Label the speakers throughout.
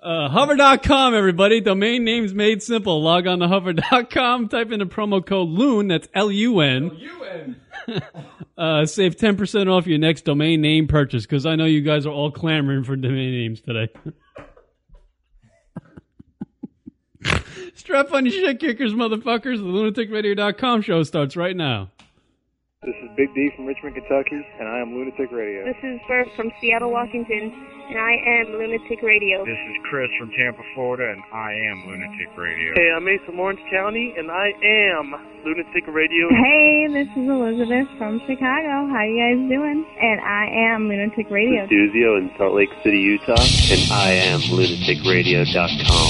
Speaker 1: Uh, hover.com, everybody. Domain names made simple. Log on to hover.com, type in the promo code LUN, that's L U N. Uh, save 10% off your next domain name purchase because I know you guys are all clamoring for domain names today. Strap on your shit kickers, motherfuckers. The lunaticradio.com show starts right now.
Speaker 2: This is Big D from Richmond, Kentucky, and I am Lunatic Radio.
Speaker 3: This is Bert from Seattle, Washington, and I am Lunatic Radio.
Speaker 4: This is Chris from Tampa, Florida, and I am Lunatic Radio.
Speaker 5: Hey, I'm Ace from Orange County, and I am Lunatic Radio.
Speaker 6: Hey, this is Elizabeth from Chicago. How you guys doing? And I am Lunatic Radio.
Speaker 7: Duzio in Salt Lake City, Utah, and I am lunaticradio.com.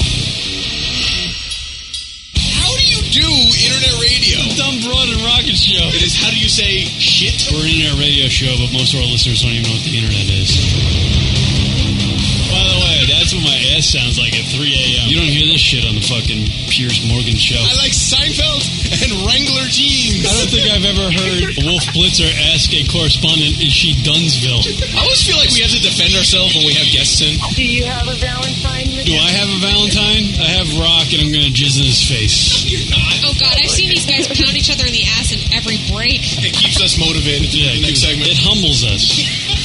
Speaker 8: How do you do internet radio? Dumb Broad and Rocket Show. It is how do you say shit? We're an internet radio show, but most of our listeners don't even know what the internet is. By the way, that's what my ass sounds like at 3 a.m. You don't hear this shit on the fucking Piers Morgan show.
Speaker 9: I like Seinfeld and Wrangler jeans.
Speaker 8: I don't think I've ever heard Wolf Blitzer ask a correspondent, is she Dunsville?
Speaker 9: I always feel like we have to defend ourselves when we have guests in.
Speaker 3: Do you have a Valentine?
Speaker 8: Do I have a Valentine? I have Rock, and I'm going to jizz in his face.
Speaker 9: You're not.
Speaker 10: Oh God, I've seen these guys pound each other in the ass in every break.
Speaker 9: It keeps us motivated for
Speaker 8: Yeah,
Speaker 9: the next segment.
Speaker 8: it humbles us.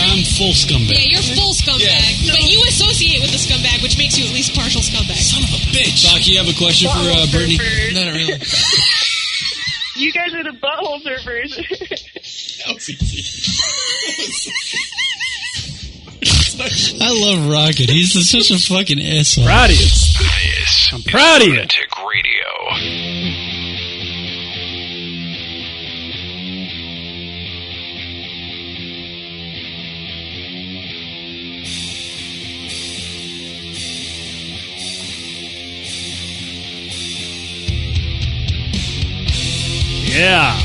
Speaker 8: I'm full
Speaker 10: Yeah,
Speaker 8: scumbag.
Speaker 10: you're full scumbag,
Speaker 9: Yeah.
Speaker 10: but you associate with the scumbag, which makes you at least partial scumbag.
Speaker 9: Son of a bitch.
Speaker 8: Rock, you have a question for uh, Brittany?
Speaker 3: surfers.
Speaker 8: Not really.
Speaker 3: You guys are the butthole surfers.
Speaker 9: That was easy.
Speaker 8: I love Rocket. He's such a fucking asshole.
Speaker 1: Proud of you.
Speaker 11: This
Speaker 1: I'm proud of you.
Speaker 11: Lunatic Radio.
Speaker 1: Yeah.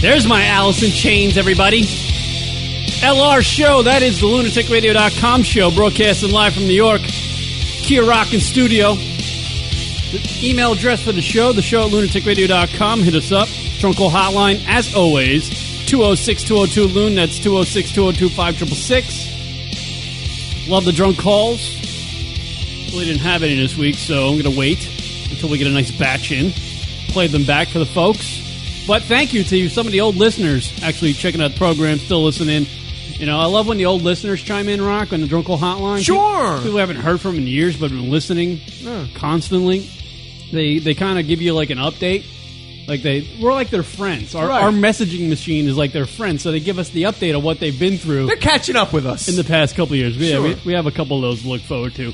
Speaker 1: There's my Alice in Chains, everybody. LR Show, that is the lunaticradio.com show, broadcasting live from New York, Kia Rockin' Studio. The email address for the show, the show at lunaticradio.com. Hit us up. Trunk call hotline, as always, 206 202 Loon. That's 206 202 5666. Love the drunk calls. We didn't have any this week, so I'm going to wait until we get a nice batch in. Play them back for the folks. But thank you to some of the old listeners actually checking out the program, still listening. You know, I love when the old listeners chime in, Rock, on the Drunkle Hotline.
Speaker 9: Sure.
Speaker 1: People we haven't heard from in years, but been listening constantly. They they kind of give you like an update. Like they, we're like their friends. Our,
Speaker 12: Right.
Speaker 1: our messaging machine is like their friend, so they give us the update of what they've been through
Speaker 12: They're catching up with us.
Speaker 1: in the past couple of years. Yeah,
Speaker 12: Sure.
Speaker 1: we, we have a couple of those to look forward to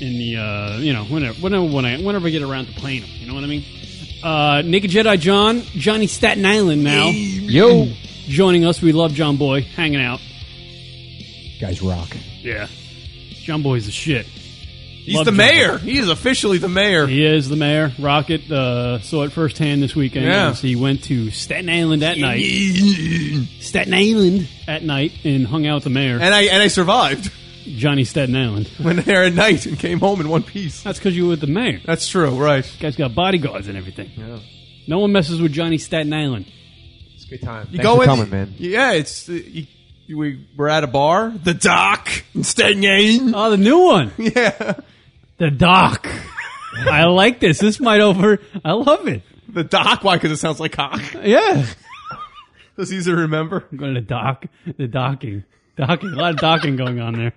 Speaker 1: in the uh, you know whenever whenever when I, whenever I get around to playing them. You know what I mean? Uh, Naked Jedi John Johnny Staten Island now
Speaker 12: Yo,
Speaker 1: joining us. We love John Boy hanging out.
Speaker 12: guys, rock.
Speaker 1: Yeah, John Boy's the shit.
Speaker 12: He's
Speaker 1: Love
Speaker 12: the
Speaker 1: John
Speaker 12: mayor. He is officially the mayor.
Speaker 1: He is the mayor. Rocket uh, saw it firsthand this weekend.
Speaker 12: Yeah.
Speaker 1: as He went to Staten Island at night. Staten Island at night and hung out with the mayor,
Speaker 12: And I and I survived.
Speaker 1: Johnny Staten Island.
Speaker 12: Went there at night and came home in one piece.
Speaker 1: That's because you were with the mayor.
Speaker 12: That's true, right?
Speaker 1: Guy's got bodyguards and everything. No one messes with Johnny Staten Island.
Speaker 12: It's a good time. You
Speaker 4: Thanks
Speaker 12: go
Speaker 4: for
Speaker 12: in,
Speaker 4: coming, man.
Speaker 12: Yeah, it's uh, you, you- we we're at a bar, the dock in Staten Island.
Speaker 1: Oh, the new one.
Speaker 12: Yeah,
Speaker 1: The doc. I like this. This might over. I love it.
Speaker 12: the dock. Why? Because it sounds like cock.
Speaker 1: Yeah.
Speaker 12: It's easy to remember.
Speaker 1: I'm going to dock. The docking. Docking. A lot of docking going on there.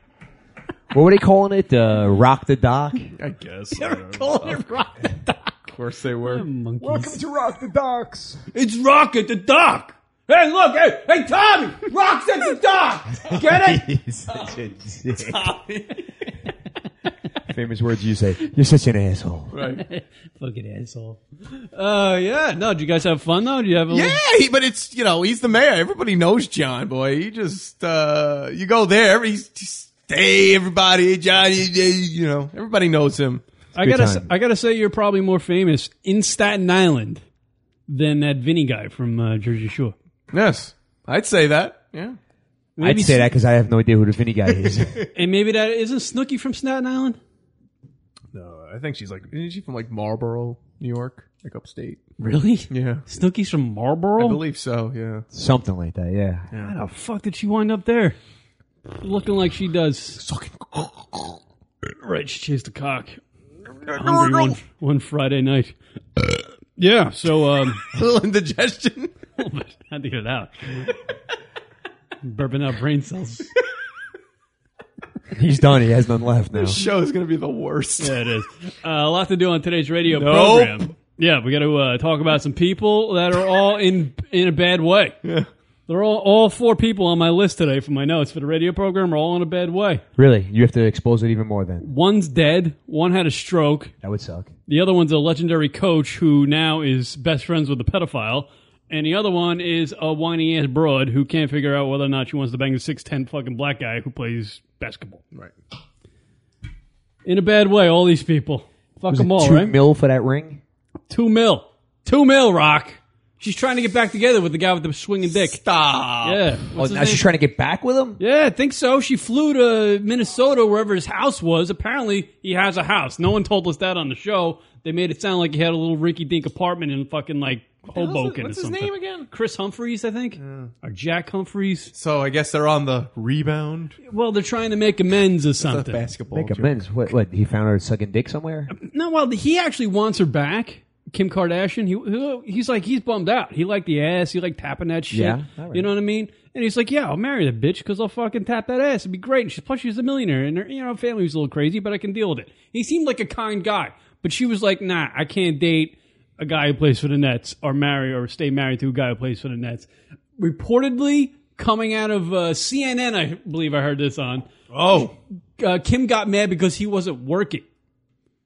Speaker 4: What were they calling it? Uh, rock the dock?
Speaker 12: I guess.
Speaker 1: Calling it Rock the Dock.
Speaker 12: Of course they were.
Speaker 1: Monkeys.
Speaker 4: to Rock the Docks.
Speaker 1: It's Rock at the Dock. Hey, look. Hey, hey Tommy. Rock's at the dock. Get it?
Speaker 4: Famous words you say. You're such an asshole.
Speaker 12: Right.
Speaker 1: Fucking asshole. Uh, yeah. No, did you guys have fun, though? Do you have a
Speaker 12: Yeah,
Speaker 1: little-
Speaker 12: he, but it's you know he's the mayor. Everybody knows John Boy. He just uh you go there. He's just, hey everybody, Johnny. hey," You know everybody knows him.
Speaker 1: I
Speaker 4: Good
Speaker 1: gotta,
Speaker 4: time.
Speaker 1: s- I gotta say, you're probably more famous in Staten Island than that Vinny guy from uh, Jersey Shore.
Speaker 12: Yes, I'd say that. Yeah.
Speaker 4: I'd say that because I have no idea who the Vinny guy is.
Speaker 1: And maybe that isn't Snooky from Staten Island.
Speaker 12: No, I think she's like isn't she from like Marlboro, New York, like upstate?
Speaker 1: Really?
Speaker 12: Yeah,
Speaker 1: Snooky's from Marlboro.
Speaker 12: I believe so. Yeah.
Speaker 4: Something like that, yeah.
Speaker 1: How the fuck did she wind up there, looking like she does? Right, she chased a cock. Hungry one, one Friday night. yeah, so um,
Speaker 12: a little indigestion.
Speaker 1: had to get it out. Burping out brain cells.
Speaker 4: He's done. He has none left now.
Speaker 12: This show is going to be the worst.
Speaker 1: Yeah, it is. Uh, a lot to do on today's radio
Speaker 12: Nope.
Speaker 1: program. Yeah, we got to uh, talk about some people that are all in in a bad way.
Speaker 12: Yeah.
Speaker 1: They're all all four people on my list today for my notes for the radio program are all in a bad way.
Speaker 4: Really, you have to expose it even more. Then
Speaker 1: One's dead. One had a stroke.
Speaker 4: that would suck.
Speaker 1: The other one's a legendary coach who now is best friends with a pedophile. And the other one is a whiny ass broad who can't figure out whether or not she wants to bang the 6'10 fucking black guy who plays basketball.
Speaker 12: Right.
Speaker 1: In a bad way, all these people. Fuck
Speaker 4: Was
Speaker 1: them
Speaker 4: it
Speaker 1: all,
Speaker 4: two
Speaker 1: right?
Speaker 4: mil for that ring?
Speaker 1: Two mil. Two mil, Rock. She's trying to get back together with the guy with the swinging dick.
Speaker 12: Stop.
Speaker 1: Yeah.
Speaker 4: Oh,
Speaker 1: What's his
Speaker 4: now she's
Speaker 1: name?
Speaker 4: trying to get back with him.
Speaker 1: Yeah, I think so. She flew to Minnesota, wherever his house was. Apparently, he has a house. No one told us that on the show. They made it sound like he had a little rinky dink apartment in fucking like
Speaker 12: hell's his-
Speaker 1: Hoboken
Speaker 12: what's
Speaker 1: or
Speaker 12: his
Speaker 1: something.
Speaker 12: name again?
Speaker 1: Chris Humphreys, I think, or Jack Humphreys.
Speaker 12: So I guess they're on the rebound.
Speaker 1: Well, they're trying to make amends or
Speaker 12: The
Speaker 1: something.
Speaker 12: basketball.
Speaker 4: Make
Speaker 12: joke.
Speaker 4: amends. What? What? He found her sucking dick somewhere.
Speaker 1: No, well, he actually wants her back. Kim Kardashian. He he's like he's bummed out. He liked the ass. He liked tapping that shit.
Speaker 4: Yeah, all right.
Speaker 1: You know what I mean? And he's like, yeah, I'll marry the bitch because I'll fucking tap that ass. It'd be great. And she's plus she's a millionaire, and her you know family was a little crazy, but I can deal with it. He seemed like a kind guy, but she was like, nah, I can't date a guy who plays for the Nets or marry or stay married to a guy who plays for the Nets. Reportedly coming out of uh, CNN, I believe I heard this on.
Speaker 12: Oh,
Speaker 1: Uh, Kim got mad because he wasn't working.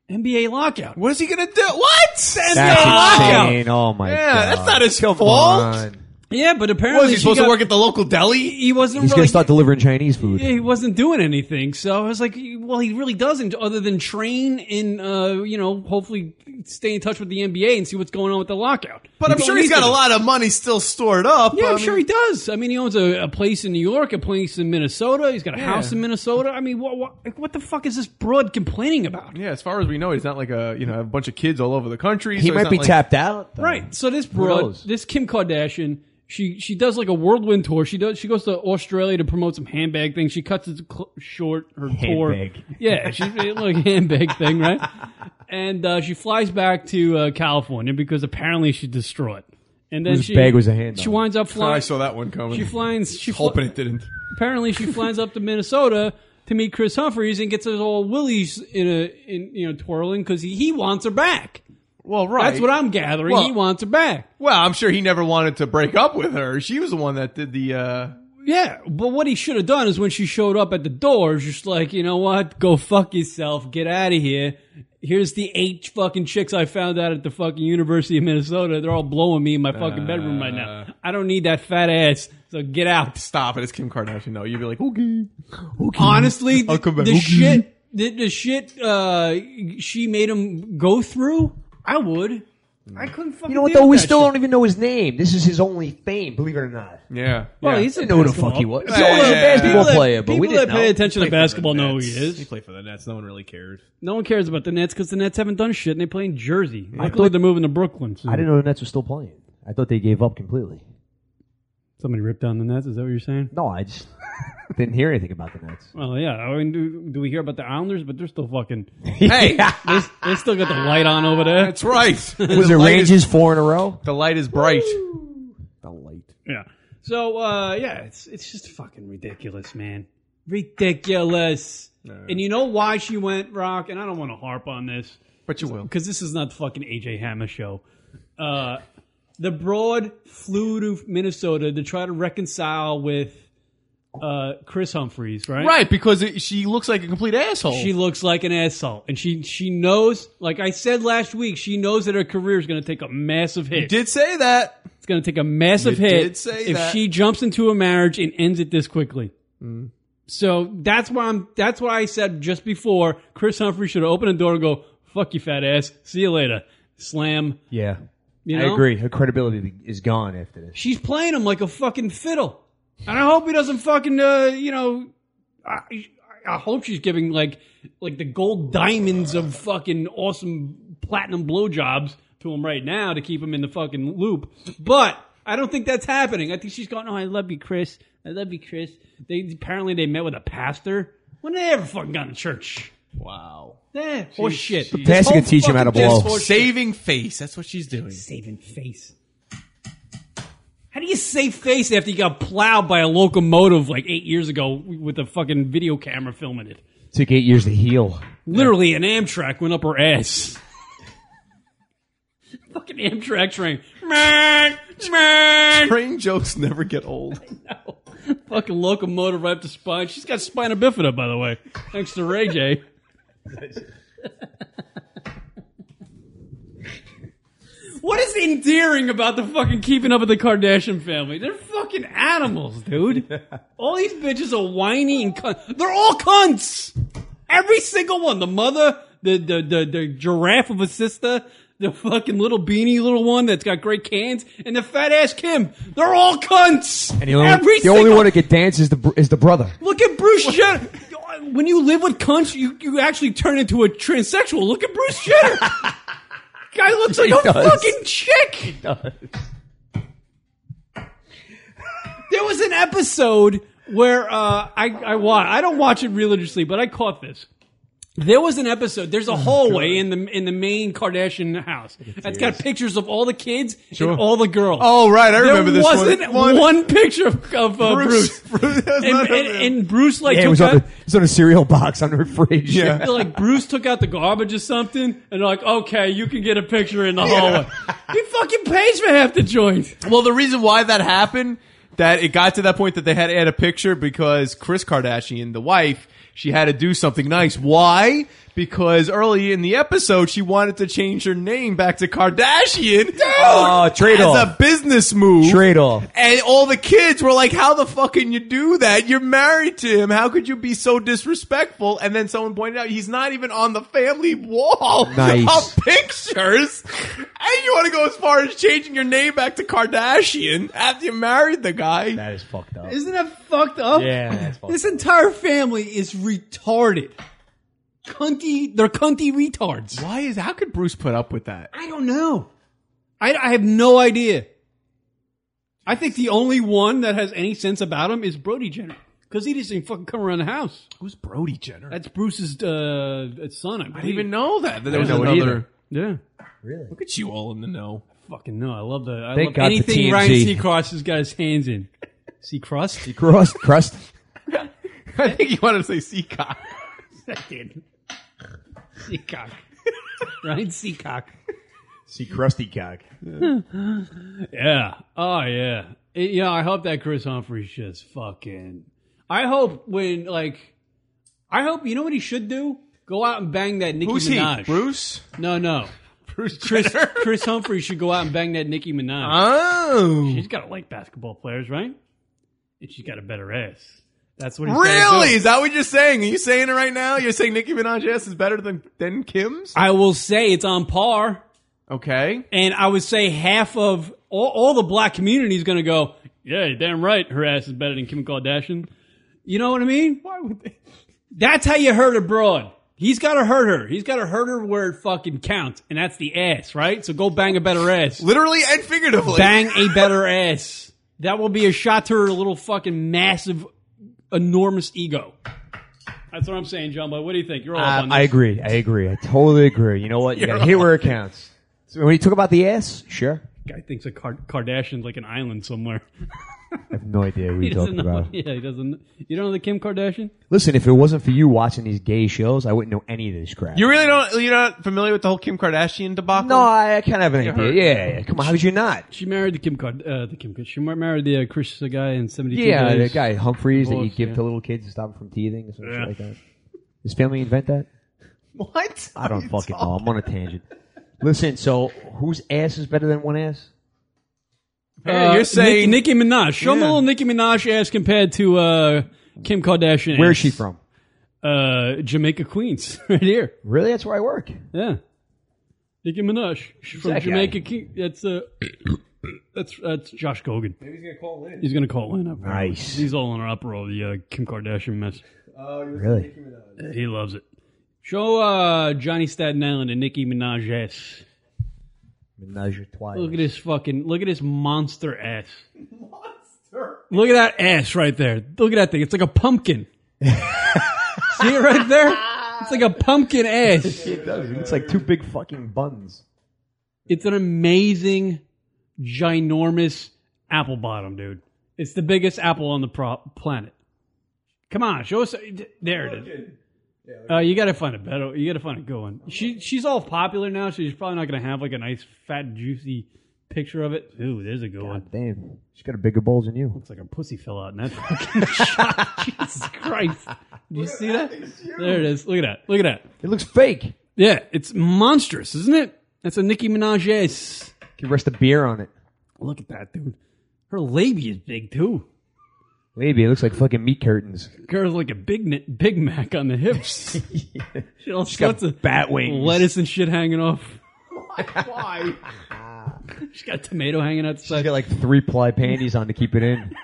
Speaker 1: NBA lockout.
Speaker 12: what is he going to do? What? That's
Speaker 4: That's
Speaker 1: lockout.
Speaker 4: insane. Oh my god.
Speaker 12: Yeah, that's not his
Speaker 4: Come
Speaker 12: fault.
Speaker 4: on.
Speaker 1: Yeah, but apparently
Speaker 12: Was he
Speaker 1: she
Speaker 12: supposed
Speaker 1: got-
Speaker 12: to work at the local deli?
Speaker 1: He wasn't.
Speaker 4: He's
Speaker 1: really,
Speaker 4: gonna start delivering Chinese food.
Speaker 1: Yeah, he wasn't doing anything. So I was like, well, he really doesn't, other than train and uh, you know, hopefully stay in touch with the NBA and see what's going on with the lockout.
Speaker 12: But I'm sure he's got a lot of money still stored up.
Speaker 1: Yeah,
Speaker 12: I
Speaker 1: I'm
Speaker 12: mean,
Speaker 1: sure he does. I mean, he owns a, a place in New York, a place in Minnesota. He's got a house in Minnesota. I mean, what, what what the fuck is this broad complaining about?
Speaker 12: Yeah, as far as we know, he's not like a you know have a bunch of kids all over the country.
Speaker 4: He
Speaker 12: so he's
Speaker 4: might
Speaker 12: not
Speaker 4: be
Speaker 12: like,
Speaker 4: tapped out. though.
Speaker 1: Right. So this broad,
Speaker 4: knows?
Speaker 1: this Kim Kardashian, she she does like a whirlwind tour. She does. She goes to Australia to promote some handbag thing. She cuts it cl- short her
Speaker 4: Handbag.
Speaker 1: tour. Yeah, she's a little handbag thing, right? And uh, she flies back to uh, California because apparently she's distraught. And then
Speaker 4: Whose
Speaker 1: she
Speaker 4: bag was a hand
Speaker 1: She
Speaker 4: on?
Speaker 1: winds up
Speaker 12: I
Speaker 1: flying.
Speaker 12: saw that one coming.
Speaker 1: She flies. She fl-
Speaker 12: hoping it didn't.
Speaker 1: apparently she flies up to Minnesota to meet Chris Humphries and gets his all willies in a in you know twirling because he, he wants her back.
Speaker 12: Well, right.
Speaker 1: That's what I'm gathering.
Speaker 12: Well-
Speaker 1: he wants her back.
Speaker 12: Well, I'm sure he never wanted to break up with her. She was the one that did the. uh
Speaker 1: Yeah, but what he should have done is when she showed up at the door, it's just like, you know what? Go fuck yourself. Get out of here. Here's the eight fucking chicks I found out at the fucking University of Minnesota. They're all blowing me in my fucking bedroom right now. I don't need that fat ass. So get out.
Speaker 12: Stop it! It's Kim Kardashian. No, you'd be like, okay, okay.
Speaker 1: Honestly,
Speaker 12: I'll
Speaker 1: the,
Speaker 12: come back.
Speaker 1: the
Speaker 12: Okay.
Speaker 1: shit, the, the shit, uh, she made him go through, I would. I couldn't fucking
Speaker 4: You know what
Speaker 1: deal
Speaker 4: though? We
Speaker 1: with that
Speaker 4: still
Speaker 1: shit.
Speaker 4: don't even know his name. This is his only fame, believe it or not.
Speaker 12: Yeah.
Speaker 1: Well,
Speaker 12: yeah.
Speaker 1: he's a
Speaker 4: Didn't know who the
Speaker 1: basketball-
Speaker 4: fuck he was.
Speaker 12: Yeah.
Speaker 4: He was a
Speaker 12: Yeah.
Speaker 4: basketball
Speaker 1: People that-
Speaker 4: player, but we
Speaker 1: people that
Speaker 4: didn't
Speaker 1: pay
Speaker 4: know.
Speaker 1: attention to basketball know who he is.
Speaker 13: played for the Nets. No one really cared.
Speaker 1: No one cares about the Nets because the Nets haven't done shit and they play in Jersey. I thought they're moving to Brooklyn. soon.
Speaker 4: I didn't know the Nets were still playing. I thought they gave up completely.
Speaker 1: Somebody ripped down the Nets. Is that what you're saying?
Speaker 4: No, I just didn't hear anything about the Nets.
Speaker 1: Well, yeah. I mean, do, do we hear about the Islanders? But they're still fucking.
Speaker 12: Hey,
Speaker 1: They, they still got the light on over there.
Speaker 12: that's right.
Speaker 4: Was
Speaker 12: The
Speaker 4: it
Speaker 12: light is-
Speaker 4: Rangers four in a row?
Speaker 12: The light is bright.
Speaker 4: The light.
Speaker 1: Yeah. So uh, yeah, it's it's just fucking ridiculous, man. Ridiculous. And you know why she went rock? And I don't want to harp on this.
Speaker 12: But you will.
Speaker 1: because this is not the fucking AJ Hammer show. Uh, the broad flew to Minnesota to try to reconcile with uh, Chris Humphreys, right?
Speaker 12: Right, because it, she looks like a complete asshole.
Speaker 1: She looks like an asshole, and she she knows, like I said last week, she knows that her career is going to take a massive hit.
Speaker 12: did say that.
Speaker 1: it's going to take a massive
Speaker 12: You
Speaker 1: hit
Speaker 12: did say
Speaker 1: if
Speaker 12: that. Mm.
Speaker 1: she jumps into a marriage and ends it this quickly. So that's why I'm. That's why I said just before Chris Humphreys should have opened the door and go, "Fuck you, fat ass. See you later." Slam.
Speaker 4: Yeah.
Speaker 1: You know?
Speaker 4: I agree. Her credibility is gone after this.
Speaker 1: She's playing him like a fucking fiddle. And I hope he doesn't fucking, uh, you know, I, I hope she's giving like, like the gold diamonds of fucking awesome platinum blowjobs to him right now to keep him in the fucking loop. But I don't think that's happening. I think she's going, oh, I love you, Chris. I love you, Chris. They apparently they met with a pastor. When they ever fucking got in church?
Speaker 13: Wow.
Speaker 1: Yeah, horse shit.
Speaker 12: The Pastor can teach him how to blow.
Speaker 13: Saving face. That's what she's doing.
Speaker 1: Saving face. How do you save face after you got plowed by a locomotive like eight years ago with a fucking video camera filming it?
Speaker 4: Took eight years to heal.
Speaker 1: Literally, an Amtrak went up her ass. fucking Amtrak train. Man, man.
Speaker 12: Train jokes never get old.
Speaker 1: Fucking locomotive right up the spine. She's got spina bifida, by the way, thanks to Ray J. what is endearing about the fucking keeping up with the Kardashian family? They're fucking animals, dude. all these bitches are whiny and cunts. They're all cunts. Every single one. The mother, the the the, the giraffe of a sister. The fucking little beanie little one that's got great cans, and the fat ass Kim. They're all cunts.
Speaker 4: And the only,
Speaker 1: Every
Speaker 4: the only
Speaker 1: single
Speaker 4: one that could dance is the br- is the brother.
Speaker 1: Look at Bruce Jenner. When you live with cunts, you, you actually turn into a transsexual. Look at Bruce Jenner. Guy looks like
Speaker 4: He
Speaker 1: a
Speaker 4: does.
Speaker 1: fucking chick.
Speaker 12: Oh,
Speaker 1: There was an episode where uh, I I watch. I don't watch it religiously, but I caught this. There was an episode.
Speaker 12: Oh,
Speaker 1: There's a hallway in the in the main Kardashian house that's got pictures of all the kids
Speaker 12: Sure.
Speaker 1: and all the girls.
Speaker 12: Oh, right, I remember
Speaker 1: there
Speaker 12: this one.
Speaker 1: wasn't
Speaker 12: One-
Speaker 1: picture of, of uh, Bruce.
Speaker 12: Bruce.
Speaker 1: and,
Speaker 12: not
Speaker 1: and- and Bruce like
Speaker 4: yeah, it
Speaker 1: took
Speaker 4: was on
Speaker 1: out,
Speaker 4: the it was on a cereal box under the fridge.
Speaker 1: They're like Bruce took out the garbage or something, and they're like, okay, you can get a picture in the hallway. He fucking pays for half the joint.
Speaker 12: Well, the reason why that happened, that it got to that point that they had to add a picture because Chris Kardashian, the wife, she had to do something nice. Why? Because early in the episode, she wanted to change her name back to Kardashian. Dude,
Speaker 4: Oh, trade-off.
Speaker 12: As a business move.
Speaker 4: Trade off.
Speaker 12: And all the kids were like, how the fuck can you do that? You're married to him. How could you be so disrespectful? And then someone pointed out, he's not even on the family wall of
Speaker 4: Nice.
Speaker 12: pictures. And you want to go as far as changing your name back to Kardashian after you married the guy? That
Speaker 4: is fucked up.
Speaker 1: Isn't that fucked up?
Speaker 4: Yeah, that's fucked
Speaker 1: this entire family is retarded. Cunty, they're cunty retards.
Speaker 12: Why is, how could Bruce put up with that?
Speaker 1: I don't know. I, I have no idea. I think the only one that has any sense about him is Brody Jenner. Because he doesn't fucking come around the house.
Speaker 12: Who's Brody Jenner?
Speaker 1: That's Bruce's uh, son. I,
Speaker 12: I
Speaker 1: believe.
Speaker 12: didn't even know that. that
Speaker 1: I
Speaker 12: there was
Speaker 1: didn't know it
Speaker 12: another.
Speaker 1: Yeah.
Speaker 4: Really?
Speaker 12: Look at you all in the know.
Speaker 1: Fucking no, I love the. I
Speaker 4: Thank
Speaker 1: love
Speaker 4: God for
Speaker 1: anything
Speaker 4: TMZ.
Speaker 1: Ryan Seacrest has got his hands in. Seacrest,
Speaker 4: Crust, crust.
Speaker 12: I think you wanted to say Seacock.
Speaker 1: Second. Seacock. Ryan Seacock.
Speaker 4: See crusty cock.
Speaker 1: Yeah. Oh yeah. It- yeah. I hope that Chris Humphries just fucking. I hope when like, I hope you know what he should do. Go out and bang that Nicki
Speaker 12: Who's
Speaker 1: Minaj.
Speaker 12: he? Bruce?
Speaker 1: No, no.
Speaker 12: Bruce
Speaker 1: Chris
Speaker 12: Jenner?
Speaker 1: Chris Humphries should go out and bang that Nicki Minaj.
Speaker 12: Oh.
Speaker 1: She's got to like basketball players, right? And she's got a better ass. That's what he's gotta
Speaker 12: Really?
Speaker 1: do.
Speaker 12: Is that what you're saying? Are you saying it right now? You're saying Nicki Minaj's is better than than Kim's?
Speaker 1: I will say it's on par,
Speaker 12: Okay.
Speaker 1: and I would say half of all, all the black community is going to go, yeah, you're damn right, her ass is better than Kim Kardashian. You know what I mean?
Speaker 12: Why would they?
Speaker 1: That's how you hurt abroad. He's got to hurt her. He's got to hurt her where it fucking counts, and that's the ass, right? So go bang a better ass.
Speaker 12: Literally and figuratively.
Speaker 1: Bang
Speaker 4: Uh,
Speaker 1: a better ass. That will be a shot to her little fucking massive, enormous ego. That's what I'm saying, John. Boy, what do you think? You're all
Speaker 12: Uh,
Speaker 1: up
Speaker 4: I,
Speaker 1: on this.
Speaker 4: I agree. I agree. I totally agree. You know what? You
Speaker 1: You're
Speaker 4: gotta hit where it counts. So when you talk about the ass, sure.
Speaker 1: Guy thinks a Kar- Kardashian's like an island somewhere.
Speaker 4: I have no idea what
Speaker 1: He
Speaker 4: you're
Speaker 1: doesn't
Speaker 4: talking
Speaker 1: know.
Speaker 4: about.
Speaker 1: Yeah, he doesn't. You don't know the Kim Kardashian?
Speaker 4: Listen, if it wasn't for you watching these gay shows, I wouldn't know any of this crap.
Speaker 12: You really don't? You're not familiar with the whole Kim Kardashian debacle?
Speaker 4: no, I, I kind of have an
Speaker 12: You
Speaker 4: idea.
Speaker 12: heard.
Speaker 4: Yeah, yeah, come on. How would you not?
Speaker 1: She married the Kim Card. Uh, the Kim. She mar- married the uh, Chris the guy in seventy two.
Speaker 4: Yeah, the
Speaker 1: days.
Speaker 4: guy Humphreys that you
Speaker 1: Divorce,
Speaker 4: give
Speaker 1: yeah.
Speaker 4: to little kids to stop them from teething or something
Speaker 1: Yeah.
Speaker 4: like that. His family invent that?
Speaker 12: What?
Speaker 4: I
Speaker 12: Are
Speaker 4: don't
Speaker 12: you
Speaker 4: fucking know.
Speaker 12: talking-
Speaker 4: I'm on a tangent. Listen, so whose ass is better than one ass?
Speaker 12: Yeah,
Speaker 1: Uh,
Speaker 12: you're saying
Speaker 1: Nick- Nicki Minaj. Show him a
Speaker 12: Yeah.
Speaker 1: little Nicki Minaj ass compared to uh, Kim Kardashian.
Speaker 4: Where's
Speaker 1: ass.
Speaker 4: she from?
Speaker 1: Uh, Jamaica Queens, right here.
Speaker 4: Really? That's where I work.
Speaker 1: Yeah, Nicki Minaj. She's from
Speaker 4: that guy?
Speaker 1: Jamaica. Ke- that's uh, that's that's Josh Gogan. Maybe he's gonna call in. He's gonna call in. Up.
Speaker 4: Nice.
Speaker 1: He's all on our upper of the uh, Kim Kardashian mess.
Speaker 4: Really?
Speaker 1: He loves it. Show uh, Johnny Staten Island and Nicki Minaj ass.
Speaker 4: Menage a trois.
Speaker 1: Look at his fucking. Look at his monster ass. Monster. Look at that ass right there. Look at that thing. It's like a pumpkin. See it right there. It's like a pumpkin ass.
Speaker 4: it does. It looks like two big fucking buns.
Speaker 1: It's an amazing, ginormous apple bottom, dude. It's the biggest apple on the pro- planet. Come on, show us. There it is. Uh, you got to find a better. You got to find a good one. She she's all popular now, so she's probably not gonna have like a nice fat juicy picture of it. Ooh, there's a good one.
Speaker 4: Damn, she's got a bigger bulge than you.
Speaker 1: Looks like a pussy fell out in that fucking shot. Jesus Christ! Did you see that? There it is. Look at that. Look at that.
Speaker 4: It looks fake.
Speaker 1: Yeah, it's monstrous, isn't it? That's a Nicki Minaj ass.
Speaker 4: You rest a beer on it.
Speaker 1: Look at that, dude. Her labia is big too.
Speaker 4: Maybe it looks like fucking meat curtains.
Speaker 1: Girl's like a big Ni- Big Mac on the hips. she all
Speaker 4: She's got
Speaker 1: sorts of
Speaker 4: bat wings.
Speaker 1: lettuce and shit hanging off.
Speaker 12: Why?
Speaker 1: She's got a tomato hanging out. the
Speaker 4: She's got like three ply panties on to keep it in.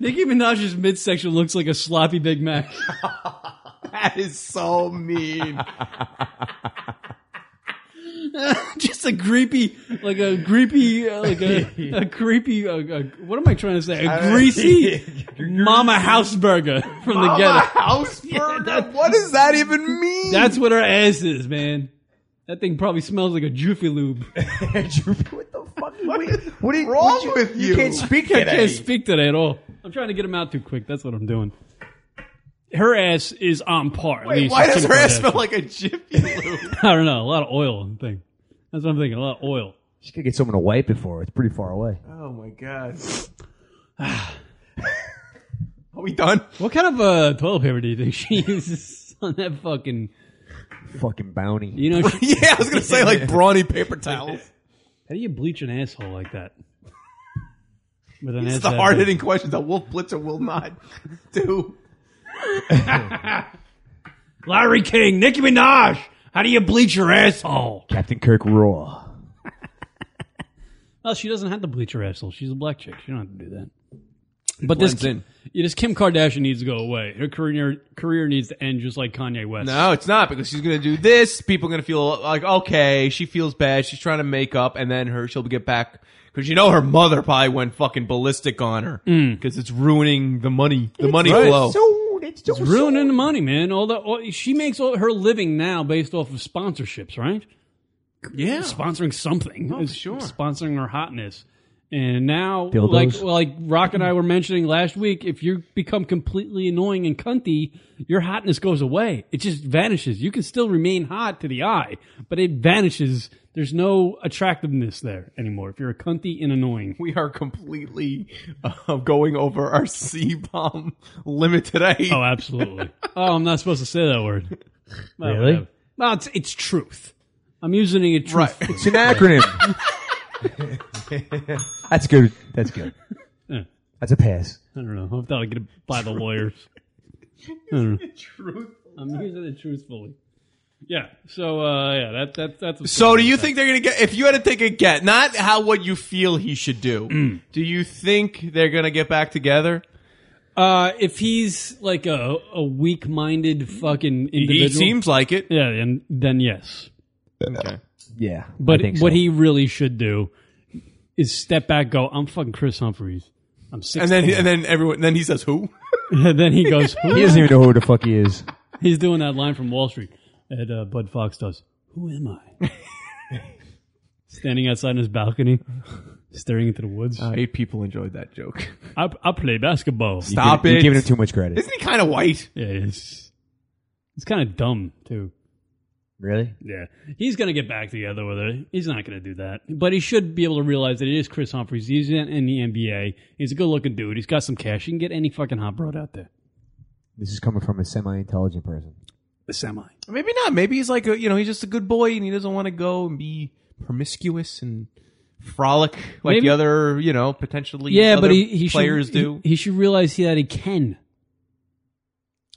Speaker 1: Nicki Minaj's midsection looks like a sloppy Big Mac.
Speaker 12: That is so mean.
Speaker 1: Just a creepy, like a creepy, uh, like a, a creepy. Uh, uh, what am I trying to say? A greasy Mama House burger from the ghetto.
Speaker 12: house burger? what does that even mean?
Speaker 1: That's what her ass is, man. That thing probably smells like a Jiffy Lube.
Speaker 4: what the fuck? What is what is
Speaker 12: wrong
Speaker 4: what
Speaker 12: with you?
Speaker 4: can't speak
Speaker 1: I
Speaker 4: today.
Speaker 12: eh?
Speaker 1: can't speak today at all. I'm trying to get him out too quick. That's what I'm doing. Her ass is on par. at
Speaker 12: Wait,
Speaker 1: least.
Speaker 12: why
Speaker 1: She's
Speaker 12: does
Speaker 1: kinda
Speaker 12: her ass
Speaker 1: part
Speaker 12: smell
Speaker 1: of
Speaker 12: like a jiffy lube?
Speaker 1: that. I don't know. A lot of oil. and thing. That's what I'm thinking. A lot of oil.
Speaker 4: She could get someone to wipe it for. her. It's pretty far away.
Speaker 12: oh my god. Are we done?
Speaker 1: What kind of uh, toilet paper do you think she uses on that fucking?
Speaker 4: Fucking bounty.
Speaker 1: You know, she,
Speaker 12: yeah, I was gonna say like brawny paper towels.
Speaker 1: how do you bleach an asshole like that? With an
Speaker 12: It's
Speaker 1: ass
Speaker 12: the
Speaker 1: that
Speaker 12: hard
Speaker 1: big?
Speaker 12: hitting questions that Wolf Blitzer will not do.
Speaker 1: Larry King, Nicki Minaj. How do you bleach your asshole?
Speaker 4: Captain Kirk Raw.
Speaker 1: Well, she doesn't have to bleach her asshole. She's a black chick. She don't have to do that. But this,
Speaker 12: blends in.
Speaker 1: Yeah, this Kim Kardashian needs to go away. Her career career needs to end, just like Kanye West.
Speaker 12: No, it's not because she's gonna do this. People are gonna feel like okay, she feels bad. She's trying to make up, and then her she'll get back because you know her mother probably went fucking ballistic on her
Speaker 1: Hmm.
Speaker 12: because it's ruining the money, the money flow.
Speaker 4: Sold. It's, so
Speaker 1: It's ruining the money, man. All the all, she makes all her living now based off of sponsorships, right?
Speaker 12: yeah,
Speaker 1: Sponsoring something,
Speaker 12: Oh,
Speaker 1: It's
Speaker 12: sure.
Speaker 1: sponsoring her hotness, and now
Speaker 4: Dildos.
Speaker 1: like like Rock and I were mentioning last week, if you become completely annoying and cunty, your hotness goes away. It just vanishes. You can still remain hot to the eye, but it vanishes. There's no attractiveness there anymore if you're a cunty and annoying.
Speaker 12: we are completely uh, going over our C bomb limit today.
Speaker 1: Oh, absolutely. oh, I'm not supposed to say that word. Well,
Speaker 4: Really?
Speaker 1: whatever. No, it's it's truth. I'm using it truth.
Speaker 12: Right.
Speaker 4: It's an acronym. That's good. That's good.
Speaker 1: Yeah.
Speaker 4: That's a pass.
Speaker 1: I don't know. I thought I'd get it by the lawyers. I don't know. I'm using it truthfully. Yeah. So uh, yeah, that that that's. what's
Speaker 12: So
Speaker 1: going
Speaker 12: do
Speaker 1: on
Speaker 12: you
Speaker 1: with
Speaker 12: think they're gonna get if you had to take a get, not how what you feel he should do,
Speaker 1: Hmm.
Speaker 12: do you think they're gonna get back together?
Speaker 1: that. Uh, if he's like a a weak minded fucking individual,
Speaker 12: He seems like it.
Speaker 1: Yeah, and then yes,
Speaker 12: Okay.
Speaker 4: Yeah.
Speaker 1: but
Speaker 4: I think
Speaker 1: what
Speaker 4: so.
Speaker 1: he really should do is step back, go. I'm fucking Chris Humphreys. I'm six.
Speaker 12: And then and then everyone then he says who?
Speaker 1: and then he goes. Who
Speaker 4: He
Speaker 1: is
Speaker 4: doesn't even know who the fuck he is.
Speaker 1: He's doing that line from Wall Street that uh, Bud Fox does. Who am I? Standing outside on his balcony, staring into the woods.
Speaker 4: Uh,
Speaker 12: Uh, eight people enjoyed that joke.
Speaker 1: I, I play basketball.
Speaker 12: Stop
Speaker 4: You're
Speaker 12: it.
Speaker 4: giving him too much credit.
Speaker 12: Isn't he kind of white?
Speaker 1: Yeah, it's, it's kind of dumb, too.
Speaker 4: Really?
Speaker 1: Yeah. He's going to get back together with her. He's not going to do that. But he should be able to realize that it is Chris Humphries. He's in, in the NBA. He's a good looking dude. He's got some cash. He can get any fucking hot broad out there.
Speaker 4: This is coming from a semi-intelligent person.
Speaker 1: The semi.
Speaker 12: Maybe not. Maybe he's like a, you know, he's just a good boy and he doesn't want to go and be promiscuous and frolic like
Speaker 1: Maybe-
Speaker 12: the other, you know, potentially
Speaker 1: Yeah,
Speaker 12: other
Speaker 1: but he, he
Speaker 12: players
Speaker 1: should,
Speaker 12: do.
Speaker 1: He, he should realize that he can.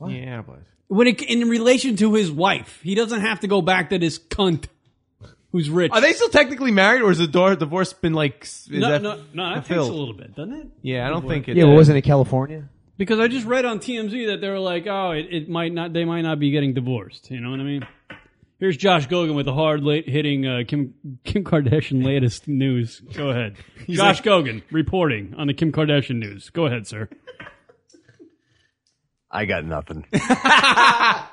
Speaker 12: yeah, but
Speaker 1: when it, in relation to his wife, he doesn't have to go back to this cunt who's rich.
Speaker 12: are they still technically married or has the door, divorce been like s- is
Speaker 1: no,
Speaker 12: that
Speaker 1: no, no, that takes a
Speaker 12: fulfilled?
Speaker 1: little bit, doesn't it?
Speaker 12: Yeah, I don't think it
Speaker 4: Yeah, well, wasn't it California?
Speaker 1: Because I just read on TMZ that they were like, oh, it, it might not, they might not be getting divorced. You know what I mean? Here's Josh Gogan with the hard late hitting uh, Kim Kim Kardashian latest news. Go ahead, Josh Gogan reporting on the Kim Kardashian news. Go ahead, sir.
Speaker 14: I got nothing.
Speaker 12: I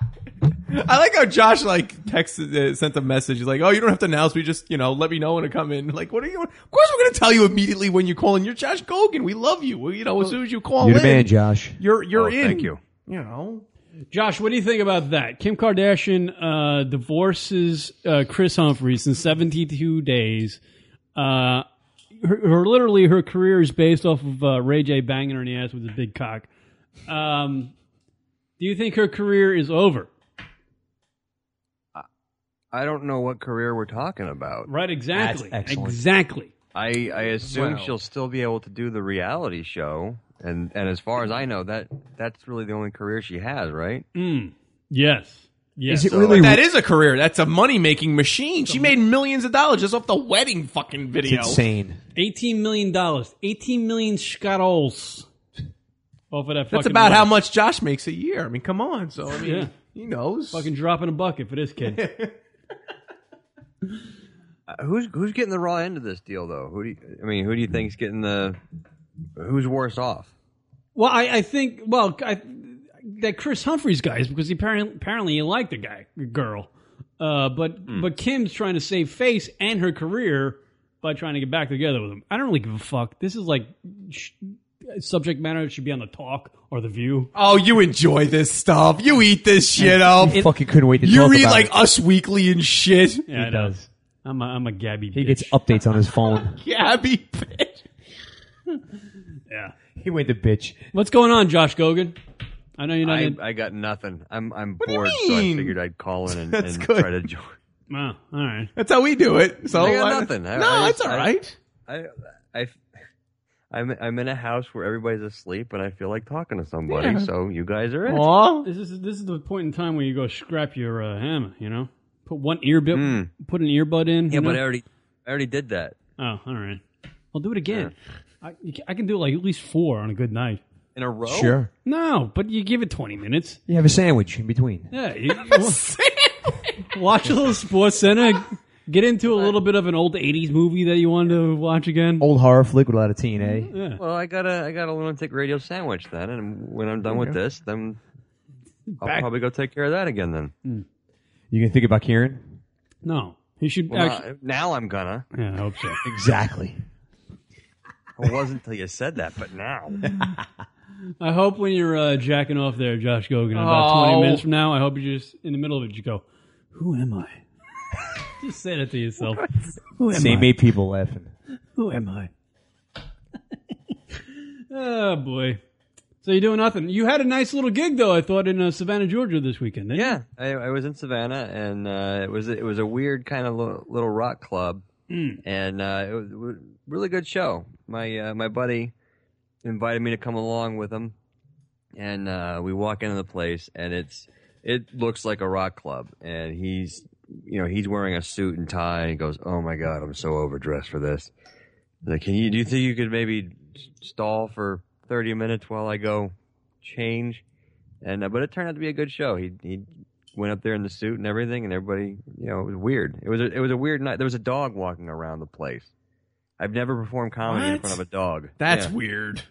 Speaker 12: like how Josh like texted uh, sent a message. He's like, "Oh, you don't have to announce me. Just you know, let me know when to come in." Like, what are you? Of course, we're gonna tell you immediately when you call in. You're Josh Gogan. We love you. Well, you know, as soon as you call
Speaker 4: You're
Speaker 12: in,
Speaker 4: the man, Josh.
Speaker 12: You're you're
Speaker 1: Oh,
Speaker 12: in.
Speaker 1: thank you.
Speaker 12: You know,
Speaker 1: Josh, what do you think about that? Kim Kardashian uh, divorces uh, Chris Humphries in 72 days. Uh, her, her literally her career is based off of uh, Ray J banging her in the ass with his big cock. Um, do you think her career is over?
Speaker 14: I don't know what career we're talking about.
Speaker 1: Right, exactly. Exactly.
Speaker 14: I, I assume
Speaker 1: Wow.
Speaker 14: she'll still be able to do the reality show, and and as far as I know, that that's really the only career she has, right?
Speaker 1: Mm. Yes. Yes.
Speaker 14: Is it really-
Speaker 12: But that is a career. That's a money making machine. She made millions of dollars just off the wedding fucking video.
Speaker 4: insane.
Speaker 1: $18 million. 18 million scottles off of that
Speaker 12: That's
Speaker 1: fucking
Speaker 12: about how
Speaker 1: wedding.
Speaker 12: much Josh makes a year. I mean, come on. So I mean,
Speaker 1: Yeah.
Speaker 12: he knows.
Speaker 1: Fucking drop in a bucket for this kid.
Speaker 14: Uh, who's who's getting the raw end of this deal, though? Who do you, I mean? Who do you think's getting the? Who's worse off?
Speaker 1: Well, I, I think well I, that Chris Humphreys guy is because he apparently, apparently he liked the guy girl, uh, but but Kim's trying to save face and her career by trying to get back together with him. I don't really give a fuck. This is like sh- subject matter that should be on the Talk or the View.
Speaker 12: Oh, you enjoy this stuff. You eat this shit up.
Speaker 4: You fucking couldn't wait to
Speaker 12: You
Speaker 4: talk
Speaker 12: read
Speaker 4: about
Speaker 12: like
Speaker 4: it.
Speaker 12: Us Weekly and shit.
Speaker 1: Yeah, I know. I'm a, I'm a Gabby.
Speaker 4: He gets updates on his phone.
Speaker 12: Gabby.
Speaker 1: Yeah.
Speaker 4: He went to bitch.
Speaker 1: What's going on, Josh Gogan? I know you're not.
Speaker 14: I,
Speaker 1: in-
Speaker 14: I got nothing. I'm I'm
Speaker 1: do you
Speaker 14: bored, so I
Speaker 1: mean?
Speaker 14: figured I'd call in and,
Speaker 1: That's
Speaker 14: and
Speaker 1: good.
Speaker 14: try to join.
Speaker 1: Wow. oh, All right.
Speaker 12: That's how we do it. So
Speaker 14: I got
Speaker 12: uh,
Speaker 14: nothing. I-
Speaker 12: no,
Speaker 14: I
Speaker 12: it's
Speaker 14: just-
Speaker 12: all
Speaker 14: I-
Speaker 12: right.
Speaker 14: I, I, I'm I'm in a house where everybody's asleep, and I feel like talking to somebody.
Speaker 1: Yeah.
Speaker 14: So you guys are it.
Speaker 1: This is this is the point in time where you go scrap your uh, hammer. You know, put one ear bit, put an earbud in. you
Speaker 14: Yeah, but
Speaker 1: know?
Speaker 14: I already I already did that,
Speaker 1: Oh, all right. I'll do it again. I, you ca- I can do like at least four on a good night.
Speaker 14: In a row?
Speaker 4: Sure.
Speaker 1: No, but you give it 20 minutes.
Speaker 4: You have a sandwich in between.
Speaker 1: Yeah. You, you watch a little Sports Center. Get into a little bit of an old 80s movie that you wanted to watch again.
Speaker 4: Old horror flick without a teen, eh?
Speaker 14: Well, I got a I got a lunatic radio sandwich then, and when I'm done with this, then I'll
Speaker 1: Back-
Speaker 14: probably go take care of that again then.
Speaker 4: You can think about Kieran?
Speaker 1: No. He should
Speaker 14: Well,
Speaker 1: actually.
Speaker 14: now, now I'm gonna.
Speaker 1: Yeah, I hope so.
Speaker 4: Exactly.
Speaker 14: It wasn't until you said that, but now.
Speaker 1: I hope when you're uh, jacking off there, Josh Gogan, about 20
Speaker 14: Oh.
Speaker 1: minutes from now, I hope you just, in the middle of it, you go, Who am I? just say that to yourself. Who am
Speaker 4: Same
Speaker 1: I?
Speaker 4: eight people laughing.
Speaker 1: Who am I? oh boy. So you're doing nothing. You had a nice little gig though. I thought in uh, Savannah, Georgia this weekend. Didn't
Speaker 14: yeah, I, I was in Savannah, and uh, it was it was a weird kind of little, little rock club,
Speaker 1: Mm.
Speaker 14: and uh, it was, it was a really good show. My uh, my buddy invited me to come along with him, and uh, we walk into the place, and it's it looks like a rock club, and he's you know he's wearing a suit and tie, and goes, "Oh my god, I'm so overdressed for this." Like, can you do you think you could maybe stall for thirty minutes while I go change? And uh, but it turned out to be a good show. He he went up there in the suit and everything, and everybody, you know, it was weird. It was a, it was a weird night. There was a dog walking around the place. I've never performed comedy in
Speaker 12: What?
Speaker 14: front of a dog.
Speaker 12: That's
Speaker 14: Yeah.
Speaker 12: weird.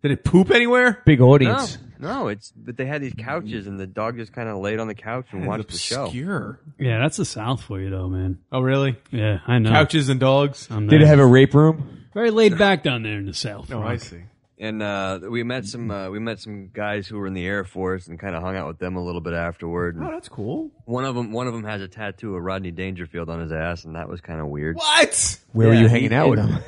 Speaker 12: Did it poop anywhere?
Speaker 4: Big
Speaker 14: No, no, it's but they had these couches, and the dog just kind of laid on the couch and watched the show.
Speaker 12: obscure.
Speaker 1: you? Yeah, that's the South for you though, man.
Speaker 12: Oh, really?
Speaker 1: Yeah, I know.
Speaker 12: Couches and dogs.
Speaker 1: I'm
Speaker 4: Did it
Speaker 1: there.
Speaker 4: have a rape room?
Speaker 1: Very laid back down there in the South.
Speaker 12: Oh, I see.
Speaker 14: And uh, we met some uh, we met some guys who were in the Air Force and kind of hung out with them a little bit afterward.
Speaker 12: Oh, that's cool.
Speaker 14: One of them, one of them has a tattoo of Rodney Dangerfield on his ass, and that was kind of weird.
Speaker 12: What?
Speaker 4: Where were
Speaker 14: Yeah,
Speaker 4: you
Speaker 14: he-
Speaker 4: hanging out with him?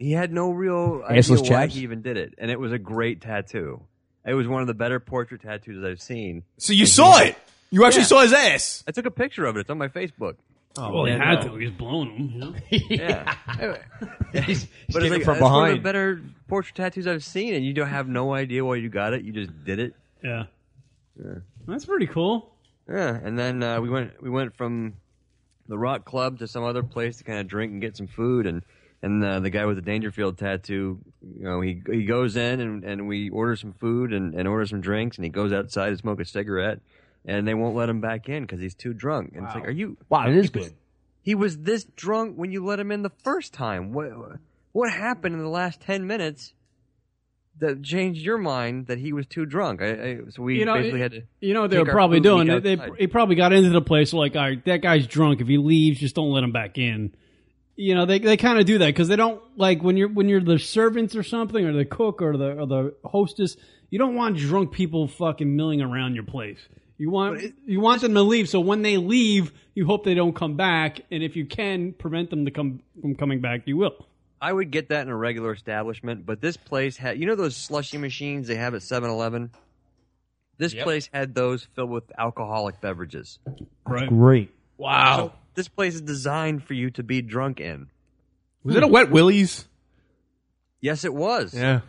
Speaker 14: He had no real idea
Speaker 4: Assless
Speaker 14: why
Speaker 4: chaps?
Speaker 14: he even did it, and it was a great tattoo. It was one of the better portrait tattoos I've seen.
Speaker 12: So you saw it. You actually
Speaker 14: Yeah.
Speaker 12: saw his ass.
Speaker 14: I took a picture of it. It's on my Facebook.
Speaker 12: Oh,
Speaker 1: Well, he
Speaker 12: yeah,
Speaker 1: had
Speaker 12: no.
Speaker 1: to. He's blowing him. You know?
Speaker 14: Yeah,
Speaker 4: he's
Speaker 14: but it's like it's one of the better portrait tattoos I've seen, and you don't have no idea why you got it. You just did it.
Speaker 1: Yeah. That's pretty cool.
Speaker 14: Yeah, and then uh, we went we went from the rock club to some other place to kind of drink and get some food and and uh, the guy with the Dangerfield tattoo, you know, he he goes in and, and we order some food and, and order some drinks and he goes outside to smoke a cigarette and they won't let him back in because he's too drunk. And it's like, are you?
Speaker 4: Wow, it is good.
Speaker 14: He was this drunk when you let him in the first time. What what happened in the last ten minutes that changed your mind that he was too drunk. I, I, so we
Speaker 1: You know,
Speaker 14: basically
Speaker 1: it-
Speaker 14: had to.
Speaker 1: You know what they
Speaker 14: take
Speaker 1: were
Speaker 14: our
Speaker 1: probably
Speaker 14: food and
Speaker 1: doing?
Speaker 14: eat
Speaker 1: They, they
Speaker 14: outside.
Speaker 1: he probably got into the place like, all right, that guy's drunk. If he leaves, just don't let him back in. You know, they they kind of do that because they don't like when you're when you're the servants or something or the cook or the or the hostess. You don't want drunk people fucking milling around your place. You want you want them to leave. So when they leave, you hope they don't come back. And if you can prevent them to come from coming back, you will.
Speaker 14: I would get that in a regular establishment, but this place had you know those slushy machines they have at 7-Eleven? This place had those filled with alcoholic beverages.
Speaker 1: Right.
Speaker 4: Great.
Speaker 14: Wow. this place is designed for you to be drunk in.
Speaker 12: Was it a Wet Willie's?
Speaker 14: Yes, it was.
Speaker 12: Yeah.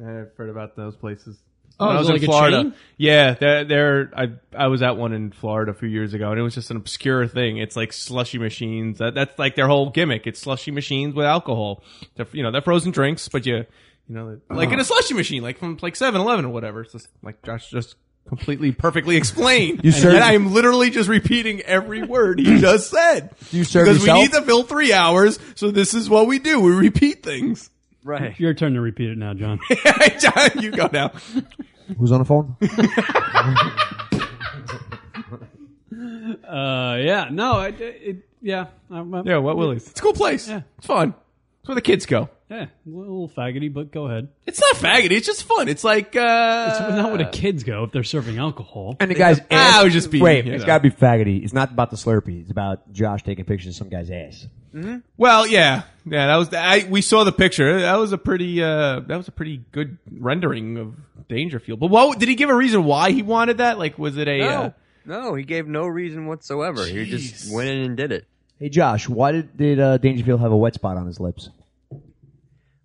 Speaker 12: I've heard about those places.
Speaker 14: Oh,
Speaker 12: When
Speaker 14: is
Speaker 12: I was
Speaker 14: it
Speaker 12: in
Speaker 14: like a
Speaker 12: Florida.
Speaker 14: chain?
Speaker 12: Yeah, there, there. I I was at one in Florida a few years ago, and it was just an obscure thing. It's like slushy machines. That, that's like their whole gimmick. It's slushy machines with alcohol. They're, you know, they're frozen drinks, but you, you know, like in a slushy machine, like from like 7-Eleven or whatever. It's just like Josh just completely perfectly explained.
Speaker 4: You
Speaker 12: and
Speaker 4: serve-
Speaker 12: yet I am literally just repeating every word he just said.
Speaker 4: You serve
Speaker 12: because
Speaker 4: yourself?
Speaker 12: we need to fill three hours, so this is what we do. We repeat things.
Speaker 14: Right.
Speaker 1: Your turn to repeat it now, John.
Speaker 12: John, you go now.
Speaker 4: Who's on the phone?
Speaker 1: Uh, yeah, no, it, it yeah, I'm, I'm-
Speaker 12: Yeah, Wet Willie's. It's a cool place.
Speaker 1: Yeah,
Speaker 12: It's fun. It's where the kids go.
Speaker 1: yeah, Eh, a little faggoty, but go ahead.
Speaker 12: It's not faggoty. It's just fun. It's like uh,
Speaker 1: It's not where the kids go if they're serving alcohol.
Speaker 4: And the guy's ass.
Speaker 12: "Ah, I was just being,
Speaker 4: Wait,
Speaker 12: you
Speaker 4: it's
Speaker 12: know.
Speaker 4: got to be faggoty. It's not about the Slurpee. It's about Josh taking pictures of some guy's ass.
Speaker 12: Mm-hmm. Well, yeah, yeah. That was. I we saw the picture. That was a pretty. Uh, that was a pretty good rendering of Dangerfield. But what did he give a reason why he wanted that? Like, was it a? Uh,
Speaker 14: No, no, he gave no reason whatsoever. He just went in and did it.
Speaker 4: Hey, Josh, why did, did uh, Dangerfield have a wet spot on his lips?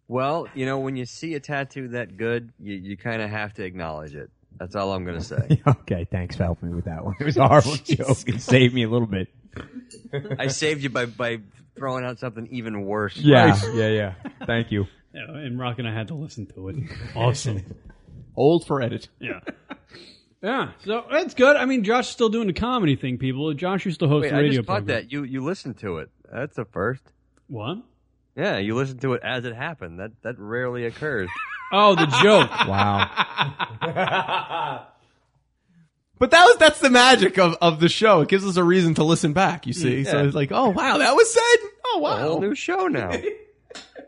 Speaker 14: Well, you know, when you see a tattoo that good, you, you kind of have to acknowledge it. That's all I'm going to say.
Speaker 4: okay, thanks for helping me with that one. It was a horrible joke. It saved me a little bit.
Speaker 14: I saved you by, by throwing out something even worse.
Speaker 4: yeah, yeah. Thank you.
Speaker 1: Yeah, and Rock and I had to listen to it. Awesome.
Speaker 12: Old for edit.
Speaker 1: Yeah. yeah, so that's good. I mean, Josh is still doing the comedy thing, people. Josh used to host
Speaker 14: Wait,
Speaker 1: the
Speaker 14: I
Speaker 1: radio
Speaker 14: just caught
Speaker 1: program.
Speaker 14: that. You you listened to it. That's a first.
Speaker 1: What?
Speaker 14: Yeah, you listened to it as it happened. That that rarely occurs.
Speaker 1: Oh, the joke.
Speaker 4: wow.
Speaker 12: But that was that's the magic of, of the show. It gives us a reason to listen back. You see, so
Speaker 14: Yeah.
Speaker 12: it's like, oh wow, that was said. Oh
Speaker 14: A
Speaker 12: wow,
Speaker 14: whole new show now.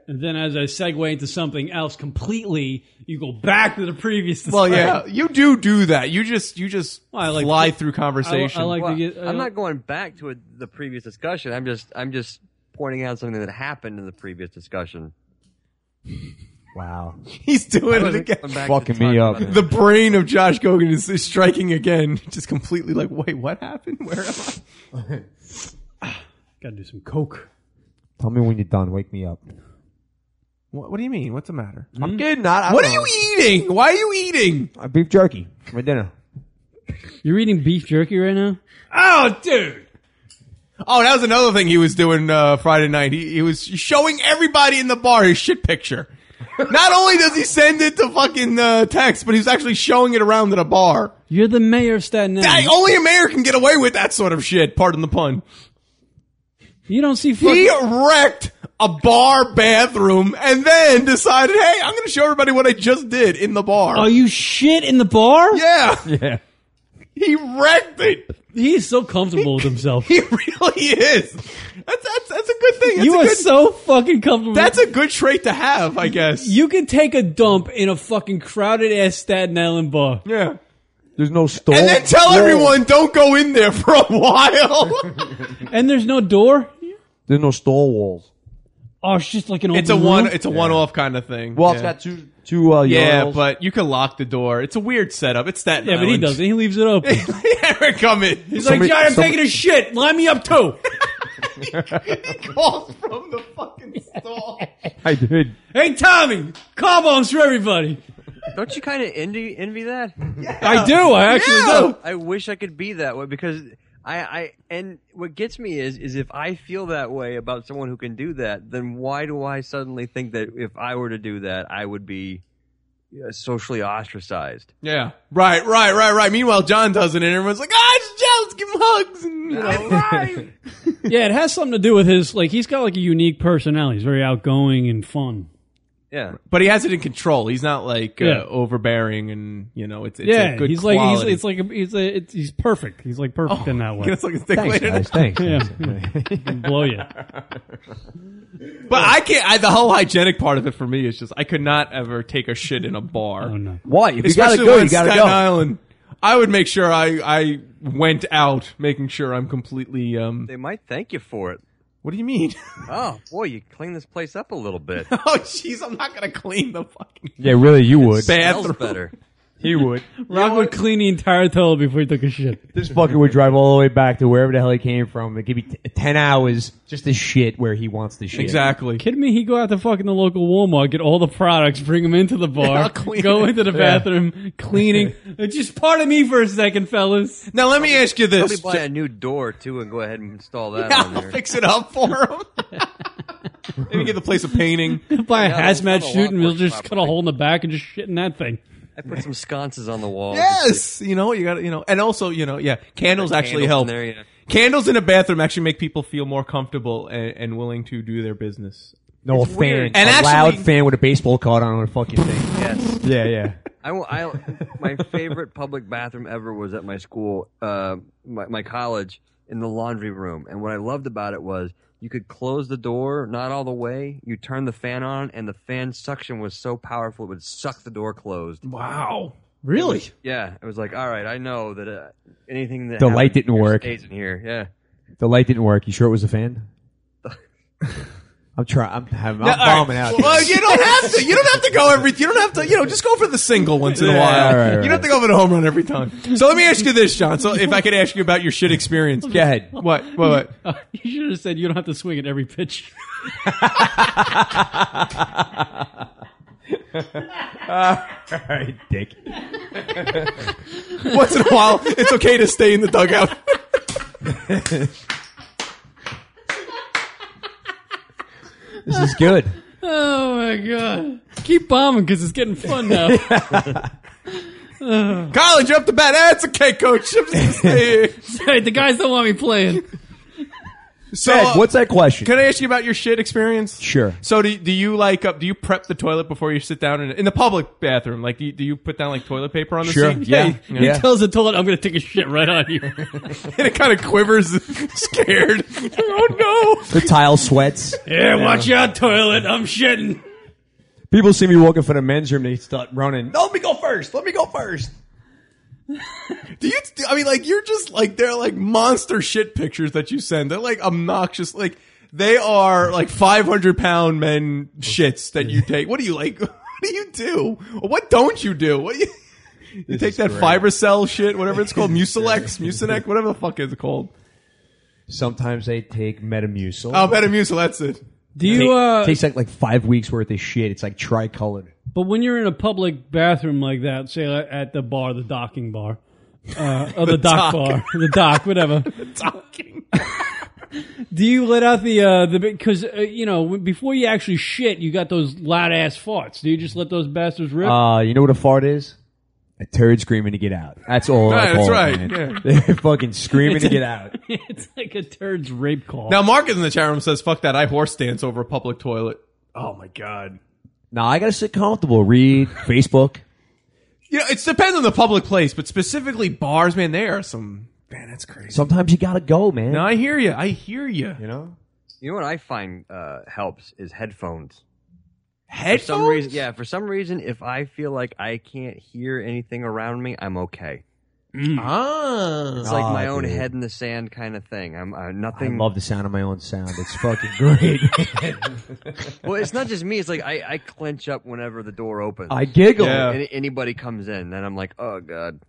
Speaker 1: And then as I segue into something else completely, you go back to the previous
Speaker 12: Well, yeah,
Speaker 1: discussion.
Speaker 12: you do do that. You just you just
Speaker 1: I like-
Speaker 12: fly through conversation.
Speaker 1: I like
Speaker 14: Well,
Speaker 1: to get- I
Speaker 14: I'm
Speaker 4: uh,
Speaker 1: like-
Speaker 14: not going back to a, the previous discussion. I'm just I'm just pointing out something that happened in the previous discussion.
Speaker 4: Wow.
Speaker 12: He's doing it again.
Speaker 14: I'm back to
Speaker 4: Fucking me
Speaker 14: talking
Speaker 4: up.
Speaker 14: about
Speaker 12: The brain of Josh Gogan is, is striking again, just completely like, wait, what happened? Where am I?
Speaker 1: Gotta do some coke.
Speaker 4: Tell me when you're done. Wake me up.
Speaker 12: What, what do you mean? What's the matter?
Speaker 4: I'm good. Not. I
Speaker 12: Hmm? What are
Speaker 4: don't
Speaker 12: you eating? Why are you eating?
Speaker 4: know. Uh, beef jerky for dinner.
Speaker 1: You're eating beef jerky right now?
Speaker 12: Oh, dude. Oh, that was another thing he was doing uh, Friday night. He, he was showing everybody in the bar his shit picture. Not only does he send it to fucking uh, text, but he's actually showing it around at a bar.
Speaker 1: You're the mayor of Staten Island.
Speaker 12: Dang, oh. only a mayor can get away with that sort of shit. Pardon the pun.
Speaker 1: you don't see
Speaker 12: He
Speaker 1: fucking...
Speaker 12: wrecked a bar bathroom and then decided, hey, I'm going to show everybody what I just did in the bar.
Speaker 1: Are you shit in the bar?
Speaker 12: yeah.
Speaker 4: Yeah.
Speaker 12: He wrecked it.
Speaker 1: He's so comfortable with himself.
Speaker 12: He really is. That's that's that's a good thing. That's
Speaker 1: you
Speaker 12: a
Speaker 1: are
Speaker 12: good,
Speaker 1: so fucking comfortable.
Speaker 12: That's a good trait to have, I guess.
Speaker 1: You can take a dump in a fucking crowded ass Staten Island bar.
Speaker 12: yeah.
Speaker 4: There's no store.
Speaker 12: And then tell
Speaker 4: Whoa.
Speaker 12: everyone don't go in there for a while.
Speaker 1: And there's no door?
Speaker 4: There's no store walls.
Speaker 1: Oh, it's just like an open
Speaker 12: it's a one
Speaker 1: room?
Speaker 12: it's a one off kind of thing.
Speaker 4: Well,
Speaker 12: yeah.
Speaker 4: it's got two two uh,
Speaker 12: yeah,
Speaker 4: urinals.
Speaker 12: but you can lock the door. It's a weird setup. It's that
Speaker 1: Yeah, but he doesn't. He leaves it open. He's
Speaker 12: Eric, come in.
Speaker 4: Somebody-
Speaker 1: like, John, I'm
Speaker 4: somebody-
Speaker 1: taking a shit. Line me up too.
Speaker 12: calls from the fucking stall.
Speaker 4: I did.
Speaker 1: hey, Tommy, car bombs for everybody.
Speaker 14: it. Don't you kind of envy envy that?
Speaker 1: I do. I actually
Speaker 12: Yeah.
Speaker 1: do.
Speaker 14: I wish I could be that way because I, I and what gets me is is if I feel that way about someone who can do that, then why do I suddenly think that if I were to do that, I would be uh, socially ostracized?
Speaker 12: Yeah. Right, right, right, right. Meanwhile, John doesn't, and everyone's like, ah, it's John, let's give him hugs. And, you know.
Speaker 1: Yeah, it has something to do with his, like, he's got like a unique personality. He's very outgoing and fun.
Speaker 14: Yeah.
Speaker 12: But he has it in control. He's not like uh,
Speaker 1: Yeah.
Speaker 12: overbearing, and you know it's, it's
Speaker 1: yeah,
Speaker 12: a good
Speaker 1: he's like
Speaker 12: quality.
Speaker 1: he's it's like a, he's a, it's, he's perfect. He's like perfect in that way.
Speaker 12: That's like a thick Thanks, layer. guys. Thanks.
Speaker 1: Yeah,
Speaker 12: Thanks.
Speaker 1: Can blow you.
Speaker 12: But I can't. I, the whole hygienic part of it for me is just I could not ever take a shit in a bar. Oh no!
Speaker 4: Why? If you gotta go, you gotta
Speaker 12: Staten
Speaker 4: go.
Speaker 12: Island, I would make sure I I went out, making sure I'm completely. Um,
Speaker 14: They might thank you for it.
Speaker 12: what do you mean?
Speaker 14: Oh boy, you clean this place up a little bit.
Speaker 12: oh jeez, I'm not gonna clean the fucking
Speaker 4: Yeah, really, you
Speaker 14: It
Speaker 4: would.
Speaker 14: Smells better.
Speaker 4: He would.
Speaker 1: Rock would clean the entire toilet before he took a shit.
Speaker 4: This fucker would drive all the way back to wherever the hell he came from. It could be t- ten hours just to shit where he wants to shit.
Speaker 12: Exactly.
Speaker 1: Kidding me? He go out to fucking the local Walmart, get all the products, bring them into the bar,
Speaker 12: I'll clean
Speaker 1: go
Speaker 12: it.
Speaker 1: into the
Speaker 12: Yeah.
Speaker 1: bathroom, cleaning. Just pardon me for a second, fellas.
Speaker 12: Now let me ask you
Speaker 14: Let me
Speaker 12: this:
Speaker 14: buy a new door too, and go ahead and install that.
Speaker 12: Yeah,
Speaker 14: on
Speaker 12: I'll
Speaker 14: there.
Speaker 12: fix it up for him. Let me give the place a painting.
Speaker 1: Buy a
Speaker 14: Yeah, those
Speaker 1: hazmat
Speaker 14: little
Speaker 1: suit and we'll
Speaker 14: awkward
Speaker 1: just cut a hole in the back and just shit in that thing.
Speaker 14: I put some sconces on the wall.
Speaker 12: Yes, you know you got to you know, and also you know yeah, candles
Speaker 14: The
Speaker 12: actually
Speaker 14: candles
Speaker 12: help.
Speaker 14: in there, yeah.
Speaker 12: Candles in a bathroom actually make people feel more comfortable and, and willing to do their business.
Speaker 4: No a fan,
Speaker 12: weird.
Speaker 4: a
Speaker 12: And actually-
Speaker 4: loud fan with a baseball card on a fucking thing.
Speaker 14: Yes.
Speaker 4: Yeah, yeah.
Speaker 14: I, will- I my favorite public bathroom ever was at my school, uh, my, my college, in the laundry room. And what I loved about it was you could close the door, not all the way. You turn the fan on, and the fan suction was so powerful it would suck the door closed.
Speaker 12: Wow, really?
Speaker 14: Yeah, it was like, all right, I know that uh, anything that
Speaker 4: The light
Speaker 14: happens
Speaker 4: didn't
Speaker 14: here
Speaker 4: work.
Speaker 14: stays in here. Yeah.
Speaker 4: The light didn't work. You sure it was a fan? I'm trying. I'm, having, I'm
Speaker 12: Now, all right.
Speaker 4: bombing out.
Speaker 12: Well, you don't have to. You don't have to go every. You don't have to. You know, just go for the single once in a
Speaker 4: Yeah,
Speaker 12: while.
Speaker 4: all right,
Speaker 12: you
Speaker 4: right.
Speaker 12: don't have to go for the home run every time. So let me ask you this, John. So if I could ask you about your shit experience, go ahead. What? What? what?
Speaker 1: Uh, you should have said you don't have to swing at every pitch.
Speaker 4: All right, dick.
Speaker 12: Once in a while, it's okay to stay in the dugout.
Speaker 4: This is good.
Speaker 1: Oh my god! Keep bombing because it's getting fun now. Uh,
Speaker 12: College up the bat. That's okay, coach. I'm just gonna stay here.
Speaker 1: sorry, the guys don't want me playing.
Speaker 12: So
Speaker 4: Ed,
Speaker 12: uh,
Speaker 4: what's that question?
Speaker 12: Can I ask you about your shit experience?
Speaker 4: Sure.
Speaker 12: So do, do you like uh, do you prep the toilet before you sit down in, in the public bathroom? Like do you, do you put down like toilet paper on the
Speaker 4: Sure.
Speaker 12: seat?
Speaker 4: Yeah.
Speaker 12: You know,
Speaker 1: He
Speaker 4: Yeah.
Speaker 1: tells the toilet, "I'm gonna take a shit right on you."
Speaker 12: and it kind of quivers, scared. oh no!
Speaker 4: The tile sweats.
Speaker 1: yeah, watch out, toilet. I'm shitting.
Speaker 4: People see me walking for the men's room. They start running. No, let me go first. Let me go first.
Speaker 12: Do you? do- I mean, like you're just like they're like monster shit pictures that you send. They're like obnoxious. Like they are like 500 pound men shits that you take. What do you like? What do you do? What don't you do? What you, you take that fiber cell shit, whatever it's called, Mucilex, Mucinex, whatever the fuck it's called.
Speaker 4: Sometimes they take Metamucil.
Speaker 12: Oh, Metamucil, that's it.
Speaker 1: Do you? Uh,
Speaker 4: Takes like like five weeks worth of shit. It's like tricolored.
Speaker 1: but when you're in a public bathroom like that, say like, at the bar, the docking bar, uh, or the, dock,
Speaker 12: dock.
Speaker 1: bar, the dock, whatever.
Speaker 12: Talking.
Speaker 1: Do you let out the uh, the because uh, you know when- before you actually shit, you got those loud ass farts. Do you just let those bastards rip?
Speaker 4: Uh, you know what a fart is? A turd screaming to get out. That's all. I
Speaker 12: Right, that's
Speaker 4: call it,
Speaker 12: right,
Speaker 4: man. They're fucking screaming to get out.
Speaker 1: it's like a turd's rape call.
Speaker 12: Now, Mark in the chat room says, "Fuck that! I horse dance over a public toilet." Oh my god!
Speaker 4: Now I gotta sit comfortable. Read Facebook.
Speaker 12: You know, it depends on the public place, but specifically bars, man. They are some man. That's crazy.
Speaker 4: Sometimes you gotta go, man.
Speaker 12: No, I hear you. I hear you.
Speaker 4: You know,
Speaker 14: You know what I find uh, helps is headphones.
Speaker 12: Headphones.
Speaker 14: For some reason, yeah. For some reason, if I feel like I can't hear anything around me, I'm okay.
Speaker 12: Ah.
Speaker 14: It's like
Speaker 4: Ah,
Speaker 14: my own
Speaker 4: dude.
Speaker 14: head in the sand kind of thing. I'm uh,
Speaker 4: I
Speaker 14: nothing.
Speaker 4: love the sound of my own sound. It's fucking great.
Speaker 14: well, it's not just me. It's like I, I clench up whenever the door opens.
Speaker 4: I giggle.
Speaker 12: Yeah.
Speaker 14: Any, anybody comes in, then I'm like, oh god.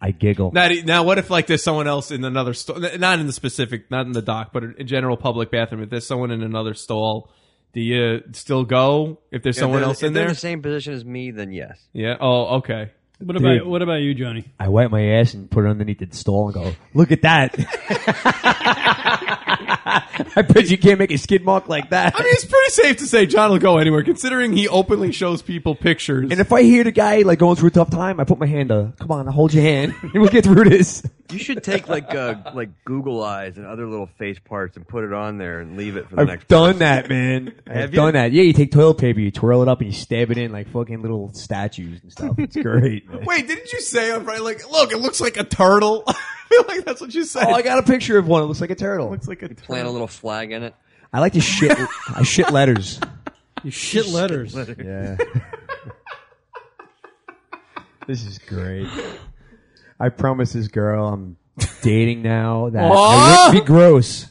Speaker 4: I giggle.
Speaker 12: Now, do- now, what if like there's someone else in another stall? Not in the specific, not in the dock, but in general public bathroom. If there's someone in another stall, do you still go? If there's someone
Speaker 14: If they're-
Speaker 12: else in
Speaker 14: if they're
Speaker 12: there,
Speaker 14: the same position as me, then yes.
Speaker 12: yeah. Oh, okay.
Speaker 1: what about
Speaker 4: Dude.
Speaker 1: what about you, Johnny?
Speaker 4: I wipe my ass and put it underneath the stall and go, look at that.
Speaker 15: I bet you can't make a skid mark like that.
Speaker 12: I mean, it's pretty safe to say John will go anywhere, considering he openly shows people pictures.
Speaker 15: And if I hear the guy like going through a tough time, I put my hand up. Come on, I'll hold your hand. we'll get through this.
Speaker 14: You should take like uh, like Google Eyes and other little face parts and put it on there and leave it for the
Speaker 15: I've
Speaker 14: next.
Speaker 15: done that, man. I've
Speaker 14: Have you?
Speaker 15: done that. Yeah, you take toilet paper, you twirl it up, and you stab it in like fucking little statues and stuff. It's great. man.
Speaker 12: Wait, didn't you say on Friday, like, look, it looks like a turtle? I feel like that's what you said.
Speaker 15: Oh, I got a picture of one. It looks like a turtle.
Speaker 12: Looks like a turtle.
Speaker 14: Plant a little flag in it.
Speaker 15: I like to shit. I shit letters.
Speaker 1: You shit letters.
Speaker 15: Yeah. this is great. I promised this girl I'm dating now that
Speaker 12: Ah!
Speaker 15: I wouldn't be gross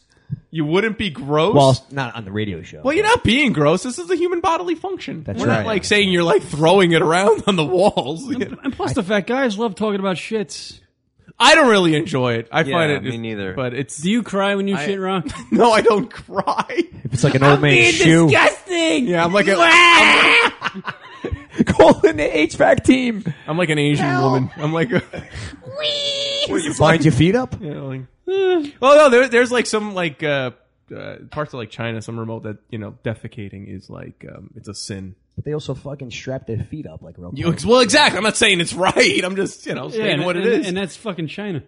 Speaker 12: You wouldn't be gross.
Speaker 15: while not on the radio show.
Speaker 12: well, you're not being gross. This is a human bodily function.
Speaker 15: That's
Speaker 12: We're
Speaker 15: right.
Speaker 12: not like saying you're like throwing it around on the walls.
Speaker 1: And plus, the fat guys love talking about shits.
Speaker 12: I don't really enjoy it. I
Speaker 14: Yeah,
Speaker 12: find it.
Speaker 14: me neither.
Speaker 12: But it's
Speaker 1: Do you cry when you
Speaker 14: I-
Speaker 1: shit, Ron?
Speaker 12: no, I don't cry.
Speaker 15: If it's like an old man's shoe,
Speaker 1: disgusting.
Speaker 12: Yeah, I'm like a, I'm,
Speaker 15: call in the HVAC team.
Speaker 12: I'm like an Asian woman. I'm like. A, Where you
Speaker 15: Bind your feet up.
Speaker 12: Yeah, like, well, no, there, there's like some like uh, uh, parts of like China, some remote that you know defecating is like um, it's a sin.
Speaker 15: But they also fucking strap their feet up like real.
Speaker 12: You ex- well, exactly. I'm not saying it's right. I'm just you know
Speaker 1: Yeah,
Speaker 12: saying
Speaker 1: and,
Speaker 12: what it
Speaker 1: and-
Speaker 12: is.
Speaker 1: and that's fucking China.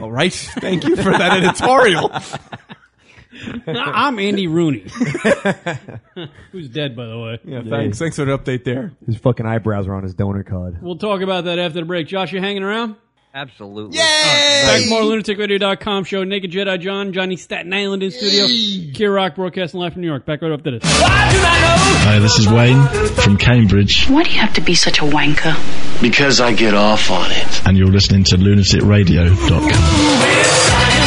Speaker 12: All right. Thank you for that editorial.
Speaker 1: I'm Andy Rooney, who's dead, by the way.
Speaker 12: yeah, thanks. Thanks for the update there.
Speaker 15: His fucking eyebrows are on his donor card.
Speaker 1: We'll talk about that after the break. Josh, you hanging around?
Speaker 14: Absolutely. Oh,
Speaker 1: Back more lunaticradio.com show. Naked Jedi John, Johnny Staten Island in studio. Kier Rock broadcasting live from New York. Back right after this.
Speaker 16: Hi, this is Wayne from Cambridge,
Speaker 17: Why do you have to be such a wanker?
Speaker 18: Because I get off on it.
Speaker 16: and you're listening to lunaticradio.com.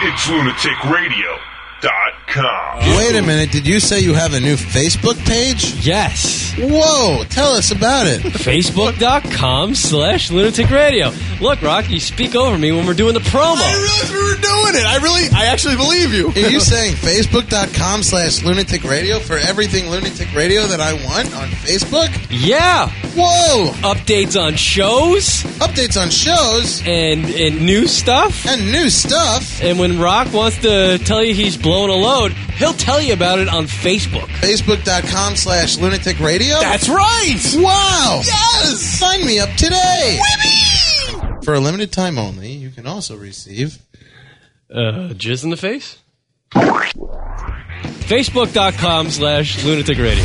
Speaker 13: It's lunaticradio.com.
Speaker 19: Wait a minute, did you say you have a new Facebook page?
Speaker 4: Yes.
Speaker 19: Whoa, tell us about it.
Speaker 4: Facebook.com slash lunatic radio. Look, Rock, you speak over me when we're doing the promo.
Speaker 19: realized we were doing it. I really, I actually believe you. Are you saying facebook.com slash lunatic radio for everything lunatic radio that I want on Facebook?
Speaker 4: Yeah.
Speaker 19: Whoa.
Speaker 4: Updates on shows.
Speaker 19: Updates on shows.
Speaker 4: And, and new stuff.
Speaker 19: And new stuff.
Speaker 4: And when Rock wants to tell you he's blowing a load, he'll tell you about it on Facebook.
Speaker 19: Facebook.com slash lunatic radio?
Speaker 4: That's
Speaker 19: right. Wow.
Speaker 4: Yes.
Speaker 19: Sign me up today. For a limited time only, you can also receive.
Speaker 4: Uh, jizz in the face? Facebook.com slash lunatic radio.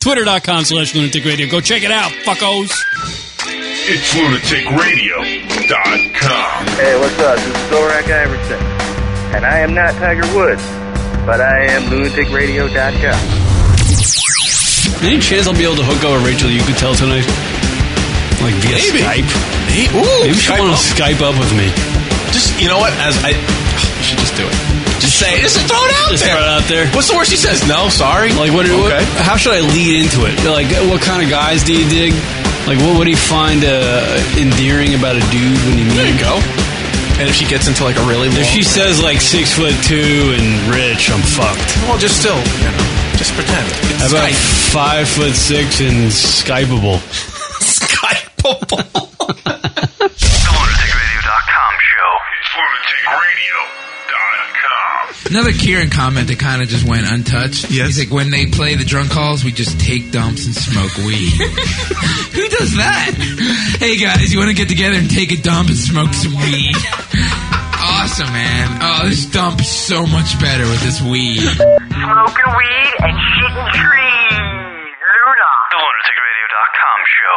Speaker 1: Twitter.com slash lunatic radio. Go check it out, fuckos.
Speaker 13: It's lunaticradio.com.
Speaker 20: Hey, what's up? This is Zorak Iverson. And I am not Tiger Woods, but I am lunaticradio.com.
Speaker 21: Any chance I'll be able to hook up with Rachel? You could tell tonight, like via
Speaker 4: Maybe.
Speaker 21: Skype.
Speaker 4: Hey,
Speaker 21: Maybe she
Speaker 4: Skype
Speaker 21: want
Speaker 4: up.
Speaker 21: to Skype up with me.
Speaker 4: Just, you know what? As I,
Speaker 21: You should just do it. Just say, just throw it out
Speaker 4: Just
Speaker 21: there.
Speaker 4: throw it out there.
Speaker 21: What's the worst she says? No, sorry. Like what? what
Speaker 4: Okay.
Speaker 21: how should I lead into it? Like what kind of guys do you dig? Like what would you find uh, endearing about a dude when you meet? There you go. And if she gets into like a really,
Speaker 4: If she says, like,
Speaker 21: six foot two and rich, I'm fucked. Well, just still, you know, just pretend.
Speaker 4: How about five foot six and Skypeable?
Speaker 13: lunaticradio.com show. It's lunaticradio.com.
Speaker 22: Another Kieran comment that kind of just went untouched. Yes. He's like, when they play the drunk calls, we just take dumps and smoke weed. Who does that? Hey guys, you want to get together and take a dump and smoke some weed? awesome, man. Oh, this dump's so much better with this weed.
Speaker 23: Smoking weed and shitting trees. Luna.
Speaker 13: The lunaticradio.com show.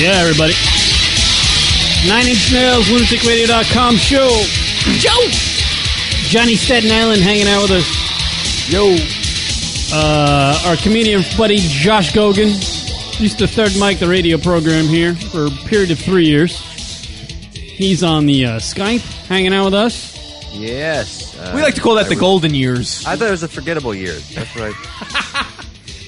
Speaker 1: Yeah, everybody. Nine Inch Nails, lunaticradio.com show. Joe! Johnny Staten Island hanging out with us. Yo. Uh, our comedian buddy Josh Gogan used to third mic the radio program here for a period of three years. He's on the uh, Skype hanging out with us.
Speaker 14: Yes. uh,
Speaker 12: we like to call that
Speaker 14: I
Speaker 12: the
Speaker 14: was-
Speaker 12: golden years.
Speaker 14: I thought it was the forgettable years. That's right.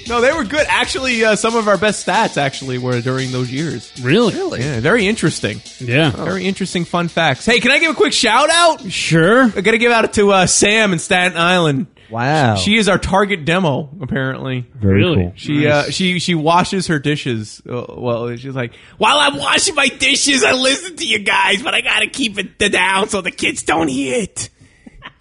Speaker 12: No, they were good. Actually, uh, some of our best stats actually were during those years.
Speaker 1: Really?
Speaker 14: Really?
Speaker 12: Yeah, very interesting.
Speaker 1: Yeah.
Speaker 12: Very interesting fun facts. Hey, can I give a quick shout out?
Speaker 1: Sure.
Speaker 12: I got to give out to uh, Sam in Staten Island.
Speaker 4: Wow.
Speaker 12: She is our target demo, apparently.
Speaker 4: Very Really? cool.
Speaker 12: She
Speaker 4: Nice.
Speaker 12: uh, she she washes her dishes. Uh, well, she's like, while I'm washing my dishes, I listen to you guys, but I gotta keep it down so the kids don't hear it.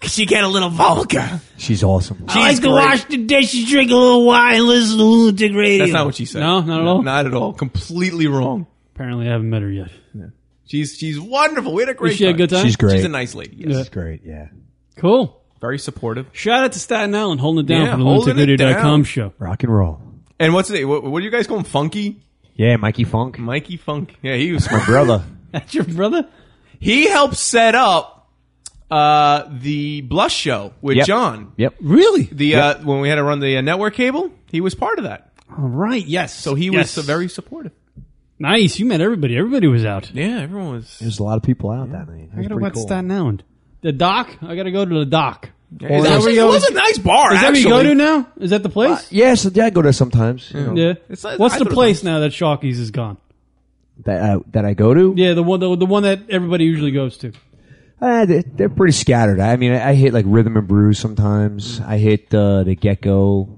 Speaker 12: 'Cause you get a little vulgar.
Speaker 4: She's awesome.
Speaker 12: I like to wash
Speaker 1: the dishes, drink a little wine, listen to Lunatic Radio.
Speaker 12: That's not what she said.
Speaker 1: No, not at all.
Speaker 12: Not at all. Completely wrong.
Speaker 1: Apparently, I haven't met her yet.
Speaker 12: She's she's wonderful. We had a great.
Speaker 1: Is she a good time?
Speaker 4: She's great.
Speaker 12: She's a nice lady. Yes.
Speaker 4: She's great. Yeah.
Speaker 1: Cool.
Speaker 12: Very supportive.
Speaker 1: Shout out to Staten Island holding it down
Speaker 12: Yeah,
Speaker 1: for the
Speaker 12: holding it down.
Speaker 1: lunaticradio.com show.
Speaker 4: Rock and roll.
Speaker 12: And what's it? What, what do you guys call him? Funky?
Speaker 4: Yeah, Mikey Funk.
Speaker 12: Mikey Funk. Yeah, he was
Speaker 4: My brother.
Speaker 1: That's your brother.
Speaker 12: He helped set up uh, the Blush Show with
Speaker 4: Yep.
Speaker 12: John.
Speaker 4: Yep.
Speaker 1: Really?
Speaker 12: The uh, when we had to run the uh, network cable, he was part of that.
Speaker 1: All right. Yes.
Speaker 12: So he
Speaker 1: Yes.
Speaker 12: was uh, very supportive.
Speaker 1: Nice. You met everybody. Everybody was out.
Speaker 12: Yeah, everyone was.
Speaker 4: There's a lot of people out that night. It
Speaker 1: I
Speaker 4: was
Speaker 1: gotta
Speaker 4: pretty
Speaker 1: watch
Speaker 4: cool.
Speaker 1: Staten Island. The dock. I gotta go to the dock. that
Speaker 12: It was
Speaker 1: where
Speaker 12: actually-
Speaker 1: you
Speaker 12: it
Speaker 1: always-
Speaker 12: was a nice bar.
Speaker 1: Is that where you go
Speaker 12: actually.
Speaker 1: to now? Is that the
Speaker 4: Uh,
Speaker 1: place?
Speaker 4: yeah, so yeah, I go there sometimes. you know,
Speaker 1: yeah.
Speaker 12: It's not-
Speaker 1: What's
Speaker 12: I
Speaker 1: the
Speaker 12: thought it
Speaker 1: place now that Sharky's is gone?
Speaker 4: That I, that I go to.
Speaker 1: Yeah, the one the, the one that everybody usually goes to.
Speaker 4: Uh, they- they're pretty scattered. I mean, I, I hit like Rhythm and Brews sometimes. I hit uh, the Gecko.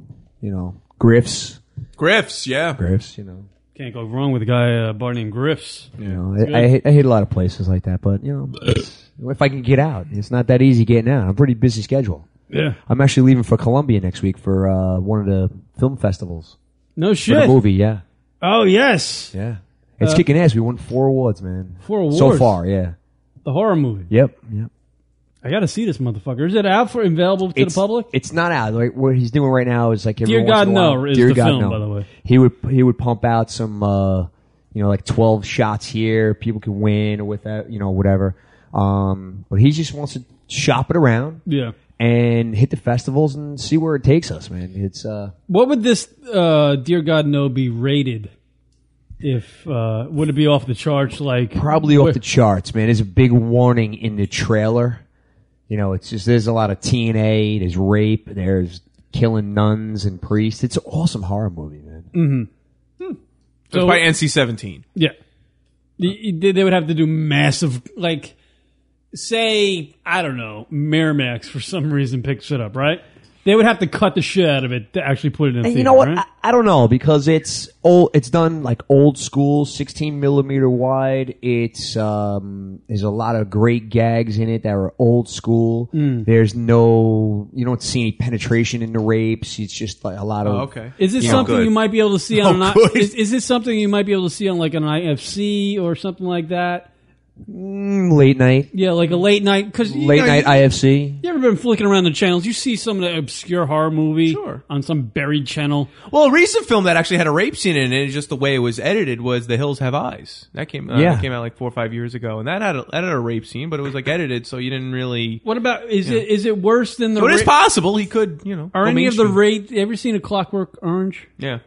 Speaker 4: You know, Griff's.
Speaker 12: Griff's, yeah.
Speaker 4: Griff's. You know.
Speaker 1: Can't go wrong with a guy uh, bar named Griff's.
Speaker 4: You know, I, I, hit, I hit a lot of places like that, but you know, it's- if I can get out, it's not that easy getting out. I'm a pretty busy schedule.
Speaker 1: Yeah.
Speaker 4: I'm actually leaving for Colombia next week for uh, one of the film festivals
Speaker 1: No
Speaker 4: for the
Speaker 1: shit.
Speaker 4: movie. Yeah,
Speaker 1: Oh yes.
Speaker 4: yeah, it's
Speaker 1: Uh,
Speaker 4: kicking ass. We won four awards, man.
Speaker 1: Four
Speaker 4: so
Speaker 1: awards?
Speaker 4: far. Yeah.
Speaker 1: The horror movie.
Speaker 4: Yep. Yep.
Speaker 1: I gotta see this motherfucker. Is it out for available to
Speaker 4: It's-
Speaker 1: the public?
Speaker 4: It's not out. Like, what he's doing right now is like every
Speaker 1: Dear
Speaker 4: once in
Speaker 1: God,
Speaker 4: a while-
Speaker 1: no, is
Speaker 4: Dear
Speaker 1: the
Speaker 4: God,
Speaker 1: film,
Speaker 4: no.
Speaker 1: by the way.
Speaker 4: He would he would pump out some uh, you know like twelve shots here. People can win or without you know whatever. Um, but he just wants to shop it around
Speaker 1: Yeah.
Speaker 4: and hit the festivals and see where it takes us, man. It's uh,
Speaker 1: What would this uh, Dear God No be rated? If uh, would it be off the charts? Like
Speaker 4: probably off
Speaker 1: where-
Speaker 4: the charts, man. There's a big warning in the trailer. You know, it's just there's a lot of TNA, there's rape, there's killing nuns and priests. It's an awesome horror movie, man.
Speaker 12: It was by NC-17.
Speaker 1: Yeah. The- They they would have to do massive, like, say, I don't know, Miramax for some reason picks it up, right? They would have to cut the shit out of it to actually put it in. a
Speaker 4: And
Speaker 1: theater,
Speaker 4: you know what?
Speaker 1: right?
Speaker 4: I, I don't know because it's old. It's done like old school, sixteen millimeter wide. It's um, there's a lot of great gags in it that are old school.
Speaker 12: Mm.
Speaker 4: There's no, you don't see any penetration in the rapes. It's just like a lot of.
Speaker 12: Oh, okay.
Speaker 1: Is this
Speaker 4: Yeah.
Speaker 1: something
Speaker 4: Good.
Speaker 1: you might be able to see
Speaker 4: Oh,
Speaker 1: on? an,
Speaker 4: good.
Speaker 1: is, is this something you might be able to see on like an IFC or something like that?
Speaker 4: Mm, late night,
Speaker 1: Yeah, like a late night because
Speaker 4: late night IFC.
Speaker 1: You ever been flicking around the channels? You see some of the obscure horror movie on some buried channel.
Speaker 12: Well, a recent film that actually had a rape scene in it, and just the way it was edited was "The Hills Have Eyes." That came uh,
Speaker 4: Yeah.
Speaker 12: that came out like four or five years ago, and that had a, that had a rape scene, but it was like edited, so you didn't really.
Speaker 1: What about is it is it worse than the?
Speaker 12: But it's
Speaker 1: ra-
Speaker 12: possible he could, you know.
Speaker 1: Are
Speaker 12: go
Speaker 1: any of the
Speaker 12: mainstream.
Speaker 1: rape? you Ever seen a Clockwork Orange?
Speaker 12: Yeah.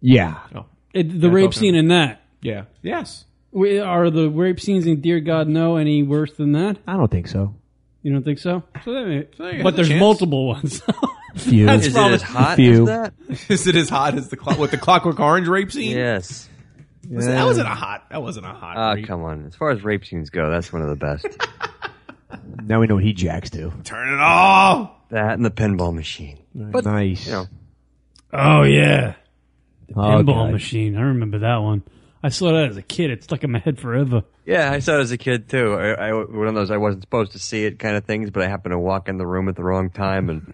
Speaker 4: Yeah,
Speaker 12: Oh.
Speaker 1: It, the
Speaker 12: Yeah,
Speaker 1: rape
Speaker 12: Clockwork
Speaker 1: scene in that.
Speaker 12: Yeah. Yes.
Speaker 1: We, are the rape scenes in Dear God No any worse than that?
Speaker 4: I don't think so.
Speaker 1: You don't think so? So, that may-
Speaker 12: there you
Speaker 1: but
Speaker 12: go.
Speaker 1: there's
Speaker 12: Chance.
Speaker 1: multiple ones.
Speaker 4: Few.
Speaker 1: That's
Speaker 14: Is it
Speaker 1: probably-
Speaker 14: as hot
Speaker 4: Few.
Speaker 14: as that?
Speaker 12: Is it as hot as the clock with the Clockwork Orange rape scene?
Speaker 14: Yes.
Speaker 12: Was- That wasn't a hot. That wasn't a hot.
Speaker 1: Uh,
Speaker 14: Ah,
Speaker 12: rape.
Speaker 14: come on. As far as rape scenes go, that's one of the best.
Speaker 4: Now we know what he jacks do.
Speaker 12: Turn it off.
Speaker 14: that and the pinball machine. But
Speaker 4: nice.
Speaker 14: you know,
Speaker 1: oh yeah,
Speaker 4: Oh,
Speaker 1: pinball
Speaker 4: God.
Speaker 1: machine. I remember that one. I saw that as a kid. It stuck in my head forever.
Speaker 14: yeah, I saw it as a kid too. I, I one of those I wasn't supposed to see it kind of things, but I happened to walk in the room at the wrong time and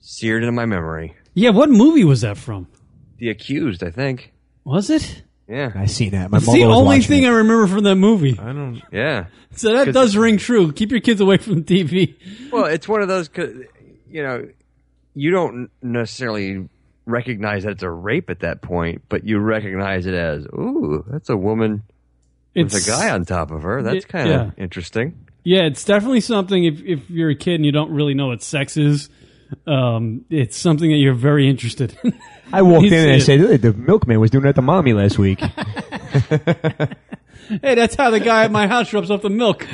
Speaker 14: seared into my memory.
Speaker 1: Yeah, what movie was that from?
Speaker 14: The accused, I think.
Speaker 1: Was it?
Speaker 14: Yeah,
Speaker 4: I seen that.
Speaker 1: It's the only thing I remember from that movie. I
Speaker 12: don't.
Speaker 14: Yeah.
Speaker 1: So that
Speaker 14: 'Cause-
Speaker 1: does ring true. Keep your kids away from TV.
Speaker 14: Well, it's one of those, 'cause, you know, you don't necessarily recognize that it's a rape at that point, but you recognize it as, ooh, that's a woman with
Speaker 1: It's-
Speaker 14: a guy on top of her. That's
Speaker 1: It-
Speaker 14: kind
Speaker 1: yeah.
Speaker 14: of interesting.
Speaker 1: Yeah, it's definitely something. If if you're a kid and you don't really know what sex is, um, it's something that you're very interested in.
Speaker 4: I walked
Speaker 1: You
Speaker 4: in and I
Speaker 1: see
Speaker 4: said, "Look, the milkman was doing that to mommy last week.
Speaker 1: it. "Hey, that's how the guy at my house rubs up the milk."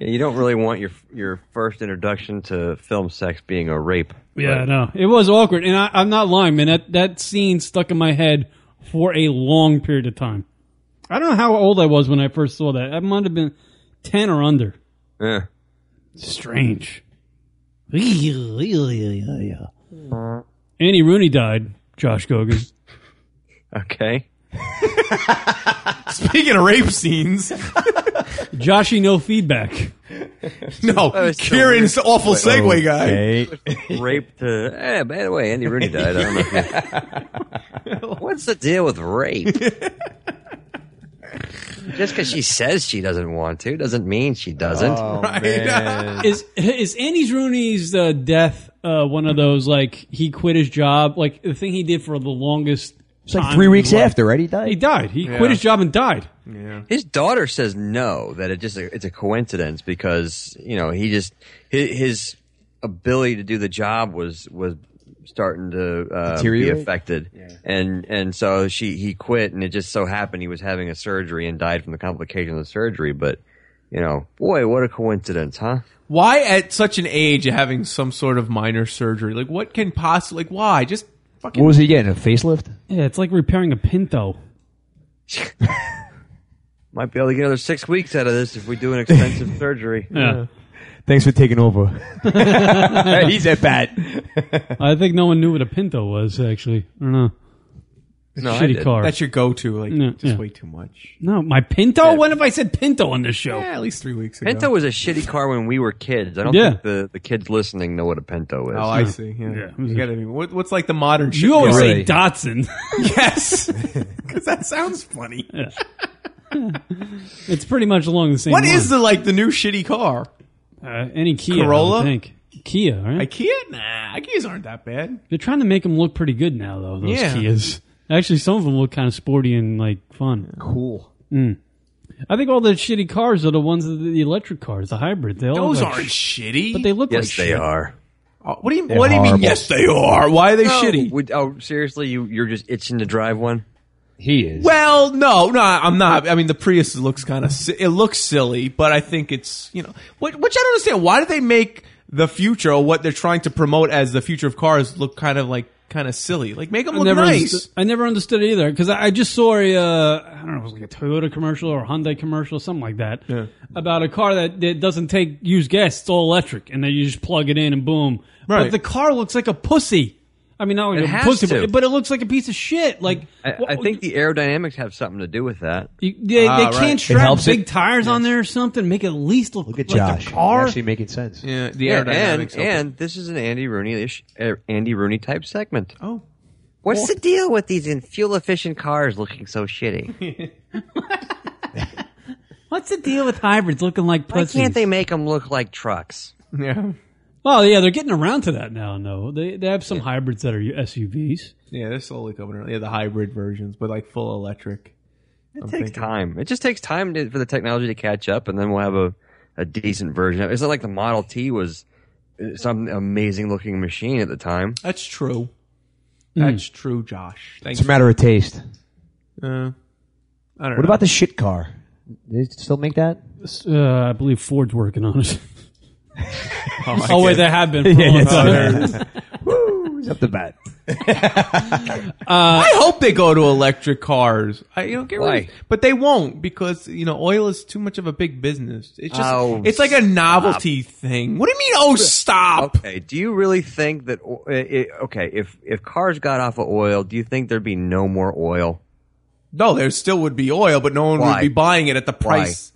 Speaker 14: Yeah, you don't really want your your first introduction to film sex being a rape.
Speaker 1: Yeah, no, it was awkward, and I, I'm not lying, man. That that scene stuck in my head for a long period of time. I don't know how old I was when I first saw that. I might have been ten or under.
Speaker 14: Yeah.
Speaker 1: Strange. Annie Rooney died. Josh Gogan.
Speaker 14: Okay.
Speaker 12: Speaking of rape scenes,
Speaker 1: Joshy, no feedback.
Speaker 12: no, Kieran's awful segue guy.
Speaker 14: rape to. Eh, by the way, Andy Rooney died. I don't know if you- What's the deal with rape? Just because she says she doesn't want to doesn't mean she doesn't.
Speaker 1: Oh, Right. is is Andy Rooney's uh, death uh, one of those like he quit his job, like the thing he did for the longest?
Speaker 4: It's like
Speaker 1: time
Speaker 4: three
Speaker 1: in
Speaker 4: weeks
Speaker 1: his life?
Speaker 4: after, right? He died.
Speaker 1: He died. He
Speaker 14: Yeah.
Speaker 1: quit his job and died.
Speaker 14: His daughter says no, that it just it's a coincidence because you know he just his, his ability to do the job was was starting to uh, be
Speaker 4: Deteriorate?
Speaker 14: affected, and and so she he quit, and it just so happened he was having a surgery and died from the complications of the surgery. But you know, boy, what a coincidence, huh?
Speaker 12: Why at such an age having some sort of minor surgery? Like what can possibly? Like why? Just fucking.
Speaker 4: What was he getting? A facelift?
Speaker 1: Yeah, it's like repairing a Pinto.
Speaker 14: Might be able to get another six weeks out of this if we do an expensive surgery.
Speaker 1: Yeah.
Speaker 4: Thanks for taking over. He's at bat.
Speaker 1: I think no one knew what a Pinto was actually. I don't know. It's a
Speaker 12: No, I
Speaker 1: shitty
Speaker 12: did.
Speaker 1: car.
Speaker 12: That's your go-to. Like
Speaker 1: Yeah,
Speaker 12: just
Speaker 1: yeah.
Speaker 12: way too much.
Speaker 1: No, my Pinto. When have I said Pinto on this show?
Speaker 12: Yeah, at least three weeks ago.
Speaker 14: Pinto was a shitty car when we were kids. I don't
Speaker 1: Yeah.
Speaker 14: think the, the kids listening know what a Pinto is.
Speaker 12: Oh, I see. Yeah, You gotta be- what- what's like the modern?
Speaker 1: You always say
Speaker 12: shit car?
Speaker 1: Datsun.
Speaker 12: yes, because that sounds funny.
Speaker 1: it's pretty much along the same.
Speaker 12: What
Speaker 1: line.
Speaker 12: is the like the new shitty car?
Speaker 1: uh, any Kia?
Speaker 12: Corolla?
Speaker 1: I would think Kia. Right?
Speaker 12: Ikea? Nah, Ikeas aren't that bad.
Speaker 1: They're trying to make them look pretty good now, though. Those
Speaker 12: Yeah.
Speaker 1: Kias. Actually, some of them look kind of sporty and like fun.
Speaker 4: Cool.
Speaker 1: Mm. I think all the shitty cars are the ones that the electric cars, the hybrid. They all
Speaker 12: Those
Speaker 1: look like
Speaker 12: aren't
Speaker 1: sh-
Speaker 12: shitty.
Speaker 1: but they look
Speaker 14: yes,
Speaker 1: like
Speaker 14: they
Speaker 1: shit.
Speaker 14: are.
Speaker 12: Oh, what do you
Speaker 1: They're
Speaker 12: What do you mean?
Speaker 1: horrible.
Speaker 12: Yes, they are. Why are they
Speaker 14: No,
Speaker 12: shitty?
Speaker 14: would- oh, seriously, you you're just itching to drive one.
Speaker 4: He is.
Speaker 12: Well, no, no, I'm not. I mean, the Prius looks kind of si- it looks silly, but I think it's you know, which, which I don't understand. Why do they make the future or what they're trying to promote as the future of cars look kind of like kind of silly? Like make them
Speaker 1: I
Speaker 12: look
Speaker 1: never,
Speaker 12: nice.
Speaker 1: understood, I never understood it either because I, I just saw a uh, I don't know it was like a Toyota commercial or a Hyundai commercial something like that about a car that, that doesn't take use gas it's all electric and then you just plug it in and boom but
Speaker 14: Right.
Speaker 1: the car looks like a pussy I mean not like
Speaker 14: It
Speaker 1: a
Speaker 14: has
Speaker 1: pussy
Speaker 14: to.
Speaker 1: But, but it looks like a piece of shit like
Speaker 14: I,
Speaker 1: what-
Speaker 14: I think the aerodynamics have something to do with that.
Speaker 1: you- they,
Speaker 14: Ah,
Speaker 1: they
Speaker 14: right.
Speaker 1: can't
Speaker 14: It
Speaker 1: strap
Speaker 14: helps
Speaker 1: big
Speaker 14: it.
Speaker 1: tires on there or something make it at least look,
Speaker 4: Look at
Speaker 1: like
Speaker 4: Josh.
Speaker 1: a car
Speaker 4: Actually making sense.
Speaker 12: Yeah, the
Speaker 14: Yeah,
Speaker 12: aerodynamics.
Speaker 14: and
Speaker 12: help it.
Speaker 14: and this is an Andy Rooney ish er, Andy Rooney type segment.
Speaker 12: Oh.
Speaker 14: What's the deal with these fuel efficient cars looking so shitty?
Speaker 1: what's the deal with hybrids looking like
Speaker 14: Why
Speaker 1: pussies
Speaker 14: can't they make them look like trucks?
Speaker 12: yeah,
Speaker 1: well yeah they're getting around to that now no they, they have some hybrids that are SUVs
Speaker 12: yeah, they're slowly coming around. Yeah, the hybrid versions, but like full electric.
Speaker 14: It takes time. It just takes time to, for the technology to catch up, and then we'll have a, a decent version. of it. It's not like the Model T was uh, some amazing looking machine at the time.
Speaker 12: That's true.
Speaker 14: Hmm.
Speaker 12: That's true, Josh. Thanks.
Speaker 4: It's a matter of taste.
Speaker 12: Uh, I don't
Speaker 4: What
Speaker 12: know.
Speaker 4: about the shit car? They still make that?
Speaker 1: Uh, I believe Ford's working on it.
Speaker 12: Oh, I
Speaker 1: oh wait,
Speaker 12: guess.
Speaker 1: they have been. For
Speaker 4: Yeah,
Speaker 1: a long
Speaker 4: yeah,
Speaker 1: time.
Speaker 4: it's- Woo, he's up the bat. Uh,
Speaker 12: I hope they go to electric cars. I you know get
Speaker 14: Why?
Speaker 12: rid of, but they won't because you know oil is too much of a big business. It's just
Speaker 14: Oh,
Speaker 12: it's like a novelty thing. What do you mean? Oh, stop!
Speaker 14: Okay, do you really think that? o- i- i- Okay, if if cars got off of oil, do you think there'd be no more oil?
Speaker 12: No, there still would be oil, but no one
Speaker 14: Why?
Speaker 12: would be buying it at the price.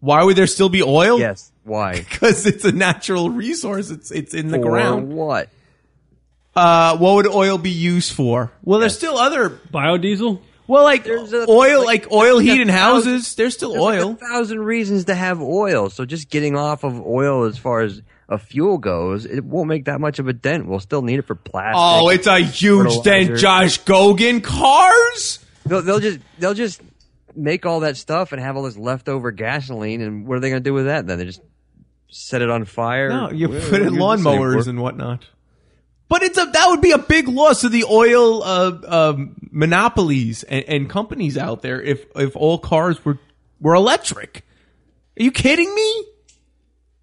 Speaker 12: Why? Why would there still be oil? Yes.
Speaker 14: Why?
Speaker 12: Because it's a natural resource. It's it's in the
Speaker 14: For
Speaker 12: ground.
Speaker 14: What?
Speaker 12: Uh, what would oil be used for? Well, there's still other
Speaker 1: biodiesel.
Speaker 12: Well, like oil, like, oil heat in houses. there's still
Speaker 14: oil.
Speaker 12: oil.
Speaker 14: a thousand reasons to have oil. So just getting off of oil as far as a fuel goes, it won't make that much of a dent. We'll still need it for plastic.
Speaker 12: Oh, it's a huge dent,
Speaker 14: fertilizer.
Speaker 12: Josh Gogan. Cars.
Speaker 14: They'll, they'll just they'll just make all that stuff and have all this leftover gasoline. And what are they going to do with that? Then they just set it on fire.
Speaker 12: No, you
Speaker 14: Well,
Speaker 12: put
Speaker 14: you're
Speaker 12: in
Speaker 14: the same
Speaker 12: lawnmowers
Speaker 14: work.
Speaker 12: and whatnot. But it's a that would be a big loss to the oil uh, um monopolies and, and companies out there if if all cars were were electric. Are you kidding me?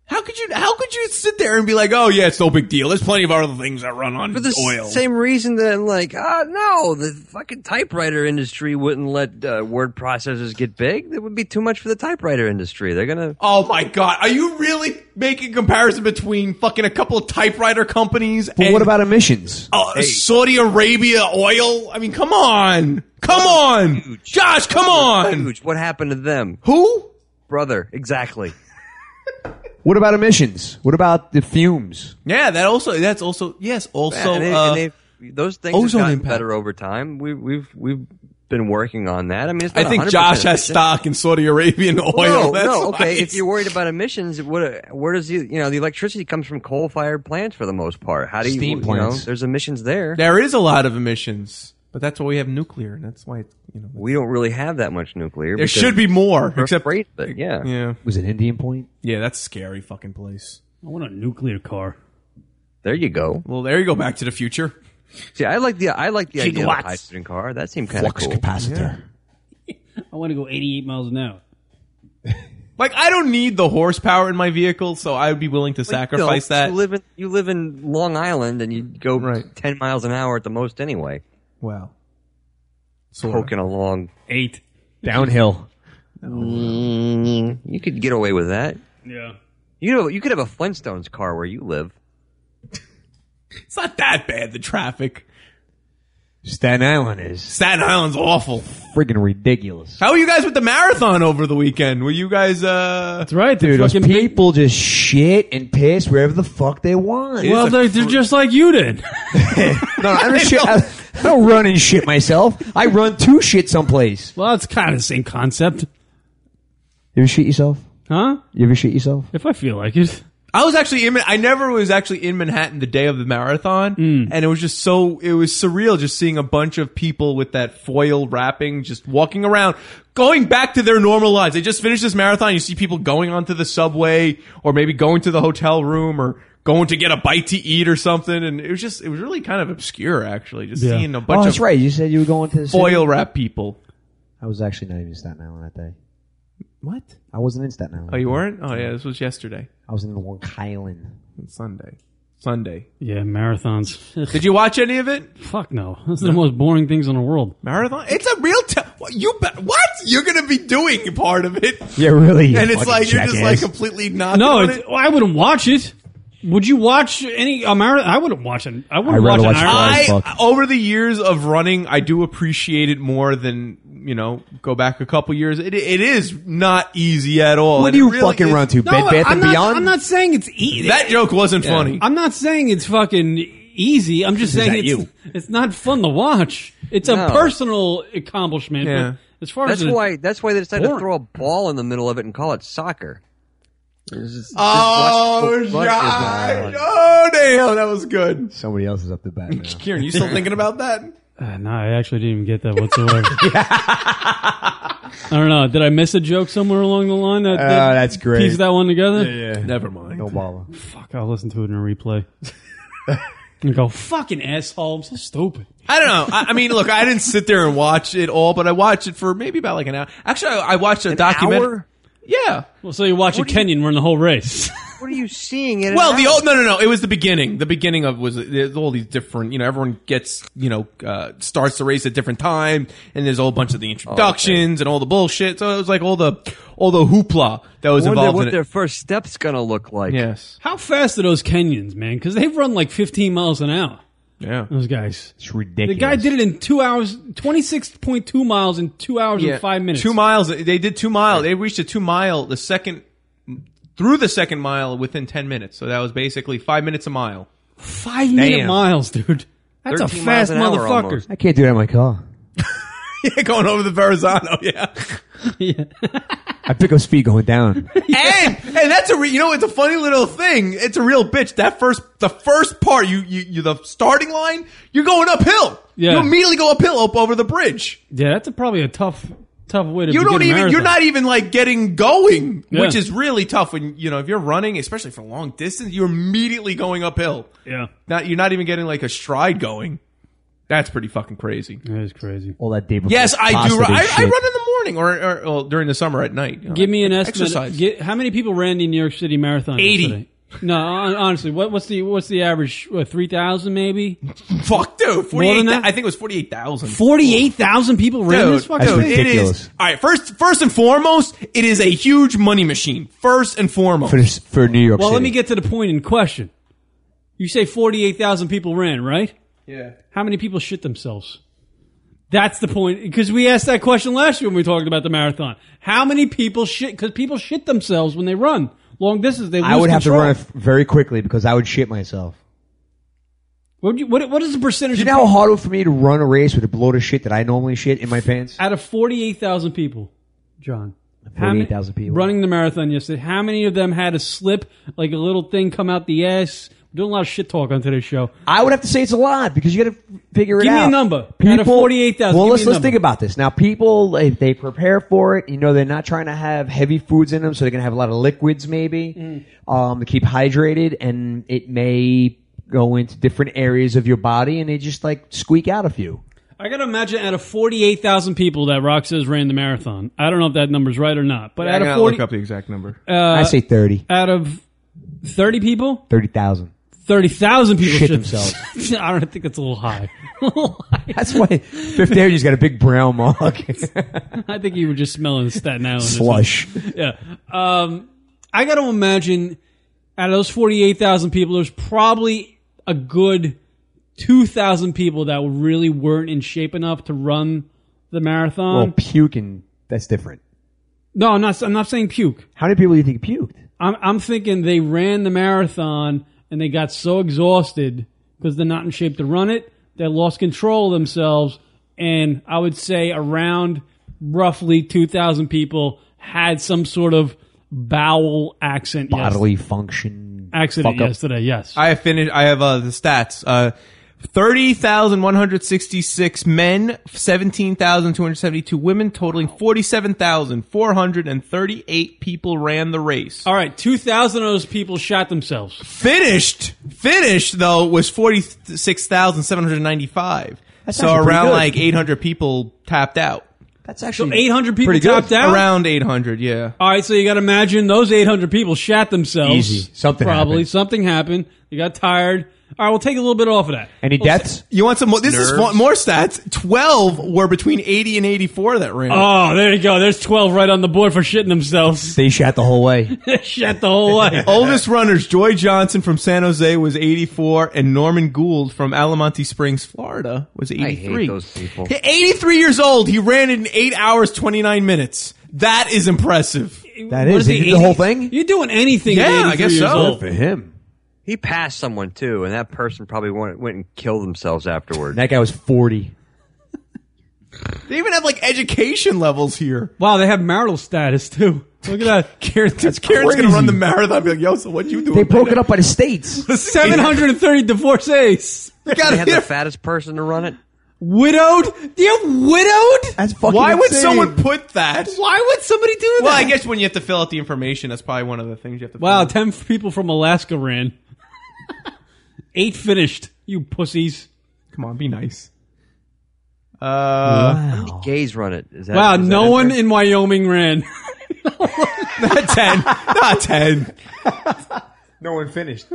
Speaker 12: How could you how could you sit there and be like, oh yeah, it's no big deal. There's plenty of other things that run on
Speaker 14: for the s-
Speaker 12: oil.
Speaker 14: same reason that like ah no the fucking typewriter industry wouldn't let uh, word processors get big that would be too much for the typewriter industry they're gonna
Speaker 12: Oh my god, are you really making comparison between fucking a couple of typewriter companies
Speaker 4: But
Speaker 12: and
Speaker 4: what about emissions?
Speaker 12: uh, Saudi Arabia oil? I mean, come on, come on, Josh, come on.
Speaker 14: huge what happened to them
Speaker 12: who
Speaker 14: brother exactly
Speaker 4: What about emissions? What about the fumes?
Speaker 12: yeah that also that's also yes also
Speaker 14: and they-
Speaker 12: uh,
Speaker 14: and they've- those things have
Speaker 12: ozone
Speaker 14: gotten
Speaker 12: impact.
Speaker 14: better over time we, we've we've been working on that i mean it's
Speaker 12: I
Speaker 14: not
Speaker 12: think
Speaker 14: 100%
Speaker 12: Josh has
Speaker 14: efficient.
Speaker 12: stock in Saudi Arabian oil.
Speaker 14: No,
Speaker 12: That's
Speaker 14: no,
Speaker 12: why
Speaker 14: okay.
Speaker 12: it's-
Speaker 14: If you're worried about emissions, what, where does the you know the electricity comes from coal-fired plants for the most part? How do you,
Speaker 12: Steam
Speaker 14: you
Speaker 12: plants.
Speaker 14: know there's emissions there?
Speaker 12: there is a lot of emissions, but that's why we have nuclear, and that's why it's, you know
Speaker 14: we don't really have that much nuclear.
Speaker 12: there
Speaker 14: because
Speaker 12: should be more.
Speaker 14: we're
Speaker 12: Except
Speaker 14: afraid of it, yeah,
Speaker 12: yeah,
Speaker 4: Was it Indian Point?
Speaker 12: yeah, that's a scary fucking place.
Speaker 1: I want a nuclear car.
Speaker 14: There you go.
Speaker 12: Well, there you go. Back to the future.
Speaker 14: See, I like the I like the idea of a
Speaker 1: Gigawatts.
Speaker 14: hydrogen car. That seemed kind of cool.
Speaker 1: I want to go 88 miles an hour.
Speaker 12: Like I don't need the horsepower in my vehicle, so I would be willing to sacrifice
Speaker 14: No,
Speaker 12: that.
Speaker 14: You live in you live in Long Island and you go ten miles an hour at the most anyway.
Speaker 12: Wow.
Speaker 14: Poking along
Speaker 1: eight
Speaker 4: downhill.
Speaker 14: Mm, you could get away with that.
Speaker 1: Yeah.
Speaker 14: You know, you could have a Flintstones car where you live.
Speaker 12: It's not that bad. The traffic.
Speaker 4: Staten Island is.
Speaker 12: Staten Island's awful.
Speaker 4: Friggin' ridiculous.
Speaker 12: How were you guys with the marathon over the weekend? Were you guys? uh That's
Speaker 1: right,
Speaker 4: Dude, those people just shit and piss wherever the fuck they want.
Speaker 1: well, they're, they're just like you did.
Speaker 4: no, I don't shit. I, I don't run and shit myself. I run to shit someplace.
Speaker 1: Well, it's kind of the same concept,
Speaker 4: You ever shit yourself?
Speaker 1: huh?
Speaker 4: You ever shit yourself?
Speaker 1: If I feel like it.
Speaker 12: I was actually in. Man- I never was actually in Manhattan the day of the marathon,
Speaker 4: Mm.
Speaker 12: and it was just so it was surreal just seeing a bunch of people with that foil wrapping just walking around, going back to their normal lives. They just finished this marathon. You see people going onto the subway, or maybe going to the hotel room, or going to get a bite to eat or something. And it was just it was really kind of obscure actually, just
Speaker 4: Yeah.
Speaker 12: seeing a
Speaker 4: oh,
Speaker 12: bunch
Speaker 4: that's
Speaker 12: of
Speaker 4: right. You said you were going to the city?
Speaker 12: foil wrap people.
Speaker 4: I was actually not even in Staten Island that day.
Speaker 12: What?
Speaker 4: I wasn't in Staten Island.
Speaker 12: Oh, you weren't? Oh yeah, this was yesterday,
Speaker 4: I was in Long Island.
Speaker 12: Sunday, Sunday.
Speaker 1: Yeah, marathons.
Speaker 12: Did you watch any of it?
Speaker 1: Fuck no. Those are the most boring things in the world.
Speaker 12: Marathon? It's a real. T- what- you bet. What you're gonna be doing part of it?
Speaker 4: Yeah, really. you
Speaker 12: And it's
Speaker 4: fucking
Speaker 12: like you're just like
Speaker 4: jackass.
Speaker 12: completely not.
Speaker 1: No,
Speaker 12: on
Speaker 1: it's, well, I wouldn't watch it. Would you watch any a marathon? I wouldn't watch an. I wouldn't
Speaker 12: I'd
Speaker 1: watch
Speaker 12: rather
Speaker 1: an
Speaker 12: watch
Speaker 1: Iron-
Speaker 12: I- over the years of running, I do appreciate it more than you know. Go back a couple years. It it is not easy at all.
Speaker 4: What
Speaker 12: And
Speaker 4: do
Speaker 12: it
Speaker 4: you
Speaker 12: really
Speaker 4: fucking
Speaker 12: is-
Speaker 4: run to? Bed Bath
Speaker 1: Oh, I'm
Speaker 4: and
Speaker 1: not,
Speaker 4: Beyond?
Speaker 1: I'm not saying it's easy.
Speaker 12: That joke wasn't funny.
Speaker 1: I'm not saying it's fucking easy. I'm just
Speaker 12: Is
Speaker 1: saying
Speaker 12: that
Speaker 1: it's,
Speaker 12: you?
Speaker 1: it's not fun to watch. It's a
Speaker 14: No.
Speaker 1: personal accomplishment. but
Speaker 14: Yeah.
Speaker 1: As far
Speaker 14: that's
Speaker 1: as the-
Speaker 14: why that's why they decided
Speaker 1: boring.
Speaker 14: to throw a ball in the middle of it and call it soccer. This is- this
Speaker 12: Oh,
Speaker 14: lunch- lunch is
Speaker 12: Josh.
Speaker 14: not lunch.
Speaker 12: Oh damn, that was good.
Speaker 4: Somebody else is up to bat now.
Speaker 12: Kieran, you still thinking about that?
Speaker 1: Uh, no, I actually didn't even get that whatsoever. I don't know. Did I miss a joke somewhere along the line? That,
Speaker 4: Oh,
Speaker 12: Uh,
Speaker 1: that
Speaker 4: that's great.
Speaker 1: Piece that one together.
Speaker 12: Never mind.
Speaker 4: No bother.
Speaker 1: Fuck, I'll listen to it in a replay. and go, fucking asshole, I'm so stupid.
Speaker 12: I don't know. I, I mean, look, I didn't sit there and watch it all, but I watched it for maybe about like an hour. Actually, I, I watched a documentary. Yeah.
Speaker 1: Well, so you watch a Kenyan run the whole race.
Speaker 14: What are you seeing? In
Speaker 12: Well,
Speaker 14: an
Speaker 12: the
Speaker 14: hour?
Speaker 12: old no, no, no. It was the beginning. The beginning of was there's all these different. You know, everyone gets you know uh, starts the race at different time, and there's a whole
Speaker 14: Oh,
Speaker 12: bunch of the introductions and all the bullshit. So it was like all the all the hoopla that was
Speaker 14: I wonder
Speaker 12: involved
Speaker 14: what
Speaker 12: in it.
Speaker 14: their first steps gonna look like.
Speaker 12: Yes.
Speaker 1: How fast are those Kenyans, man? Because they've run like 15 miles an hour.
Speaker 12: Yeah.
Speaker 1: Those guys.
Speaker 4: It's ridiculous.
Speaker 1: The guy did it in two hours, 26.2 miles in two hours
Speaker 12: Yeah.
Speaker 1: and five minutes.
Speaker 12: Two miles. They did two mile. They reached a two mile. The second through the second mile within ten minutes. So that was basically five minutes a mile.
Speaker 1: Five minute
Speaker 12: Damn.
Speaker 1: miles, dude. That's a
Speaker 12: 13
Speaker 1: fast
Speaker 12: miles an hour
Speaker 1: motherfucker.
Speaker 12: almost.
Speaker 4: I can't do that in my car.
Speaker 12: yeah, going over the Verrazano. Yeah.
Speaker 4: I pick up speed going down.
Speaker 12: and and that's a re- you know it's a funny little thing. It's a real bitch. That first the first part you you you the starting line. You're going uphill.
Speaker 1: Yeah.
Speaker 12: You immediately go uphill up over the bridge.
Speaker 1: Yeah, that's a, probably a tough, tough way to
Speaker 12: You
Speaker 1: begin
Speaker 12: don't
Speaker 1: a
Speaker 12: even. You're
Speaker 1: marathon.
Speaker 12: not even like getting going,
Speaker 1: Yeah.
Speaker 12: which is really tough. When you know if you're running, especially for long distance, you're immediately going uphill.
Speaker 1: Yeah.
Speaker 12: Not you're not even getting like a stride going. That's pretty fucking crazy.
Speaker 1: That is crazy.
Speaker 4: All that day before.
Speaker 12: Yes, I do.
Speaker 4: pasta
Speaker 12: ru-
Speaker 4: and
Speaker 12: I, I
Speaker 4: shit.
Speaker 12: run in the morning or, or well, during the summer at night. you know,
Speaker 1: Give me an
Speaker 12: exercise.
Speaker 1: estimate. Get, how many people ran the New York City Marathon?
Speaker 12: 80.
Speaker 1: yesterday? No, hon- honestly, what, what's the what's the average? What, Three thousand, maybe.
Speaker 12: Fuck, dude.
Speaker 1: More than
Speaker 12: 48,
Speaker 1: that?
Speaker 12: I think it was 48,000.
Speaker 1: Forty-eight thousand people ran
Speaker 12: Dude,
Speaker 1: this fucking
Speaker 12: dude,
Speaker 1: thing.
Speaker 12: it is. All right, first, first and foremost, it is a huge money machine. First and foremost.
Speaker 4: for, this- for New York
Speaker 1: Well,
Speaker 4: City.
Speaker 1: let me get to the point in question. You say forty-eight thousand people ran, right?
Speaker 12: Yeah.
Speaker 1: How many people shit themselves? That's the point. Because we asked that question last year when we talked about the marathon. How many people shit? Because people shit themselves when they run long distance. They
Speaker 4: I
Speaker 1: lose
Speaker 4: would have to
Speaker 1: control.
Speaker 4: run it f- very quickly because I would shit myself.
Speaker 1: What, do you- what, what is the percentage?
Speaker 4: You
Speaker 1: of
Speaker 4: know how
Speaker 1: people-
Speaker 4: hard it would for me to run a race with a bloated shit that I normally shit in my pants?
Speaker 1: out of forty-eight thousand people, John. how many-
Speaker 4: 48,000 people.
Speaker 1: running the marathon yesterday. How many of them had a slip, like a little thing come out the ass? We're doing a lot of shit talk on today's show.
Speaker 4: I would have to say it's a lot because you got to figure it
Speaker 1: Give
Speaker 4: out.
Speaker 1: me a number. Out of 48,000,
Speaker 4: Well,
Speaker 1: give me
Speaker 4: let's
Speaker 1: a
Speaker 4: let's
Speaker 1: number.
Speaker 4: think about this. Now, people if they prepare for it. You know, they're not trying to have heavy foods in them, so they're gonna have a lot of liquids maybe
Speaker 1: Mm.
Speaker 4: um, to keep hydrated, and it may go into different areas of your body, and they just like squeak out a few.
Speaker 1: I gotta imagine out of forty-eight thousand people that Rock says ran the marathon. I don't know if that number's right or not, but
Speaker 12: Yeah, I
Speaker 1: out of
Speaker 12: gotta
Speaker 1: forty,
Speaker 12: look up the exact number.
Speaker 1: uh,
Speaker 4: I say 30.
Speaker 1: out of thirty people,
Speaker 4: thirty thousand.
Speaker 1: thirty thousand people
Speaker 4: Shit
Speaker 1: shit
Speaker 4: themselves.
Speaker 1: I don't think that's a little high.
Speaker 4: That's why Fifth Avenue's got a big brown mark.
Speaker 1: I think you were just smelling Staten Island. or
Speaker 4: Slush.
Speaker 1: something. Yeah. Um, I got to imagine out of those 48,000 people, there's probably a good 2,000 people that really weren't in shape enough to run the marathon.
Speaker 4: well, puking. That's different.
Speaker 1: no, I'm not, I'm not saying puke.
Speaker 4: How many people do you think puked?
Speaker 1: I'm, I'm thinking they ran the marathon and they got so exhausted because they're not in shape to run it. They lost control of themselves. And I would say around roughly 2,000 people had some sort of bowel accent yes-
Speaker 4: Bodily function.
Speaker 1: accident
Speaker 4: fuck up.
Speaker 1: yesterday. Yes.
Speaker 12: I have finished. I have uh, the stats. Uh, Thirty thousand one hundred sixty-six men, seventeen thousand two hundred seventy-two women, totaling forty-seven thousand four hundred and thirty-eight people ran the race.
Speaker 1: All right. 2,000 of those people shot themselves.
Speaker 12: Finished, finished though was forty-six thousand seven hundred ninety-five.
Speaker 1: That's
Speaker 12: So
Speaker 1: actually pretty
Speaker 12: around
Speaker 1: good.
Speaker 12: like eight hundred people tapped out.
Speaker 4: That's
Speaker 1: So
Speaker 4: actually
Speaker 1: 800 people
Speaker 12: Pretty good.
Speaker 1: topped out.
Speaker 12: Around eight hundred, yeah.
Speaker 1: All right, so you got to imagine those 800 people shat themselves.
Speaker 4: Easy. Something
Speaker 1: probably
Speaker 4: happened.
Speaker 1: something happened. They got tired. All right, we'll take a little bit off of that.
Speaker 4: Any
Speaker 1: We'll
Speaker 4: deaths?
Speaker 12: You want some? More, this is
Speaker 1: Nerves.
Speaker 12: one, more stats. Twelve were between eighty and eighty-four that ran.
Speaker 1: Oh, there you go. There's 12 right on the board for shitting themselves.
Speaker 4: They shat the whole way.
Speaker 1: Shut the whole way.
Speaker 12: Oldest runners, Joy Johnson from San Jose was 84, and Norman Gould from Alamante Springs, Florida was 83.
Speaker 14: those people.
Speaker 12: He- 83 years old. He ran it in 8 hours, 29 minutes. That is impressive.
Speaker 4: That
Speaker 1: What
Speaker 4: is.
Speaker 1: he,
Speaker 4: He did the whole
Speaker 1: 80?
Speaker 4: thing?
Speaker 1: You're doing anything. at
Speaker 12: Yeah, I
Speaker 1: 83
Speaker 12: guess
Speaker 1: years
Speaker 12: so.
Speaker 1: old.
Speaker 4: For him.
Speaker 14: He passed someone too, and that person probably went, went and killed themselves afterward.
Speaker 4: That guy was 40.
Speaker 12: They even have like education levels here.
Speaker 1: Wow, they have marital status too. Look at that.
Speaker 12: Karen, Karen's going to
Speaker 4: crazy.
Speaker 12: run the marathon. Be like, yo, so what you doing?
Speaker 4: They broke it up by the states.
Speaker 1: 730 divorcees.
Speaker 12: You
Speaker 14: They
Speaker 12: gotta
Speaker 14: had the
Speaker 12: be
Speaker 14: fattest person to run it.
Speaker 1: Widowed? You're widowed?
Speaker 4: That's fucking
Speaker 12: Why would
Speaker 4: insane.
Speaker 12: someone put that?
Speaker 1: Why would somebody do that?
Speaker 12: Well, I guess when you have to fill out the information, that's probably one of the things you have to.
Speaker 1: Wow,
Speaker 12: fill
Speaker 1: 10
Speaker 12: out.
Speaker 1: people from Alaska ran. Eight finished, you pussies.
Speaker 12: come on, be nice. Uh,
Speaker 4: Wow.
Speaker 14: Gays run it. Is that,
Speaker 1: Oh. Wow,
Speaker 14: is that
Speaker 1: Uh, no
Speaker 14: in
Speaker 1: one
Speaker 14: there?
Speaker 1: in Wyoming ran.
Speaker 12: not ten, not Ah, ten. no one finished.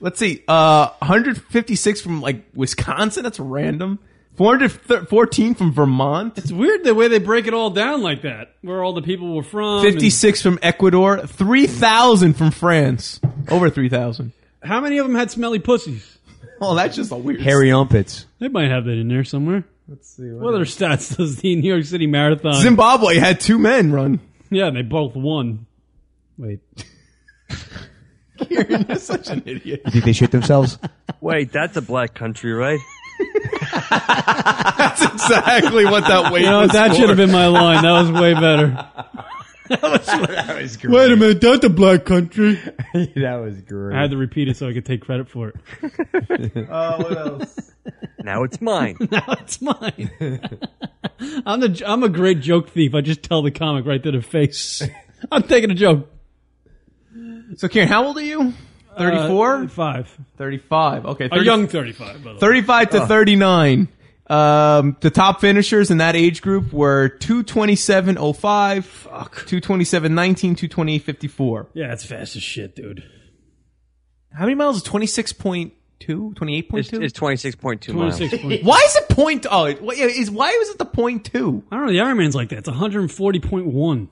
Speaker 12: Let's see. Uh, 156 from like Wisconsin. That's random. 414 from Vermont.
Speaker 1: it's weird the way they break it all down like that, where all the people were from. and-
Speaker 12: 56 from Ecuador. 3,000 from France. Over 3,000.
Speaker 1: How many of them had smelly pussies?
Speaker 12: Oh, that's just a weird.
Speaker 4: Hairy armpits.
Speaker 1: They might have that in there somewhere.
Speaker 12: Let's see.
Speaker 1: What other stats does the New York City Marathon?
Speaker 12: Zimbabwe had two men run.
Speaker 1: Yeah, they both won. Wait.
Speaker 12: Kieran, you're such an idiot.
Speaker 4: You think they shit themselves?
Speaker 14: Wait, that's a black country, right?
Speaker 12: That's exactly what that weight
Speaker 1: You know,
Speaker 12: was
Speaker 1: that
Speaker 12: for.
Speaker 1: should have been my line. That was way better.
Speaker 12: that was great.
Speaker 1: Wait a minute, that's a black country.
Speaker 4: that was great.
Speaker 1: I had to repeat it so I could take credit for it.
Speaker 12: Oh, what else?
Speaker 14: Now it's mine.
Speaker 1: now it's mine. I'm the I'm a great joke thief. I just tell the comic right to the face. I'm taking a joke.
Speaker 12: So, Karen, how old are you? 34?
Speaker 1: Uh, five.
Speaker 12: 35. Okay. 30
Speaker 1: A young 35. By the way.
Speaker 12: 35 to
Speaker 1: Oh.
Speaker 12: 39. Um, the top finishers in that age group were 227.05, 227.19, 228.54.
Speaker 1: Yeah, that's fast as shit, dude.
Speaker 12: How many miles is 26.2, 28.2?
Speaker 14: It's, it's 26.2 miles.
Speaker 1: 26.
Speaker 12: Why is it point? Oh, it, why- is why was it the point two?
Speaker 1: I don't know. The Iron Man's like that. It's 140.1.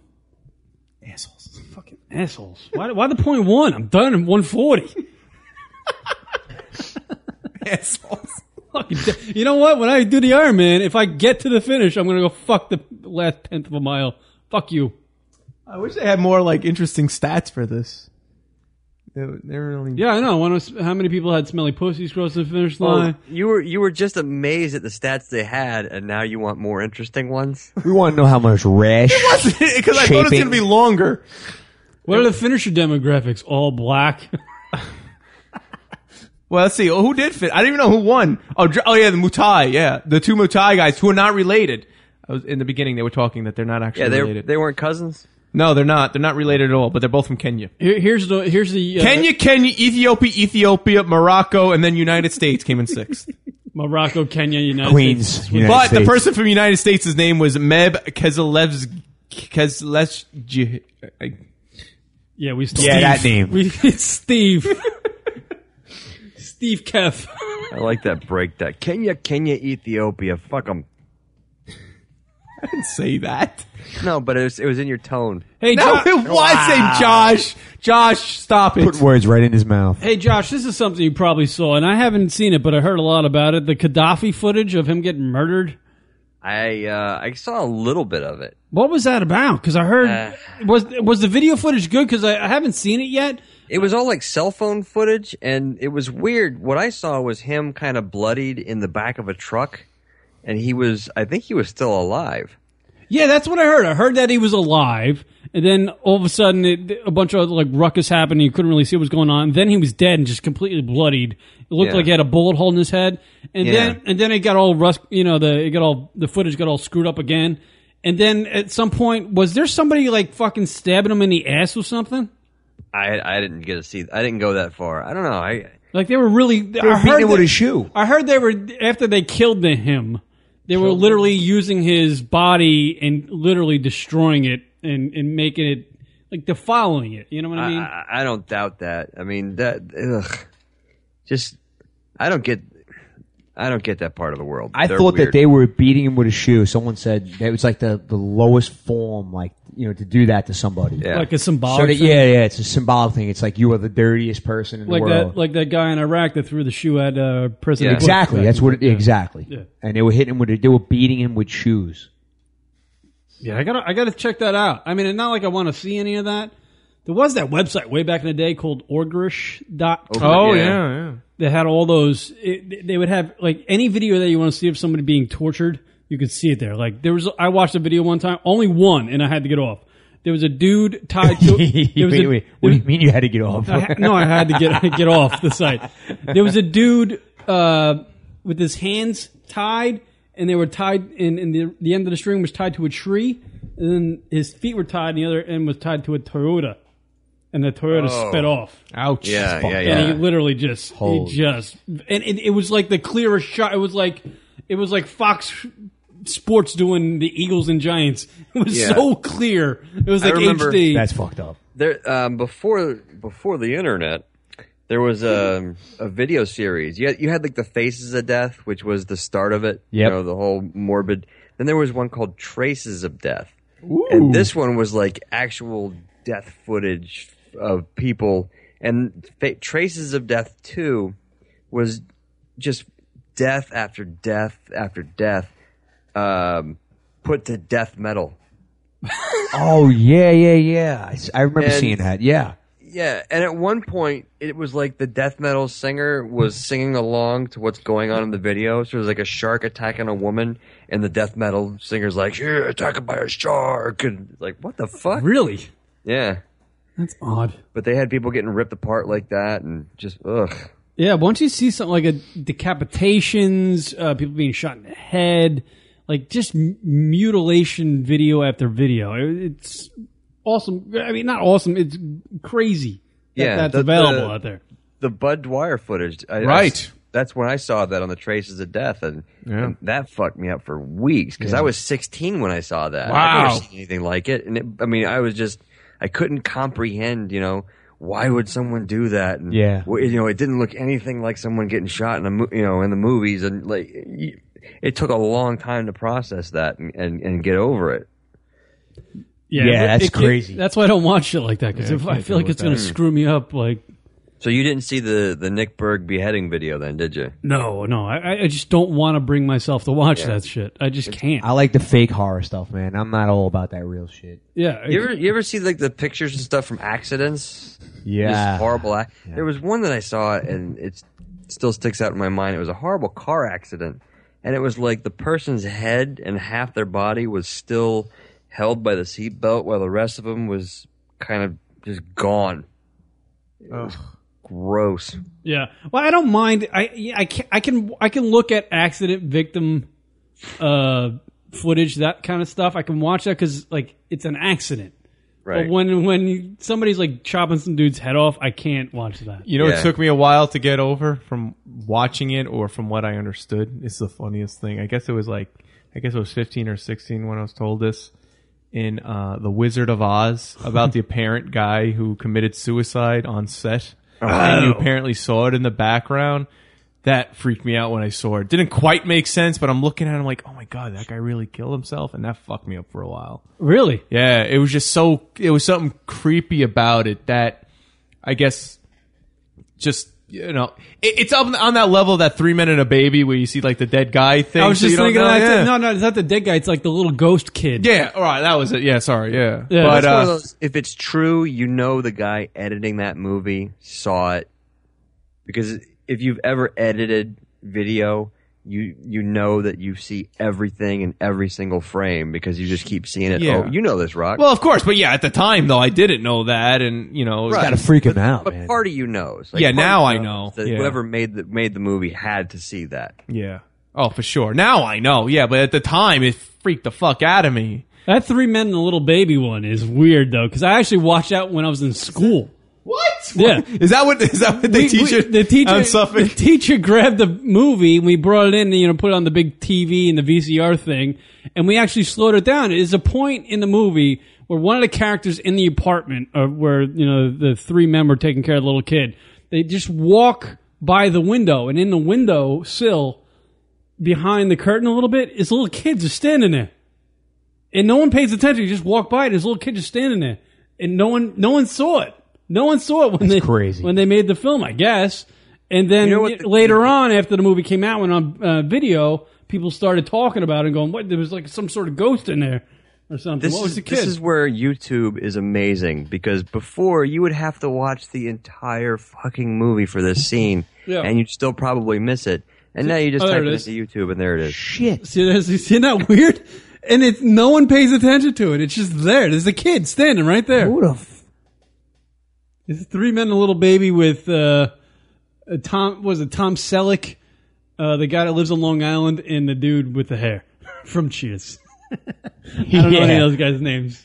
Speaker 12: Assholes, fucking
Speaker 1: assholes. Why, why the point one? I'm done in 140.
Speaker 12: assholes.
Speaker 1: Fucking da- you know what? When I do the Iron Man, if I get to the finish, I'm gonna go fuck the last tenth of a mile. Fuck you.
Speaker 12: I wish they had more like interesting stats for this. They, they really
Speaker 1: Yeah, I know. When I was- how many people had smelly pussies cross the finish
Speaker 14: Oh,
Speaker 1: line?
Speaker 14: you were you were just amazed at the stats they had, and now you want more interesting ones.
Speaker 4: We want to know how much rash.
Speaker 12: because I thought it was
Speaker 4: Shaping.
Speaker 12: going to be longer.
Speaker 1: What are the finisher demographics? All black.
Speaker 12: Well, let's see. Oh, who did fit? I don't even know who won. Oh, Dr- oh yeah, the Mutai. Yeah, the two Mutai guys who are not related. I was in the beginning. They were talking that they're not actually
Speaker 14: Yeah, they
Speaker 12: related.
Speaker 14: they weren't cousins.
Speaker 12: no, they're not. They're not related at all. But they're both from Kenya.
Speaker 1: Here, here's the here's the uh,
Speaker 12: Kenya, Kenya, Ethiopia, Ethiopia, Morocco, and then United States came in sixth.
Speaker 1: Morocco, Kenya, United
Speaker 4: Queens,
Speaker 1: States.
Speaker 4: United
Speaker 12: but the
Speaker 4: States.
Speaker 12: person from United States, his name was Meb Keselevs Keselevs.
Speaker 1: Yeah, we still
Speaker 4: Yeah, that name.
Speaker 1: We, it's Steve. Steve Keff.
Speaker 14: I like that break. That Kenya, Kenya, Ethiopia. Fuck them.
Speaker 12: I didn't say that.
Speaker 14: No, but it was it was in your tone.
Speaker 1: Hey,
Speaker 12: No,
Speaker 1: Jo-
Speaker 12: it was a Josh. Josh, stop it.
Speaker 4: Put words right in his mouth.
Speaker 1: Hey Josh, this is something you probably saw, and I haven't seen it, but I heard a lot about it. The Gaddafi footage of him getting murdered.
Speaker 14: I uh, I saw a little bit of it.
Speaker 1: What was that about? Because I heard
Speaker 14: Uh.
Speaker 1: was was the video footage good? Because I, I haven't seen it yet.
Speaker 14: It was all like cell phone footage, and it was weird. What I saw was him kind of bloodied in the back of a truck, and he was I think he was still alive.
Speaker 1: Yeah, that's what I heard. I heard that he was alive, and then all of a sudden, it, a bunch of like ruckus happened. And you couldn't really see what was going on. Then he was dead and just completely bloodied. It looked
Speaker 14: Yeah.
Speaker 1: like he had a bullet hole in his head, and
Speaker 14: Yeah.
Speaker 1: then and then it got all rust. You know, the it got all the footage got all screwed up again. And then at some point, was there somebody like fucking stabbing him in the ass or something?
Speaker 14: I I didn't get to see. I didn't go that far. I don't know. I
Speaker 1: Like they were really. I
Speaker 4: beating
Speaker 1: heard
Speaker 4: him with
Speaker 1: that-
Speaker 4: a shoe.
Speaker 1: I heard they were after they killed the him. They were literally using his body and literally destroying it and and making it like defiling it. You know what I
Speaker 14: I,
Speaker 4: Uh,
Speaker 1: mean?
Speaker 14: I, I don't doubt that. I mean that. Ugh, just I don't get. I don't get that part of the world.
Speaker 4: I
Speaker 14: They're
Speaker 4: thought
Speaker 14: weird.
Speaker 4: that they were beating him with a shoe. Someone said that was like the, the lowest form, like you know, to do that to somebody.
Speaker 14: Yeah.
Speaker 1: like a symbolic.
Speaker 4: So that,
Speaker 1: thing.
Speaker 4: yeah, yeah, it's a symbolic thing. It's like you are the dirtiest person in
Speaker 1: Like
Speaker 4: the world.
Speaker 1: that, like that guy in Iraq that threw the shoe at uh, President.
Speaker 14: Yeah.
Speaker 1: Bush.
Speaker 4: exactly. That's what. It,
Speaker 1: Yeah.
Speaker 4: Exactly.
Speaker 1: Yeah.
Speaker 4: And they were hitting him with. a- They were beating him with shoes.
Speaker 1: Yeah, I gotta, I gotta check that out. I mean, it's not like I want to see any of that. There was that website way back in the day called orgrish.com.
Speaker 12: Oh
Speaker 14: Yeah.
Speaker 12: yeah, yeah.
Speaker 1: they had all those it, they would have like any video that you want to see of somebody being tortured you could see it there like there was i watched a video one time only one and i had to get off there was a dude tied to there was a-
Speaker 4: Wait, wait, what do you mean you had to get off?
Speaker 1: I ha- no i had to get get off the site there was a dude uh, with his hands tied and they were tied and, and the, the end of the string was tied to a tree and then his feet were tied and the other end was tied to a toyota and the toyota
Speaker 14: Oh.
Speaker 1: sped off
Speaker 12: Ouch.
Speaker 14: Yeah, yeah, yeah.
Speaker 1: and he literally just
Speaker 4: Holy.
Speaker 1: he just and it, it was like the clearest shot. It was like it was like Fox Sports doing the Eagles and Giants. It was
Speaker 14: Yeah.
Speaker 1: so clear. It was
Speaker 14: I
Speaker 1: like
Speaker 14: remember-
Speaker 1: HD.
Speaker 4: That's fucked up.
Speaker 14: there um, before before the internet there was a a video series you had, you had like the faces of death which was the start of it you
Speaker 4: Yep.
Speaker 14: know the whole morbid then there was one called traces of death and this one was like actual death footage of people and fa- traces of death 2 was just death after death after death um, put to death metal.
Speaker 4: Oh yeah, yeah, yeah. I s- I, remember
Speaker 14: And-
Speaker 4: seeing that. Yeah.
Speaker 14: Yeah, and at one point it was like the death metal singer was singing along to what's going on in the video. So it was like a shark attacking a woman, and the death metal singer's like, "Yeah, attacked by a shark," and it's like, what the fuck?
Speaker 1: Really?
Speaker 14: Yeah.
Speaker 1: That's odd.
Speaker 14: But they had people getting ripped apart like that, and just ugh.
Speaker 1: Yeah, once you see something like a decapitations, uh, people being shot in the head, like just m- mutilation video after video, it- it's awesome. I mean, not awesome. It's crazy. That
Speaker 14: Yeah,
Speaker 1: that's
Speaker 14: the-
Speaker 1: available
Speaker 14: the-
Speaker 1: out there.
Speaker 14: The Bud Dwyer footage, I- I
Speaker 1: Right.
Speaker 14: s- that's when I saw that on the Traces of Death, and, and that fucked me up for weeks because
Speaker 1: Yeah.
Speaker 14: I was 16 when I saw that.
Speaker 1: Wow.
Speaker 14: I've never seen anything like it, and it, I mean, I was just I couldn't comprehend, you know. Why would someone do that? And
Speaker 4: Yeah.
Speaker 14: well, you know, it didn't look anything like someone getting shot in a mo- you know in the movies, and like y- it took a long time to process that and, and, and get over it.
Speaker 1: Yeah,
Speaker 14: Yeah,
Speaker 1: but
Speaker 14: that's
Speaker 1: it can't-
Speaker 14: crazy.
Speaker 1: That's why I don't watch shit like that because
Speaker 14: Yeah, I
Speaker 1: I
Speaker 14: can't
Speaker 1: feel like
Speaker 14: deal
Speaker 1: it's
Speaker 14: with
Speaker 1: going to
Speaker 14: that.
Speaker 1: screw me up. Like,
Speaker 14: So you didn't see the the Nick Berg beheading video, then, did you?
Speaker 1: no, no, I, I just don't want to bring myself to watch
Speaker 14: Yeah.
Speaker 1: that shit. I just can't.
Speaker 4: I like the fake horror stuff, man. I'm not all about that real shit.
Speaker 1: Yeah.
Speaker 14: You ever you ever see like the pictures and stuff from accidents?
Speaker 4: Yeah.
Speaker 14: Just horrible. Ac- There was one that I saw and it still sticks out in my mind. It was a horrible car accident, and it was like the person's head and half their body was still held by the seatbelt, while the rest of them was kind of just gone. It was gross.
Speaker 1: Yeah. Well, I don't mind. I yeah, I can I can I can look at accident victim uh footage that kind of stuff. I can watch that cuz like it's an accident.
Speaker 12: Right.
Speaker 1: But when when somebody's like chopping some dude's head off, I can't watch that.
Speaker 12: You know, it took me a while to get over from watching it or from what I understood. It's the funniest thing. I guess it was like, I guess it was 15 or 16 when I was told this in uh, The Wizard of Oz about the apparent guy who committed suicide on set.
Speaker 11: Oh.
Speaker 12: And you apparently saw it in the background. That freaked me out when I saw it. Didn't quite make sense, but I'm looking at him like, oh my God, that guy really killed himself. And that fucked me up for a while.
Speaker 1: Really?
Speaker 12: Yeah, it was just so it was something creepy about it that I guess just you know it, it's up on that level that three men and a baby where you see like the dead guy thing.
Speaker 1: I was
Speaker 12: so
Speaker 1: just
Speaker 12: you don't
Speaker 1: thinking
Speaker 12: know-
Speaker 1: that.
Speaker 12: yeah.
Speaker 1: No, no, it's not the dead guy. It's like the little ghost kid.
Speaker 12: Yeah, all right, that was it. Yeah, sorry. Yeah,
Speaker 1: Yeah.
Speaker 12: but
Speaker 14: That's one of
Speaker 12: uh,
Speaker 14: those- if it's true, you know the guy editing that movie saw it because if you've ever edited video, you you know that you see everything in every single frame because you just keep seeing it.
Speaker 12: Yeah.
Speaker 14: Oh, you know this, Rock.
Speaker 12: well, of course, but yeah, at the time though, I didn't know that, and you know,
Speaker 14: Right. Gotta
Speaker 4: freak him out,
Speaker 14: but part of you knows.
Speaker 12: Yeah,
Speaker 14: part of
Speaker 12: now
Speaker 14: you
Speaker 12: I
Speaker 14: knows
Speaker 12: know.
Speaker 14: that
Speaker 12: Yeah.
Speaker 14: whoever made the made the movie had to see that.
Speaker 12: Yeah. Oh, for sure. Now I know. Yeah, but at the time, it freaked the fuck out of me.
Speaker 1: That three men and a little baby one is weird though cuz I actually watched that when I was in school.
Speaker 12: What?
Speaker 1: Yeah.
Speaker 12: Is that what is that what they
Speaker 1: We-
Speaker 12: teach
Speaker 1: we-
Speaker 12: you?
Speaker 1: the teacher,
Speaker 12: on Suffolk?
Speaker 1: the teacher grabbed the movie and we brought it in and you know put it on the big TV and the VCR thing, and we actually slowed it down. There's a point in the movie where one of the characters in the apartment, uh, where you know the three men were taking care of the little kid, they just walk by the window, and in the window sill behind the curtain a little bit is little kids just standing there, and no one pays attention. You just walk by, and this little kid just standing there, and no one, no one saw it. No one saw it when they
Speaker 4: crazy.
Speaker 1: when they made the film, I guess. And then
Speaker 14: You know
Speaker 1: y-
Speaker 14: what
Speaker 1: later on, after the movie came out, when on uh, video, people started talking about it and going, "What? There was like some sort of ghost in there or something."
Speaker 14: This
Speaker 1: what was
Speaker 14: is,
Speaker 1: the kid?
Speaker 14: This is where YouTube is amazing because before you would have to watch the entire fucking movie for this scene,
Speaker 1: Yeah.
Speaker 14: and you'd still probably miss it. And now you just
Speaker 1: Oh, there
Speaker 14: type
Speaker 1: it
Speaker 14: it
Speaker 1: is.
Speaker 14: into YouTube, and there it is.
Speaker 1: shit. See, that's- isn't that weird? And it's no one pays attention to it. It's just there. There's a kid standing right there. Who
Speaker 4: the?
Speaker 1: it's three men and a little baby with uh, a Tom. what Was it Tom Selleck, uh, the guy that lives on Long Island, and the dude with the hair from Cheers. I don't know any
Speaker 4: Yeah.
Speaker 1: of those guys' names.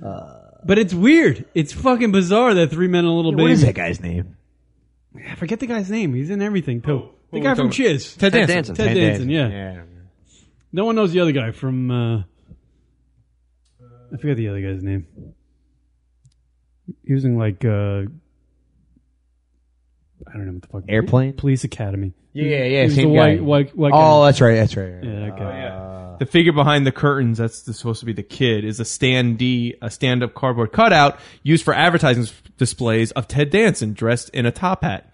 Speaker 1: but it's weird. It's fucking bizarre that three men and a little baby.
Speaker 4: What is that guy's name?
Speaker 1: I forget the guy's name. He's in everything too. the
Speaker 12: who
Speaker 1: guy
Speaker 12: Oh, we
Speaker 1: from
Speaker 12: talking
Speaker 1: Cheers,
Speaker 12: about? Ted Ted Danson. Danson.
Speaker 1: Ted,
Speaker 12: Ted
Speaker 1: Danson.
Speaker 12: Danson,
Speaker 1: Yeah. No one knows the other guy from. Uh, I forget the other guy's name. He was in like uh, I don't know what the fuck
Speaker 4: Airplane?
Speaker 1: Police Academy.
Speaker 4: Yeah, yeah,
Speaker 1: He
Speaker 4: yeah,
Speaker 1: was
Speaker 4: same
Speaker 1: the
Speaker 4: guy.
Speaker 1: White, white, white
Speaker 4: Oh,
Speaker 1: guy.
Speaker 4: that's right, that's right, right.
Speaker 1: Yeah,
Speaker 14: Oh,
Speaker 1: that guy.
Speaker 12: the figure behind the curtains that's the, supposed to be the kid is a standee a stand-up cardboard cutout used for advertising s- displays of ted danson dressed in a top hat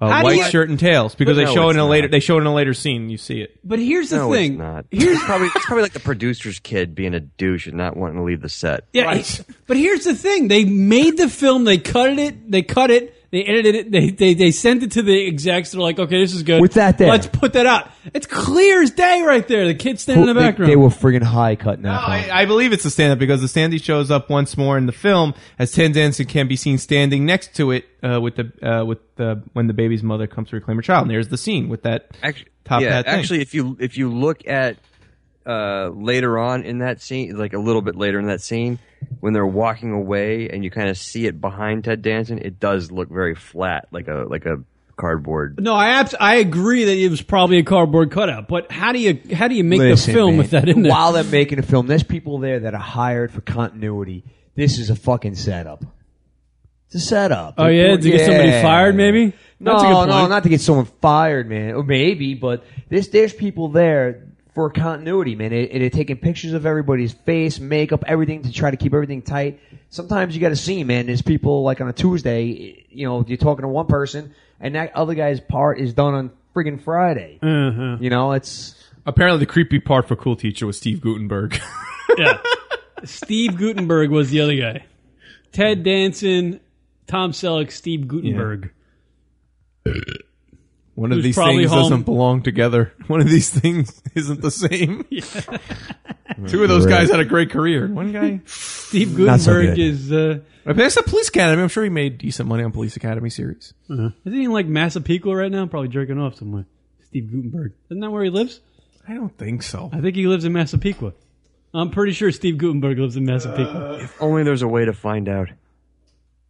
Speaker 12: uh,
Speaker 1: How do
Speaker 12: white
Speaker 1: you-
Speaker 12: shirt and tails because
Speaker 14: But
Speaker 12: they
Speaker 14: no,
Speaker 12: show it
Speaker 14: it's
Speaker 12: in a later.
Speaker 14: not.
Speaker 12: They show it in a later scene. You see it.
Speaker 1: But here's the
Speaker 14: no,
Speaker 1: thing.
Speaker 14: It's not.
Speaker 1: Here's
Speaker 14: probably it's probably like the producer's kid being a douche and not wanting to leave the set.
Speaker 1: Yeah, but here's the thing: they made the film, they cut it, they cut it, they edited it, they they, they sent it to the execs. They're like, okay, this is good.
Speaker 4: With that there.
Speaker 1: let's put that out. It's clear as day right there. The kid standing in the
Speaker 4: They-
Speaker 1: background.
Speaker 4: They were friggin' high cutting that. part.
Speaker 12: I, I believe it's a stand up because the standee shows up once more in the film as Ted Danson can be seen standing next to it uh, with the uh, with the when the baby's mother comes to reclaim her child. And there's the scene with that
Speaker 14: Actually,
Speaker 12: top
Speaker 14: yeah,
Speaker 12: hat. thing.
Speaker 14: actually, if you if you look at uh, later on in that scene, like a little bit later in that scene, when they're walking away and you kind of see it behind Ted Danson, it does look very flat, like a like a cardboard.
Speaker 1: no, I abs- I agree that it was probably a cardboard cutout. But how do you how do you make
Speaker 4: Listen,
Speaker 1: the film
Speaker 4: man,
Speaker 1: with that in there?
Speaker 4: While they're making a film, there's people there that are hired for continuity. This is a fucking setup. It's a setup.
Speaker 1: Oh, yeah? To get somebody fired, maybe?
Speaker 4: No,
Speaker 1: That's a good point.
Speaker 4: no, not to get someone fired, man. Or maybe, but this there's people there for continuity, man. And they're taking pictures of everybody's face, makeup, everything to try to keep everything tight. Sometimes you got to see, man. There's people like on a Tuesday, you know, you're talking to one person, and that other guy's part is done on friggin' Friday.
Speaker 1: Uh-huh.
Speaker 4: You know, it's
Speaker 12: apparently the creepy part for Cool Teacher was Steve Gutenberg.
Speaker 1: yeah. Steve Gutenberg was the other guy. Ted Danson, Tom Selleck, Steve Gutenberg.
Speaker 12: One of
Speaker 1: Who's
Speaker 12: these
Speaker 1: probably
Speaker 12: things
Speaker 1: home.
Speaker 12: doesn't belong together. One of these things isn't the same. Two of those
Speaker 1: Right.
Speaker 12: guys had a great career. One guy,
Speaker 1: Steve Gutenberg is. Uh,
Speaker 12: That's a police academy. I'm sure he made decent money on police academy series.
Speaker 1: uh Isn't he in like Massapequa right now? Probably jerking off somewhere. Steve Gutenberg. Isn't that where he lives?
Speaker 12: I don't think so.
Speaker 1: I think he lives in Massapequa. I'm pretty sure Steve Gutenberg lives in Massapequa.
Speaker 14: If only there's a way to find out.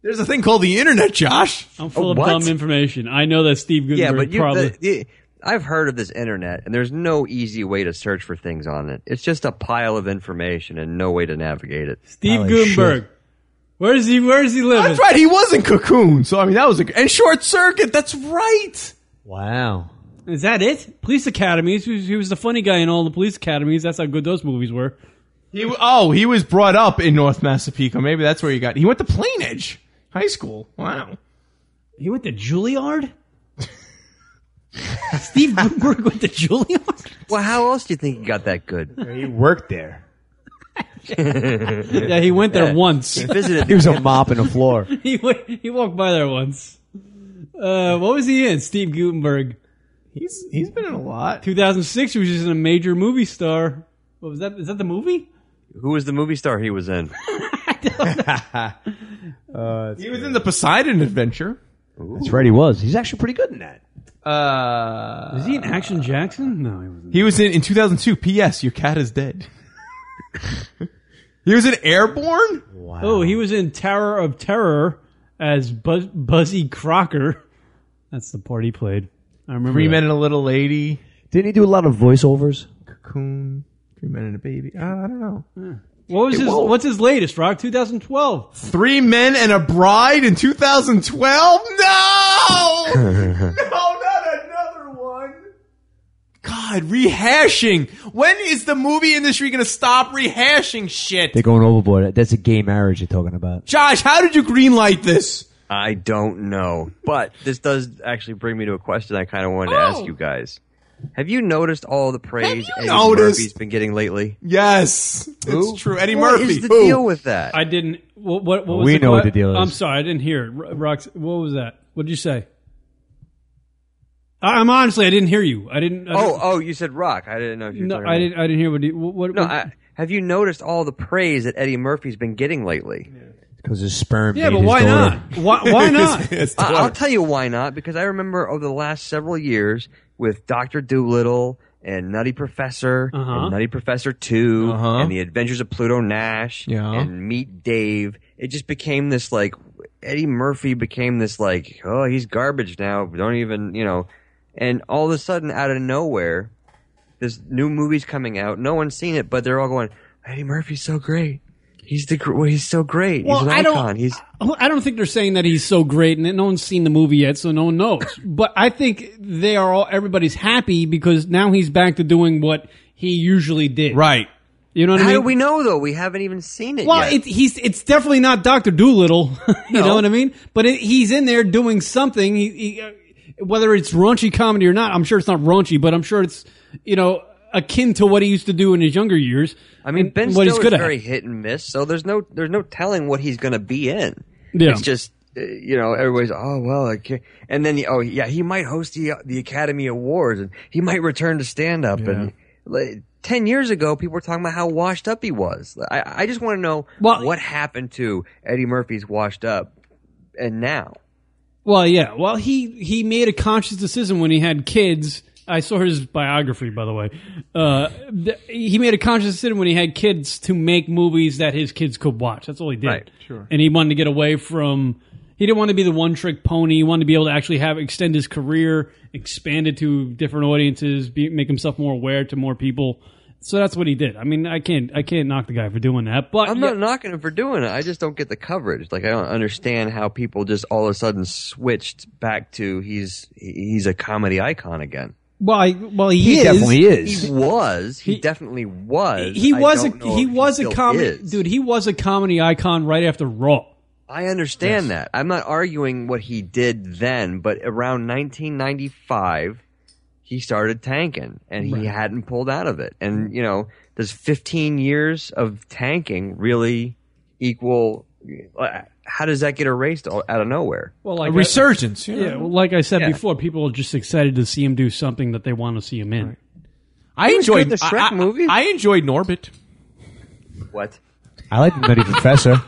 Speaker 12: There's a thing called the internet, Josh.
Speaker 1: I'm full
Speaker 14: A
Speaker 1: of
Speaker 14: what?
Speaker 1: dumb information. I know that Steve
Speaker 14: Yeah,
Speaker 1: Gutenberg
Speaker 14: but you,
Speaker 1: probably.
Speaker 14: the- the- I've heard of this internet, and there's no easy way to search for things on it. It's just a pile of information and no way to navigate it.
Speaker 1: Steve Gutenberg. Where is he? Where is he living?
Speaker 12: That's right. He was in Cocoon. So I mean, that was a and Short Circuit. That's right.
Speaker 4: Wow.
Speaker 1: Is that it? Police academies. He was, he was the funny guy in all the police academies. That's how good those movies were.
Speaker 12: He w- oh he was brought up in North Massapequa. Maybe that's where he got. He went to Plain Edge High School. Wow.
Speaker 1: He went to Juilliard. Steve Gutenberg went to Juilliard.
Speaker 14: Well, how else do you think he got that good?
Speaker 4: He worked there.
Speaker 1: Yeah, he went there once.
Speaker 14: He visited.
Speaker 4: He was a mop in the floor.
Speaker 1: he wa- he walked by there once. Uh, what was he in? Steve Gutenberg.
Speaker 12: He's he's been in a lot.
Speaker 1: 2006. He was just in a major movie star. What was that? Is that the movie?
Speaker 14: Who was the movie star he was in?
Speaker 12: He was in the Poseidon Adventure.
Speaker 4: That's right, he was. He's actually pretty good in that.
Speaker 12: Uh,
Speaker 1: Is he in Action Jackson? No, he wasn't.
Speaker 12: he was in in 2002. P.S. Your cat is dead. he was in Airborne.
Speaker 1: Oh, he was in Tower of Terror as Buzz- Buzzy Crocker. That's the part he played. I remember.
Speaker 12: Three
Speaker 1: that.
Speaker 12: Men and a Little Lady.
Speaker 4: Didn't he do a lot of voiceovers?
Speaker 12: Cocoon. Three Men and a Baby. Uh, I don't know.
Speaker 1: What was his?
Speaker 12: whoa.
Speaker 1: What's his latest? Rock 2012.
Speaker 12: Three Men and a Bride in 2012? No! no, not another one. God, rehashing. When is the movie industry going to stop rehashing shit?
Speaker 4: They're going overboard. That's a gay marriage you're talking about.
Speaker 12: Josh, how did you greenlight this?
Speaker 14: I don't know. But this does actually bring me to a question I kind of wanted to ask you guys. Have you noticed all the praise Eddie
Speaker 12: noticed?
Speaker 14: Murphy's been getting lately?
Speaker 12: Yes,
Speaker 14: Who?
Speaker 12: it's true. Eddie
Speaker 14: What
Speaker 12: Murphy.
Speaker 14: is the
Speaker 12: Who?
Speaker 14: deal with that?
Speaker 1: I didn't. What? What, what was
Speaker 4: We
Speaker 1: the
Speaker 4: know what
Speaker 1: que-
Speaker 4: the deal is.
Speaker 1: I'm sorry, I didn't hear. Ro- Rox, what was that? What did you say? I, I'm honestly, I didn't hear you. I didn't. I
Speaker 14: Oh,
Speaker 1: didn't-
Speaker 14: oh, you said rock. I didn't know if you were
Speaker 1: no,
Speaker 14: talking
Speaker 1: I
Speaker 14: about-
Speaker 1: didn't. I didn't hear what. You, what, what
Speaker 14: No, I, have you noticed all the praise that Eddie Murphy's been getting lately?
Speaker 4: Because his sperm.
Speaker 1: yeah,
Speaker 4: made
Speaker 1: but
Speaker 4: his
Speaker 1: why
Speaker 4: daughter.
Speaker 1: not? Why, why not?
Speaker 14: I, I'll tell you why not. Because I remember over the last several years with Doctor Doolittle and Nutty Professor
Speaker 1: Uh-huh.
Speaker 14: and Nutty Professor 2
Speaker 12: Uh-huh.
Speaker 14: and The Adventures of Pluto Nash
Speaker 12: Yeah.
Speaker 14: and Meet Dave, it just became this like Eddie Murphy became this like oh he's garbage now. Don't even you know. And all of a sudden, out of nowhere, this new movie's coming out. No one's seen it, but they're all going, Eddie Murphy's so great. He's the gr- well, he's so great.
Speaker 1: Well,
Speaker 14: he's an
Speaker 1: I
Speaker 14: icon.
Speaker 1: don't-
Speaker 14: he's
Speaker 1: I don't think they're saying that he's so great, and that no one's seen the movie yet, so no one knows. But I think they are all. Everybody's happy because now he's back to doing what he usually did.
Speaker 12: Right.
Speaker 1: You know what
Speaker 14: How
Speaker 1: I mean?
Speaker 14: do we know though? We haven't even seen it
Speaker 1: Well,
Speaker 14: yet.
Speaker 1: it, he's it's definitely not Doctor Doolittle. you know what I mean? But it, he's in there doing something. He, he, uh, whether it's raunchy comedy or not, I'm sure it's not raunchy, but I'm sure it's you know akin to what he used to do in his younger years.
Speaker 14: I mean, Ben
Speaker 1: what
Speaker 14: Stiller's
Speaker 1: he's good at.
Speaker 14: very hit and miss, so there's no there's no telling what he's going to be in.
Speaker 1: Yeah.
Speaker 14: It's just uh, you know everybody's oh well, I can't. and then oh yeah, he might host the the Academy Awards and he might return to stand up and like, ten years ago people were talking about how washed up he was. I I just want to know what happened to Eddie Murphy's washed up and now.
Speaker 1: Well, yeah. Well, he he made a conscious decision when he had kids. I saw his biography, by the way. Uh, th- he made a conscious decision when he had kids to make movies that his kids could watch. That's all he did.
Speaker 14: Right, sure.
Speaker 1: And he wanted to get away from. He didn't want to be the one trick pony. He wanted to be able to actually have extend his career, expand it to different audiences, be, make himself more aware to more people. So that's what he did. I mean, I can't I can't knock the guy for doing that. But
Speaker 14: I'm not knocking him for doing it. I just don't get the coverage. Like I don't understand how people just all of a sudden switched back to he's he's a comedy icon again.
Speaker 1: well, I, well, he,
Speaker 14: He
Speaker 1: is.
Speaker 14: definitely He was. He, definitely was.
Speaker 1: he
Speaker 14: I
Speaker 1: was a
Speaker 14: don't know
Speaker 1: he
Speaker 14: if
Speaker 1: was a
Speaker 14: still
Speaker 1: comedy
Speaker 14: is.
Speaker 1: dude. He was a comedy icon right after Raw.
Speaker 14: I understand that. I'm not arguing what he did then, but around 1995, he started tanking, and he
Speaker 5: Right.
Speaker 14: hadn't pulled out of it. And you know, does 15 years of tanking really equal? How does that get erased all- out of nowhere?
Speaker 1: Well,
Speaker 12: like A I- resurgence, yeah.
Speaker 1: well, like I said
Speaker 14: Yeah.
Speaker 1: before, people are just excited to see him do something that they want to see him in.
Speaker 12: I
Speaker 1: He was good
Speaker 12: enjoyed
Speaker 1: in the Shrek
Speaker 12: I, I- I enjoyed Norbit.
Speaker 14: What?
Speaker 4: I like the Nutty Professor.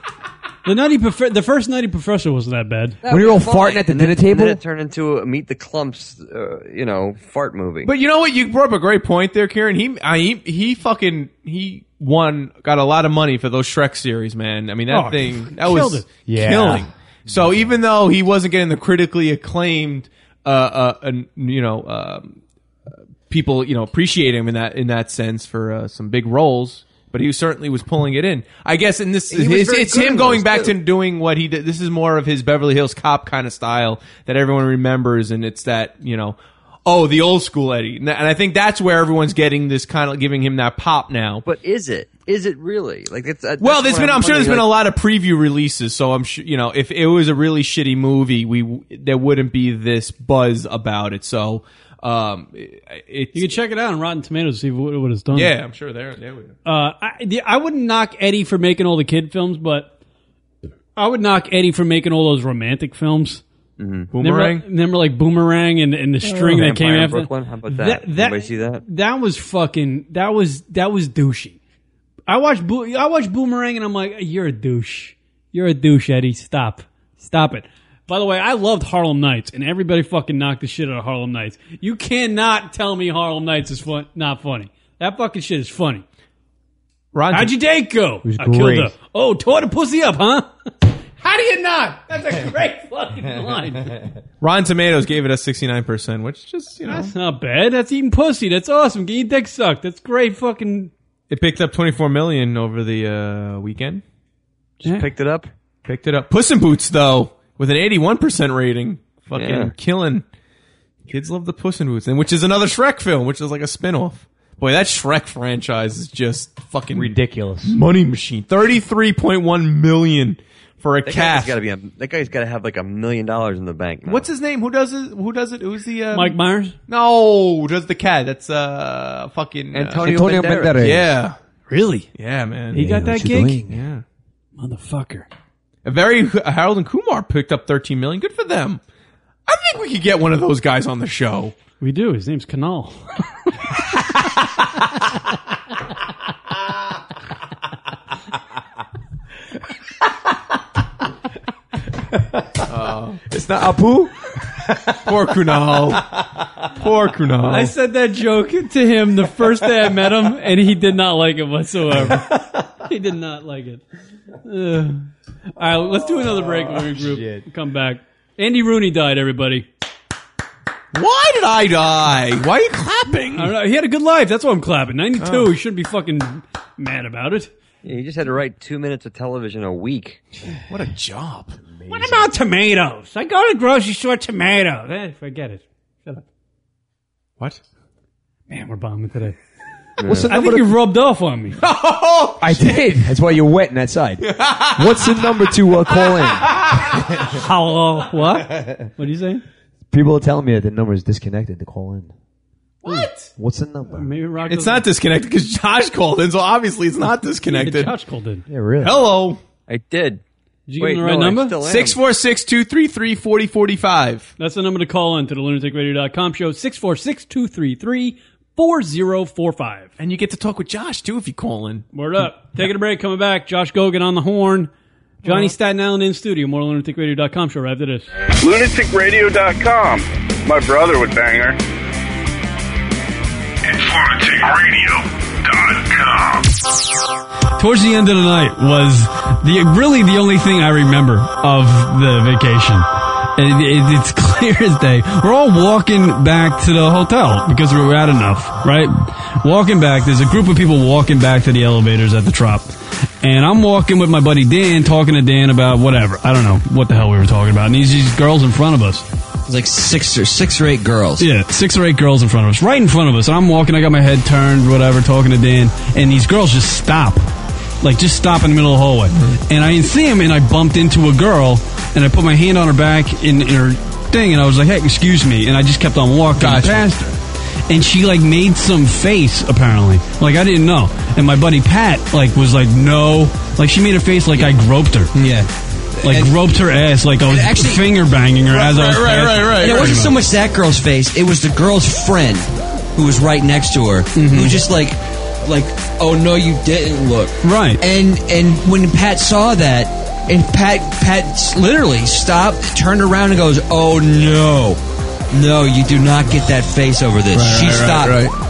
Speaker 1: The nutty prof- the first nutty professor wasn't that bad.
Speaker 14: That was fine. And then- and then it turned into a Meet the Clumps, uh, you know, fart movie.
Speaker 12: But you know what? You brought up a great point there, Karen. He I, he- he fucking he won got a lot of money for those Shrek series, man. I mean that
Speaker 1: Oh,
Speaker 12: thing that
Speaker 1: killed
Speaker 12: was
Speaker 1: it. Yeah.
Speaker 12: killing. So even though he wasn't getting the critically acclaimed, uh, uh, an- you know, um, uh, people you know appreciate him in that in that sense for uh, some big roles. But he certainly was pulling it in. I guess, and this
Speaker 14: He was
Speaker 12: it's,
Speaker 14: very
Speaker 12: it's
Speaker 14: good
Speaker 12: him
Speaker 14: in
Speaker 12: going
Speaker 14: those,
Speaker 12: back
Speaker 14: too.
Speaker 12: to doing what he did. This is more of his Beverly Hills Cop kind of style that everyone remembers, and it's that you know, oh, the old school Eddie, and I think that's where everyone's getting this kind of giving him that pop now.
Speaker 14: But is it? Is it really? Like it's uh,
Speaker 12: Well,
Speaker 14: that's
Speaker 12: there's
Speaker 14: what
Speaker 12: been. I'm, sure there's
Speaker 14: wondering,
Speaker 12: been a
Speaker 14: like,
Speaker 12: lot of preview releases, so I'm sure you know if it was a really shitty movie, we w- there wouldn't be this buzz about it. So, um, it, it,
Speaker 1: You can check it out on Rotten Tomatoes to see what, what it's done.
Speaker 12: yeah, I'm sure there there we go.
Speaker 1: Uh, I, the- I wouldn't knock Eddie for making all the kid films, but I would knock Eddie for making all those romantic films. Remember-
Speaker 12: Boomerang?
Speaker 1: remember, like Boomerang and, and the string that came
Speaker 14: Vampire in
Speaker 1: after
Speaker 14: Brooklyn? How about that? Anybody see that?
Speaker 1: That was fucking. That was that was douchey. I watched Bo- I watched Boomerang and I'm like, you're a douche. You're a douche, Eddie. Stop. Stop it. By the way, I loved Harlem Nights, and everybody fucking knocked the shit out of Harlem Nights. You cannot tell me Harlem Nights is fun- not funny. That fucking shit is funny.
Speaker 12: Ron,
Speaker 1: How'd your date go?
Speaker 12: was
Speaker 1: I killed
Speaker 12: great.
Speaker 1: her. Oh, tore the pussy up, huh? How do you not? That's a great fucking
Speaker 12: line.
Speaker 1: line.
Speaker 12: Ron Tomatoes gave it a 69 percent, which just you know
Speaker 1: That's not bad. That's eating pussy. That's awesome. Get your dick sucked. That's great fucking
Speaker 12: it picked up 24 million over the uh, weekend.
Speaker 14: Just picked it up.
Speaker 12: Picked it up. Puss in Boots though with an 81 percent rating, fucking
Speaker 14: Yeah.
Speaker 12: killing. Kids love the Puss in Boots, and which is another Shrek film, which is like a spin-off. Boy, that Shrek franchise is just fucking
Speaker 4: ridiculous.
Speaker 12: Money machine. Thirty-three point one million for a
Speaker 14: That guy's
Speaker 12: calf.
Speaker 14: got to be. A, that guy's got to have like a million dollars in the bank. Now.
Speaker 12: What's his name? Who does it? Who does it? Who's the uh,
Speaker 1: Mike Myers?
Speaker 12: No, does the cat? That's uh fucking uh,
Speaker 14: Antonio Antonio Banderas. Banderas.
Speaker 12: Yeah,
Speaker 1: Really?
Speaker 12: Yeah, man.
Speaker 1: He got that gig?
Speaker 12: Yeah.
Speaker 1: Motherfucker.
Speaker 12: A very Harold and Kumar picked up 13 million. Good for them. I think we could get one of those guys on the show.
Speaker 1: We do. His name's Canal.
Speaker 12: it's not Apu. Poor Kunal. Poor Kunal.
Speaker 1: I said that joke to him the first day I met him, and he did not like it whatsoever. he did not like it. Ugh. All right, let's do another break when we group. Come back. Andy Rooney died, everybody.
Speaker 12: Why did I die? Why are you clapping?
Speaker 1: I don't know. He had a good life. That's why I'm clapping. 92.
Speaker 14: Oh.
Speaker 1: He shouldn't be fucking mad about it.
Speaker 14: Yeah, he just had to write two minutes of television a week.
Speaker 12: What a job.
Speaker 1: What about tomatoes? I go to the grocery store, tomatoes. Eh, forget it. Shut up.
Speaker 12: What?
Speaker 1: Man, we're bombing today.
Speaker 4: What's the
Speaker 1: I think
Speaker 4: number
Speaker 1: you rubbed off on me.
Speaker 4: I did. That's why you're wet in that side. What's the number to uh, call in?
Speaker 1: Hello. What? What are you saying?
Speaker 24: People are telling me that the number is disconnected to call in.
Speaker 12: What?
Speaker 24: What's the number?
Speaker 14: Maybe Rock
Speaker 12: It's not disconnected because Josh called in, so obviously it's not disconnected.
Speaker 14: Josh called in.
Speaker 24: Yeah, really.
Speaker 12: Hello.
Speaker 25: I did.
Speaker 14: Did you give him the right number?
Speaker 12: 646 233 4045.
Speaker 14: That's the number to call in to the lunaticradio.com show, 646 233 4045.
Speaker 12: And you get to talk with Josh, too, if you call in.
Speaker 14: Word up. Taking a break, coming back. Josh Gogan on the horn. Johnny Staten Island in studio. More lunaticradio.com show right after this.
Speaker 13: LunaticRadio.com. My brother would bang her.
Speaker 1: Towards the end of the night was the really the only thing I remember of the vacation. And it- it- it's clear as day. We're all walking back to the hotel because we were out enough, right? Walking back. There's a group of people walking back to the elevators at the Trop. And I'm walking with my buddy Dan, talking to Dan about whatever. I don't know what the hell we were talking about. And these, these girls in front of us.
Speaker 4: It's like six or six or eight girls.
Speaker 1: Yeah, six or eight girls in front of us, right in front of us. And I'm walking, I got my head turned, whatever, talking to Dan, and these girls just stop. Like, just stop in the middle of the hallway.
Speaker 4: Mm-hmm.
Speaker 1: And I didn't see him, and I bumped into a girl, and I put my hand on her back in, in her thing, and I was like, hey, excuse me. And I just kept on walking past her. And she, like, made some face, apparently. Like, I didn't know. And my buddy Pat, like, was like, no. Like, she made a face like I groped her. Yeah. Like, groped her ass, like I was
Speaker 4: actually-
Speaker 1: finger banging her as I was passing.
Speaker 4: And it wasn't so much that girl's face; it was the girl's friend who was right next to her,
Speaker 1: Mm-hmm.
Speaker 4: who just like, like, oh no, you didn't look
Speaker 1: right.
Speaker 4: And and when Pat saw that, and Pat Pat s- literally stopped, turned around, and goes, oh no, no, you do not get that face over this.
Speaker 26: Right,
Speaker 4: she
Speaker 26: right, right,
Speaker 4: stopped.
Speaker 26: right.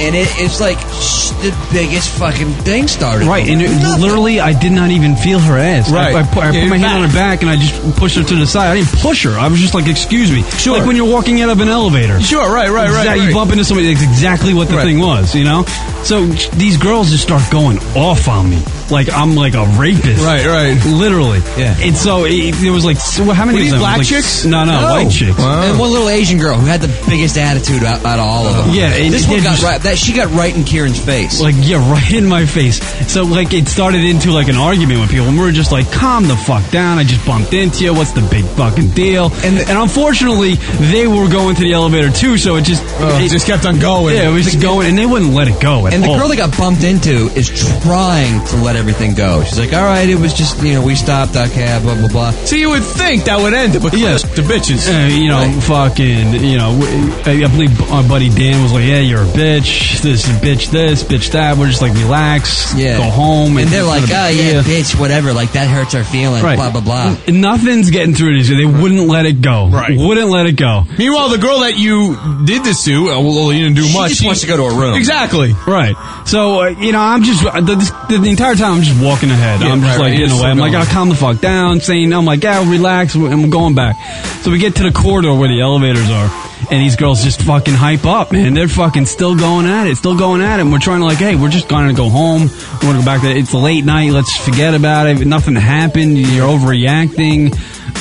Speaker 4: And it, it's like sh- the biggest fucking thing started.
Speaker 1: Right, and it, literally, I did not even feel her ass.
Speaker 4: Right.
Speaker 1: I, I, pu- I
Speaker 4: Yeah,
Speaker 1: put my
Speaker 4: your
Speaker 1: hand on her back and I just pushed her to the side. I didn't push her. I was just like, "Excuse me." Sure. Like when you're walking out of an elevator.
Speaker 12: Sure, right, right, right,
Speaker 1: Exact-
Speaker 12: right.
Speaker 1: You bump into somebody. That's exactly what the
Speaker 12: Right.
Speaker 1: thing was, you know. So these girls just start going off on me, like I'm like a rapist.
Speaker 12: Right, right.
Speaker 1: Literally. Yeah. And so it, there was like, so how many
Speaker 4: Were
Speaker 1: of
Speaker 4: these
Speaker 1: them?
Speaker 4: black
Speaker 1: Like,
Speaker 4: chicks?
Speaker 1: No, no,
Speaker 4: No.
Speaker 1: white chicks.
Speaker 4: And one little Asian girl who had the biggest attitude out, out of all of them.
Speaker 1: Yeah, and
Speaker 4: this
Speaker 1: it-
Speaker 4: one
Speaker 1: it
Speaker 4: got
Speaker 1: just-
Speaker 4: right. That she got right in Kieran's face.
Speaker 1: Like, yeah, right in my face. So, like, it started into, like, an argument with people, and we were just like, calm the fuck down. I just bumped into you. What's the big fucking deal? And, and unfortunately, they were going to the elevator, too, so it just... Oh, it just kept on going. Yeah, it was just going, and they wouldn't let it go at
Speaker 4: And the
Speaker 1: all.
Speaker 4: girl that got bumped into is trying to let everything go. She's like, "All right, it was just you know we stopped, okay, blah blah blah."
Speaker 12: So you would think that would end it, but yes, the bitches.
Speaker 1: Uh, you know, fucking, you know, w- I I believe our buddy Dan was like, yeah, you're a bitch, this, bitch this, bitch that. We're just like, relax,
Speaker 4: Yeah.
Speaker 1: go home.
Speaker 4: And they're like, "Oh yeah,
Speaker 1: yeah.
Speaker 4: bitch, whatever." Like that hurts our feelings.
Speaker 1: Right.
Speaker 4: Blah blah blah.
Speaker 1: N- Nothing's getting through this. They wouldn't let it go. Right. Wouldn't let it go.
Speaker 12: Meanwhile, the girl that you did this to, uh, well, you didn't do
Speaker 4: She
Speaker 12: much.
Speaker 4: just wants to go to her room.
Speaker 12: Exactly.
Speaker 1: Right. So uh, you know, I'm just uh, the, the, the entire time I'm just walking ahead.
Speaker 12: Yeah,
Speaker 1: I'm just
Speaker 12: right,
Speaker 1: like
Speaker 12: right.
Speaker 1: getting
Speaker 12: You're
Speaker 1: away. I'm
Speaker 12: still
Speaker 1: like,
Speaker 12: going.
Speaker 1: I'll calm the fuck down. Saying, I'm like, yeah, relax, and we're going back. So we get to the corridor where the elevators are, and these girls just fucking hype up, man. They're fucking still going at it, still going at it. And we're trying to like, hey, we're just going to go home. We want to go back to it's late night. Let's forget about it. Nothing happened. You're overreacting.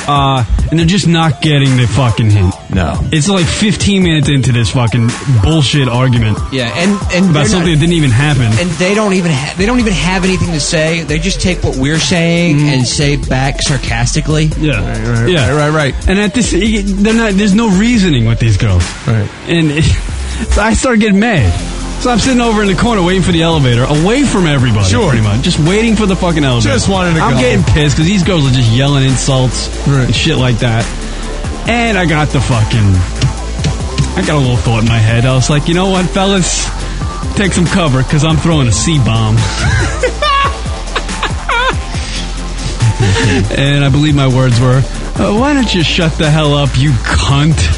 Speaker 1: Uh, and they're just not getting the fucking hint. No. It's like 15 minutes into this fucking bullshit argument.
Speaker 4: Yeah, and and
Speaker 1: About
Speaker 4: they're
Speaker 1: something
Speaker 4: not-
Speaker 1: that didn't even happen.
Speaker 4: and they don't even ha- they don't even have anything to say. They just take what we're saying and say back sarcastically.
Speaker 1: Yeah, yeah, Mm. right, right. And at this, they're not. There's no reasoning with these girls. Right. And it, so I start getting mad. So I'm sitting over in the corner waiting for the elevator, away from everybody.
Speaker 12: Sure.
Speaker 1: Pretty much, just waiting for the fucking elevator.
Speaker 12: Just wanted to
Speaker 1: I'm
Speaker 12: go.
Speaker 1: getting pissed because these girls are just yelling insults and shit like that. And I got the fucking. I got a little thought in my head. I was like, you know what, fellas, take some cover because I'm throwing a C bomb. and I believe my words were, uh, "Why don't you shut the hell up, you cunt."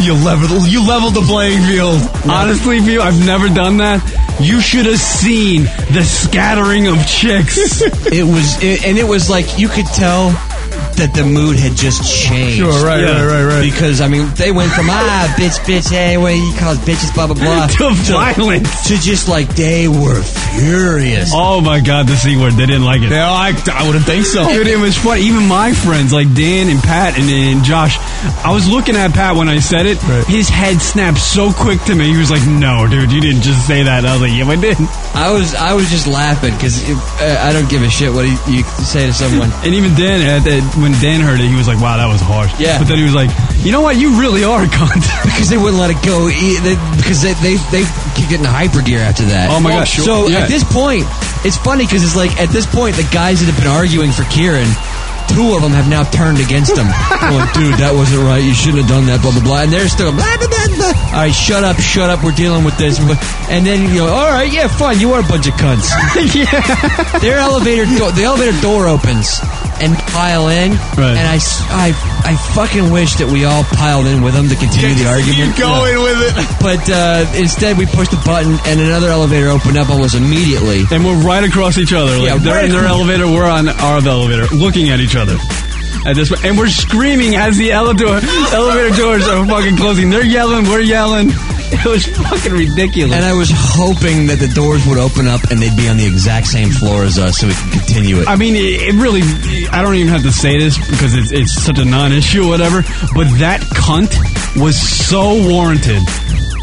Speaker 12: You leveled, you leveled the playing field.
Speaker 1: Honestly, View, I've never done that. You should have seen the scattering of chicks.
Speaker 4: it was it, and it was like you could tell that the mood had just changed.
Speaker 12: Sure, right, Yeah. right, right, right.
Speaker 4: Because I mean, they went from ah, bitch, bitch, hey, what do you call us, bitches, blah blah blah,
Speaker 1: To violence,
Speaker 4: to just like they were furious.
Speaker 1: Oh my god, the C word. They didn't like it.
Speaker 12: No, I, I wouldn't think so.
Speaker 1: Dude, it was funny. Even my friends, like Dan and Pat and, and Josh, I was looking at Pat when I said it. His head snapped so quick to me. He was like, "No, dude, you didn't just say that." And I was like, "Yeah, I did."
Speaker 4: I was I was just laughing because uh, I don't give a shit what you, you say to someone.
Speaker 1: And even Dan, at, at,
Speaker 27: when Dan heard it, he was like, "Wow, that was harsh." Yeah. But then he was like, "You know what? You really are a cunt."
Speaker 4: because they wouldn't let it go. e- they- Because they they they keep getting hyper gear after that.
Speaker 27: Oh my God, sure.
Speaker 4: So
Speaker 27: Yeah.
Speaker 4: at this point, it's funny because it's like at this point, the guys that have been arguing for Kieran. Two of them have now turned against him. Going, dude, that wasn't right. You shouldn't have done that. Blah blah blah. And they're still blah blah blah. blah. All right, shut up, shut up. We're dealing with this. And then you go, all right, yeah, fine. You are a bunch of cunts. yeah. Their elevator, do- the elevator door opens, and pile in. Right. And I, s- I- I fucking wish that we all piled in with them to continue the argument.
Speaker 12: going
Speaker 4: with it. But uh, instead, we pushed the button, and another elevator opened up almost immediately.
Speaker 27: And we're right across each other. Like
Speaker 4: Yeah,
Speaker 27: they're
Speaker 4: right
Speaker 27: in their
Speaker 4: across-
Speaker 27: elevator, we're on our elevator, looking at each other. At this point, and we're screaming as the elevator elevator doors are fucking closing. They're yelling, we're yelling. It was fucking ridiculous.
Speaker 4: And I was hoping that the doors would open up and they'd be on the exact same floor as us, so we could continue it.
Speaker 27: I mean, it, it really. I don't even have to say this because it's, it's such a non-issue, or whatever. But that cunt was so warranted,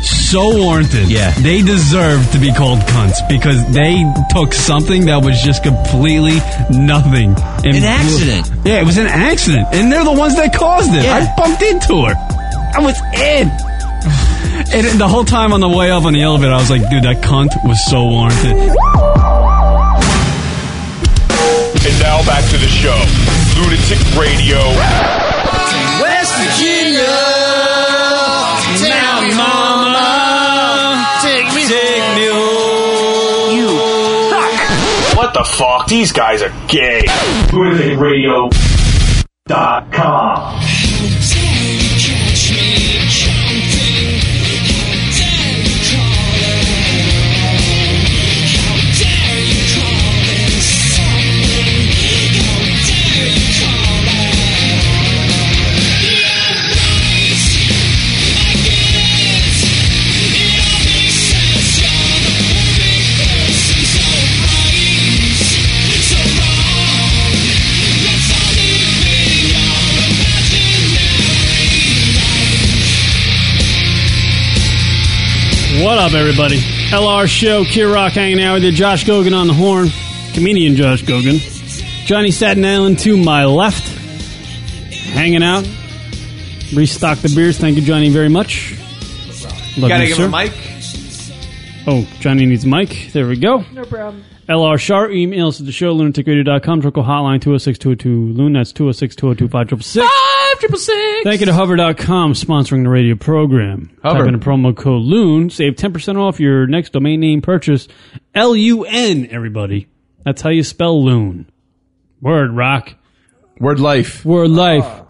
Speaker 27: so warranted. Yeah, they deserve to be called cunts because they took something that was just completely nothing. and
Speaker 4: An
Speaker 27: blew-
Speaker 4: accident.
Speaker 27: Yeah, it was an accident, and they're the ones that caused it. I bumped into her. I was in. And the whole time on the way up on the elevator, I was like, dude, that cunt was so warranted.
Speaker 28: And now back to the show. Lunatic Radio.
Speaker 29: West Virginia. Now, mama. Take me Take me home. You suck.
Speaker 28: What the fuck? These guys are gay. LunaticRadio.com.
Speaker 1: What up, everybody? LR Show, Kier Rock hanging out with you. Josh Gogan on the horn, comedian Josh Gogan. Johnny Staten Island to my left, hanging out. Restock the beers. Thank you, Johnny, very much. Love
Speaker 12: Gotta
Speaker 1: you,
Speaker 12: give
Speaker 1: sir.
Speaker 12: him a mic.
Speaker 1: Oh, Johnny needs a mic. There we go.
Speaker 12: No problem.
Speaker 1: LR Sharp, emails to the show, lunaticradio.com, trickle hotline 206 202 Loon. That's 206 202
Speaker 29: Five triple six.
Speaker 1: Thank you to hover.com sponsoring the radio program.
Speaker 29: Hover.
Speaker 1: Type in a promo code LUN, save 10% off your next domain name purchase. L U N, everybody. That's how you spell LUN. Word rock.
Speaker 12: Word life.
Speaker 1: Word life.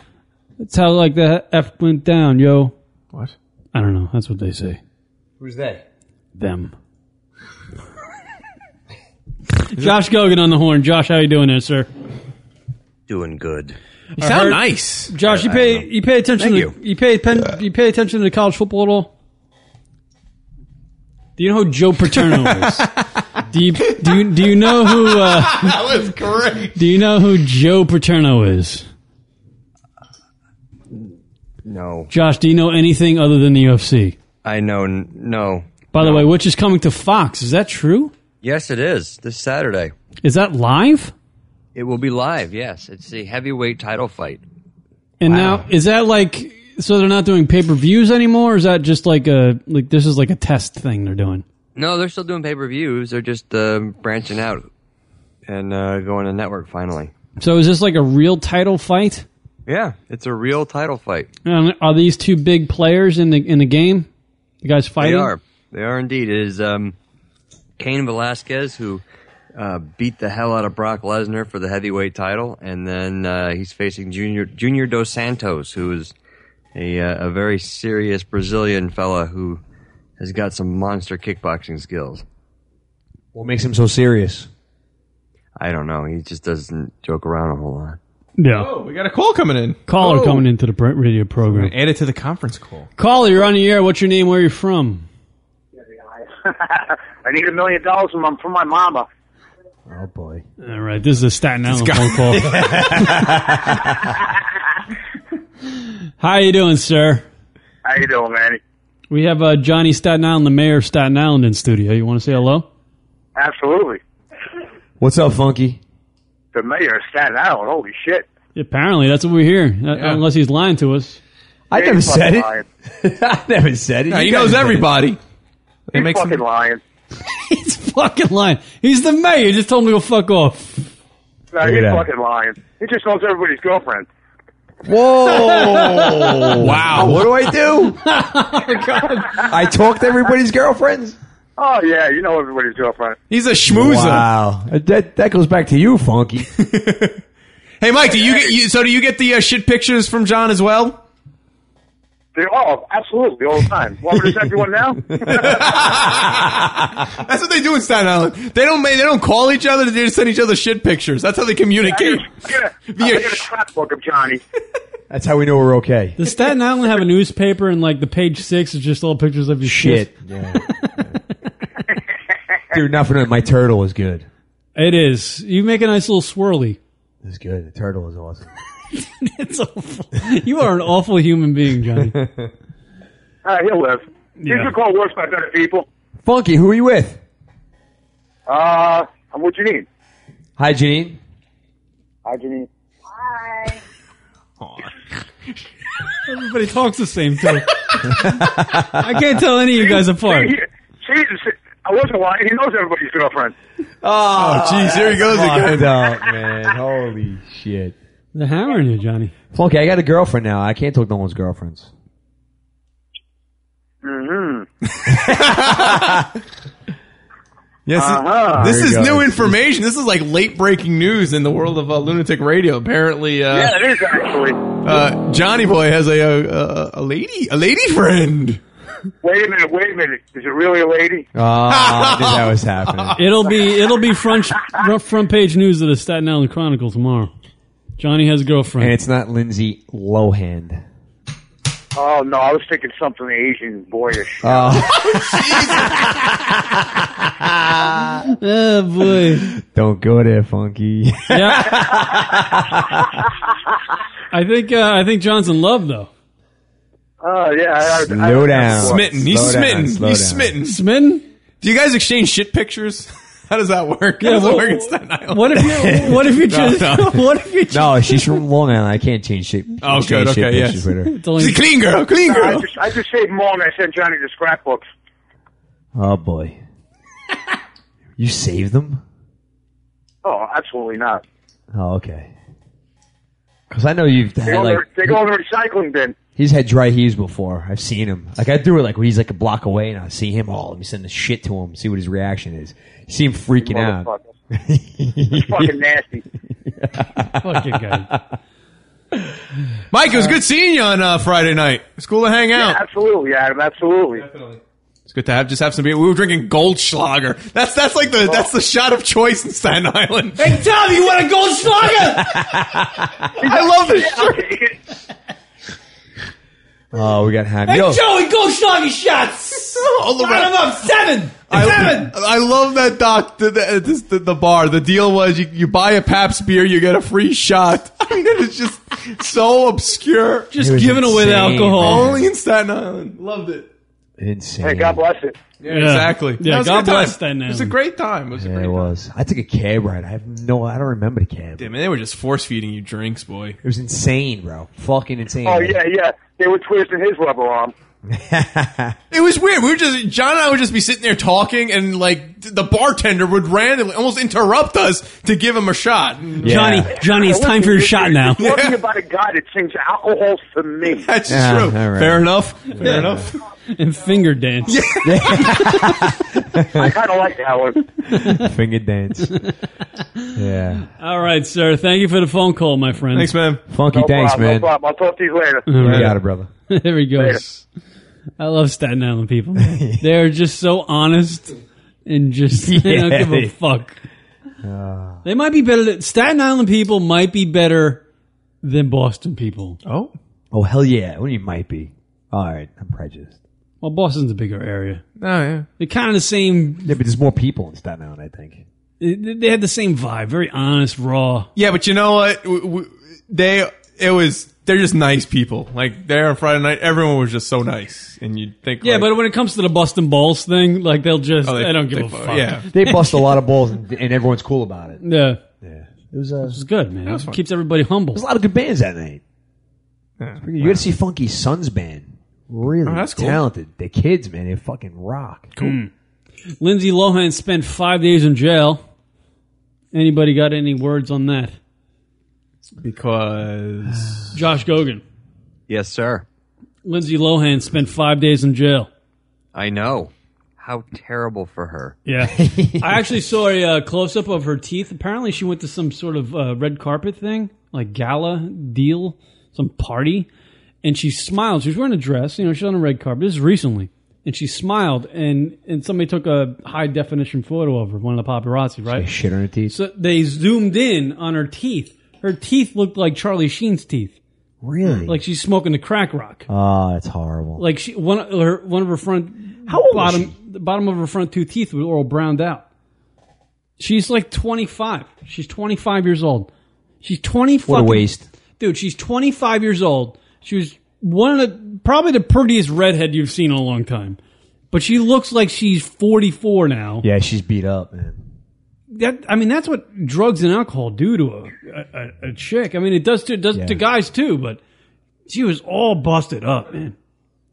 Speaker 1: That's how like the F went down, yo.
Speaker 12: What?
Speaker 1: I don't know. That's what they say.
Speaker 30: Who's they?
Speaker 1: Them. Josh Gogan on the horn. Josh, how you doing there, sir?
Speaker 14: Doing good.
Speaker 1: I
Speaker 12: Oh,
Speaker 1: heard- Josh. You
Speaker 14: I- I
Speaker 1: pay
Speaker 14: don't know.
Speaker 1: you pay attention.
Speaker 14: Thank
Speaker 1: to,
Speaker 14: you.
Speaker 1: you. pay pen, you pay attention to college football at all? Do you know who Joe Paterno is? do you do you, do you know who uh,
Speaker 12: That was great.
Speaker 1: do you know who Joe Paterno is?
Speaker 14: No.
Speaker 1: Josh, do you know anything other than the UFC?
Speaker 14: I know. n- No.
Speaker 1: By the way, which is coming to Fox? Is that true?
Speaker 14: Yes, it is. This Saturday.
Speaker 1: Is that live?
Speaker 14: It will be live, yes. It's the heavyweight title fight.
Speaker 1: And now is that like so they're not doing pay per views anymore? Or is that just like a like this is like a test thing they're doing?
Speaker 14: No, they're still doing pay per views. They're just uh, branching out and uh, going to network finally.
Speaker 1: So is this like a real title fight?
Speaker 14: Yeah, it's a real title fight.
Speaker 1: Um, are these two big players in the in the game? The guys fighting.
Speaker 14: They are. They are indeed. It is um, Kane Velasquez who uh, beat the hell out of Brock Lesnar for the heavyweight title, and then uh, he's facing Junior Junior Dos Santos, who is a uh, a very serious Brazilian fella who has got some monster kickboxing skills.
Speaker 30: What makes him so serious?
Speaker 14: I don't know. He just doesn't joke around a whole lot.
Speaker 1: Yeah.
Speaker 12: Oh, we got a call coming in.
Speaker 1: Caller
Speaker 12: Oh.
Speaker 1: coming into the pr- radio program.
Speaker 12: Add it to the conference call.
Speaker 1: Caller, you're on the air. What's your name? Where are you from?
Speaker 13: I need a million dollars from, from my mama.
Speaker 30: Oh boy.
Speaker 1: All right, this is a Staten Island
Speaker 30: got-
Speaker 1: phone call. How you doing, sir?
Speaker 13: How you doing, man?
Speaker 1: We have uh, Johnny Staten Island, the mayor of Staten Island, in studio. You want to say hello?
Speaker 13: Absolutely.
Speaker 30: What's up, Funky?
Speaker 13: The mayor of Staten Island. Holy shit.
Speaker 1: Apparently, that's what we hear. Uh, Unless he's lying to us.
Speaker 4: I never said it. I never said it.
Speaker 1: No,
Speaker 4: You
Speaker 1: he
Speaker 4: guys
Speaker 1: knows
Speaker 4: did it.
Speaker 1: everybody. They make some-
Speaker 13: lying.
Speaker 1: he's fucking lying. He's the mayor. He just told me to go fuck off.
Speaker 13: No,
Speaker 1: Look at
Speaker 13: you're
Speaker 1: that.
Speaker 13: fucking lying. He just knows everybody's girlfriend.
Speaker 4: Whoa!
Speaker 13: Wow.
Speaker 4: Oh. What do I do? Oh, I talk to everybody's girlfriends.
Speaker 13: Oh yeah, you know everybody's girlfriend.
Speaker 12: He's a schmoozer.
Speaker 4: Wow, that that goes back to you, Funky.
Speaker 12: Hey, Mike, do you get you, so? Do you get the uh, shit pictures from John as well?
Speaker 13: They all absolutely all the time. Why would everyone now?
Speaker 12: That's what they do in Staten Island. They don't ma- they don't call each other. They just send each other shit pictures. That's how they communicate.
Speaker 13: I got a, I got a scrapbook of Johnny.
Speaker 4: That's how we know we're okay.
Speaker 1: Does Staten Island have a newspaper and like the page six is just all pictures of your
Speaker 4: Shit. Yeah. Dude, nothing. My turtle is good.
Speaker 1: It is. You make a nice little swirly.
Speaker 4: It's good. The turtle is awesome.
Speaker 1: it's awful. You are an awful human being, Johnny.
Speaker 13: Uh, he'll live. You
Speaker 1: Yeah.
Speaker 13: should call worse by better people.
Speaker 4: Funky, who are you with?
Speaker 13: Uh, what you need?
Speaker 4: Hi, Janine.
Speaker 13: Hi, Janine.
Speaker 1: Everybody talks the same too. I can't tell any of you guys apart.
Speaker 13: See, he- see, see, I wasn't lying. He knows everybody's girlfriend.
Speaker 4: Oh,
Speaker 13: jeez, here he goes again.
Speaker 4: Up, man. Holy shit.
Speaker 1: They're hammering you, Johnny.
Speaker 4: Funky, I got a girlfriend now. I can't talk to no one's girlfriends.
Speaker 13: hmm
Speaker 12: Yes, it-
Speaker 13: Uh-huh.
Speaker 12: this
Speaker 13: There
Speaker 12: is
Speaker 13: you go.
Speaker 12: new information. This is like late breaking news in the world of uh, lunatic radio. Apparently, uh,
Speaker 13: yeah, it is actually.
Speaker 12: uh, Johnny Boy has a, a, a, a lady a lady friend.
Speaker 13: Wait a minute, wait a minute. Is it really a lady?
Speaker 4: Ah, did that was happening.
Speaker 1: It'll be it'll be front front page news of the Staten Island Chronicle tomorrow. Johnny has a girlfriend.
Speaker 4: And it's not Lindsay Lohan.
Speaker 13: Oh no, I was thinking something Asian boyish.
Speaker 4: Oh,
Speaker 1: oh boy.
Speaker 4: don't go there, Funky.
Speaker 1: I think uh, I think John's in love though.
Speaker 13: Oh yeah, I, I,
Speaker 4: Slow down.
Speaker 12: Smitten. He's
Speaker 4: Slow down,
Speaker 12: smitten.
Speaker 4: slow
Speaker 12: He's
Speaker 4: down.
Speaker 12: smitten.
Speaker 1: Smitten.
Speaker 12: Do you guys exchange shit pictures? How does that work? How
Speaker 1: Yeah,
Speaker 12: does
Speaker 1: what-
Speaker 12: it work in Staten Island?
Speaker 1: What if you what if you
Speaker 12: No,
Speaker 1: just
Speaker 12: no.
Speaker 1: what if you
Speaker 4: No, she's from Long Island. I can't change shit.
Speaker 12: Oh,
Speaker 4: change
Speaker 12: good,
Speaker 4: shit
Speaker 12: okay,
Speaker 4: pictures
Speaker 12: yes.
Speaker 4: with her.
Speaker 12: She's a clean girl. Clean
Speaker 13: No, I
Speaker 12: girl.
Speaker 13: just, I just saved more and I sent Johnny the scrapbooks.
Speaker 4: Oh boy. you saved them?
Speaker 13: Oh, absolutely not.
Speaker 4: Oh, okay. Because I know you've
Speaker 13: They
Speaker 4: had
Speaker 13: go,
Speaker 4: like
Speaker 13: in the, they go in the recycling bin.
Speaker 4: he's had dry heaves before. I've seen him. Like I do it like when he's like a block away and I see him. Oh, let me send the shit to him. See what his reaction is. See him freaking out.
Speaker 13: Motherfucker. It's fucking nasty.
Speaker 1: Fuck you guys.
Speaker 12: Mike, it was good seeing you on uh, Friday night. It's cool to hang out.
Speaker 13: Yeah, absolutely, Adam. Absolutely.
Speaker 12: It's good to have just have some beer. We were drinking Goldschlager. That's that's like the that's the shot of choice in Staten Island. Hey Tom, you want a Goldschlager? I love this
Speaker 13: shit.
Speaker 4: Oh, we got happy. Yo,
Speaker 31: Goldschlager shots!
Speaker 12: All the way.
Speaker 31: up! Seven!
Speaker 12: I, I love that doc. The, the, this- the, the bar. The deal was you, you buy a Pabst beer, you get a free shot. I mean, it is just so obscure.
Speaker 1: Just
Speaker 4: It was
Speaker 1: giving away the
Speaker 4: insane,
Speaker 1: alcohol.
Speaker 4: man.
Speaker 12: Only in Staten Island. Loved it.
Speaker 4: insane.
Speaker 13: Hey, God bless it.
Speaker 12: Yeah, exactly.
Speaker 1: Yeah,
Speaker 12: That was a
Speaker 1: God
Speaker 12: good time.
Speaker 1: bless Staten
Speaker 12: It was a
Speaker 1: Island.
Speaker 12: great time. It was a
Speaker 4: Yeah,
Speaker 12: great
Speaker 4: it
Speaker 12: time.
Speaker 4: was. I took a cab ride. I have no. I don't remember the cab.
Speaker 12: Damn, man, they were just force feeding you drinks, boy.
Speaker 4: It was insane, bro. Fucking insane.
Speaker 13: Oh yeah, yeah. They were twisting his rubber arm.
Speaker 12: It was weird. We were just John and I would just be sitting there talking, and like the bartender would randomly almost interrupt us to give him a shot.
Speaker 4: Yeah.
Speaker 1: Johnny, Johnny, it's time for your shot now.
Speaker 13: You're Talking about a guy that sings alcohol to me.
Speaker 12: That's
Speaker 4: Yeah,
Speaker 12: true.
Speaker 4: all right.
Speaker 12: Fair enough. Fair enough.
Speaker 1: Oh, And finger dance.
Speaker 13: I kind of like that one.
Speaker 4: Finger dance. yeah.
Speaker 1: All right, sir. Thank you for the phone call, my friend.
Speaker 12: Thanks, man.
Speaker 4: Funky,
Speaker 13: No
Speaker 4: thanks,
Speaker 13: problem,
Speaker 4: man.
Speaker 13: No problem. I'll talk to you later.
Speaker 1: Mm-hmm.
Speaker 4: You got it, brother.
Speaker 1: there he goes. I love Staten Island people. man. They're just so honest and just they don't give a
Speaker 4: Yeah.
Speaker 1: fuck. they might be better. Than, Staten Island people might be better than Boston people.
Speaker 12: Oh,
Speaker 4: Oh hell yeah! Well, you might be. All right, I'm prejudiced.
Speaker 1: Well, Boston's a bigger area.
Speaker 12: no, yeah.
Speaker 1: They're kind of the same.
Speaker 4: Yeah, but there's more people in Staten Island, I think.
Speaker 1: They they had the same vibe. Very honest, raw.
Speaker 12: Yeah, but you know what? W- w- They it was they're just nice people. Like there on Friday night, everyone was just so nice, and you would think
Speaker 1: Yeah,
Speaker 12: like,
Speaker 1: but when it comes to the Boston balls thing, like they'll just
Speaker 12: oh,
Speaker 1: they, don't give
Speaker 12: they-
Speaker 1: a fuck.
Speaker 12: Yeah,
Speaker 4: They bust a lot of balls, and, and everyone's cool about it.
Speaker 1: Yeah.
Speaker 4: Yeah. It was, uh,
Speaker 1: It's good, man. Keeps everybody humble.
Speaker 4: There's a lot of good bands that night. you got to see Funky Sons band. Really
Speaker 1: Oh, that's cool.
Speaker 4: talented. The kids, man, they fucking rock.
Speaker 1: Mm. Lindsay Lohan spent five days in jail. Anybody got any words on that?
Speaker 12: Because
Speaker 1: Josh Gogan,
Speaker 14: Yes, sir.
Speaker 1: Lindsay Lohan spent five days in jail.
Speaker 14: I know. How terrible for her.
Speaker 1: Yeah, I actually saw a uh, close up of her teeth. Apparently, she went to some sort of uh, red carpet thing, like gala deal, some party, and she smiled. She was wearing a dress, you know, she's on a red carpet. This is recently, and she smiled, and and somebody took a high definition photo of her, one of the paparazzi, right?
Speaker 4: Shit on her teeth.
Speaker 1: So they zoomed in on her teeth. Her teeth looked like Charlie Sheen's teeth.
Speaker 4: Really?
Speaker 1: Like she's smoking a crack rock.
Speaker 4: Oh, that's horrible.
Speaker 1: Like she one of her one of her front bottom the bottom of her front two teeth were all browned out. She's like 25. She's 25 years old. She's 25.
Speaker 4: What a waste.
Speaker 1: Dude, she's 25 years old. She was one of the probably the prettiest redhead you've seen in a long time. But she looks like she's 44 now.
Speaker 4: Yeah, she's beat up, man.
Speaker 1: That I mean that's what drugs and alcohol do to a a, a chick. I mean it does to it does to guys too, but she was all busted up, man.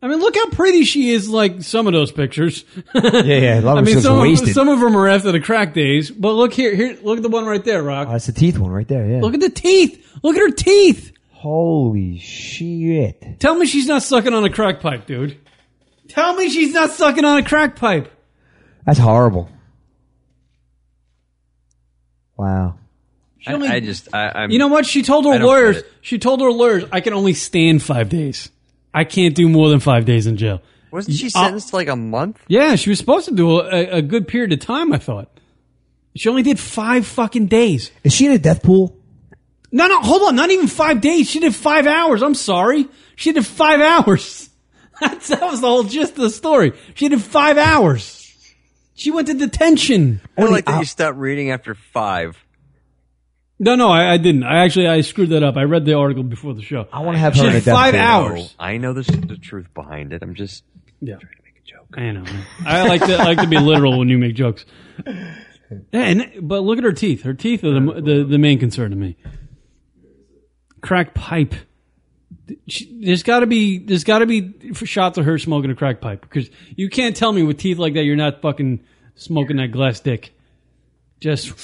Speaker 1: I mean, look how pretty she is. Like some of those pictures. yeah,
Speaker 4: yeah, a lot of
Speaker 1: I mean,
Speaker 4: it's
Speaker 1: some
Speaker 4: wasted.
Speaker 1: Of, some of them are after the crack days. But look here, here, look at the one right there, Rock.
Speaker 4: Oh, that's the teeth one right there. Yeah.
Speaker 1: Look at the teeth. Look at her teeth.
Speaker 4: Holy shit!
Speaker 1: Tell me she's not sucking on a crack pipe, dude. Tell me she's not sucking on a crack pipe.
Speaker 4: That's horrible. Wow.
Speaker 14: I,
Speaker 1: only-
Speaker 14: I just, I, I'm.
Speaker 1: You know what? She told
Speaker 14: I
Speaker 1: her
Speaker 14: don't
Speaker 1: lawyers.
Speaker 14: get it.
Speaker 1: She told her lawyers, "I can only stand five days. I can't do more than five days in jail."
Speaker 14: Wasn't she
Speaker 1: Uh,
Speaker 14: sentenced to like a month?
Speaker 1: Yeah, she was supposed to do a, a good period of time. I thought she only did five fucking days.
Speaker 4: Is she in a death pool?
Speaker 1: No, no, hold on. Not even five days. She did five hours. I'm sorry. She did five hours. That's, that was the whole gist of the story. She did five hours. She went to detention.
Speaker 14: I don't like that you stopped reading after five.
Speaker 1: No, no, I, I didn't. I actually I screwed that up. I read the article before the show. I want
Speaker 4: to have
Speaker 1: she
Speaker 4: her in
Speaker 1: did
Speaker 4: a death
Speaker 1: five
Speaker 4: pool.
Speaker 1: hours.
Speaker 14: I know this is the truth behind it. I'm just.
Speaker 1: Yeah. I know. man. I like to I like to be literal when you make jokes. Yeah, and, but look at her teeth. Her teeth are the, the the main concern to me. Crack pipe. She, there's got to be there's got to be shots of her smoking a crack pipe because you can't tell me with teeth like that you're not fucking smoking that glass dick. Just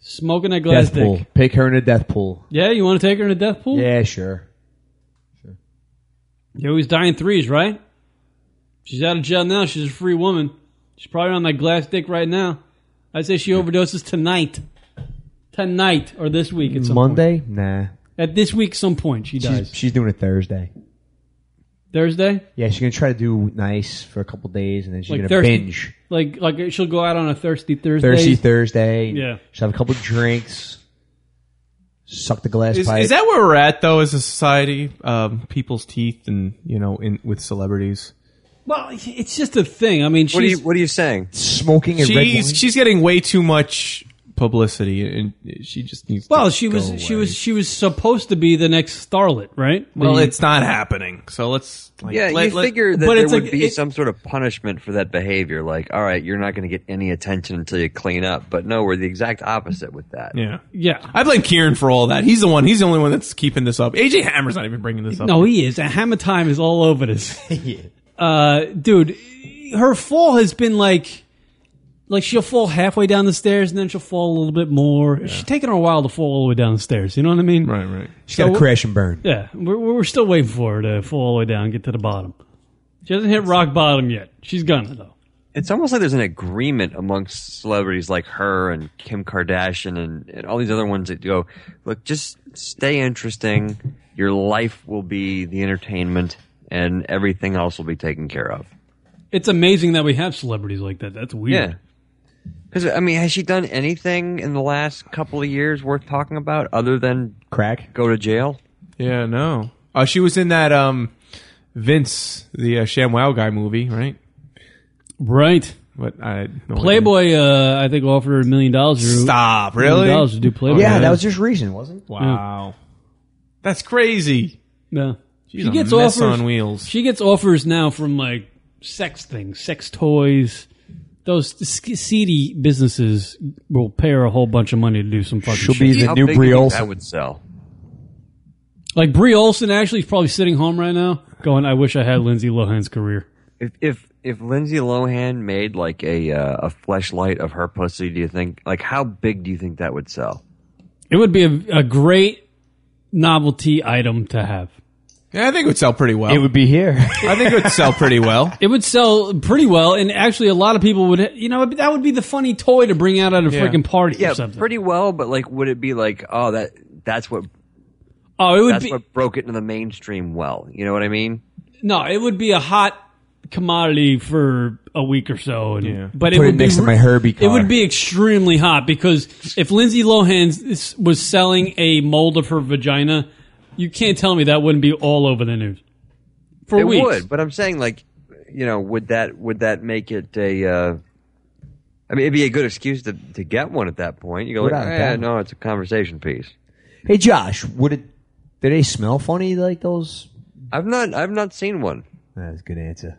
Speaker 1: smoking that glass
Speaker 4: Death
Speaker 1: dick.
Speaker 4: pool. Pick her in a death pool.
Speaker 1: Yeah, you want to take her in a death pool?
Speaker 4: Yeah, sure.
Speaker 1: You always die in threes, right? She's out of jail now. She's a free woman. She's probably on that glass dick right now. I'd say she overdoses tonight. Tonight or this week at some
Speaker 4: Monday?
Speaker 1: point.
Speaker 4: Nah.
Speaker 1: At this week some point she dies.
Speaker 4: She's, she's doing it Thursday.
Speaker 1: Thursday?
Speaker 4: Yeah, she's gonna try to do nice for a couple days, and then she's gonna
Speaker 1: Thurs-
Speaker 4: binge.
Speaker 1: Like like she'll go out on a thirsty Thursday.
Speaker 4: Thirsty Thursday.
Speaker 1: Yeah.
Speaker 4: she'll have a couple drinks. Suck the glass
Speaker 12: Is,
Speaker 4: pipe.
Speaker 12: is that where we're at though, as a society? Um, people's teeth and you know, in with celebrities.
Speaker 1: Well, it's just a thing. I mean she's
Speaker 14: What are you What are you saying?
Speaker 4: smoking
Speaker 12: She's she's getting way too much publicity, and she just needs.
Speaker 1: Well,
Speaker 12: to
Speaker 1: she
Speaker 12: go
Speaker 1: was
Speaker 12: away.
Speaker 1: she was she was supposed to be the next starlet, right?
Speaker 12: Well,
Speaker 1: The-
Speaker 12: it's not happening. So let's. Like,
Speaker 14: yeah,
Speaker 12: let-
Speaker 14: you
Speaker 12: let-
Speaker 14: figure that
Speaker 1: but
Speaker 14: there
Speaker 1: it's
Speaker 14: would
Speaker 1: like-
Speaker 14: be
Speaker 1: it-
Speaker 14: some sort of punishment for that behavior. Like, all right, you're not going to get any attention until you clean up. But no, we're the exact opposite with that.
Speaker 12: Yeah.
Speaker 1: Yeah.
Speaker 12: I blame Kieran for all that. He's the one. He's the only one that's keeping this up. AJ Hammer's not even bringing this up.
Speaker 1: No, he is. And Hammer Time is all over this. uh, dude, her fall has been like, like she'll fall halfway down the stairs and then she'll fall a little bit more. She's taking her a while to fall all the way down the stairs. You know what I mean?
Speaker 12: Right, right.
Speaker 4: She's gotta crash and burn.
Speaker 1: Yeah, we're, we're still waiting for her to fall all the way down and get to the bottom. She hasn't hit rock bottom yet. She's gonna though.
Speaker 14: It's almost like there's an agreement amongst celebrities like her and Kim Kardashian and, and all these other ones that go, look, just stay interesting. Your life will be the entertainment, and everything else will be taken care of.
Speaker 1: It's amazing that we have celebrities like that. That's weird.
Speaker 14: Yeah. Because I mean, has she done anything in the last couple of years worth talking about other than
Speaker 4: crack
Speaker 14: go to jail?
Speaker 12: Yeah, no. Uh, she was in that um, Vince, the uh, ShamWow guy movie, right?
Speaker 1: Right.
Speaker 12: But I no
Speaker 1: Playboy, uh, I think offered her a million dollars. to-
Speaker 12: Stop,
Speaker 1: million
Speaker 12: really?
Speaker 1: dollars to do Playboy.
Speaker 4: Yeah, that was just recent, wasn't it?
Speaker 12: Wow, that's crazy.
Speaker 1: Yeah.
Speaker 12: She's a mess on wheels.
Speaker 1: She gets offers now from like sex things, sex toys, Those sc- seedy businesses will pay her a whole bunch of money to do some fucking.
Speaker 4: She'll
Speaker 1: shit.
Speaker 4: be the new Brie
Speaker 14: I
Speaker 4: Olsen.
Speaker 14: would sell.
Speaker 1: Like Brie Olson, actually, is probably sitting home right now, going, "I wish I had Lindsay Lohan's career."
Speaker 14: If if if Lindsay Lohan made like a uh, a fleshlight of her pussy, do you think like how big do you think that would sell?
Speaker 1: It would be a, a great novelty item to have.
Speaker 12: Yeah, I think it would sell pretty well.
Speaker 1: It would be
Speaker 4: here.
Speaker 12: I think it would sell pretty well.
Speaker 1: It would sell pretty well, and actually, a lot of people would. You know, that would be the funny toy to bring out at a freaking party
Speaker 14: yeah,
Speaker 1: or something.
Speaker 14: pretty well. But like, would it be like oh that that's what?
Speaker 1: Oh, it would
Speaker 14: that's
Speaker 1: be-
Speaker 14: what broke it into the mainstream. Well, you know what I mean.
Speaker 1: No, it would be a hot commodity for a week or so, and but it
Speaker 4: Put
Speaker 1: would
Speaker 4: it next
Speaker 1: be,
Speaker 4: to my Herbie
Speaker 1: It
Speaker 4: car.
Speaker 1: would be extremely hot because if Lindsay Lohan s- was selling a mold of her vagina, you can't tell me that wouldn't be all over the news for
Speaker 14: it
Speaker 1: weeks.
Speaker 14: would, but I'm saying like, you know, would that would that make it a? Uh, I mean, it'd be a good excuse to to get one at that point. You go
Speaker 4: Without
Speaker 14: like,
Speaker 4: a
Speaker 14: eh,
Speaker 4: doubt.
Speaker 14: no, it's a conversation piece.
Speaker 4: Hey Josh, would it? Do they smell funny like those?
Speaker 14: I've not I've not seen one.
Speaker 4: That's a good answer.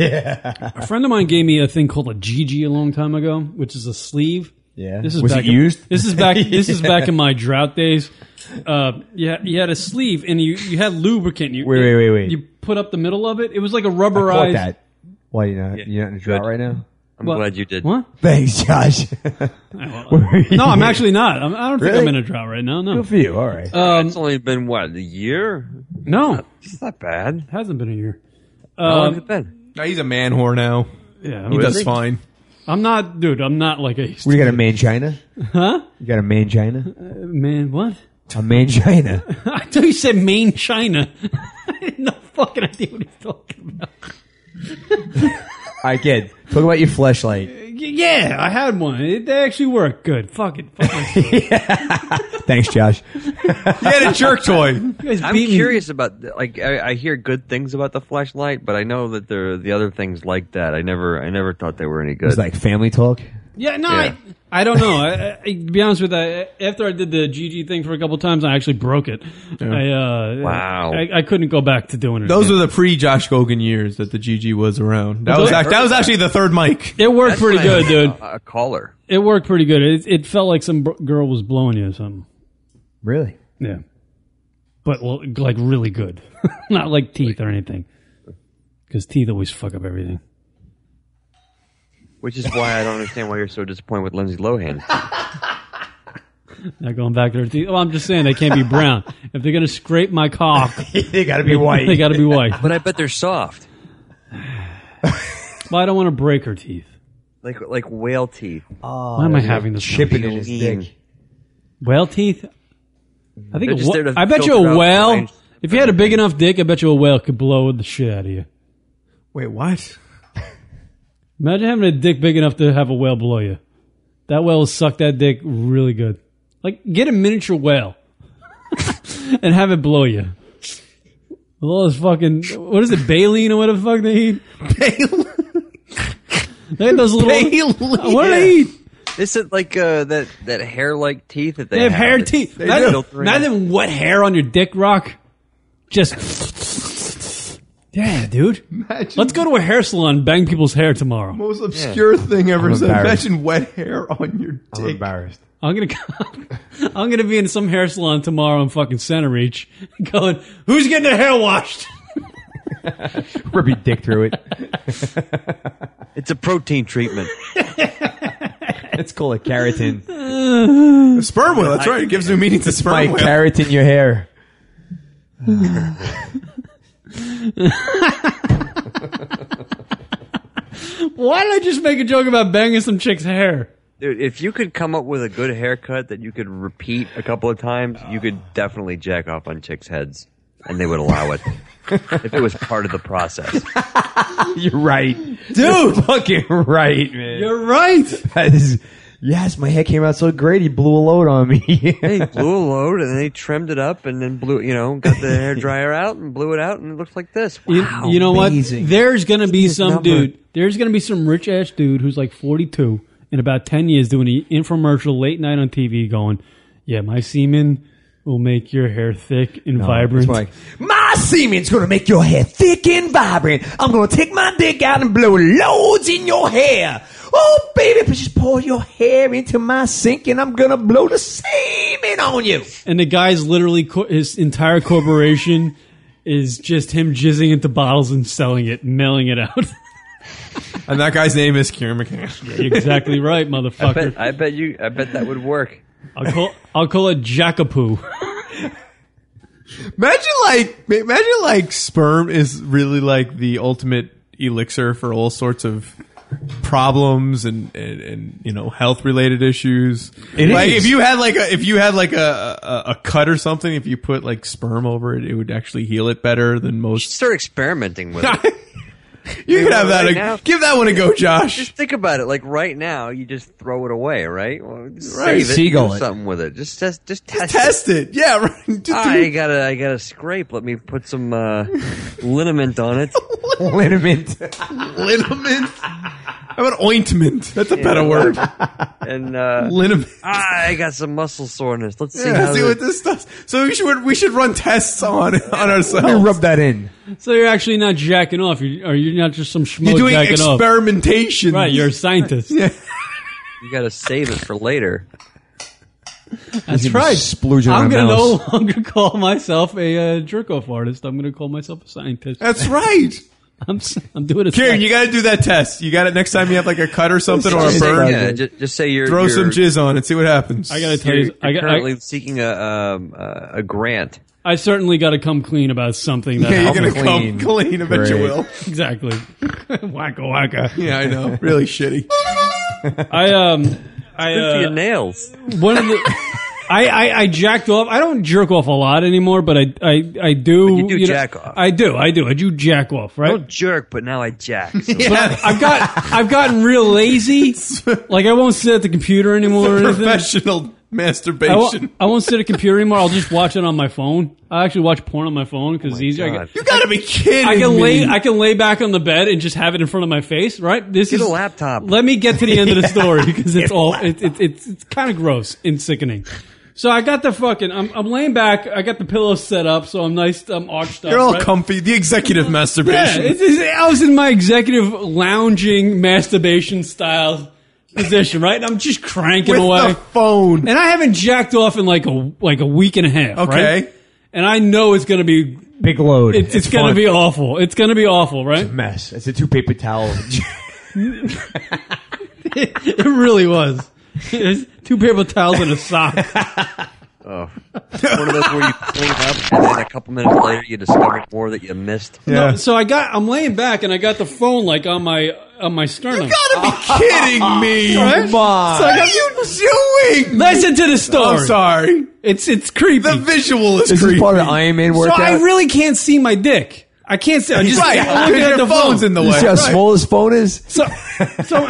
Speaker 1: A friend of mine gave me a thing called a Gigi a long time ago, which is a sleeve.
Speaker 4: Yeah.
Speaker 1: This is
Speaker 4: Was
Speaker 1: back
Speaker 4: it
Speaker 1: in-
Speaker 4: used?
Speaker 1: this is back. This is back
Speaker 4: Yeah.
Speaker 1: in my drought days. Uh, yeah, you had a sleeve and you, you had lubricant. You,
Speaker 4: Wait, wait, wait, wait.
Speaker 1: You put up the middle of it. It was like a
Speaker 4: I caught
Speaker 1: rubberized.
Speaker 4: that. Why you not? You're not in a drought right now.
Speaker 14: I'm
Speaker 1: Well-
Speaker 14: glad you did.
Speaker 1: What?
Speaker 4: Thanks, Josh.
Speaker 1: No, I'm actually not. I'm, I don't think I'm
Speaker 4: Really?
Speaker 1: in a drought right now. No.
Speaker 4: Good for you. All right.
Speaker 1: Um,
Speaker 14: it's only been what a year.
Speaker 1: No,
Speaker 14: It's not bad.
Speaker 1: hasn't been a year.
Speaker 14: How long
Speaker 1: Um,
Speaker 14: has it been?
Speaker 12: No, he's a man whore now.
Speaker 1: Yeah,
Speaker 12: he
Speaker 1: I'm-
Speaker 12: does fine.
Speaker 1: I'm not, dude. I'm not like a
Speaker 4: What, you got a mangina?
Speaker 1: huh
Speaker 4: You got a mangina?
Speaker 1: man. What?
Speaker 4: A mangina.
Speaker 1: I thought you said main China. I had no fucking idea what he's talking about.
Speaker 4: I kid. Talk about your fleshlight.
Speaker 1: Y- Yeah, I had one. It, they actually work good. Fuck it. Fuck myself.
Speaker 4: Thanks, Josh.
Speaker 12: He had a jerk toy.
Speaker 1: guys
Speaker 14: I'm
Speaker 1: beat me.
Speaker 14: curious about th- like I, I hear good things about the flashlight, but I know that there are the other things like that. I never I never thought they were any
Speaker 4: It was
Speaker 14: good.
Speaker 4: like family talk.
Speaker 1: Yeah, no,
Speaker 14: Yeah.
Speaker 1: I, I don't know. I, I, I- to be honest with you, I, after I did the GG thing for a couple times, I actually broke it. I, uh,
Speaker 14: Wow.
Speaker 1: I, I couldn't go back to doing it.
Speaker 12: Those were the pre Josh Gogan years that the GG was around. That
Speaker 1: Those
Speaker 12: was
Speaker 1: are-
Speaker 12: act- that was actually the third mic.
Speaker 1: it worked pretty
Speaker 14: That's
Speaker 1: good,
Speaker 14: like
Speaker 1: dude.
Speaker 14: A, a caller.
Speaker 1: It worked pretty good. It, it felt like some br- girl was blowing you or something.
Speaker 4: Really?
Speaker 1: Yeah. But well, like really good. Not like teeth or anything. Because teeth always fuck up everything.
Speaker 14: Which is why I don't understand why you're so disappointed with Lindsay Lohan.
Speaker 1: Not going back to their teeth. Well, I'm just saying they can't be brown. if they're going to scrape my cock,
Speaker 4: they got to
Speaker 1: they-
Speaker 4: be white.
Speaker 1: they got to be white.
Speaker 14: But I bet they're soft,
Speaker 1: Well, I don't want to break her teeth.
Speaker 14: like like whale teeth.
Speaker 4: Oh,
Speaker 1: Why am I
Speaker 4: they're
Speaker 1: having this
Speaker 4: chipping in his
Speaker 14: Lean.
Speaker 4: dick?
Speaker 1: Whale teeth? I think
Speaker 14: They're
Speaker 1: a
Speaker 14: just there
Speaker 1: wha-
Speaker 14: to
Speaker 1: I bet you
Speaker 14: filter
Speaker 1: a
Speaker 14: out
Speaker 1: whale.
Speaker 14: strange-
Speaker 1: If you had a big enough dick, I bet you a whale could blow the shit out of you.
Speaker 12: Wait, what?
Speaker 1: Imagine having a dick big enough to have a whale blow you. That whale will suck that dick really good. Like get a miniature whale and have it blow you. With all this fucking what is it, baleen or whatever the fuck they eat? They had those little what do they eat?
Speaker 14: This is like uh, that that hair like teeth that they,
Speaker 1: They have
Speaker 14: have
Speaker 1: hair
Speaker 14: It's
Speaker 1: teeth. Imagine,
Speaker 14: filtering-
Speaker 1: imagine wet hair on your dick rock. Just Yeah, dude. Let's go to a hair salon and bang people's hair tomorrow.
Speaker 12: Most obscure thing ever
Speaker 4: I'm
Speaker 12: said.
Speaker 4: embarrassed.
Speaker 12: Imagine wet hair on your
Speaker 4: I'm
Speaker 12: dick.
Speaker 4: embarrassed.
Speaker 1: I'm gonna come, I'm gonna be in some hair salon tomorrow in fucking Center Reach, going, who's getting their hair washed?
Speaker 4: Rub your dick through it.
Speaker 14: It's a protein treatment.
Speaker 4: It's called a keratin.
Speaker 12: Sperm whale. That's right. It gives new meaning to sperm
Speaker 4: My
Speaker 12: whale.
Speaker 4: carrot in your hair.
Speaker 1: Why did I just make a joke about banging some chick's hair?
Speaker 14: Dude, if you could come up with a good haircut that you could repeat a couple of times, you could definitely jack off on chicks' heads, and they would allow it if it was part of the process.
Speaker 4: You're right, dude. You're fucking right, man.
Speaker 1: You're right.
Speaker 4: That is- yes, my hair came out so great. He blew a load on me.
Speaker 14: They blew a load and they trimmed it up and then blew, you know, got the hair dryer out and blew it out and it looks like this.
Speaker 1: You,
Speaker 14: Wow.
Speaker 1: you know
Speaker 4: amazing.
Speaker 1: what? There's gonna be some
Speaker 14: number.
Speaker 1: dude. There's gonna be some rich ass dude who's like 42 in about 10 years doing an infomercial late night on TV, going, "Yeah, my semen will make your hair thick and
Speaker 4: No,
Speaker 1: vibrant.
Speaker 4: it's like, my semen's gonna make your hair thick and vibrant. I'm gonna take my dick out and blow loads in your hair. Oh, baby, please just pour your hair into my sink and I'm gonna blow the semen on you.
Speaker 1: and the guy's literally co- his entire corporation is just him jizzing into bottles and selling it, and mailing it out.
Speaker 12: And that guy's name is Kieran McCann.
Speaker 1: You're exactly right, motherfucker.
Speaker 14: I bet, I bet you. I bet that would work.
Speaker 1: I'll call I'll call it Jackapoo.
Speaker 12: Imagine like imagine like sperm is really like the ultimate elixir for all sorts of problems and and, and you know health related issues.
Speaker 6: It
Speaker 12: like
Speaker 6: is.
Speaker 12: if you had like a if you had like a, a a cut or something, if you put like sperm over it, it would actually heal it better than most.
Speaker 14: Start experimenting with it.
Speaker 12: you
Speaker 14: Like,
Speaker 12: could have that.
Speaker 14: right
Speaker 12: a-
Speaker 14: now-
Speaker 12: give that one a go, Josh.
Speaker 14: Just think about it. Like right now, you just throw it away, right? Well, just
Speaker 12: Right.
Speaker 14: save it,
Speaker 12: Seagull
Speaker 14: do
Speaker 12: it.
Speaker 14: something with it. Just test. Just test,
Speaker 12: Test it. Yeah, right. Just do
Speaker 14: I
Speaker 12: it.
Speaker 14: gotta. I gotta scrape. Let me put some uh, liniment on it.
Speaker 4: liniment.
Speaker 12: liniment. How about ointment? That's a better
Speaker 14: Yeah.
Speaker 12: word.
Speaker 14: And uh,
Speaker 12: liniment.
Speaker 14: I got some muscle soreness. Let's see.
Speaker 12: Yeah,
Speaker 14: how
Speaker 12: see
Speaker 14: the-
Speaker 12: what this does. So we should we should run tests on on ourselves. rub
Speaker 4: that in.
Speaker 1: so you're actually not jacking off. You're, or you're not just some schmo
Speaker 12: You're doing
Speaker 1: jacking off.
Speaker 12: experimentation.
Speaker 1: Right, you're a scientist.
Speaker 12: yeah.
Speaker 14: You gotta save it for later.
Speaker 1: That's right. I'm gonna no longer call myself a uh, jerk off artist. I'm gonna call myself a scientist.
Speaker 12: That's right.
Speaker 1: I'm s- I'm doing it.
Speaker 12: Kieran, you got to do that test. You got it next time you have like a cut or something or a
Speaker 14: Just say-
Speaker 12: burn.
Speaker 14: yeah, ju- just say you're-
Speaker 12: throw some
Speaker 14: you're-
Speaker 12: jizz on it. See what happens.
Speaker 1: I gotta tell
Speaker 14: You're,
Speaker 1: you,
Speaker 14: you're
Speaker 1: I, got-
Speaker 14: currently
Speaker 1: I,
Speaker 14: seeking a um, uh, a grant.
Speaker 1: I certainly got to come clean about something. That
Speaker 14: Yeah, you're
Speaker 1: happened.
Speaker 14: gonna come Clean. clean, I bet you Great. will.
Speaker 1: Exactly. wacka wacka.
Speaker 12: Yeah, I know. Really shitty.
Speaker 1: I um, I
Speaker 14: Good for
Speaker 1: uh,
Speaker 14: your nails.
Speaker 1: One of the. I, I, I jacked off. I don't jerk off a lot anymore, but I I, I do. you
Speaker 14: do
Speaker 1: know,
Speaker 14: jack off.
Speaker 1: I do. I do. I do jack off. Right.
Speaker 14: I don't jerk, but now I jack. Oh So
Speaker 1: But I've got I've gotten real lazy. Like I won't sit at the computer anymore. or anything.
Speaker 12: Professional
Speaker 1: I
Speaker 12: masturbation.
Speaker 1: won't, I won't sit at a computer anymore. I'll just watch it on my phone. I actually watch porn on my phone
Speaker 14: Oh
Speaker 1: because it's easier. I,
Speaker 12: God. You gotta be kidding
Speaker 1: I can
Speaker 12: me.
Speaker 1: lay I can lay back on the bed and just have it in front of my face. Right? This
Speaker 14: Get
Speaker 1: is
Speaker 14: a laptop.
Speaker 1: Let me get to the end of the
Speaker 14: Yeah.
Speaker 1: story because
Speaker 14: Get
Speaker 1: it's
Speaker 14: a
Speaker 1: all it, it, it's it's kind of gross and sickening. So I got the fucking I'm, I'm laying back. I got the pillow set up, so I'm nice. I'm arched up.
Speaker 12: You're all
Speaker 1: right?
Speaker 12: comfy. The executive
Speaker 1: Yeah,
Speaker 12: masturbation.
Speaker 1: it's, it's, I was in my executive lounging masturbation style position, right? And I'm just cranking
Speaker 12: With
Speaker 1: away
Speaker 12: the phone,
Speaker 1: and I haven't jacked off in like a like a week and a half.
Speaker 12: Okay.
Speaker 1: right? and I know it's going to be
Speaker 4: big load.
Speaker 1: It's, it's going to
Speaker 4: fun.
Speaker 1: be awful. It's going to be awful, right?
Speaker 4: mess. It's a two paper towel.
Speaker 1: it really was. It was two paper towels and a sock.
Speaker 14: Oh. One of those where you clean up and then a couple minutes later you discover more that you missed.
Speaker 1: No, so I got I'm laying back and I got the phone like on my on my sternum. You
Speaker 12: gotta be kidding me.
Speaker 1: Right?
Speaker 12: Come on.
Speaker 1: So I got-
Speaker 12: What are you doing?
Speaker 1: Listen to the story.
Speaker 12: I'm sorry.
Speaker 1: It's it's creepy. The
Speaker 12: visual
Speaker 4: This is part of the Iron Man
Speaker 1: So
Speaker 4: workout.
Speaker 1: I really can't see my dick. I can't see. I just
Speaker 4: Right,
Speaker 1: I'm looking
Speaker 4: 'cause
Speaker 1: at
Speaker 4: your
Speaker 1: the
Speaker 4: phone's
Speaker 1: phone.
Speaker 4: in the You way. see how Right. small his phone is?
Speaker 1: So, so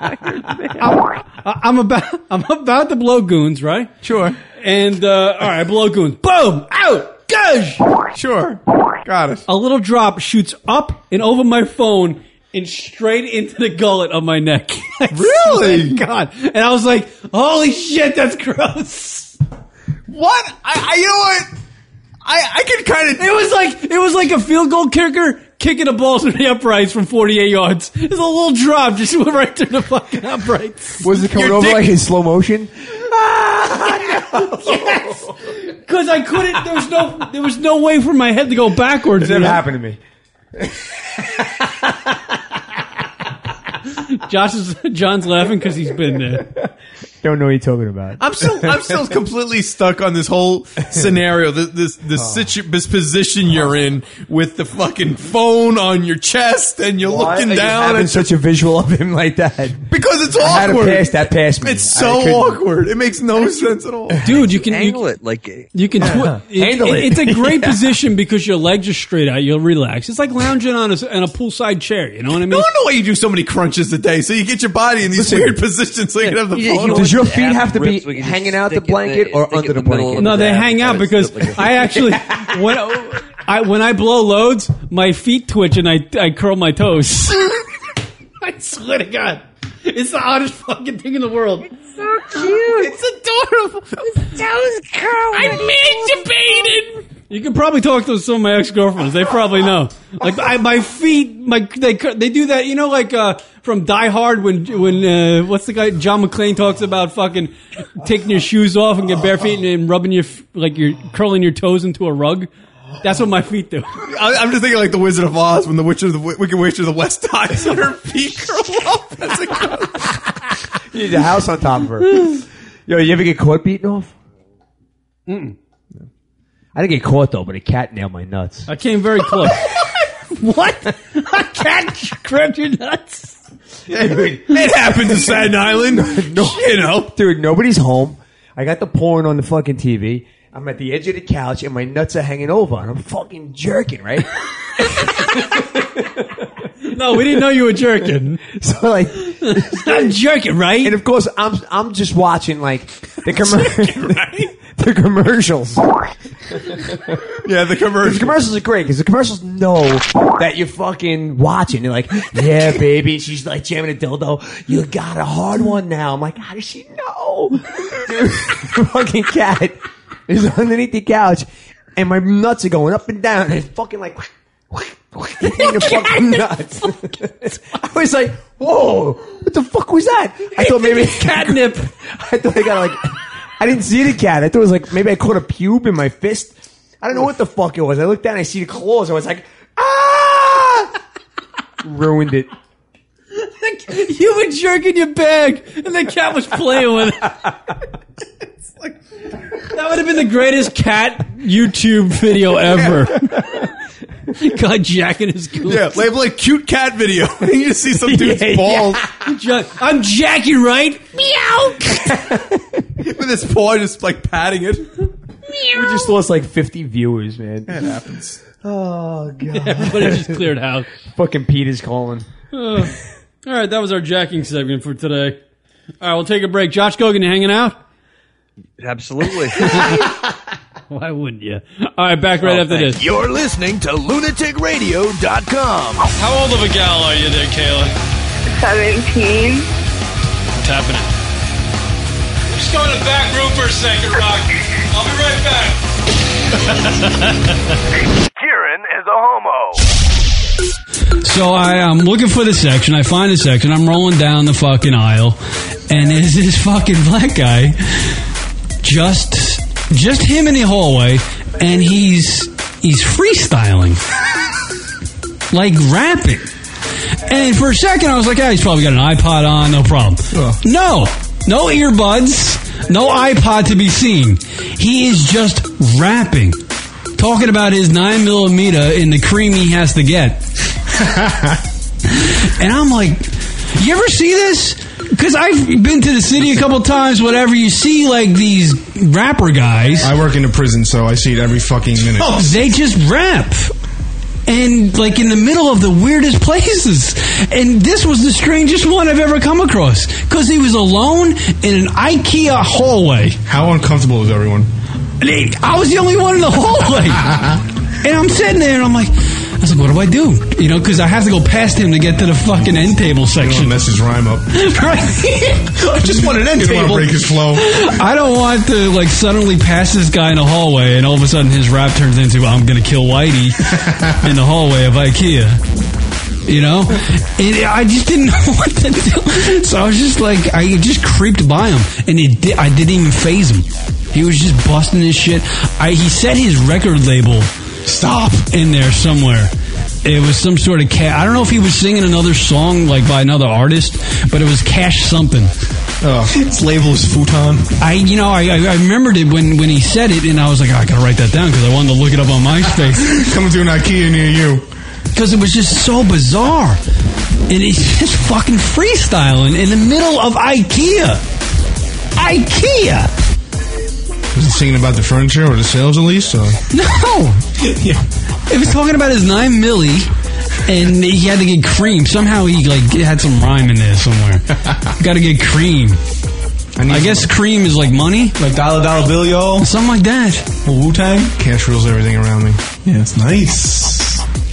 Speaker 1: I'm, I'm about I'm about to blow goons, right?
Speaker 12: Sure.
Speaker 1: And uh, all right, I blow goons. Boom! Out! Gosh!
Speaker 12: Sure. Got it.
Speaker 1: A little drop shoots up and over my phone and straight into the gullet of my neck. I swear
Speaker 12: Really?
Speaker 1: to God. And I was like, holy shit, that's gross.
Speaker 12: What? I, I you know what? I I can kind of.
Speaker 1: It was like it was like a field goal kicker kicking a ball through the uprights from 48 yards. It was a little drop, just went right through the fucking uprights.
Speaker 4: Was it coming
Speaker 1: Your
Speaker 4: over
Speaker 1: dick-
Speaker 4: like in slow motion?
Speaker 1: Because I couldn't. There was no. There was no way for my head to go backwards.
Speaker 4: It never
Speaker 1: you know?
Speaker 4: happened to me.
Speaker 1: Josh is, John's laughing because he's been there.
Speaker 4: Don't know what you're talking about.
Speaker 12: I'm still I'm still completely stuck on this whole scenario, this this this,
Speaker 4: Oh.
Speaker 12: situ- this position you're in with the fucking phone on your chest and you're
Speaker 4: Why
Speaker 12: looking
Speaker 4: are you
Speaker 12: down
Speaker 4: having
Speaker 12: at
Speaker 4: such a visual of him like that.
Speaker 12: because it's
Speaker 4: I had
Speaker 12: awkward.
Speaker 4: to pass that past me.
Speaker 12: It's
Speaker 4: I
Speaker 12: so
Speaker 4: couldn't-
Speaker 12: awkward. It makes no sense at all.
Speaker 1: Dude, you can
Speaker 14: angle it like
Speaker 1: You can
Speaker 14: Yeah.
Speaker 1: twi- it-
Speaker 14: Handle
Speaker 1: it-
Speaker 14: it.
Speaker 1: It's a great
Speaker 14: Yeah.
Speaker 1: position because your legs are straight out. You'll relax. It's like lounging on a, s- on a poolside chair. You know what I mean?
Speaker 12: No wonder why you do so many crunches a day. So you get your body in these weird positions so you can have the
Speaker 1: Yeah,
Speaker 12: phone.
Speaker 1: you
Speaker 12: on.
Speaker 1: Does
Speaker 4: your feet have to be hanging out the blanket or under the blanket?
Speaker 1: No, they hang out because I actually when I when I blow loads, my feet twitch and I I curl my toes. I swear to God.
Speaker 32: It's the oddest fucking thing in the world.
Speaker 6: So cute. It's adorable. Sounds curly. I masturbated.
Speaker 32: You can probably talk to some of my ex girlfriends. They probably know. Like I, my feet, my they cur- they do that. You know, like uh, from Die Hard when when uh, what's the guy John McClane talks about fucking taking your shoes off and get bare feet and, then rubbing your f- like you're curling your toes into a rug. That's what my feet do.
Speaker 12: I, I'm just thinking like the Wizard of Oz when the Witch of the Wi- Wicked Witch of the West dies and her feet curl up. That's
Speaker 4: You need a house on top of her. Yo, you ever get caught beating off?
Speaker 32: Mm-mm.
Speaker 4: I didn't get caught though, but a cat nailed my nuts.
Speaker 32: I came very close. what? A cat grabbed your nuts?
Speaker 12: it happens in Staten Island. you know,
Speaker 4: dude, nobody's home. I got the porn on the fucking TV. I'm at the edge of the couch and my nuts are hanging over, and I'm fucking jerking, right?
Speaker 32: no, we didn't know you were jerking.
Speaker 4: So like,
Speaker 32: I'm jerking, right?
Speaker 4: And of course, I'm I'm just watching like the commercial, the commercials.
Speaker 12: yeah, the commercials.
Speaker 4: The commercials are great because the commercials know that you're fucking watching. They're like, yeah, baby. She's like jamming a dildo. You got a hard one now. I'm like, how does she know? fucking cat is underneath the couch, and my nuts are going up and down, and it's fucking like. hitting the fucking nuts. I was like, "Whoa, what the fuck was that?" I thought maybe
Speaker 32: catnip.
Speaker 4: I thought I got like, I didn't see the cat. I thought it was like maybe I caught a pube in my fist. I don't know what the fuck it was. I looked down, I see the claws. I was like, ah! Ruined it.
Speaker 32: you were jerking your bag, and the cat was playing with it. that would have been the greatest cat YouTube video ever. God jacking his goose.
Speaker 12: Yeah, label it cute cat video. you just see some dude's balls.
Speaker 32: Ja- I'm Jackie, right? Meow.
Speaker 12: With his paw just like patting it.
Speaker 4: We just lost like 50 viewers, man.
Speaker 12: It happens.
Speaker 4: Oh god.
Speaker 32: Everybody just cleared house.
Speaker 4: Fucking Pete is calling.
Speaker 32: Uh, all right, that was our jacking segment for today. All right, we'll take a break. Josh Gogan, you hanging out?
Speaker 14: Absolutely.
Speaker 32: Why wouldn't you? All right, back right
Speaker 14: Oh,
Speaker 32: after
Speaker 14: thank
Speaker 32: this.
Speaker 33: You're listening to lunaticradio.com.
Speaker 34: How old of a gal are you there, Kayla?
Speaker 6: 17.
Speaker 34: What's happening? Just go to the back room for a second, Rock. I'll be right back.
Speaker 13: Kieran is a homo.
Speaker 1: So I, am looking for the section. I find the section. I'm rolling down the fucking aisle, and there's this fucking black guy, just just him in the hallway, and he's he's freestyling, like rapping. And for a second, I was like, "Ah, he's probably got an iPod on, no problem." No, no earbuds, no iPod to be seen. He is just rapping, talking about his nine millimeter in the cream he has to get. and I'm like, you ever see this? Because I've been to the city a couple times, whatever. You see, like these rapper guys.
Speaker 35: I work in a prison, so I see it every fucking minute.
Speaker 1: Oh, they just rap. And like in the middle of the weirdest places. And this was the strangest one I've ever come across. Because he was alone in an IKEA hallway.
Speaker 35: How uncomfortable is everyone?
Speaker 1: I was the only one in the hallway. and I'm sitting there and I'm like, I was like, what do I do? You know, because I have to go past him to get to the fucking end table section.
Speaker 35: Mess his rhyme up.
Speaker 1: I
Speaker 35: just want an end You don't wanna table. break his flow.
Speaker 1: I don't want to like suddenly pass this guy in the hallway and all of a sudden his rap turns into "I'm gonna kill Whitey" in the hallway of IKEA. You know, and I just didn't know what to do, so I was just like, I just creeped by him, and it di- I didn't even phase him. He was just busting his shit. I, he said his record label stop in there somewhere. It was some sort of cash. I don't know if he was singing another song like by another artist, but it was Cash something.
Speaker 35: Oh. Its label is futon.
Speaker 1: I, you know, I, I I remembered it when, when he said it, and I was like, "Oh, I gotta write that down because I wanted to look it up on MySpace.
Speaker 35: Coming to an IKEA near you.
Speaker 1: Because it was just so bizarre, and he's just fucking freestyling in the middle of IKEA. IKEA.
Speaker 35: Was it singing about the furniture or the sales at least? Or?
Speaker 1: No. yeah. It was talking about his nine milli, and he had to get cream. Somehow he like had some rhyme in there somewhere. Got to get cream. I, guess cream is like money,
Speaker 35: like dollar dollar bill, y'all,
Speaker 1: something like that.
Speaker 35: Well, Wu Tang. Cash rules everything around me. Yeah, it's nice.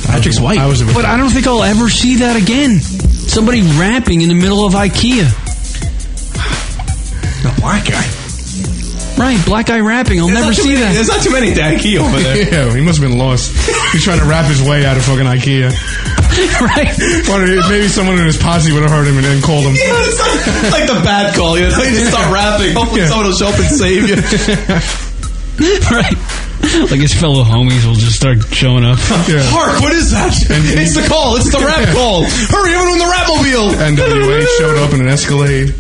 Speaker 1: Patrick's
Speaker 35: I was a
Speaker 1: But I don't think I'll ever see that again.
Speaker 36: Somebody rapping in the middle of IKEA. The black guy. Right, black guy rapping. I'll never see that.
Speaker 12: yeah, he must have been lost. He's trying to rap his way out of fucking IKEA.
Speaker 36: right?
Speaker 12: maybe someone in his posse would have heard him and then called him.
Speaker 37: Yeah, it's like, it's like the bad call. You know? You just start rapping. Hopefully,
Speaker 12: Yeah.
Speaker 37: someone will show up and save you.
Speaker 1: right. Like his fellow homies will just start showing up.
Speaker 37: Hark, what is that? it's the call. It's the rap call. Hurry, everyone, the rapmobile.
Speaker 12: NWA showed up in an Escalade.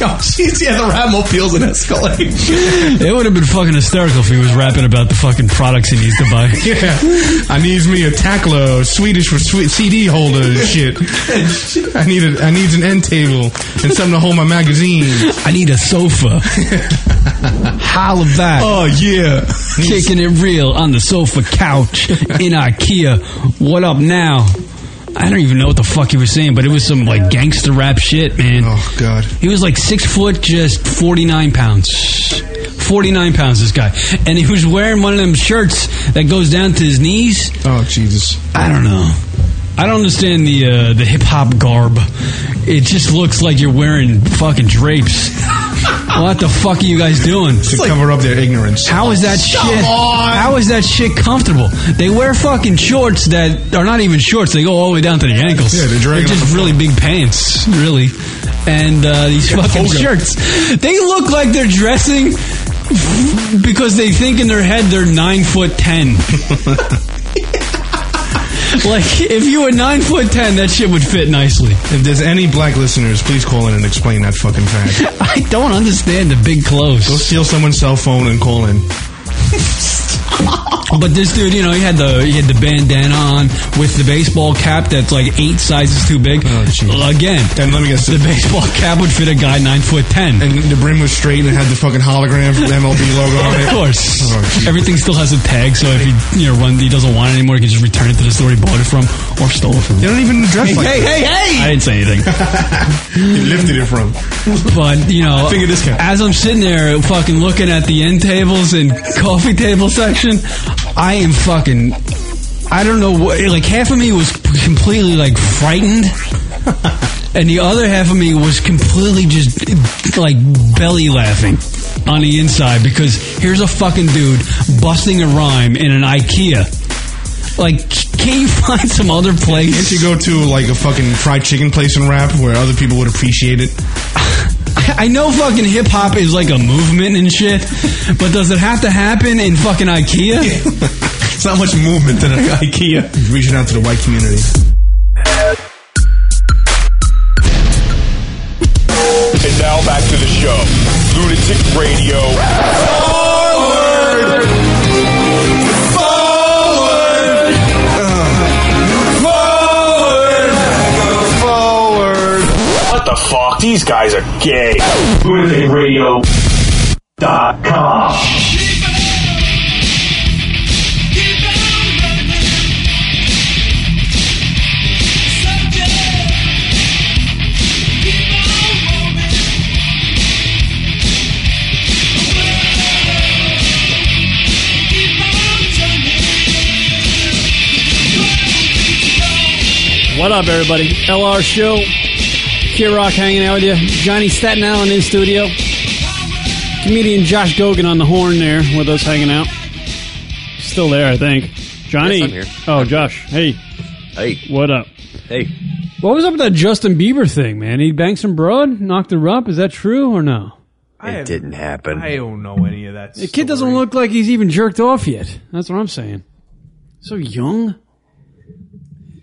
Speaker 37: No, jeez, yeah, the rapmobile's an Escalade.
Speaker 1: It would have been fucking hysterical if he was rapping about the fucking products he needs to buy.
Speaker 12: Yeah, I needs me a tackler, Swedish for swe- CD holder and shit. I need a, I needs an end table and something to hold my magazine.
Speaker 1: I need a sofa. Holla back. Oh yeah, kicking it real on the sofa couch in IKEA. What up now? I don't even know what the fuck he was saying, but it was some like gangster rap shit, man. Oh
Speaker 12: god,
Speaker 1: he was like six foot, just forty nine pounds. Forty nine pounds, this guy, and he was wearing one of them shirts that goes down to his knees.
Speaker 12: Oh Jesus!
Speaker 1: I don't know. I don't understand the uh, the hip hop garb. It just looks like you're wearing fucking drapes. what the fuck are you guys doing?
Speaker 12: To cover up their ignorance.
Speaker 1: How is that
Speaker 12: Come
Speaker 1: shit? How is that shit comfortable? They wear fucking shorts that are not even shorts. They go all the way down to the ankles.
Speaker 12: Yeah, they're dragging on
Speaker 1: just
Speaker 12: the
Speaker 1: really big pants, really. And uh, these
Speaker 12: Yeah,
Speaker 1: fucking
Speaker 12: toga.
Speaker 1: shirts. They look like they're dressing because they think in their head they're nine foot ten. Like if you were nine foot ten, that shit would fit nicely.
Speaker 12: If there's any black listeners, please call in and explain that fucking fact.
Speaker 1: I don't understand the big clothes.
Speaker 12: Go steal someone's cell phone and call in.
Speaker 1: But this dude, you know, he had the he had the bandana on with the baseball cap that's like eight sizes too big. Again,
Speaker 12: and let me guess,
Speaker 1: the baseball cap would fit a guy nine foot ten.
Speaker 12: And the brim was straight and it had the fucking hologram from the MLB logo on it.
Speaker 1: Of course,
Speaker 12: Oh, gee.
Speaker 1: everything still has a tag. So if he you know run, he doesn't want it anymore. He can just return it to the store he bought it from or stole it from.
Speaker 12: They don't even dress
Speaker 1: Hey,
Speaker 12: like
Speaker 1: hey,
Speaker 12: that.
Speaker 1: hey, hey! I didn't say anything.
Speaker 12: you lifted it from.
Speaker 1: But you know,
Speaker 12: Finger discount.
Speaker 1: as I'm sitting there, fucking looking at the end tables and coffee table section, I am fucking. I don't know what. Like half of me was completely like frightened, and the other half of me was completely just like belly laughing on the inside because here's a fucking dude busting a rhyme in an IKEA. Like, can you find some other place?
Speaker 12: Can't you go to like a fucking fried chicken place and rap where other people would appreciate it?
Speaker 1: I know fucking hip hop is like a movement and shit, but does it have to happen in fucking IKEA?
Speaker 12: It's not much movement than an IKEA. Reaching out to the white community.
Speaker 38: And now back to the show. Lunatic Radio. Forward! Forward! Forward! Forward! What the fuck? These guys are gay. LunaticRadio.com.
Speaker 4: What up, everybody? LR Show. Kid Rock hanging out with you. Johnny Staten Island in studio. Comedian Josh Gogan on the horn there with us hanging out. Still there, I think. Johnny.
Speaker 14: Yes, I'm here.
Speaker 4: Oh, Josh. Hey.
Speaker 14: Hey.
Speaker 4: What up?
Speaker 14: Hey.
Speaker 4: What was up with that Justin Bieber thing, man? He banged some broad, knocked her up. Is that true or no?
Speaker 14: It didn't happen.
Speaker 37: I don't know any of that.
Speaker 4: The kid doesn't look like he's even jerked off yet. That's what I'm saying. So young.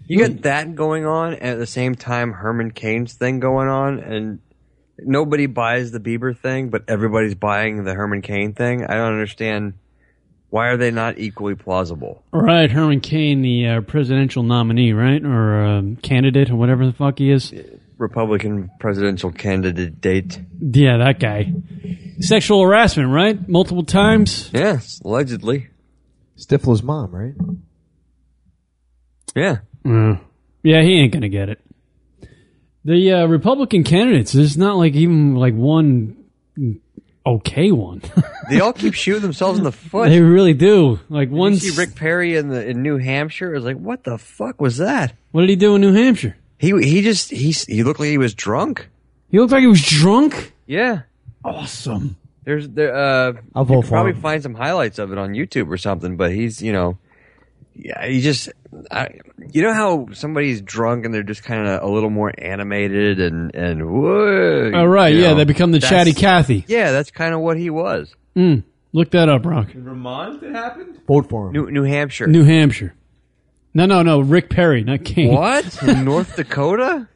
Speaker 14: You got that going on and at the same time Herman Cain's thing going on and nobody buys the Bieber thing, but everybody's buying the Herman Cain thing. I don't understand why are they not equally plausible?
Speaker 4: All right, Herman Cain, the uh, presidential nominee, right, or um, candidate, or whatever the fuck he is.
Speaker 14: Republican presidential candidate date.
Speaker 4: Yeah, that guy. Sexual harassment, right? Multiple times.
Speaker 14: Yes, allegedly.
Speaker 39: Stifler's mom, right?
Speaker 14: Yeah.
Speaker 4: Yeah, he ain't gonna get it. The uh, Republican candidates, there's not like even like one okay one.
Speaker 14: They all keep shooting themselves in the foot.
Speaker 4: they really do. Like
Speaker 14: Did
Speaker 4: one.
Speaker 14: you see Rick Perry in the in New Hampshire? It was like, what the fuck was that?
Speaker 4: What did he do in New Hampshire?
Speaker 14: He he just he s- he looked like he was drunk.
Speaker 8: He looked like he was drunk.
Speaker 14: Yeah.
Speaker 8: Awesome.
Speaker 14: There's there. Uh,
Speaker 4: I'll
Speaker 14: you
Speaker 4: vote
Speaker 14: could
Speaker 4: for
Speaker 14: probably
Speaker 4: him.
Speaker 14: find some highlights of it on YouTube or something. But he's you know, yeah, he just I, you know how somebody's drunk and they're just kind of a little more animated and and whoa.
Speaker 1: Oh, right,
Speaker 14: you
Speaker 1: yeah, they become the
Speaker 14: That's-
Speaker 1: chatty Cathy.
Speaker 14: Yeah, that's kind of what he was.
Speaker 1: Mm, look that up, Rock.
Speaker 14: In Vermont, it happened.
Speaker 4: Vote for him.
Speaker 14: New New Hampshire.
Speaker 1: New Hampshire. No, no, no. Rick Perry, not King.
Speaker 14: What? In North Dakota?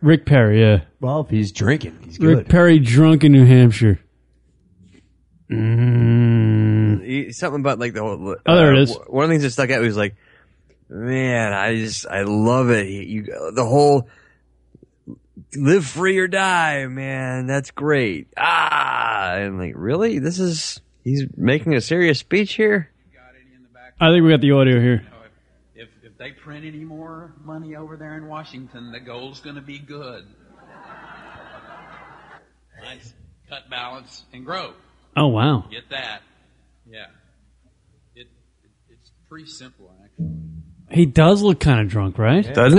Speaker 1: Rick Perry, yeah.
Speaker 4: Well, if he's drinking, he's
Speaker 1: Rick Perry drunk in New Hampshire. Mm.
Speaker 14: He- something about like the whole.
Speaker 1: Oh, there it is.
Speaker 14: w- One of the things that stuck out was like, man, I just I love it. He- You the whole live free or die, man. That's great. Ah, and like really, this is he's making a serious speech here.
Speaker 1: I think we got the audio here.
Speaker 10: If, if they print any more money over there in Washington, the goal's going to be good. Nice. Cut balance and grow.
Speaker 1: Oh, wow.
Speaker 10: Get that. Yeah. It, it It's pretty simple, actually.
Speaker 1: He does look kind of drunk, right?
Speaker 10: Or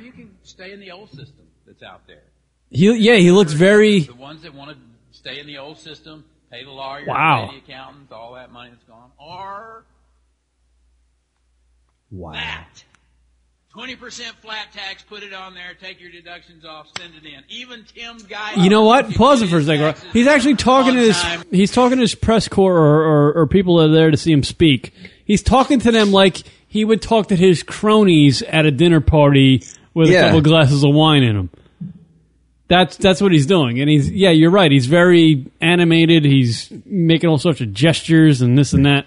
Speaker 10: you can stay in the old system that's out there.
Speaker 1: He, yeah, he looks very.
Speaker 10: The ones that want to stay in the old system, pay the lawyers,
Speaker 1: Wow.
Speaker 10: pay the accountants, all that money that's gone. Or
Speaker 4: Wow.
Speaker 10: 20% flat tax, put it on there, take your deductions off, send it in. Even Tim Guy.
Speaker 1: You know what? Pause it for a second. Rock. He's actually talking to his. He's talking to his press corps or, or, or people that are there to see him speak. He's talking to them like he would talk to his cronies at a dinner party with a
Speaker 10: Yeah.
Speaker 1: couple glasses of wine in him. That's that's what he's doing, and he's yeah, you're right. He's very animated. He's making all sorts of gestures and this and that.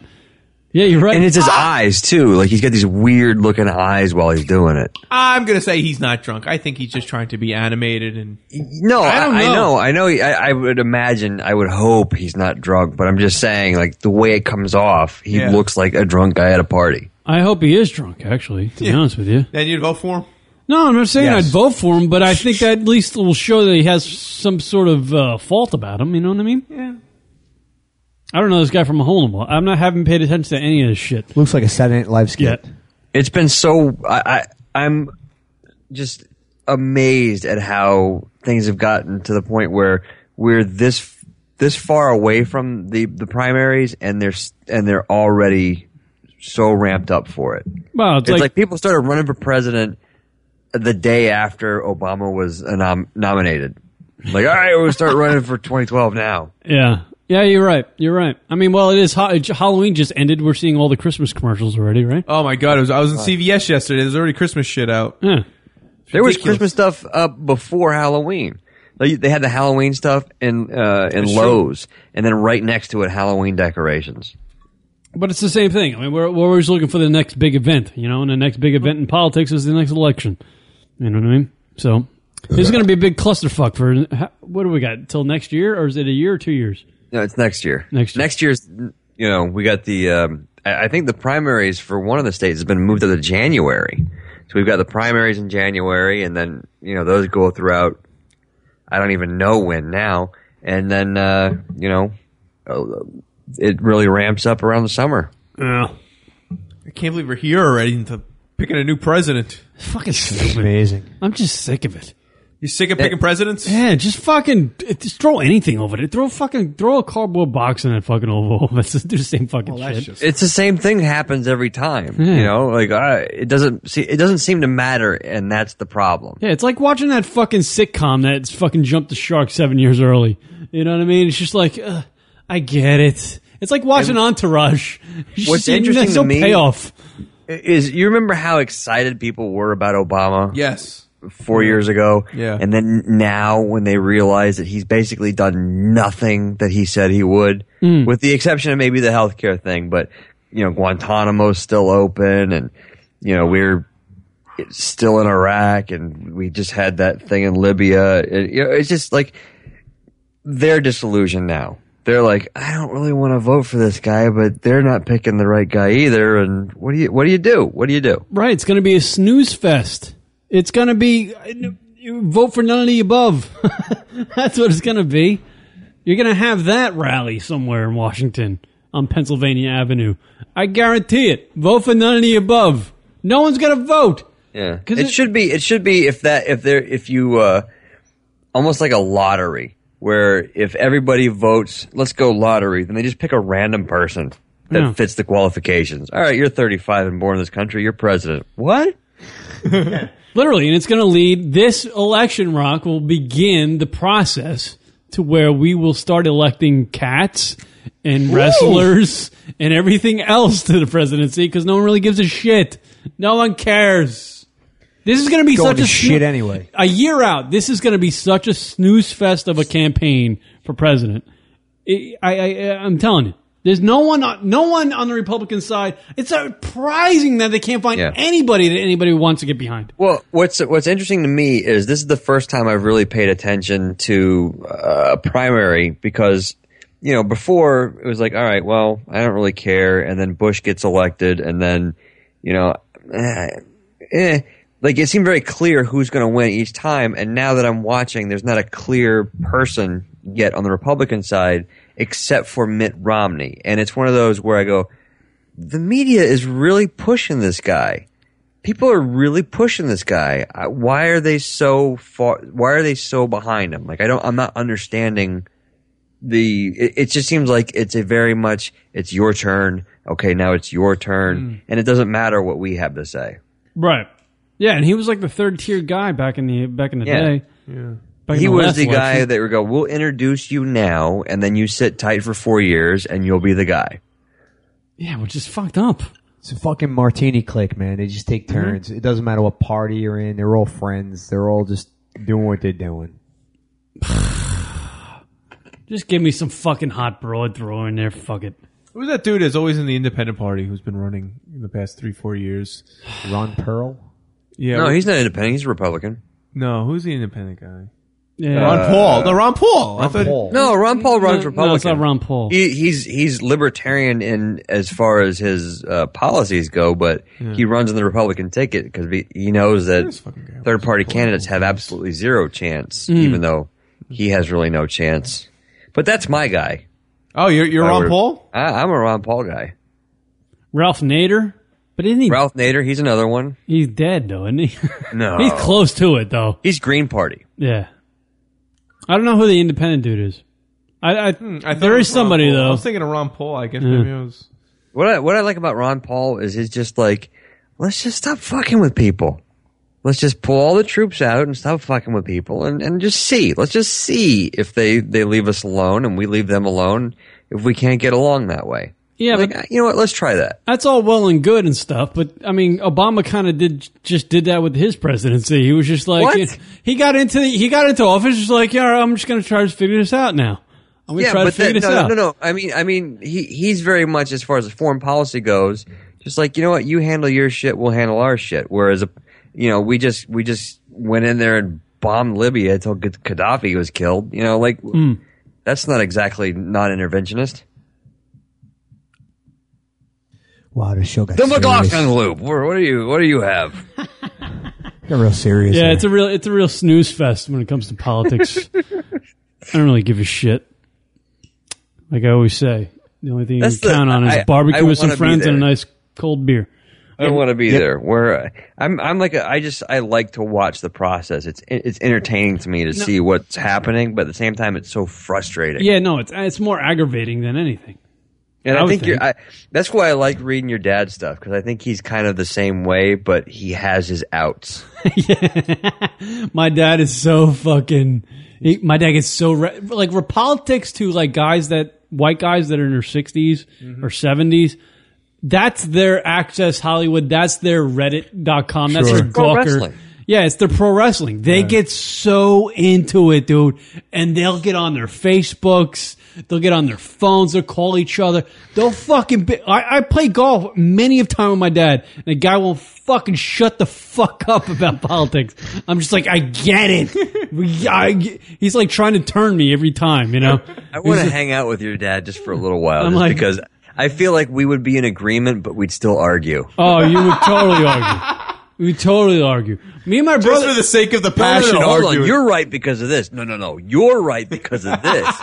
Speaker 1: Yeah, you're right.
Speaker 14: And it's his
Speaker 1: Ah!
Speaker 14: eyes too. Like he's got these weird looking eyes while he's doing it.
Speaker 12: I'm gonna say he's not drunk. I think he's just trying to be animated and
Speaker 14: No, I,
Speaker 12: don't know.
Speaker 14: I know, I know. he- I, I would imagine, I would hope he's not drunk, but I'm just saying, like the way it comes off, he
Speaker 12: Yeah.
Speaker 14: looks like a drunk guy at a party.
Speaker 1: I hope he is drunk. Actually, to be
Speaker 12: Yeah.
Speaker 1: honest with you.
Speaker 12: Then you'd vote for him.
Speaker 1: No, I'm not saying
Speaker 12: Yes.
Speaker 1: I'd vote for him, but I think that at least will show that he has some sort of uh, fault about him. You know what I mean?
Speaker 12: Yeah.
Speaker 1: I don't know this guy from a hole in the wall. I'm not having paid attention to any of this shit.
Speaker 4: Looks like a Saturday Night Live skit.
Speaker 14: It's been so. I, I I'm just amazed at how things have gotten to the point where we're this this far away from the the primaries, and they're s- and they're already so ramped up for it.
Speaker 1: Well, it's,
Speaker 14: It's like,
Speaker 1: like,
Speaker 14: people started running for president the day after Obama was uh, nom- nominated. Like, all right, we'll start running for 2012 now.
Speaker 1: yeah, yeah. You're right. You're right. I mean, well, it is ho- Halloween just ended. We're seeing all the Christmas commercials already, right?
Speaker 12: Oh my god, it was, I was in CVS yesterday. There's already Christmas shit out.
Speaker 1: Yeah.
Speaker 14: There was Christmas stuff up before Halloween. They they had the Halloween stuff in uh, in
Speaker 1: It's true.
Speaker 14: Lowe's, and then right next to it, Halloween decorations.
Speaker 1: But it's the same thing. I mean, we're, we're always looking for the next big event, you know, and the next big event in politics is the next election. You know what I mean? So there's going to be a big clusterfuck for how- what do we got till next year, or is it a year or two years?
Speaker 14: No, it's next year.
Speaker 1: Next year.
Speaker 14: next year's. You know, we got the. Um, I, I think the primaries for one of the states has been moved to the January. So we've got the primaries in January, and then you know those go throughout. I don't even know when now, and then uh, you know, uh, it really ramps up around the summer.
Speaker 1: Yeah.
Speaker 12: I can't believe we're here already into picking a new president.
Speaker 1: Fucking stupid. Amazing. I'm just sick of it.
Speaker 12: You sick of picking presidents?
Speaker 1: Yeah, just fucking just throw anything over it. Throw fucking throw a cardboard box in that fucking oval. Let's just do the same fucking Oh, shit.
Speaker 14: It's the same thing happens every time.
Speaker 1: Yeah.
Speaker 14: You know, like I, it doesn't see, it doesn't seem to matter, and that's the problem.
Speaker 1: yeah, it's like watching that fucking sitcom that's fucking jumped the shark seven years early. You know what I mean? It's just like uh, I get it. It's like watching Entourage. It's
Speaker 14: What's
Speaker 1: just-
Speaker 14: interesting
Speaker 1: there's
Speaker 14: to
Speaker 1: no
Speaker 14: me
Speaker 1: payoff.
Speaker 14: is you remember how excited people were about Obama?
Speaker 12: Yes.
Speaker 14: Four years ago,
Speaker 12: Yeah.
Speaker 14: and then now when they realize that he's basically done nothing that he said he would,
Speaker 12: Hmm.
Speaker 13: Mm.
Speaker 14: with the exception of maybe the healthcare thing, but you know Guantanamo's still open, and you know we're still in Iraq, and we just had that thing in Libya. It- you know, it's just like they're disillusioned now. They're like, I don't really want to vote for this guy, but they're not picking the right guy either. And what do you what do you do? What do you do?
Speaker 1: Right, it's going to be a snooze fest. It's going to be uh, vote for none of the above. That's what it's going to be. You're going to have that rally somewhere in Washington on Pennsylvania Avenue. I guarantee it. Vote for none of the above. No one's going to vote.
Speaker 14: Yeah,
Speaker 5: 'Cause
Speaker 14: it,
Speaker 5: it-
Speaker 14: should be. It should be if that if there if you uh, almost like a lottery where if everybody votes, let's go lottery, then they just pick a random person that
Speaker 9: Yeah.
Speaker 14: fits the qualifications. All right, you're 35 and born in this country, you're president. What?
Speaker 1: Literally, and it's going to lead this election. Rock will begin the process to where we will start electing cats and
Speaker 9: Whoa.
Speaker 1: wrestlers and everything else to the presidency because no one really gives a shit. No one cares. This is going to be
Speaker 4: Going
Speaker 1: such
Speaker 4: to
Speaker 1: a snoo-
Speaker 4: shit anyway.
Speaker 1: A year out, this is going to be such a snooze fest of a campaign for president. I, I, I I'm telling you, there's no one, on, no one on the Republican side. It's surprising that they can't find
Speaker 14: Yeah.
Speaker 1: anybody that anybody wants to get behind.
Speaker 14: Well, what's what's interesting to me is this is the first time I've really paid attention to uh, a primary because you know before it was like all right, well I don't really care, and then Bush gets elected, and then you know, eh, eh. like it seemed very clear who's going to win each time, and now that I'm watching, there's not a clear person yet on the Republican side except for Mitt Romney, and it's one of those where I go, the media is really pushing this guy people are really pushing this guy. I- Why are they so far? Why are they so behind him? Like I don't, I'm not understanding the. It, it just seems like it's a very much. It's your turn. Okay, now it's your turn,
Speaker 1: Hmm.
Speaker 14: and it doesn't matter what we have to say.
Speaker 1: Right. Yeah, and he was like the third tier guy back in the back in the
Speaker 14: Yeah.
Speaker 1: day. Yeah. Back in
Speaker 14: he was
Speaker 1: last
Speaker 14: the guy
Speaker 1: election.
Speaker 14: that would go, "We'll introduce you now, and then you sit tight for four years, and you'll be the guy."
Speaker 1: Yeah, which is fucked up.
Speaker 4: It's a fucking martini clique, man. They just
Speaker 1: Mm-hmm.
Speaker 4: take turns. It doesn't matter what party you're in. They're all friends. They're all just doing what they're doing.
Speaker 1: Just give me some fucking hot broad throw in there. Fuck it.
Speaker 12: Who's that dude that's always in the independent party who's been running in the past three, four years?
Speaker 4: Ron Pearl?
Speaker 12: Yeah.
Speaker 14: no, he's not independent. He's a Republican.
Speaker 12: No, who's the independent guy?
Speaker 1: Yeah.
Speaker 12: Ron Paul. No, Ron Paul. I
Speaker 4: Ron
Speaker 12: thought-
Speaker 4: Paul.
Speaker 14: No, Ron Paul runs
Speaker 1: No,
Speaker 14: Republican.
Speaker 1: no, it's not Ron Paul.
Speaker 14: He, he's he's libertarian in as far as his uh, policies go, but
Speaker 1: Yeah.
Speaker 14: he runs on the Republican ticket because he, he knows that third party candidates have absolutely zero chance,
Speaker 12: Mm.
Speaker 14: even though he has really no chance. But that's my guy.
Speaker 12: Oh, you're you're
Speaker 14: If I
Speaker 12: Ron
Speaker 14: were-
Speaker 12: Paul.
Speaker 14: I, I'm a Ron Paul guy.
Speaker 1: Ralph Nader, but isn't he?
Speaker 14: Ralph Nader, he's another one.
Speaker 1: He's dead though, isn't he?
Speaker 14: No,
Speaker 1: He's close to it though.
Speaker 14: He's Green Party.
Speaker 1: Yeah. I don't know who the independent dude is. I, I,
Speaker 12: Hmm,
Speaker 14: Hmm.
Speaker 12: I thought
Speaker 1: there
Speaker 12: it
Speaker 1: is
Speaker 12: was Ron
Speaker 1: somebody
Speaker 12: Paul. I
Speaker 1: though.
Speaker 12: was thinking of Ron Paul. I guess
Speaker 1: Yeah.
Speaker 12: maybe I was.
Speaker 14: What I, what I like about Ron Paul is he's just like, let's just stop fucking with people. Let's just pull all the troops out and stop fucking with people and, and just see. Let's just see if they, they leave us alone and we leave them alone if we can't get along that way.
Speaker 1: yeah,
Speaker 14: Like,
Speaker 1: but
Speaker 14: you know what? Let's try that.
Speaker 1: that's all well and good and stuff, but I mean, Obama kind of did just did that with his presidency. He was just like
Speaker 14: What?
Speaker 1: he got into the, he got into office just like, yeah, all right, I'm just going to try to figure this out now. I'm going to try to figure
Speaker 14: that-
Speaker 1: this
Speaker 14: no,
Speaker 1: out.
Speaker 14: no, no, no. I mean, I mean, he he's very much as far as foreign policy goes, just like you know what, you handle your shit, we'll handle our shit. Whereas, uh, you know, we just we just went in there and bombed Libya until G- Gaddafi was killed. You know, like
Speaker 1: Mm.
Speaker 14: that's not exactly not interventionist.
Speaker 4: Wow, the show got
Speaker 14: The
Speaker 4: serious.
Speaker 14: McLaughlin loop. Where- What do you What do you have?
Speaker 4: Got real serious.
Speaker 1: Yeah,
Speaker 4: there.
Speaker 1: it's a real it's a real snooze fest when it comes to politics. I don't really give a shit. Like I always say, the only thing
Speaker 14: That's
Speaker 1: you
Speaker 14: the-
Speaker 1: can count on is
Speaker 14: I-
Speaker 1: barbecue
Speaker 14: I
Speaker 1: with some
Speaker 14: wanna be
Speaker 1: friends and a
Speaker 14: there.
Speaker 1: nice cold beer.
Speaker 14: I
Speaker 1: Um,
Speaker 14: don't want to be there. Where uh, I'm, I'm like a, I just I like to watch the process. It's it's entertaining to me to see what's happening, but at the same time, it's so frustrating.
Speaker 1: Yeah, no, it's it's more aggravating than anything.
Speaker 14: And
Speaker 1: I
Speaker 14: I,
Speaker 1: would
Speaker 14: think,
Speaker 1: think.
Speaker 14: you're. I, that's why I like reading your dad's stuff because I think he's kind of the same way, but he has his outs.
Speaker 1: My dad is so fucking. He, my dad gets so re- like we're politics to like guys that white guys that are in their 60s or seventies. That's their access Hollywood. That's their Reddit.com. That's
Speaker 9: Sure.
Speaker 1: their
Speaker 9: Pro
Speaker 1: Gawker.
Speaker 9: wrestling.
Speaker 1: Yeah, it's their pro wrestling. They get so into it, dude, and they'll get on their Facebooks. They'll get on their phones. They'll call each other. They'll fucking. Be- I, I play golf many of time with my dad, and the guy won't fucking shut the fuck up about politics. I'm just like, I get it. We- I get- he's like trying to turn me every time, you know.
Speaker 14: I want to hang out with your dad just for a little while,
Speaker 1: I'm
Speaker 14: just
Speaker 1: like-
Speaker 14: because I feel like we would be in agreement, but we'd still argue.
Speaker 1: Oh, you would totally argue. We would totally argue. Me and my brother,
Speaker 12: for the sake of the
Speaker 14: No, no, no,
Speaker 12: passion,
Speaker 14: hold on.
Speaker 12: arguing.
Speaker 14: You're right because of this. No, no, no. You're right because of this.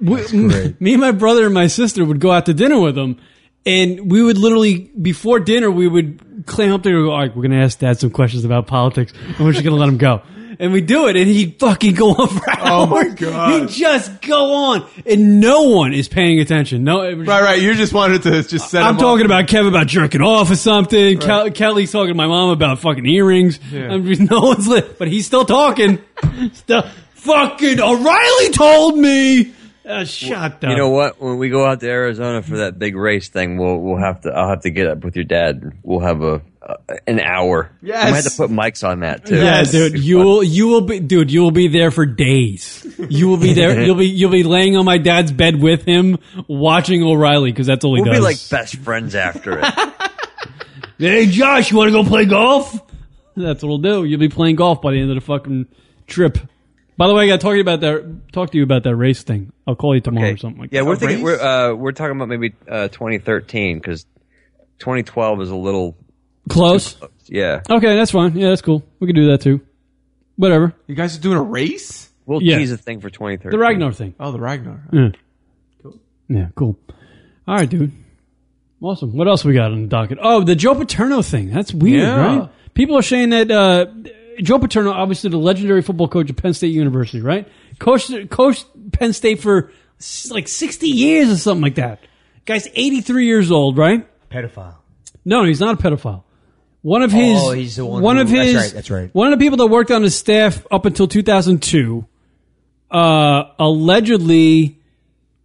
Speaker 1: we- me and my brother and my sister would go out to dinner with him, And we would literally before dinner we would clam up there. And go, All right, we're gonna ask Dad some questions about politics, and we're just gonna let him go. And we do it, and he'd fucking go on for hours.
Speaker 12: Oh, my God.
Speaker 1: He'd just go on, and no one is paying attention. No, it was-
Speaker 12: Right, right. You just wanted to just set.
Speaker 1: I'm
Speaker 12: him
Speaker 1: talking
Speaker 12: up.
Speaker 1: about Kev about jerking off or something. Kel- Kelly's talking to my mom about fucking earrings.
Speaker 12: Yeah.
Speaker 1: I'm just, no one's li- but he's still talking. still fucking O'Reilly told me. Uh, shut up.
Speaker 14: You know what? When we go out to Arizona for that big race thing, we'll we'll have to. I'll have to get up with your dad. We'll have a uh, an hour.
Speaker 1: Yes.
Speaker 14: I might have to put mics on that too.
Speaker 1: Yeah, dude, you will you will be dude, you will be there for days. You will be there. You'll be you'll be laying on my dad's bed with him, watching O'Reilly because that's all he
Speaker 14: We'll
Speaker 1: does.
Speaker 14: be like best friends after it.
Speaker 1: hey, Josh, you want to go play golf? That's what we'll do. You'll be playing golf by the end of the fucking trip. By the way, I got to talk to you about that. Talk to you about that race thing. I'll call you tomorrow or something like
Speaker 14: yeah,
Speaker 1: that.
Speaker 14: we're thinking we're uh, we're talking about maybe uh, 2013 because 2012 is a little
Speaker 1: close.
Speaker 14: yeah.
Speaker 1: Okay, that's fine. Yeah, that's cool. We can do that too. Whatever.
Speaker 12: You guys are doing a race.
Speaker 14: We'll
Speaker 1: Yeah.
Speaker 14: tease a thing for 2013.
Speaker 1: The Ragnar thing.
Speaker 12: Oh, the Ragnar.
Speaker 1: Yeah. Yeah, cool. All right, dude. Awesome. What else we got on the docket? Oh, the Joe Paterno thing. That's weird,
Speaker 12: Yeah.
Speaker 1: right? People are saying that uh, Joe Paterno, obviously the legendary football coach at Penn State University, right? Coached, coached Penn State for s- like 60 years or something like that. Guy's 83 years old, right?
Speaker 4: Pedophile.
Speaker 1: No, he's not a pedophile. One of his,
Speaker 4: Oh, he's the one who-
Speaker 1: of
Speaker 4: that's
Speaker 1: his,
Speaker 4: right, that's right.
Speaker 1: One of the people that worked on his staff up until 2002, uh, allegedly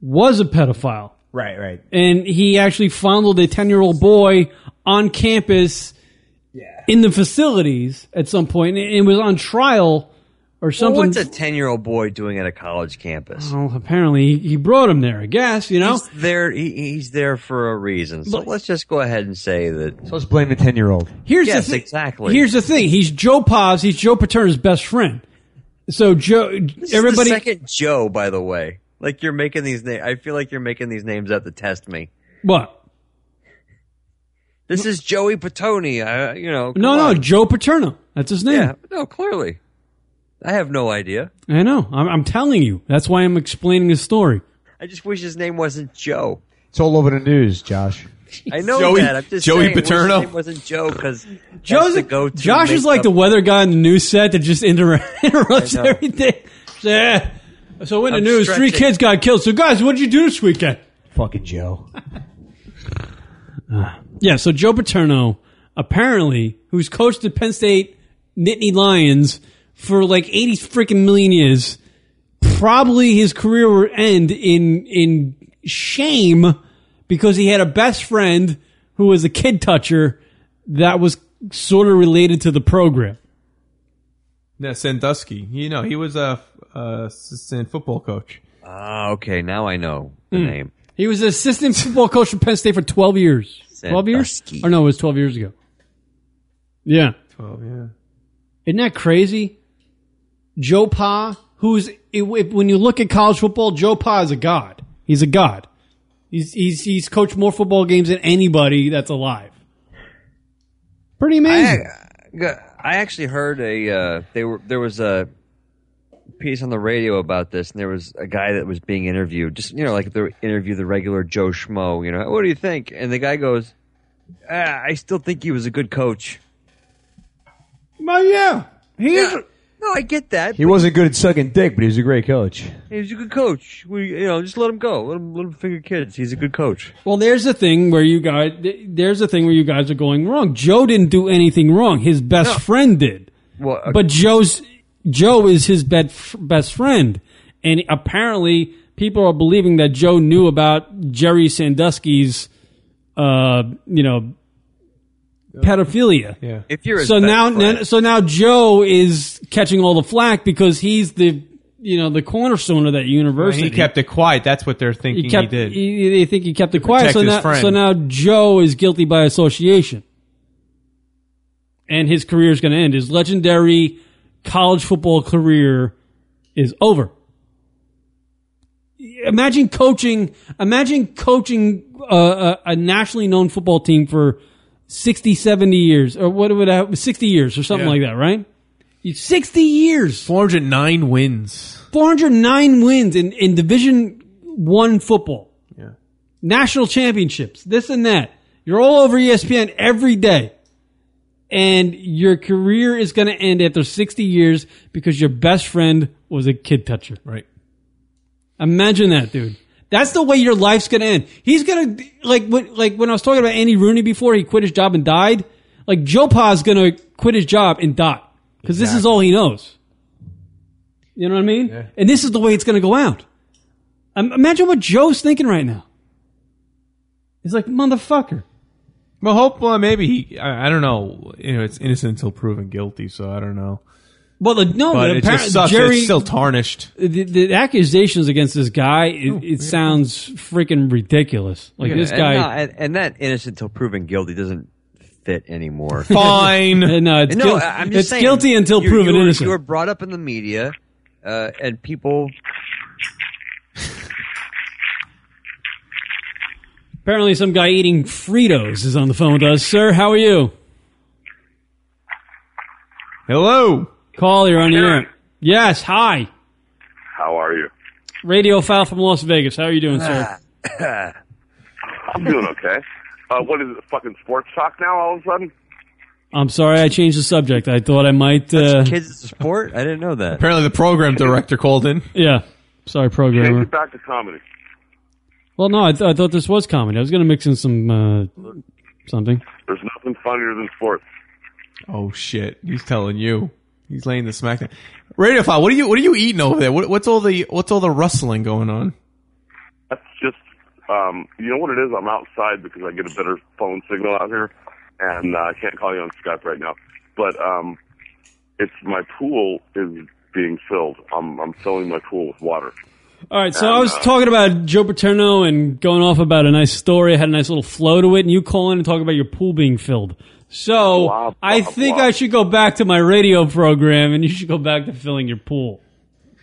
Speaker 1: was a pedophile,
Speaker 4: Right, right.
Speaker 1: and he actually fondled a 10 year old boy on campus, in the facilities at some point, and it was on trial or
Speaker 14: Well,
Speaker 1: something.
Speaker 14: what's a 10 year old boy doing at a college campus?
Speaker 1: well, apparently he, he brought him there. I guess you know.
Speaker 14: He's there. He, he's there for a reason. So let's just go ahead and say that. So
Speaker 4: let's blame the ten year old.
Speaker 1: Here's
Speaker 14: yes,
Speaker 1: the thi-
Speaker 14: exactly.
Speaker 1: Here's the thing. He's Joe Paz. He's Joe Paterno's best friend. So Joe,
Speaker 14: This is the
Speaker 1: everybody.
Speaker 14: second Joe, by the way. Like you're making these names. I feel like you're making these names up to test me.
Speaker 1: What?
Speaker 14: This is Joey Patoni. I, you know.
Speaker 1: No,
Speaker 14: come
Speaker 1: no,
Speaker 14: on.
Speaker 1: Joe Paterno. That's his name.
Speaker 14: Yeah. No, clearly. I have no idea.
Speaker 1: I know. I'm, I'm telling you. That's why I'm explaining his story.
Speaker 14: I just wish his name wasn't Joe.
Speaker 4: It's all over the news, Josh.
Speaker 14: I know
Speaker 1: Joey-
Speaker 14: that. I'm just
Speaker 1: Joey
Speaker 14: saying, I wish his
Speaker 1: Paterno?
Speaker 14: name wasn't Joe because
Speaker 1: Joe's
Speaker 14: the go-to.
Speaker 1: Josh is like
Speaker 14: makeup-
Speaker 1: the weather guy in the news set that just inter- interrupts
Speaker 14: I know.
Speaker 1: everything. Yeah. So in the
Speaker 4: I'm
Speaker 1: news, three
Speaker 4: stretching.
Speaker 1: kids got killed. So guys, what did you do this weekend?
Speaker 4: Fucking Joe.
Speaker 1: Yeah, so Joe Paterno, apparently, who's coached the Penn State Nittany Lions for like 80 freaking million years, probably his career would end in, in shame because he had a best friend who was a kid toucher that was sort of related to the program.
Speaker 12: No, Sandusky. You know, he was a, a assistant football coach.
Speaker 14: Ah, okay. Now I know the
Speaker 1: Mm.
Speaker 14: name.
Speaker 1: He was an assistant football coach for Penn State for 12 years. 12 years?
Speaker 14: Sandusky.
Speaker 1: Or no, it was 12 years ago. Yeah.
Speaker 12: Twelve. Yeah.
Speaker 1: Isn't that crazy? Joe Pa, who's it, it- when you look at college football, Joe Pa is a god. He's a god. He's he's he's coached more football games than anybody that's alive. Pretty amazing.
Speaker 14: I actually heard a uh, they were there was a piece on the radio about this, and there was a guy that was being interviewed. Just you know, like they interview the regular Joe Schmo. You know, what do you think? And the guy goes, ah, "I still think he was a good coach."
Speaker 12: Well, yeah,
Speaker 1: he
Speaker 14: is. No, I get that.
Speaker 4: He wasn't good at sucking dick, but he was a great coach.
Speaker 14: He was a good coach. We, you know, just let him go. Let him, let him finger kids. He's a good coach.
Speaker 1: Well, there's a thing where you guys th- there's a thing where you guys are going wrong. Joe didn't do anything wrong. His best friend did.
Speaker 14: Well, uh,
Speaker 1: but Joe's Joe is his bed, best friend, and apparently people are believing that Joe knew about Jerry Sandusky's, uh, you know, pedophilia.
Speaker 12: Yeah.
Speaker 14: If you're his
Speaker 1: so
Speaker 14: best
Speaker 1: now,
Speaker 14: friend.
Speaker 1: now- so now Joe is catching all the flack because he's the you know the cornerstone of that university.
Speaker 12: he kept it quiet. That's what they're thinking he,
Speaker 1: kept-
Speaker 12: did.
Speaker 1: they think he kept it quiet.
Speaker 12: protect
Speaker 1: So
Speaker 12: his
Speaker 1: now,
Speaker 12: friend.
Speaker 1: so now Joe is guilty by association, and his career is going to end. His legendary college football career is over. Imagine coaching. Imagine coaching uh, a, a nationally known football team for 60, 70 years, or what would that? Sixty years, or something
Speaker 12: Yeah.
Speaker 1: like that, right? You- Sixty years.
Speaker 12: 409 wins.
Speaker 1: 409 wins in, in division one football
Speaker 12: Yeah.
Speaker 1: national championships, this and that. You're all over E ESPN every day. And your career is going to end after 60 years because your best friend was a kid toucher. Right. Imagine that, dude. That's the way your life's gonna end. He's gonna like when, like when I was talking about Andy Rooney before he quit his job and died. Like Joe Pa's gonna quit his job and die because this is all he knows. You know what I mean? And this is the way it's gonna go out. Um, imagine what Joe's thinking right now. He's like, motherfucker.
Speaker 12: Well, hopefully, maybe he. I, I don't know. You know, it's innocent until proven guilty, so I don't know.
Speaker 1: Well, the, no,
Speaker 12: but
Speaker 1: but
Speaker 12: it just
Speaker 1: apparently
Speaker 12: sucks.
Speaker 1: Jerry-
Speaker 12: it's still tarnished.
Speaker 1: The, the accusations against this guy, it,
Speaker 12: Oh,
Speaker 1: it sounds freaking ridiculous. Like
Speaker 14: Yeah,
Speaker 1: this
Speaker 14: and
Speaker 1: guy.
Speaker 14: no, and, and that innocent till proven guilty doesn't fit anymore.
Speaker 1: no, it's, guil-
Speaker 14: I- I'm just
Speaker 1: it's
Speaker 14: saying,
Speaker 1: guilty until
Speaker 14: you-
Speaker 1: proven
Speaker 14: you were-
Speaker 1: innocent.
Speaker 14: You were brought up in the media, uh, and people.
Speaker 1: Apparently, some guy eating Fritos is on the phone with us. Sir, how are you?
Speaker 12: Hello.
Speaker 1: Call, you're on the air. Yes, hi.
Speaker 13: How are you?
Speaker 1: Radio Foul from Las Vegas. How are you doing, sir?
Speaker 13: I'm doing okay. Uh, what is it, fucking sports talk now all of a sudden?
Speaker 14: Ah.
Speaker 1: I'm sorry I changed the subject. I thought I might. Uh,
Speaker 14: kids sport? I didn't know that.
Speaker 12: Apparently, the program director called in.
Speaker 1: yeah. Sorry,
Speaker 13: Change
Speaker 1: programmer.
Speaker 13: it back to comedy.
Speaker 1: Well, no, I, th- I thought this was comedy. I was going to mix in some uh, something.
Speaker 13: There's nothing funnier than sports.
Speaker 12: Oh shit! He's telling you. He's laying the smack down. Radio file. What are you? What are you eating over there? What, what's all the? What's all the rustling going on?
Speaker 13: That's just, um, you know what it is? I'm outside because I get a better phone signal out here, and uh, I can't call you on Skype right now. But um, it's my pool is being filled. I'm, I'm filling my pool with water.
Speaker 1: All right, so I was talking about Joe Paterno and going off about a nice story. I had a nice little flow to it, and you call in and talk about your pool being filled. So I think I should go back to my radio program, and you should go back to filling your pool.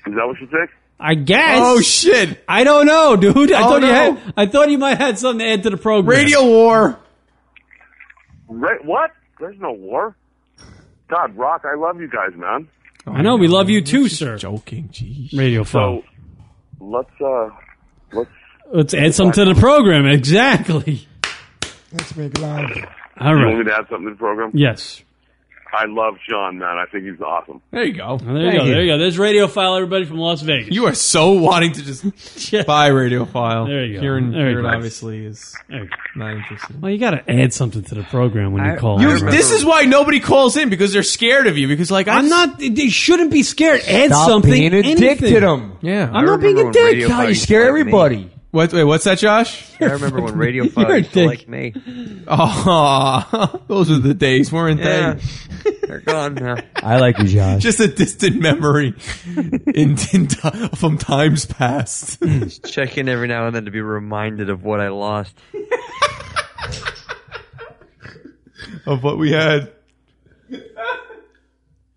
Speaker 13: Is that what you think?
Speaker 1: I guess.
Speaker 13: Oh,
Speaker 12: shit!
Speaker 1: I don't know, dude. I
Speaker 13: Oh,
Speaker 1: thought you
Speaker 13: no.
Speaker 1: had. I thought you might had something to add to the program.
Speaker 13: Radio
Speaker 12: war.
Speaker 13: Right? What? There's no war. God, Rock, I love you guys, man.
Speaker 1: I know we love you too, sir.
Speaker 12: Joking, jeez.
Speaker 1: Radio phone.
Speaker 13: Let's uh, let's
Speaker 1: Let's add something to the program. Exactly.
Speaker 13: let's make live.
Speaker 1: All
Speaker 13: You
Speaker 1: right.
Speaker 13: want me to add something to the program?
Speaker 1: Yes.
Speaker 13: I love John, man. I think he's awesome.
Speaker 12: There you go.
Speaker 1: There you go. There you go. There's radio file, everybody from Las Vegas.
Speaker 12: You are so wanting to just buy radio file.
Speaker 1: There you go.
Speaker 12: Kieran,
Speaker 1: There you
Speaker 12: Kieran
Speaker 1: go.
Speaker 12: obviously is not interested.
Speaker 1: Well, you got to add something to the program when you call.
Speaker 12: You-
Speaker 1: in, right?
Speaker 12: this is why nobody calls in because they're scared of you. Because like
Speaker 1: I'm not. They shouldn't be scared. Add
Speaker 12: Stop
Speaker 1: something.
Speaker 12: being a dick
Speaker 1: anything.
Speaker 12: to them. Yeah.
Speaker 1: I'm not being a dick. God, you scare everybody.
Speaker 12: What? Wait, what's that, Josh?
Speaker 1: I remember when Radio You're a Fire used to dick. like
Speaker 14: me.
Speaker 12: Oh, those were the days, weren't they?
Speaker 14: They're gone now.
Speaker 4: I like you, Josh.
Speaker 12: Just a distant memory in, in ti- from times past.
Speaker 14: Just check in every now and then to be reminded of what I lost.
Speaker 12: of what we had.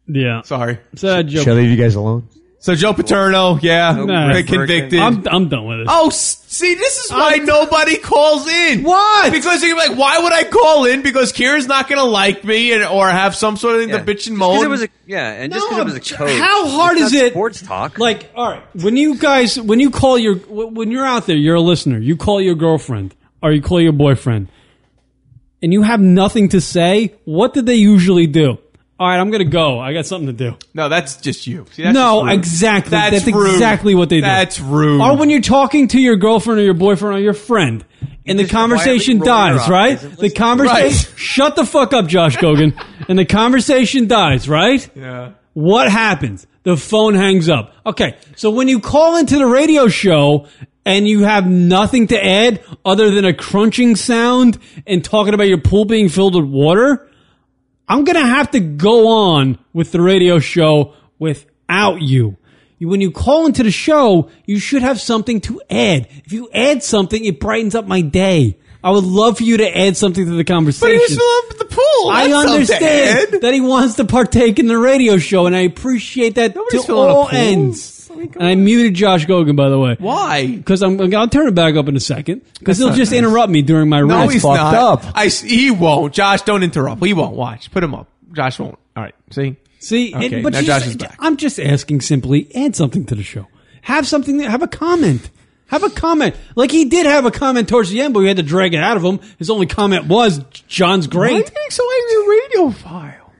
Speaker 1: Yeah.
Speaker 12: Sorry.
Speaker 1: So, Joe,
Speaker 4: Should I leave you guys alone?
Speaker 12: So Joe Paterno, yeah,
Speaker 1: Nah.
Speaker 12: been convicted.
Speaker 1: I'm, I'm done with it.
Speaker 12: Oh, s- see, this is why nobody calls in. What? Because you're like, why would I call in? Because Kira's not going to like me and, or have some sort of thing to bitch and moan.
Speaker 14: It was a, yeah, and just 'cause it was a code.
Speaker 1: How hard
Speaker 14: it's
Speaker 1: is
Speaker 14: not
Speaker 1: it?
Speaker 14: Sports talk.
Speaker 1: Like, all right, when you guys, when you call your, when you're out there, you're a listener. You call your girlfriend or you call your boyfriend, and you have nothing to say. What do they usually do? All right, I'm gonna go. I got something to do.
Speaker 12: no, that's just you. See, that's
Speaker 1: no,
Speaker 12: just rude.
Speaker 1: exactly.
Speaker 12: That's,
Speaker 1: That's,
Speaker 12: rude.
Speaker 1: exactly what they do.
Speaker 12: That's rude.
Speaker 1: Or when you're talking to your girlfriend or your boyfriend or your friend, and the conversation
Speaker 12: quietly roll your
Speaker 1: dies,
Speaker 12: eyes
Speaker 1: right? The conversation.
Speaker 12: Right.
Speaker 1: Shut the fuck up, Josh Gogan. and the conversation dies, right?
Speaker 12: Yeah.
Speaker 1: What happens? The phone hangs up. Okay, so when you call into the radio show and you have nothing to add other than a crunching sound and talking about your pool being filled with water, I'm gonna have to go on with the radio show without you. You- When you call into the show, you should have something to add. If you add something, it brightens up my day. I would love for you to add something to the conversation.
Speaker 12: up the pool.
Speaker 1: I understand that he wants to partake in the radio show, and I appreciate that to
Speaker 12: filling a
Speaker 1: all
Speaker 12: pool.
Speaker 1: ends. And I muted Josh Gogan, by the way.
Speaker 12: Why?
Speaker 1: Because I'm. I'll turn it back up in a second.
Speaker 12: That's
Speaker 1: Because he'll
Speaker 12: not
Speaker 1: just
Speaker 12: nice.
Speaker 1: interrupt me during my
Speaker 12: No,
Speaker 1: rant.
Speaker 12: he's not. I s he won't. Josh, don't interrupt. He won't. Watch. Put him up. Josh won't. All right. See.
Speaker 1: See, and-
Speaker 12: Okay.
Speaker 1: but
Speaker 12: now
Speaker 1: you
Speaker 12: Josh
Speaker 1: just-
Speaker 12: is back.
Speaker 1: I'm just asking simply, add something to the show. Have something. Have a comment. Have a comment. Like he did have a comment towards the end, but we had to drag it out of him. His only comment was, "John's
Speaker 12: Why
Speaker 1: great."
Speaker 12: did he so angry radio file?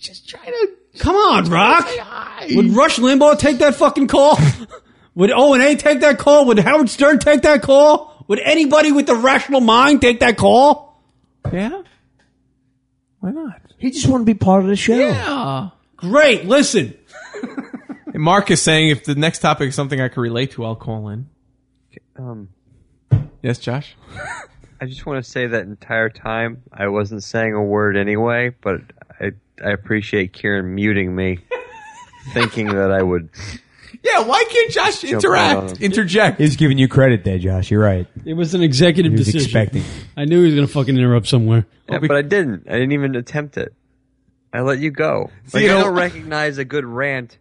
Speaker 12: Just trying to.
Speaker 1: Come on, Rock. Would Rush Limbaugh take that fucking call? Would O and A take that call? Would Howard Stern take that call? Would anybody with a rational mind take that call?
Speaker 12: Yeah. Why not?
Speaker 4: He just wanted to be part of the show.
Speaker 12: Yeah.
Speaker 1: Great. Listen.
Speaker 12: And Mark is saying if the next topic is something I can relate to, I'll call in.
Speaker 14: Um,
Speaker 12: Yes, Josh.
Speaker 14: I just want to say that entire time I wasn't saying a word anyway, but I I appreciate Kieran muting me, thinking that I would.
Speaker 12: Yeah. Why can't Josh
Speaker 14: Jump right on
Speaker 12: interact?
Speaker 14: him.
Speaker 12: Interject.
Speaker 4: He's giving you credit there, Josh. You're right.
Speaker 1: It was an executive
Speaker 4: He was
Speaker 1: decision.
Speaker 4: expecting.
Speaker 1: I knew he was going to fucking interrupt somewhere.
Speaker 14: Yeah, but I didn't. I didn't even attempt it. I let you go.
Speaker 12: See,
Speaker 14: like,
Speaker 12: you
Speaker 14: I
Speaker 12: know-
Speaker 14: don't recognize a good rant.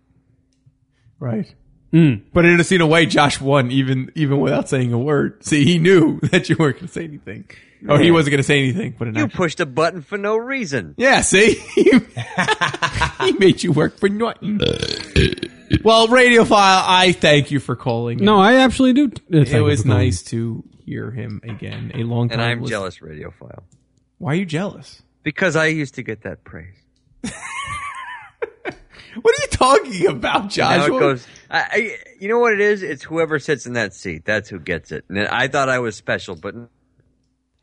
Speaker 12: Right. But in a seen a way, Josh won even even without saying a word. See, he knew that you weren't going to say anything, or he
Speaker 14: Yeah.
Speaker 12: wasn't going to say anything. But an
Speaker 14: You
Speaker 12: act-
Speaker 14: pushed a button for no reason.
Speaker 12: yeah, see, he made you work for nothing. well, Radiophile, I thank you for calling.
Speaker 1: No, I absolutely do. uh, thank
Speaker 12: it
Speaker 1: you
Speaker 12: was
Speaker 1: for calling.
Speaker 12: nice to hear him again. A long time,
Speaker 14: And I'm
Speaker 12: listener.
Speaker 14: jealous, Radiophile,
Speaker 12: Why are you jealous?
Speaker 14: because I used to get that praise.
Speaker 12: What are you talking about, Josh?
Speaker 14: Now it
Speaker 12: What-
Speaker 14: goes. I, I, you know what it is? It's whoever sits in that seat. That's who gets it. And I thought I was special, but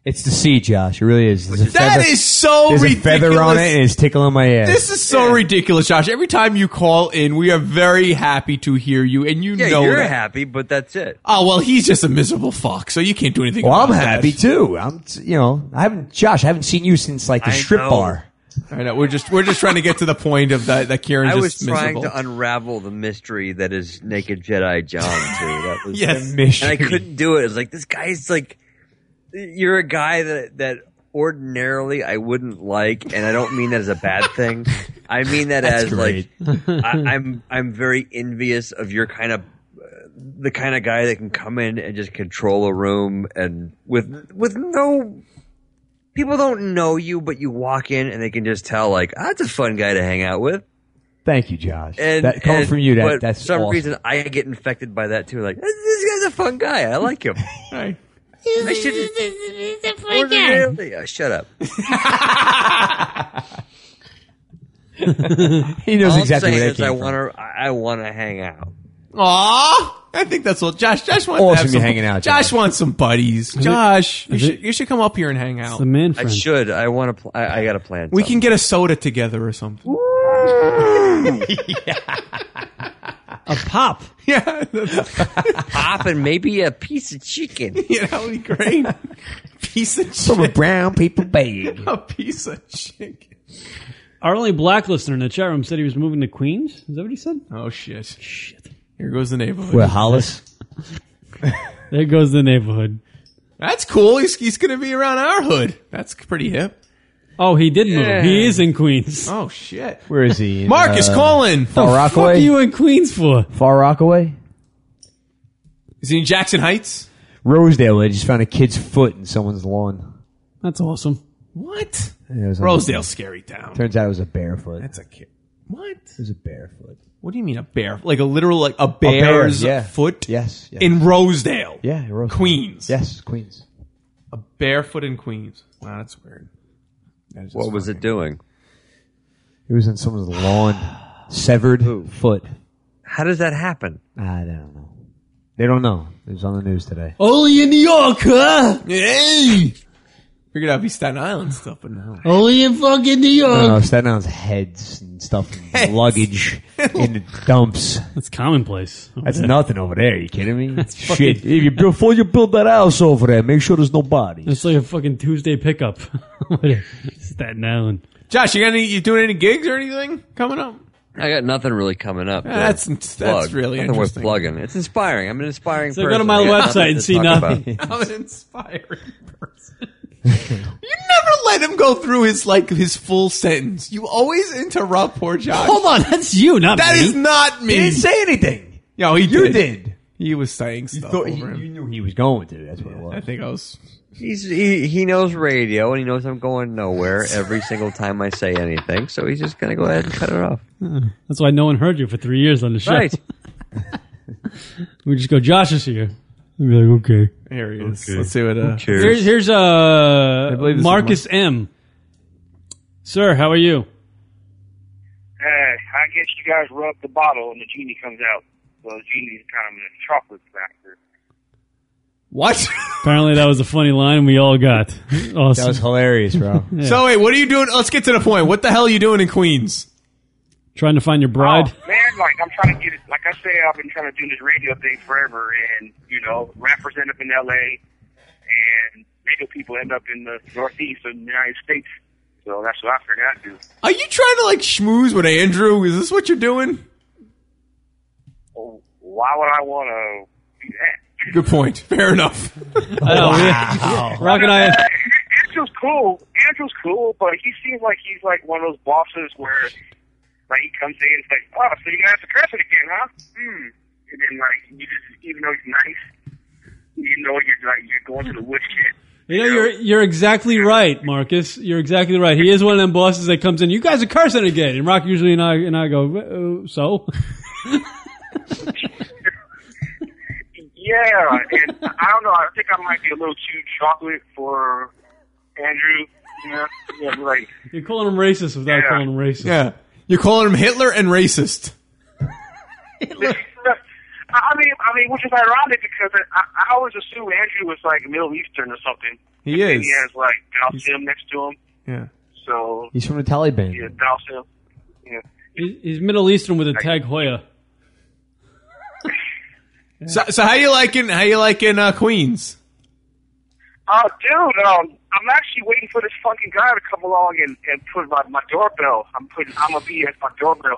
Speaker 4: It's the seat, Josh. It really is. There's a
Speaker 12: That
Speaker 4: feather-
Speaker 12: is so
Speaker 4: There's
Speaker 12: ridiculous.
Speaker 4: a feather on it and it's tickling my ass.
Speaker 12: This is so ridiculous, Josh. Every time you call in, we are very happy to hear you, and you
Speaker 14: yeah,
Speaker 12: know
Speaker 14: you're
Speaker 12: that.
Speaker 14: happy, but that's it.
Speaker 12: Oh well, he's just a miserable fuck, so you can't do anything.
Speaker 4: well, I'm
Speaker 12: about that.
Speaker 4: happy too. I'm, t- you know, I haven't, Josh. I haven't seen you since like the
Speaker 14: I
Speaker 4: strip
Speaker 14: know.
Speaker 4: bar.
Speaker 12: I know. We're just we're just trying to get to the point of that that Kieran
Speaker 14: I
Speaker 12: just
Speaker 14: was trying
Speaker 12: miserable.
Speaker 14: to unravel the mystery that is Naked Jedi John too. That was
Speaker 12: Yes. The
Speaker 14: and I
Speaker 12: mystery.
Speaker 14: couldn't do it. It's like this guy's like, you're a guy that that ordinarily I wouldn't like, and I don't mean that as a bad thing. I mean that
Speaker 4: That's
Speaker 14: as
Speaker 4: great.
Speaker 14: like I, I'm I'm very envious of your kind of uh, the kind of guy that can come in and just control a room and with with no people don't know you but you walk in and they can just tell like "Ah, that's a fun guy to hang out with
Speaker 4: Thank you, Josh.
Speaker 14: and
Speaker 4: that coming
Speaker 14: and-
Speaker 4: from you, that
Speaker 14: but
Speaker 4: that's
Speaker 14: for some
Speaker 4: awesome.
Speaker 14: reason I get infected by that too. Like this guy's a fun guy. I like him.
Speaker 12: Right.
Speaker 14: I should ordinarily. Uh, shut up.
Speaker 4: he knows
Speaker 14: All
Speaker 4: exactly
Speaker 14: I'm
Speaker 4: where
Speaker 14: saying
Speaker 4: that
Speaker 14: is I
Speaker 4: came from.
Speaker 14: want to. I want to hang out.
Speaker 12: Aw, I think that's what Josh. Josh wants to
Speaker 4: Awesome
Speaker 12: have
Speaker 4: you're
Speaker 12: some,
Speaker 4: hanging out,
Speaker 12: Josh,
Speaker 4: Josh.
Speaker 12: wants some buddies. Josh, you should, you should come up here and hang out.
Speaker 1: The man
Speaker 14: I
Speaker 1: friend.
Speaker 14: should. I want to. Pl- I, I got a plan.
Speaker 12: We can get a soda together or something.
Speaker 1: A pop.
Speaker 12: Yeah, that's-
Speaker 14: pop and maybe a piece of chicken.
Speaker 12: yeah, that would be great. Piece of
Speaker 4: from a
Speaker 12: chicken.
Speaker 4: brown paper bag.
Speaker 12: A piece of chicken.
Speaker 1: Our only black listener in the chat room said he was moving to Queens. Is that what he said?
Speaker 12: Oh shit! Shit! Here goes the neighborhood.
Speaker 4: Where Hollis?
Speaker 1: There goes the neighborhood.
Speaker 12: That's cool. He's he's gonna be around our hood. That's pretty hip.
Speaker 1: Oh, he did move.
Speaker 12: Yeah.
Speaker 1: He is in Queens.
Speaker 12: Oh shit!
Speaker 4: Where is he? In,
Speaker 12: Marcus
Speaker 4: uh,
Speaker 12: Collin.
Speaker 4: Far
Speaker 1: What are
Speaker 4: Rockaway.
Speaker 1: you in Queens for?
Speaker 4: Far Rockaway.
Speaker 12: Is he in Jackson Heights?
Speaker 4: Rosedale. They just found a kid's foot in someone's lawn.
Speaker 1: That's awesome.
Speaker 12: What?
Speaker 4: And it was on-
Speaker 12: Rosedale, scary town.
Speaker 4: Turns out it was a barefoot. It
Speaker 12: That's a kid. What?
Speaker 4: was a barefoot.
Speaker 12: What do you mean a bear? Like a literal like a bear's
Speaker 4: yeah.
Speaker 12: foot?
Speaker 4: Yes, yes.
Speaker 12: In Rosedale.
Speaker 4: Yeah, in Rosedale.
Speaker 12: Queens.
Speaker 4: Yes, Queens.
Speaker 12: A barefoot in Queens. Wow, that's weird. That is
Speaker 14: What
Speaker 12: just
Speaker 14: was it
Speaker 12: fucking-
Speaker 14: doing?
Speaker 4: It was on someone's lawn. Severed foot.
Speaker 14: How does that happen?
Speaker 4: I don't know. They don't know. It was on the news today.
Speaker 1: Only in New York, huh?
Speaker 12: Hey! Figured out be Staten Island stuff, but no.
Speaker 1: Only in fucking New York.
Speaker 4: No, no, Staten Island's heads and stuff, and luggage in the dumps.
Speaker 1: That's commonplace.
Speaker 4: That's nothing over there. You kidding me?
Speaker 1: fucking-
Speaker 4: Shit! If you, before you build that house over there, make sure there's no bodies.
Speaker 1: It's like a fucking Tuesday pickup. Staten Island.
Speaker 12: Josh, you got any you doing any gigs or anything coming up?
Speaker 14: I got nothing really coming up. to
Speaker 12: that's- that's
Speaker 14: plug.
Speaker 12: really
Speaker 14: nothing worth
Speaker 12: interesting.
Speaker 14: plugging. It's inspiring. I'm an inspiring
Speaker 1: So go
Speaker 14: person.
Speaker 1: to my
Speaker 14: I got
Speaker 1: website
Speaker 14: nothing
Speaker 1: and
Speaker 14: to
Speaker 1: see
Speaker 14: talk
Speaker 1: nothing.
Speaker 14: about.
Speaker 12: I'm an inspiring person. you never let him go through his like his full sentence. You always interrupt poor Josh.
Speaker 1: Hold on, that's you, not
Speaker 12: That
Speaker 1: me.
Speaker 12: is not me.
Speaker 4: He didn't say anything.
Speaker 12: Yo, he
Speaker 4: You
Speaker 12: did.
Speaker 4: did.
Speaker 12: He was saying stuff
Speaker 4: Thought-
Speaker 12: over
Speaker 4: you,
Speaker 12: him.
Speaker 4: you knew he was going to. That's what it
Speaker 12: I
Speaker 4: was.
Speaker 12: think I was.
Speaker 14: He's, he, he knows radio and he knows I'm going nowhere every single time I say anything, so he's just going to go ahead and cut it off.
Speaker 1: That's why no one heard you for three years on the show.
Speaker 14: Right.
Speaker 1: We just go, Josh is here. We'd be like, okay.
Speaker 12: Here he is. Let's see what. Uh,
Speaker 1: Here's, here's uh,
Speaker 12: believe this is
Speaker 1: Marcus M. Sir, how are you?
Speaker 13: Uh, I guess you guys rub the bottle and the genie comes out. Well, the genie's kind of a chocolate factor.
Speaker 12: What?
Speaker 1: Apparently, that was a funny line we all got. Awesome. That
Speaker 4: was hilarious, bro.
Speaker 12: So wait, what are you doing? Let's get to the point. What the hell are you doing in Queens?
Speaker 1: Trying to find your bride.
Speaker 13: Oh, Man, like I'm trying to get it. Like I say, I've been trying to do this radio thing forever, and you know, rappers end up in L.A. and radio people end up in the Northeast of the United States. So that's what I figured I'd do.
Speaker 12: Are you trying to like schmooze with Andrew? Is this what you're doing?
Speaker 13: Well, why would I want to do that?
Speaker 12: Good point. Fair enough.
Speaker 1: wow. Oh, Rock and I.
Speaker 13: Andrew's cool. Andrew's cool, but he seems like he's like one of those bosses where, like, he comes in and it's like, oh, so you're gonna have to curse it again, huh? Hmm. And then like, you just even though he's nice, you know you're like you're going to the woods shit.
Speaker 1: You know, you're you're exactly right, Marcus. You're exactly right. He is one of them bosses that comes in. You guys are cursing again, and Rock usually and I and I go, uh, so.
Speaker 13: Yeah, and I don't know. I think I might be a little too chocolate for Andrew. You know, yeah, like
Speaker 1: You're calling him racist without
Speaker 13: Yeah.
Speaker 1: calling him racist.
Speaker 12: Yeah. You're calling him Hitler and racist.
Speaker 13: I mean, I mean, which is ironic because I, I always assume Andrew was like Middle Eastern or something.
Speaker 4: He
Speaker 13: And
Speaker 4: is.
Speaker 13: He has like Dalsim next to him,
Speaker 12: Yeah.
Speaker 13: so
Speaker 4: He's from the Taliban.
Speaker 13: yeah, Dalsim. Yeah.
Speaker 1: He- He's Middle Eastern with a tag Hoya.
Speaker 12: So, so how you liking? How you liking uh, Queens?
Speaker 13: Oh, dude, um, I'm actually waiting for this fucking guy to come along and, and put my, my doorbell. I'm putting I'm gonna be at my doorbell.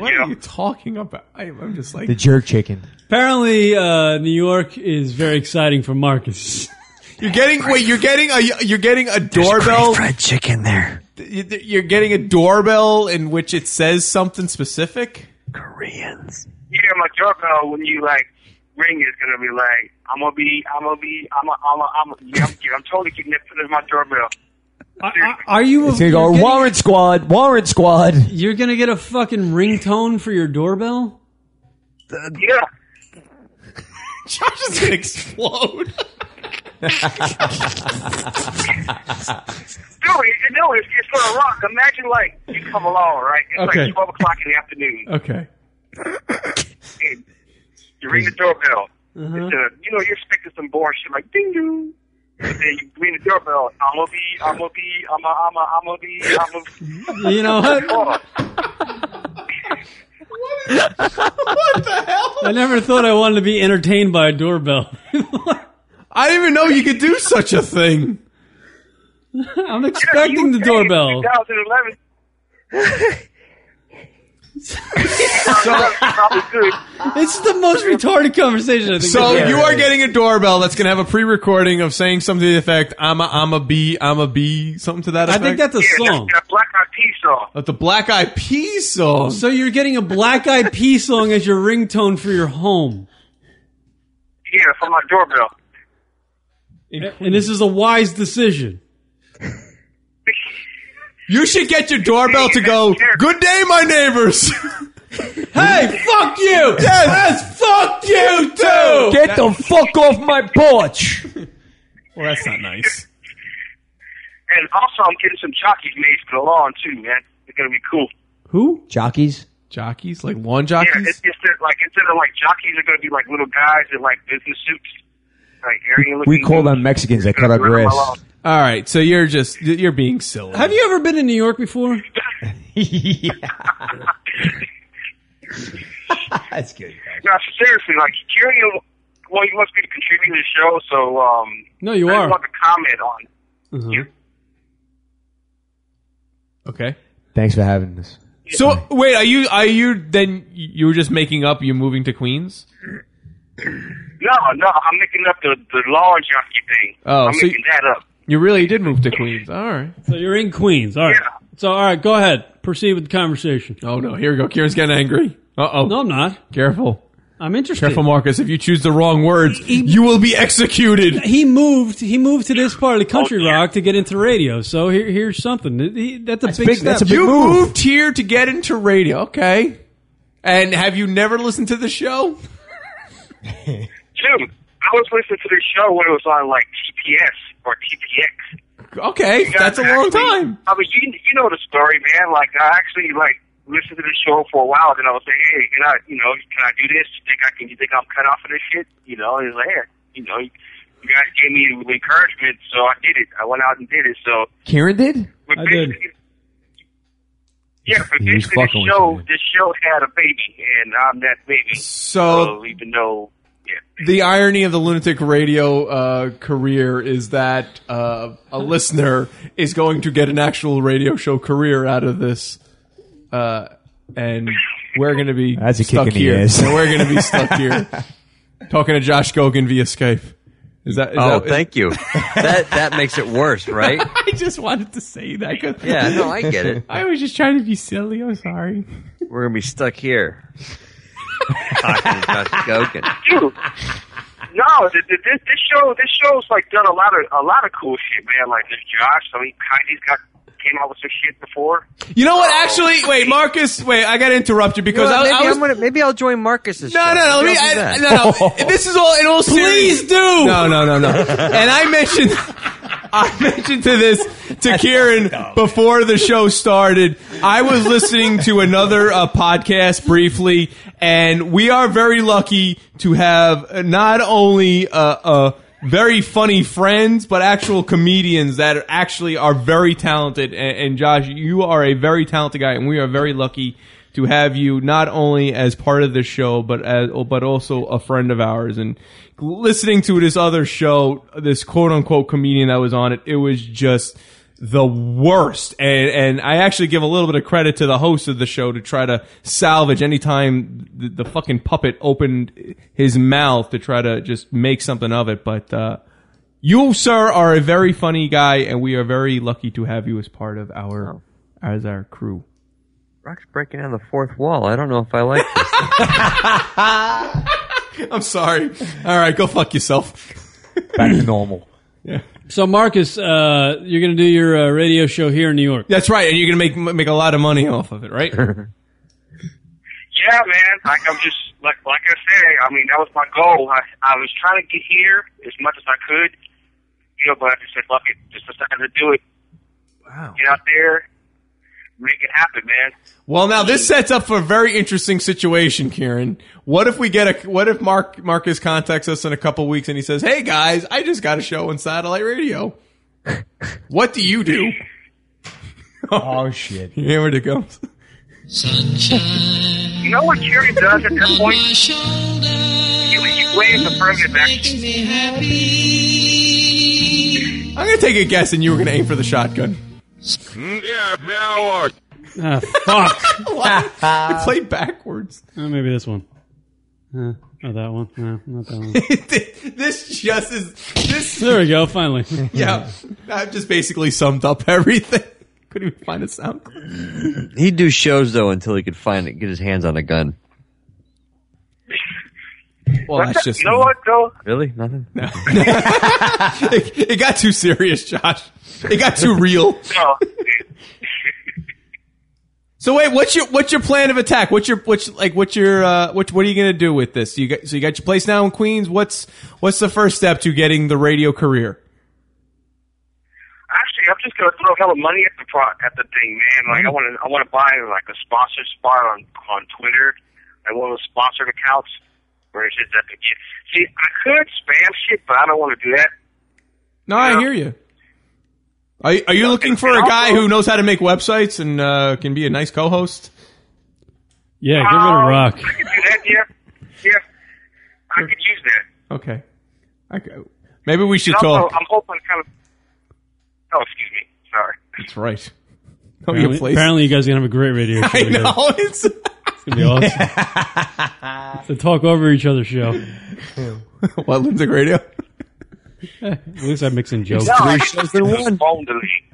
Speaker 12: What are you talking about? I, I'm just like
Speaker 4: The jerk chicken.
Speaker 1: Apparently, uh, New York is very exciting for Marcus.
Speaker 12: you're getting. Wait, you're getting a you're getting a doorbell.
Speaker 1: fried
Speaker 12: chicken there. You're getting a doorbell in which it says something specific. Koreans.
Speaker 13: Yeah, my doorbell when you like ring is gonna be like I'm gonna be I'm gonna be I'm a, I'm a, I'm a, yeah, I'm, yeah, I'm totally getting it for my doorbell.
Speaker 1: Are you?
Speaker 4: It's gonna go Warren Squad, Warren Squad.
Speaker 1: You're gonna get a fucking ringtone for your doorbell.
Speaker 13: yeah.
Speaker 12: Josh is gonna explode.
Speaker 13: Dude, you know it's, it's gonna rock. Imagine like you come along, right? It's
Speaker 12: Okay.
Speaker 13: like twelve o'clock in the afternoon.
Speaker 12: Okay.
Speaker 13: And you ring the doorbell. It's a, you know, you're expecting some boring shit like ding dong. And then you ring the doorbell. I'm gonna be, I'm gonna be, I'm a, I'm a, I'm gonna be, I'm a.
Speaker 1: You know what?
Speaker 13: Oh,
Speaker 12: what the hell?
Speaker 1: I never thought I wanted to be entertained by a doorbell.
Speaker 12: I didn't even know you could do such a thing.
Speaker 1: I'm expecting the doorbell.
Speaker 13: 2011.
Speaker 1: It's the most retarded conversation. I think
Speaker 12: So
Speaker 1: I've ever
Speaker 12: you are
Speaker 1: had.
Speaker 12: getting a doorbell that's gonna have a pre-recording of saying something to the effect "I'm a I'm a bee I'm a bee" something to that
Speaker 1: I
Speaker 12: effect.
Speaker 1: think that's a song.
Speaker 13: That Black Eyed Peas song.
Speaker 12: That's the Black Eyed Peas song.
Speaker 1: So you're getting a Black Eyed Peas song as your ringtone for your home,
Speaker 13: Yeah, for my doorbell.
Speaker 1: and this is a wise decision.
Speaker 12: You should get your doorbell to go. Good day, my neighbors.
Speaker 1: Hey, fuck you!
Speaker 12: Yes, fuck you too.
Speaker 4: Get the fuck off my porch.
Speaker 12: Well, that's not nice.
Speaker 13: And also, I'm getting some jockeys made for the lawn too, man. It's gonna be cool.
Speaker 1: Who?
Speaker 4: Jockeys.
Speaker 12: Jockeys like lawn
Speaker 13: Yeah,
Speaker 12: jockeys.
Speaker 13: it's just that, like instead of like jockeys, they're gonna be like little guys in like business suits, like Aryan looking.
Speaker 4: We call them Mexicans that cut our grass.
Speaker 12: All right, so you're just you're being silly.
Speaker 1: Have you ever been in New York before?
Speaker 4: yeah. That's good.
Speaker 13: No, seriously, like Curio. Well, you must be contributing to the show, so um.
Speaker 1: No, you
Speaker 13: I
Speaker 1: are.
Speaker 13: want to comment on.
Speaker 12: Uh-huh. Okay.
Speaker 4: Thanks for having us.
Speaker 12: So wait, are you are you then you were just making up you're moving to Queens?
Speaker 13: No, no, I'm making up the the lawn junkie thing.
Speaker 12: Oh,
Speaker 13: I'm
Speaker 12: so
Speaker 13: making that up.
Speaker 12: You really did move to Queens. All right.
Speaker 1: So you're in Queens. All right. So all right, go ahead. Proceed with the conversation.
Speaker 12: Oh no, here we go. Kieran's getting angry. Uh oh.
Speaker 1: No, I'm not.
Speaker 12: Careful.
Speaker 1: I'm interested.
Speaker 12: Careful, Marcus. If you choose the wrong words, you will be executed.
Speaker 1: He moved. He moved to this part of
Speaker 14: Oh,
Speaker 1: the country, Rock, to get into radio. So here, here's something. He- That's a big.
Speaker 4: big-
Speaker 1: step.
Speaker 4: that's a big
Speaker 12: you
Speaker 4: move.
Speaker 12: moved here to get into radio. Okay. And have you never listened to the show?
Speaker 13: Dude, I was listening to their show when it was on like TPS or TPX.
Speaker 12: Okay,
Speaker 13: You guys
Speaker 12: that's a long
Speaker 13: actually-
Speaker 12: time.
Speaker 13: I mean, you you know the story, man. Like I actually like listened to the show for a while, then I was like, hey, can I you know can I do this? You think I can? You think I'm cut off of this shit? You know, and it's like, hey, you know, you guys gave me the encouragement, so I did it. I went out and did it. So
Speaker 4: Karen did.
Speaker 13: I did. yeah, but
Speaker 4: He was
Speaker 13: basically
Speaker 4: fucking
Speaker 13: the show
Speaker 4: with
Speaker 13: this show had a baby, and I'm that baby.
Speaker 12: So-
Speaker 13: even though
Speaker 12: the irony of the lunatic radio uh, career is that uh, a listener is going to get an actual radio show career out of this, uh, and we're going to be
Speaker 4: That's a kick
Speaker 12: stuck
Speaker 4: in the
Speaker 12: here.
Speaker 4: ass.
Speaker 12: And we're going to be stuck here talking to Josh Gogan via Skype. Is that? Is
Speaker 14: oh,
Speaker 12: that,
Speaker 14: thank you. that that makes it worse, right?
Speaker 12: I just wanted to say that. 'cause-
Speaker 14: Yeah, no, I get it.
Speaker 12: I was just trying to be silly. I'm sorry.
Speaker 14: We're gonna be stuck here. Talking to Josh Gokin.
Speaker 13: dude. No, th- th- this this show this show's like done a lot of a lot of cool shit, man. Like this Josh, I mean, Kanye's got came out with some shit before.
Speaker 12: You know what? Actually, wait, Marcus. Wait, I got to interrupt you
Speaker 14: You
Speaker 12: because
Speaker 14: know what,
Speaker 12: I,
Speaker 14: maybe
Speaker 12: I was
Speaker 14: I'm gonna, maybe I'll join Marcus's.
Speaker 12: No,
Speaker 14: show.
Speaker 12: no, no. Let
Speaker 14: Maybe
Speaker 12: me,
Speaker 14: I'll do
Speaker 12: I,
Speaker 14: that.
Speaker 12: no, no. This is all in all seriousness.
Speaker 14: Please do.
Speaker 12: No, no, no, no. And I mentioned, I mentioned to this to Kieran before the show started. I was listening to another uh, podcast briefly, and we are very lucky to have not only uh, uh, very funny friends, but actual comedians that actually are very talented. And, and Josh, you are a very talented guy, and we are very lucky to have you not only as part of the show, but as but also a friend of ours. And listening to this other show, this quote unquote comedian that was on it, it was just the worst. And and I actually give a little bit of credit to the host of the show to try to salvage any time the, the fucking puppet opened his mouth to try to just make something of it. But uh, you, sir, are a very funny guy, and we are very lucky to have you as part of our as our crew.
Speaker 14: Rock's breaking down the fourth wall. I don't know if I like this.
Speaker 12: I'm sorry. All right, go fuck yourself.
Speaker 4: Back to normal.
Speaker 1: So, Marcus, uh, you're going to do your uh, radio show here in New York.
Speaker 12: That's right, and you're going to make make a lot of money off of it, right?
Speaker 13: Yeah, man. Like I'm just like like I said. I mean, that was my goal. I I was trying to get here as much as I could, you know. But I just said, fuck it, just decided to do it.
Speaker 14: Wow.
Speaker 13: Get out there, make it happen, man.
Speaker 12: well, now this sets up for a very interesting situation, Kieran. What if we get a? What if Mark Marcus contacts us in a couple weeks and he says, "Hey guys, I just got a show on satellite radio. what do you do?" oh
Speaker 4: shit!
Speaker 12: Here it goes.
Speaker 13: You know what Jerry does at that point? He, he waves affirmative action.
Speaker 12: I'm going to take a guess, and you were going to aim for the shotgun.
Speaker 40: Yeah, now
Speaker 1: Ah, fuck.
Speaker 12: What? you played backwards.
Speaker 1: Uh, maybe this one. Uh, not that one. No, not that one.
Speaker 12: this just is this.
Speaker 1: there we go. Finally.
Speaker 12: Yeah, I've just basically summed up everything. Couldn't even find a sound. clip.
Speaker 14: He'd do shows though until he could find it, get his hands on a gun.
Speaker 12: Well, that's just
Speaker 13: you know what though?
Speaker 14: Really? Nothing.
Speaker 12: No. it, it got too serious, Josh. It got too real.
Speaker 13: No.
Speaker 12: So wait, what's your what's your plan of attack? What's your what's like what's your uh, what what are you gonna do with this? You got so you got your place now in Queens. What's what's the first step to getting the radio career?
Speaker 13: Actually, I'm just gonna throw hella money at the pro- at the thing, man. Like I want to, I want to buy like a sponsored spot on on Twitter, like one of those sponsored accounts where it's just at the get. See, I could spam shit, but I don't want to do that.
Speaker 12: No, I hear you. Are you- are you looking for a guy who knows how to make websites and uh, can be a nice co-host?
Speaker 1: Yeah, get rid of Rock.
Speaker 13: Oh, I could do that, yeah, yeah. I could use that.
Speaker 12: Okay, okay. Maybe we should
Speaker 13: And also,
Speaker 12: talk.
Speaker 13: I'm hoping kind of. Oh, excuse me. Sorry.
Speaker 12: That's right. Know your
Speaker 1: Apparently,
Speaker 12: place.
Speaker 1: apparently you guys are going to have a great radio show.
Speaker 12: I
Speaker 1: together.
Speaker 12: know it's.
Speaker 1: It's going to be awesome. it's a talk over each other show.
Speaker 12: what lunatic radio?
Speaker 1: At least I'm mixing jokes.
Speaker 13: No, Oh, I just phone delete.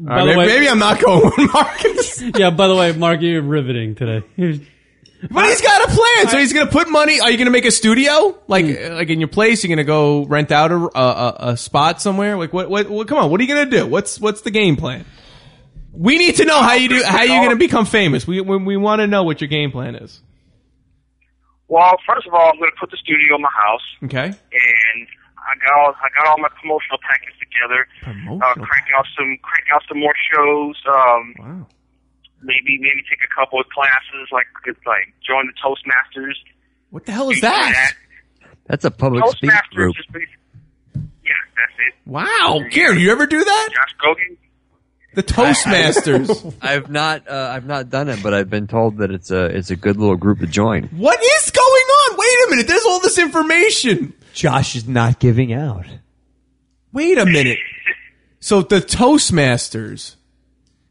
Speaker 12: All right, maybe, maybe I'm not going with Marcus.
Speaker 1: Yeah, by the way, Mark, you're riveting today.
Speaker 12: But he's got a plan. So he's going to put money. Are you going to make a studio like like in your place? You're going to go rent out a, a a- a spot somewhere. Like what, what what? Come on, what are you going to do? What's what's the game plan? We need to know how you do. How you going to become famous? We we, we want to know what your game plan is.
Speaker 29: Well, first of all, I'm going to put the studio in my house,
Speaker 12: Okay.
Speaker 29: and I got all I got all my promotional packets together. Uh, crank out some crank out some more shows. Um, Maybe maybe take a couple of classes, like like join the Toastmasters.
Speaker 12: What the hell is that?
Speaker 14: That's a public speak
Speaker 29: Toastmasters
Speaker 14: group.
Speaker 29: is basi- yeah, that's it.
Speaker 12: Wow, Gary, you ever do that?
Speaker 29: Josh Gogan.
Speaker 12: The Toastmasters.
Speaker 14: I've not. Uh, I've not done it, but I've been told that it's a it's a good little group to join.
Speaker 12: What is going on? Wait a minute. There's all this information.
Speaker 4: Josh is not giving out.
Speaker 12: Wait a minute. So the Toastmasters,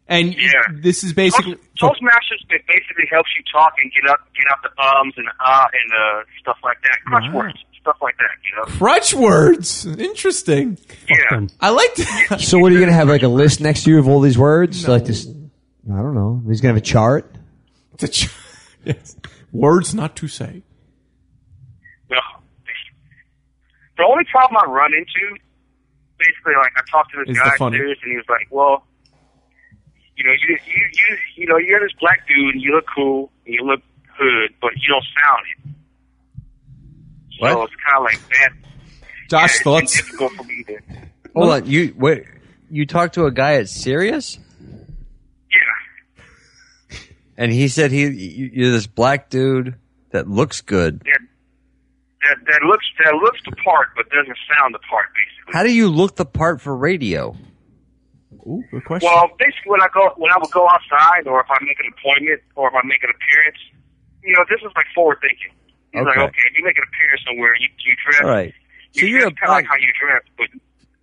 Speaker 12: and this is basically
Speaker 29: Toastmasters it basically helps you talk and get up get out the ums and the ah and uh, stuff like that. Crunch
Speaker 12: Wow.
Speaker 29: words, stuff like that. You know.
Speaker 12: crutch words. Interesting. I like that.
Speaker 4: So what are you gonna have like a list next to you of all these words? Like this? I don't know. He's gonna have a chart.
Speaker 12: It's a ch- yes. Words not to say.
Speaker 29: No. The only problem I run into, basically, like I talked to this
Speaker 12: Is the
Speaker 29: guy
Speaker 12: funny.
Speaker 29: serious, and he was like, "Well, you know, you you you you know, you're this black dude, and you look cool, and you look hood, but you don't sound it." So it's kind of like that.
Speaker 12: Josh,
Speaker 29: thoughts? Difficult for me to.
Speaker 14: Hold on. You wait. You talked to a guy at Sirius,
Speaker 29: Yeah,
Speaker 14: and he said he you- you're this black dude that looks good.
Speaker 29: that that that looks that looks the part, but doesn't sound the part, basically.
Speaker 14: How do you look the part for radio?
Speaker 12: Ooh, good
Speaker 29: Well, basically, when I go, when I would go outside, or if I make an appointment, or if I make an appearance, you know, this is like forward thinking. It's like,
Speaker 14: Okay.
Speaker 29: okay, if you make an appearance somewhere, you you dress,
Speaker 14: All right.
Speaker 29: you so dress kind of like how you dress, but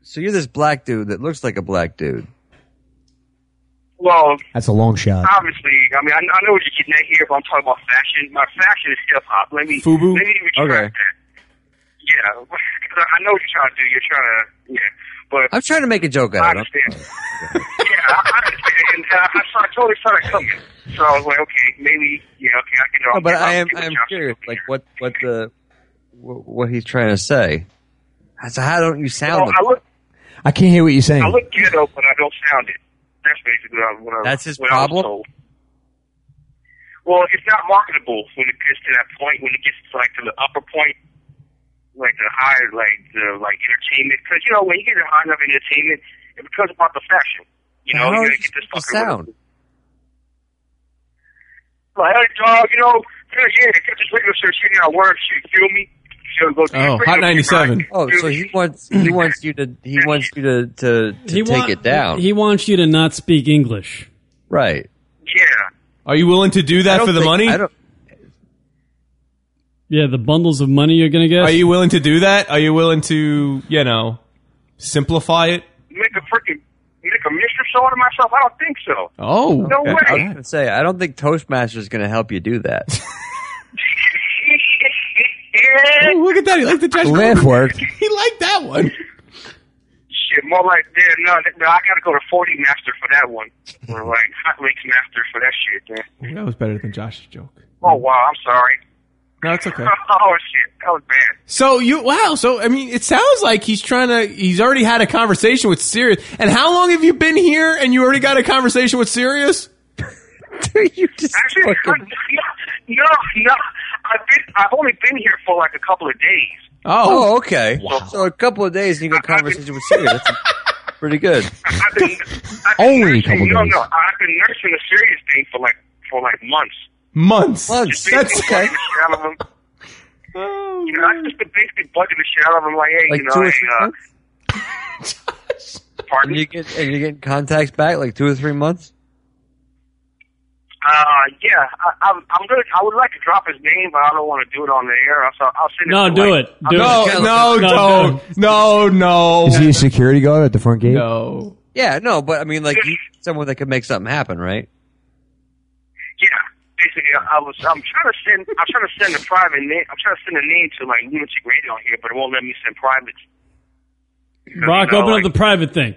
Speaker 14: So you're this black dude that looks like a black dude.
Speaker 29: well,
Speaker 4: That's a long shot.
Speaker 29: obviously, I mean, I, I know what you're getting at here, but I'm talking about fashion. My fashion is hip hop. Let me
Speaker 14: Fubu?
Speaker 29: let me retract
Speaker 14: Okay.
Speaker 29: that. Yeah, 'cause I I know what you're trying to do. You're trying to, yeah, but
Speaker 14: I'm trying to make a joke out of it.
Speaker 29: understand. yeah, I I understand. And uh, I, saw, I totally saw that coming. So I was like, okay, maybe, yeah, okay, I can.
Speaker 14: No, but
Speaker 29: I'll
Speaker 14: I am
Speaker 29: see what
Speaker 14: I am
Speaker 29: Josh-
Speaker 14: curious, like what what the what, what he's trying to say. So how don't you sound?
Speaker 29: Well, I look,
Speaker 4: I can't hear what you're saying.
Speaker 29: I look ghetto, but I don't sound it. That's basically what I, what I
Speaker 14: That's his
Speaker 29: what I was
Speaker 14: problem?
Speaker 29: told. Well, it's not marketable when it gets to that point. When it gets to, like to the upper point, like the higher, like the like entertainment, because you know when you get to high enough entertainment, it becomes about the fashion. You know,
Speaker 14: How
Speaker 29: you
Speaker 14: are
Speaker 29: gotta
Speaker 14: you
Speaker 29: get this
Speaker 14: supposed
Speaker 29: fucker with a
Speaker 14: to sound?
Speaker 29: Like, hey, dog, you know, yeah, yeah, get this radio show shit out work, shit, you feel me? She'll go to this radio shit, right?
Speaker 14: Oh, so he wants he wants you to he wants you to to, to
Speaker 29: He
Speaker 14: take
Speaker 29: want-
Speaker 14: it down.
Speaker 1: He wants you to not speak English.
Speaker 14: Right.
Speaker 12: Are you willing to do
Speaker 14: I
Speaker 12: that
Speaker 14: don't
Speaker 12: for the
Speaker 14: think-
Speaker 12: money?
Speaker 14: I don't-
Speaker 1: Yeah, the bundles of money you're going to get.
Speaker 12: Are you willing to do that? Are you willing to you know simplify it?
Speaker 29: Make a freaking, make a mystery show out of myself? I don't think so.
Speaker 12: Oh,
Speaker 29: No
Speaker 14: okay. I was
Speaker 29: way.
Speaker 14: gonna say I don't think Toastmasters is going to help you do that.
Speaker 12: Ooh, Oh, look at that. He liked the Josh.
Speaker 14: Laugh
Speaker 12: Goldberg.
Speaker 14: worked.
Speaker 12: He liked that one.
Speaker 29: Shit, more like yeah, no, th- no, I gotta go to forty master for that one. Or like hot links master for that shit, man.
Speaker 12: Ooh, that was better than Josh's joke.
Speaker 29: Oh wow, I'm sorry.
Speaker 12: No, it's okay.
Speaker 29: oh shit, that was bad.
Speaker 12: So you wow. So I mean, it sounds like he's trying to. He's already had a conversation with Sirius. And how long have you been here? And you already got a conversation with Sirius?
Speaker 14: you just
Speaker 29: Actually, I, no, no, I've been, I've only been here for like a couple of days.
Speaker 14: Oh, okay. So a couple of days and you got a conversation with Sirius. That's pretty good.
Speaker 29: I've been,
Speaker 14: Only a
Speaker 29: no, no, I've been nursing a serious thing for like for like months.
Speaker 12: Months.
Speaker 29: Just basically bugging the shit out of him. You know, I've just been basically bugging the shit out of him. Like, hey,
Speaker 14: Like
Speaker 29: you
Speaker 14: two
Speaker 29: know,
Speaker 14: or
Speaker 29: hey,
Speaker 14: three
Speaker 29: uh,
Speaker 14: months. And you get and you get contacts back like two or three months.
Speaker 29: Uh, yeah, I, I'm, I'm gonna. I would like to drop his name, but I don't want to do it on the air. So I'll send.
Speaker 1: No,
Speaker 29: it to,
Speaker 1: do
Speaker 29: like,
Speaker 1: it.
Speaker 29: I'll
Speaker 1: Do
Speaker 29: send
Speaker 12: No,
Speaker 1: it.
Speaker 29: to,
Speaker 12: no,
Speaker 1: No,
Speaker 12: don't. No, no.
Speaker 4: Is he a security guard at the front gate?
Speaker 12: No.
Speaker 14: Yeah, no, but I mean, like you, someone that could make something happen, right?
Speaker 29: Yeah, basically, I was. I'm trying to send. I'm trying to send a private name. I'm trying to send a name to like lunatic radio on here, but it won't let me send privates.
Speaker 1: Rock,
Speaker 29: No,
Speaker 1: open
Speaker 29: like-
Speaker 1: up the private thing.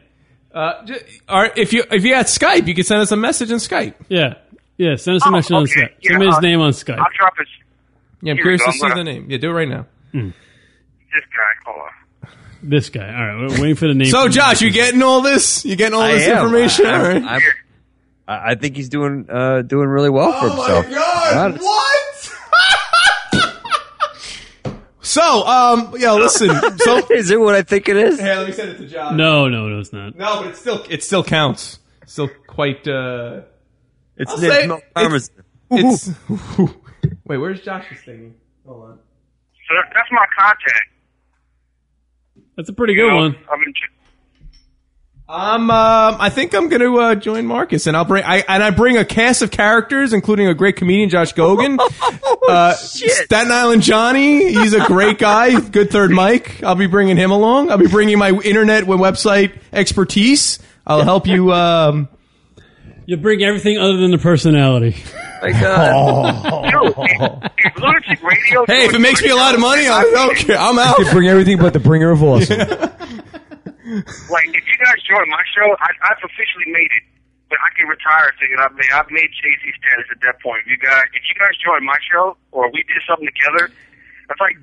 Speaker 12: Uh, j- or if you if you had Skype, you could send us a message in Skype.
Speaker 1: Yeah. Yeah, send us a
Speaker 29: Oh,
Speaker 1: message on
Speaker 29: okay.
Speaker 1: Skype.
Speaker 29: Yeah,
Speaker 1: send me his
Speaker 29: I'll-
Speaker 1: name on Skype.
Speaker 29: I'll drop his.
Speaker 12: Yeah,
Speaker 29: Here
Speaker 12: I'm
Speaker 29: we
Speaker 12: curious
Speaker 29: go.
Speaker 12: to
Speaker 29: I'm
Speaker 12: see the
Speaker 29: gonna-
Speaker 12: name. Yeah, do it right now.
Speaker 29: This guy. Hold on.
Speaker 1: This guy. All right, we're waiting for the name.
Speaker 12: So,
Speaker 1: from-
Speaker 12: Josh, you getting all this? You getting all
Speaker 1: I
Speaker 12: this
Speaker 1: am.
Speaker 12: information?
Speaker 1: I-
Speaker 12: all right.
Speaker 14: I'm, I, I think he's doing uh, doing really well
Speaker 12: Oh,
Speaker 14: for himself. Not-
Speaker 12: What? so, um, yeah, listen. So,
Speaker 14: is it what I think it is?
Speaker 12: Hey, let me send it to John.
Speaker 1: No, no, no, it's not.
Speaker 12: No, but it still it still counts. Still quite. uh
Speaker 14: It's
Speaker 12: I'll
Speaker 14: Nick
Speaker 12: say
Speaker 14: Mel-
Speaker 12: it's,
Speaker 14: Farmer's-
Speaker 12: it's, Wait, where's Josh's thingy? Hold on.
Speaker 29: So that's my contact.
Speaker 1: That's a pretty
Speaker 29: you
Speaker 1: good
Speaker 29: know?
Speaker 1: one.
Speaker 29: I've been ch-
Speaker 12: I'm. Um, I think I'm going to uh, join Marcus, and I'll bring. I and I bring a cast of characters, including a great comedian, Josh Gogan,
Speaker 14: oh
Speaker 12: uh, Staten Island Johnny. He's a great guy, good third mic. I'll be bringing him along. I'll be bringing my internet and website expertise. I'll help you. Um,
Speaker 1: You bring everything other than the personality.
Speaker 14: My God.
Speaker 29: Lunatic Radio.
Speaker 12: Oh. hey, if it makes me a lot of money, I don't care. I'm out.
Speaker 4: You can bring everything but the bringer of awesome.
Speaker 29: Like, if you guys join my show, I, I've officially made it. But I can retire thinking I've made, I've made Jay Z status at that point. You guys, if you guys join my show or we did something together, that's like,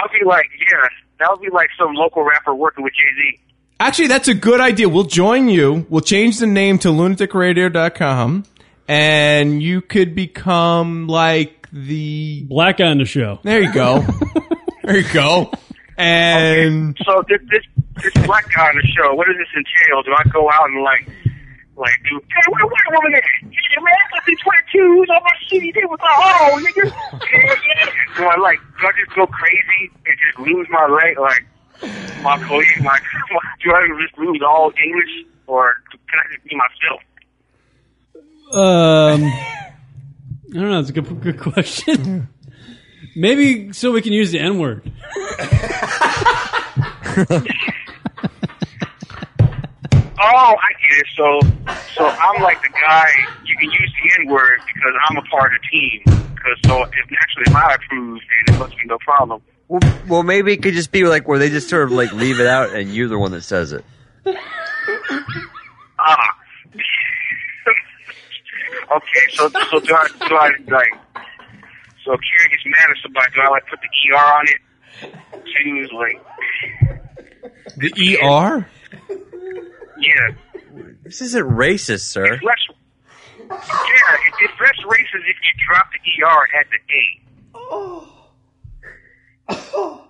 Speaker 29: I'll be like, yeah, that would be like some local rapper working with Jay Z.
Speaker 12: Actually, that's a good idea. We'll join you. We'll change the name to lunaticradio.com and you could become like the
Speaker 1: black on the show.
Speaker 12: There you go. there you go. And
Speaker 29: So this this, this black guy on the show, what does this entail? Do I go out and like, like, do hey, where white woman at? Hey, man, I got these tattoos on my shitty day with my hole, nigga. Yeah, yeah. Do I like, do I just go crazy and just lose my leg, like my police, my, do I just lose all English, or can I just be myself?
Speaker 1: Um, I don't know. It's a good, good question. Maybe so we can use the N word.
Speaker 29: Oh, I get it. So, so I'm like the guy. You can use the N word because I'm a part of the team. Because so, if naturally if I approve, then it must be no problem.
Speaker 14: well, well, maybe it could just be like where they just sort of like leave it out, and you're the one that says it.
Speaker 29: Ah. okay, so so do I do I like so if Karen gets mad at somebody, do I like put the ER on it? Choose like
Speaker 14: E
Speaker 12: the ER?
Speaker 29: yeah.
Speaker 14: This isn't racist, sir.
Speaker 29: Less yeah, it, it's less racist if you drop the ER at the A.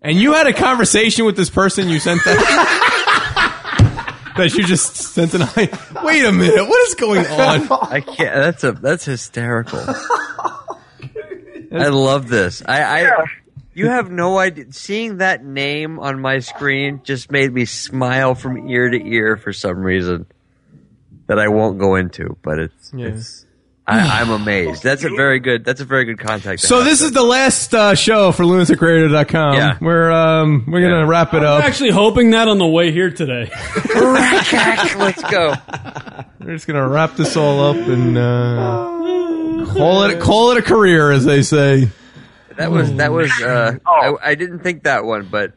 Speaker 12: And you had a conversation with this person you sent that that you just sent an I Wait a minute, what is going on?
Speaker 14: I can't. That's a that's hysterical. I love this. I, I you have no idea. Seeing that name on my screen just made me smile from ear to ear for some reason that I won't go into. But it's it's I, I'm amazed. That's a very good. That's a very good contact. to
Speaker 12: So
Speaker 14: have.
Speaker 12: this is the last uh, show for lunaticradio.com.
Speaker 14: Yeah.
Speaker 12: We're um we're gonna wrap it
Speaker 1: I'm
Speaker 12: up.
Speaker 1: actually hoping that on the way here today.
Speaker 14: Let's go.
Speaker 12: We're just gonna wrap this all up and uh, call it call it a career, as they say.
Speaker 14: That was that was. Uh, I, I didn't think that one, but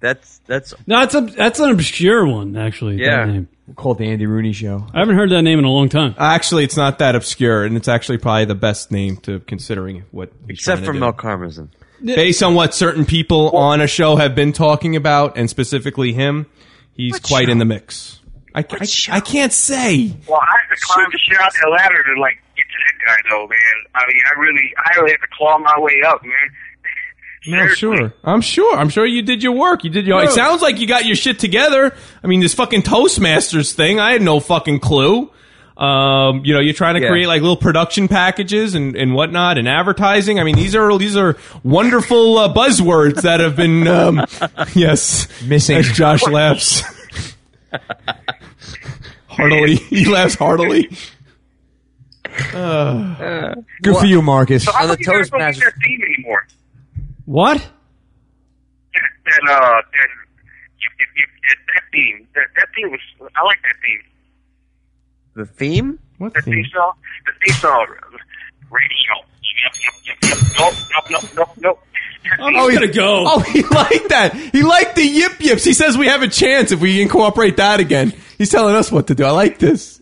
Speaker 14: that's that's
Speaker 1: No, that's a that's an obscure one actually.
Speaker 14: Yeah.
Speaker 1: that name.
Speaker 4: Called the Andy Rooney Show.
Speaker 1: I haven't heard that name in a long time.
Speaker 12: Actually, it's not that obscure, and it's actually probably the best name to considering what. he's
Speaker 14: except
Speaker 12: trying
Speaker 14: for
Speaker 12: to do.
Speaker 14: Mel Karmazin.
Speaker 12: Based on what certain people on a show have been talking about, and specifically him, he's quite in the mix. I, I, I can't say.
Speaker 29: Well, I had to climb the shit out the ladder to like get to that guy though, man. I mean, I really, I really had to claw my way up, man.
Speaker 12: No, sure. I'm sure. I'm sure you did your work. You did your. It
Speaker 29: Yeah.
Speaker 12: sounds like you got your shit together. I mean, this fucking Toastmasters thing. I had no fucking clue. Um, you know, you're trying to
Speaker 14: Yeah.
Speaker 12: create like little production packages and, and whatnot and advertising. I mean, these are these are wonderful uh, buzzwords that have been um, yes missing. As Josh laughs heartily, he laughs heartily. Uh,
Speaker 4: Good for you, Marcus.
Speaker 29: So how come you guys don't get that theme anymore?
Speaker 1: What?
Speaker 29: That, that uh, that, if, if, if, that, that theme, that, that theme was, I like that theme.
Speaker 14: The theme?
Speaker 12: What
Speaker 29: That theme song, the theme song, radio. Yep, yep, yep, yep. Nope, nope, nope, nope, nope.
Speaker 12: Oh, he's gonna
Speaker 1: go.
Speaker 12: Oh, he liked that. He liked the yip yips. He says we have a chance if we incorporate that again. He's telling us what to do. I like this.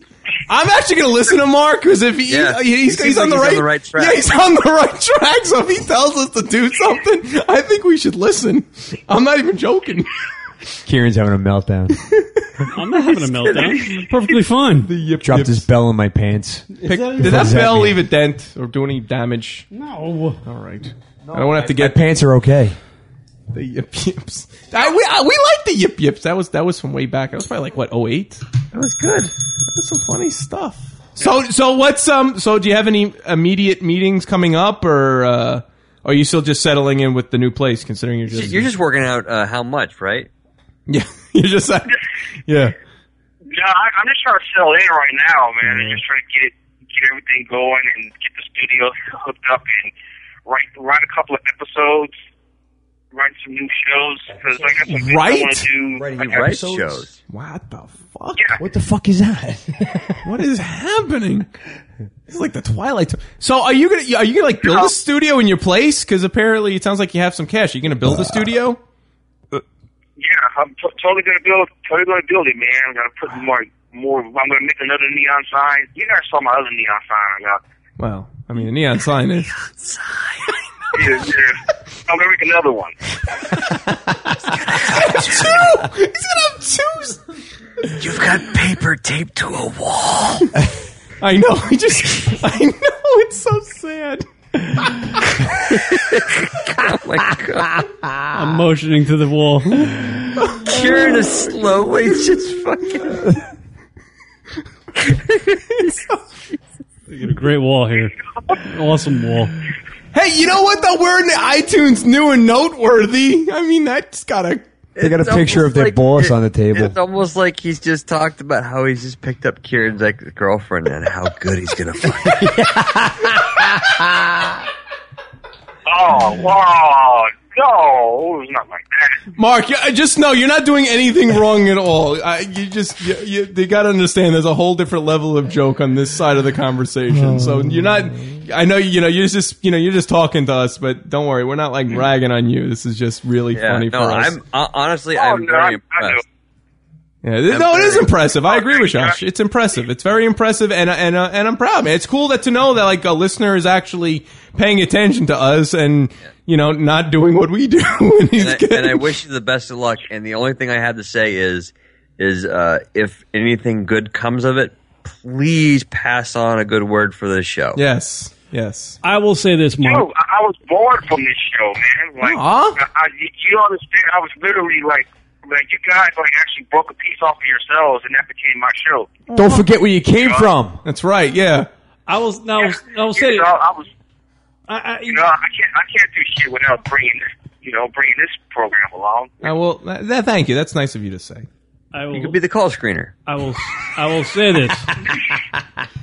Speaker 12: I'm actually gonna listen to Mark because if he,
Speaker 14: Yeah.
Speaker 12: he-
Speaker 14: He
Speaker 12: he's,
Speaker 14: seems
Speaker 12: he's, on,
Speaker 14: like
Speaker 12: the
Speaker 14: he's on
Speaker 12: right,
Speaker 14: the right track.
Speaker 12: yeah, he's on the right track. So if he tells us to do something, I think we should listen. I'm not even joking.
Speaker 4: Kieran's having a meltdown.
Speaker 1: I'm not having a meltdown. Perfectly fine.
Speaker 4: Dropped his bell in my pants.
Speaker 12: Pick-
Speaker 1: that-
Speaker 12: did
Speaker 4: What
Speaker 12: that
Speaker 4: does
Speaker 12: bell
Speaker 4: mean?
Speaker 12: leave a dent or do any damage?
Speaker 1: No.
Speaker 12: All right. I don't want to have to get
Speaker 4: My pants are okay.
Speaker 12: the yip yips. I, we, I, we like the yip yips. That was that was from way back. That was probably like what 08? That was good. That was some funny stuff. So so what's um so do you have any immediate meetings coming up or uh, are you still just settling in with the new place considering you're just
Speaker 14: You're just working out uh, how much, right?
Speaker 12: yeah you're just yeah
Speaker 29: No, I, I'm just trying to settle in right now, man,
Speaker 12: Mm-hmm.
Speaker 29: and just trying to get it, get everything going, and get the studio hooked up, and write write a couple of episodes, write some new shows, because like I said, I want to do like, episodes.
Speaker 12: What the fuck?
Speaker 4: What the fuck is that?
Speaker 12: What is happening? It's like the Twilight. Zone. So are you gonna are you gonna like build a studio in your place? Because apparently it sounds like you have some cash. Are you gonna build a studio?
Speaker 29: Yeah, I'm t- totally gonna build, totally gonna build it, man. I'm gonna put more, more. I'm gonna make another neon sign. You never saw my other neon sign I got.
Speaker 12: Well, I mean, a neon sign is.
Speaker 29: Yeah, yeah. I'm gonna make another one.
Speaker 9: two. He's gonna have two. You've got paper taped to a wall.
Speaker 12: I know. I just. I know. It's so sad.
Speaker 14: oh my god.
Speaker 1: I'm motioning to the wall.
Speaker 14: Kieran is slowly just fucking.
Speaker 1: We got a great wall here. Awesome wall.
Speaker 12: Hey, you know what? though? we're in the iTunes new and noteworthy. I mean, that's gotta.
Speaker 4: They got a picture of their boss on the table.
Speaker 14: It's almost like he's just talked about how he's just picked up Kieran's ex girlfriend and how good he's gonna fuck.
Speaker 29: Oh, wow, no, it was not like that.
Speaker 12: Mark, you- I just know you're not doing anything wrong at all. I, you just you, you, they got to understand. There's a whole different level of joke on this side of the conversation. So you're not. I know you know you're just you know you're just talking to us, but don't worry, we're not like ragging on you. This is just really
Speaker 14: Yeah,
Speaker 12: funny
Speaker 14: no,
Speaker 12: for us.
Speaker 14: I'm uh, honestly,
Speaker 29: Oh,
Speaker 14: I'm very impressed.
Speaker 12: Yeah, th- no, it is impressive. I agree with Josh. It's impressive. It's very impressive, and and uh, and I'm proud, man. It's cool that to know that like a listener is actually paying attention to us and you know not doing what we do. And he's
Speaker 14: and, I, and I wish you the best of luck. And the only thing I had to say is, is uh, if anything good comes of it, please pass on a good word for this show.
Speaker 12: Yes. Yes.
Speaker 1: I will say this, Mark.
Speaker 29: Yo, I, I was bored from this show, man. Like, I, I, you you don't understand? I was literally like, like you guys like actually broke a piece off of yourselves, and that became my show.
Speaker 4: Don't forget where you came from.
Speaker 12: That's right. Yeah.
Speaker 1: I was no, I was, I was
Speaker 29: you
Speaker 1: saying.
Speaker 29: know, I was,
Speaker 1: I, I,
Speaker 29: you know, I can't, I can't do shit without bringing, this, you know, bringing this program along.
Speaker 12: I will. Uh, Th- th- thank you. That's nice of you to say.
Speaker 1: I will.
Speaker 14: You could be the call screener.
Speaker 1: I will. I will say this.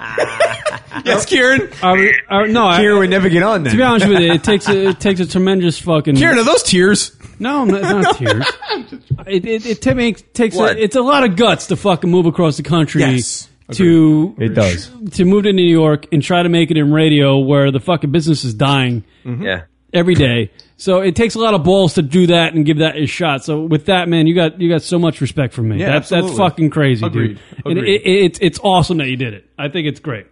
Speaker 12: yes, Kieran.
Speaker 1: Are we, are, no, I-
Speaker 4: Kieran would never get on
Speaker 1: To be
Speaker 4: then.
Speaker 1: honest with you, it takes a, it takes a tremendous fucking.
Speaker 12: Kieran, are those tears?
Speaker 1: No, no, it's not tears. It it, it ta- makes- takes
Speaker 12: What?
Speaker 1: a, it's a lot of guts to fucking move across the country.
Speaker 12: Yes.
Speaker 1: To
Speaker 4: It does.
Speaker 1: to move to New York and try to make it in radio where the fucking business is dying
Speaker 4: Mm-hmm.
Speaker 14: Yeah.
Speaker 1: every day. So it takes a lot of balls to do that and give that a shot. So with that, man, you got you got so much respect from me.
Speaker 12: Yeah,
Speaker 1: that's
Speaker 12: absolutely.
Speaker 1: that's fucking crazy,
Speaker 12: Agreed.
Speaker 1: dude. And
Speaker 12: Agreed.
Speaker 1: it, it, it's it's awesome that you did it. I think it's great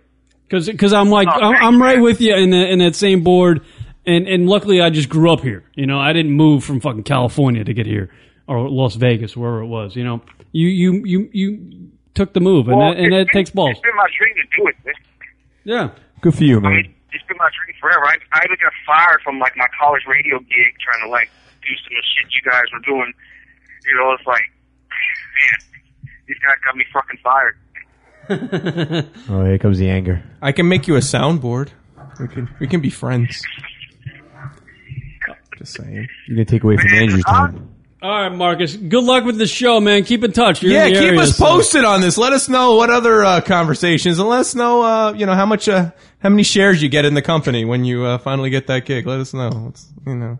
Speaker 1: because I'm like
Speaker 12: Oh,
Speaker 1: I'm, I'm right with you in the, in that same board. And and luckily, I just grew up here. You know, I didn't move from fucking California to get here or Las Vegas, wherever it was. You know, you you you you took the move, and
Speaker 29: Well,
Speaker 1: that, and
Speaker 29: it's
Speaker 1: that takes balls.
Speaker 29: It's been my dream to do it. It's,
Speaker 1: Yeah,
Speaker 4: Good for you, man.
Speaker 29: it's been my dream forever. I, I even got fired from like my college radio gig trying to like do some of the shit you guys were doing. You know, it's like, man, these guys got me fucking fired.
Speaker 4: Oh, here comes the anger.
Speaker 12: I can make you a soundboard. We can we can be friends. Just saying.
Speaker 4: You're gonna take away from Andrew's time.
Speaker 1: All right, Marcus. Good luck with the show, man. Keep in touch. You're
Speaker 12: yeah,
Speaker 1: in the
Speaker 12: keep
Speaker 1: area,
Speaker 12: us
Speaker 1: so-
Speaker 12: posted on this. Let us know what other uh, conversations, and let us know, uh, you know, how much, uh, how many shares you get in the company when you uh, finally get that gig. Let us know. It's, you know,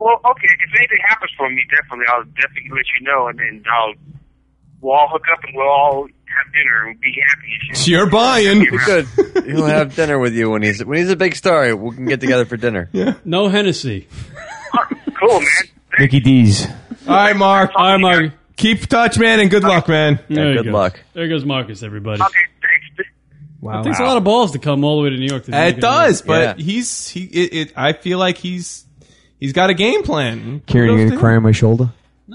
Speaker 29: Well, okay. If anything happens for me, definitely I'll definitely let you know, and then I'll we'll all hook up and we'll all have dinner and be happy. And shit.
Speaker 12: you're buying.
Speaker 14: Good. He'll have dinner with you when he's when he's a big star. We can get together for dinner.
Speaker 1: No Hennessy.
Speaker 29: Cool, man.
Speaker 4: Mickey D's.
Speaker 12: All right, Mark.
Speaker 1: All right, Mark.
Speaker 12: Keep touch, man, and good luck, man.
Speaker 1: There you go.
Speaker 14: good luck.
Speaker 1: There goes Marcus, everybody.
Speaker 12: Wow.
Speaker 1: It takes a lot of balls to come all the way to New York. To do
Speaker 12: It
Speaker 1: that.
Speaker 12: does, but he's he. It, it. I feel like he's he's got a game plan.
Speaker 4: Kieran,
Speaker 12: Kudos
Speaker 4: you
Speaker 12: to
Speaker 4: gonna
Speaker 12: him.
Speaker 4: cry on my shoulder?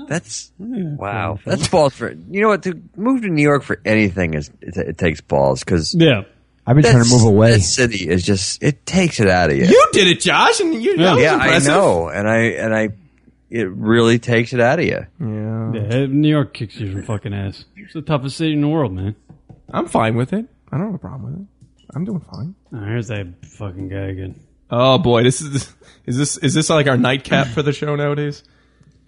Speaker 14: That's wow. That's balls for you know what to move to New York for anything is it, it takes balls because
Speaker 1: yeah.
Speaker 4: I've been trying to move away.
Speaker 14: That city is just it takes it out of you.
Speaker 12: You did it, Josh, and you. that was
Speaker 14: yeah, I
Speaker 12: impressive.
Speaker 14: know, and I and I, it really takes it out of you.
Speaker 12: Yeah.
Speaker 1: Yeah, New York kicks you in the fucking ass. It's the toughest city in the world, man.
Speaker 12: I'm fine with it. I don't have a problem with it. I'm doing fine.
Speaker 1: Oh, here's that fucking guy again.
Speaker 12: Oh boy, this is is this is this like our nightcap for the show nowadays?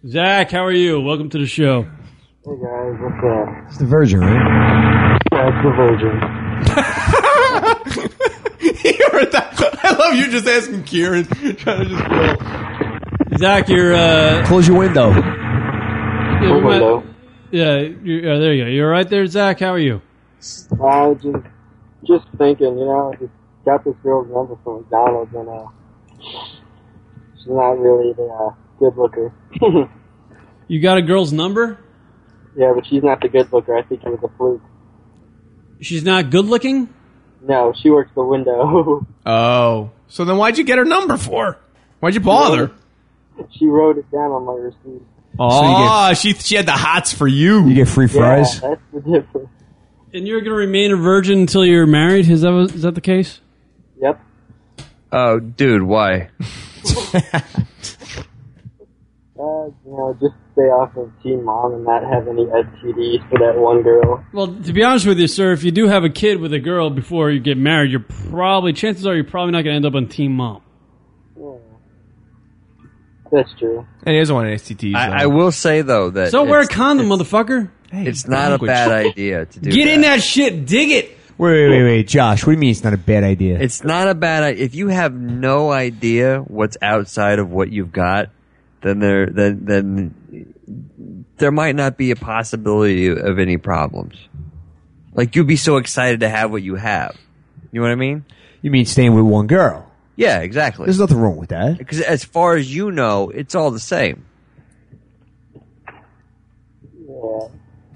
Speaker 1: Zach, how are you? Welcome to the show.
Speaker 19: Hey guys, what's up?
Speaker 4: It's the Virgin, right?
Speaker 19: Yeah, it's the Virgin.
Speaker 12: You heard that? I love you just asking Kieran, trying to just
Speaker 1: Zach, you're uh,
Speaker 4: Close your window.
Speaker 1: yeah, we might- yeah, you're, uh, there you go. You're right there, Zach. How are you?
Speaker 19: I just, just thinking, you know, I just got this girl's number from McDonald's and uh, she's not really the uh, good looker.
Speaker 1: You got a girl's number?
Speaker 19: Yeah, but she's not the good looker. I think it was a fluke.
Speaker 1: She's not good looking.
Speaker 19: No, she works the window.
Speaker 12: Oh, so then why'd you get her number for? Why'd you bother?
Speaker 19: she wrote it down on my receipt.
Speaker 12: Oh, she she had the hots for you.
Speaker 4: You get free
Speaker 19: Yeah, that's the difference.
Speaker 1: And you're gonna remain a virgin until you're married. Is that is that the case?
Speaker 14: Oh, dude, why?
Speaker 19: Uh, you know, just stay off of Team Mom and not have any STDs for that one girl.
Speaker 1: Well, to be honest with you, sir, if you do have a kid with a girl before you get married, you're probably chances are you're probably not gonna end up on Team Mom.
Speaker 19: That's true.
Speaker 12: And he doesn't want an STD.
Speaker 14: I, I will say though that
Speaker 1: So wear a
Speaker 14: it's,
Speaker 1: condom, motherfucker.
Speaker 14: it's not a bad idea to do.
Speaker 1: Get
Speaker 14: that.
Speaker 1: in that shit. Dig it.
Speaker 4: Wait, wait, wait, wait, Josh. What do you mean it's not a bad idea?
Speaker 14: It's not a bad idea. If you have no idea what's outside of what you've got, then there then then there might not be a possibility of any problems. Like you'd be so excited to have what you have. You know what I mean?
Speaker 4: you mean staying with one girl?
Speaker 14: Yeah, exactly.
Speaker 4: There's nothing wrong with that.
Speaker 14: Because as far as you know, it's all the same.
Speaker 19: Yeah.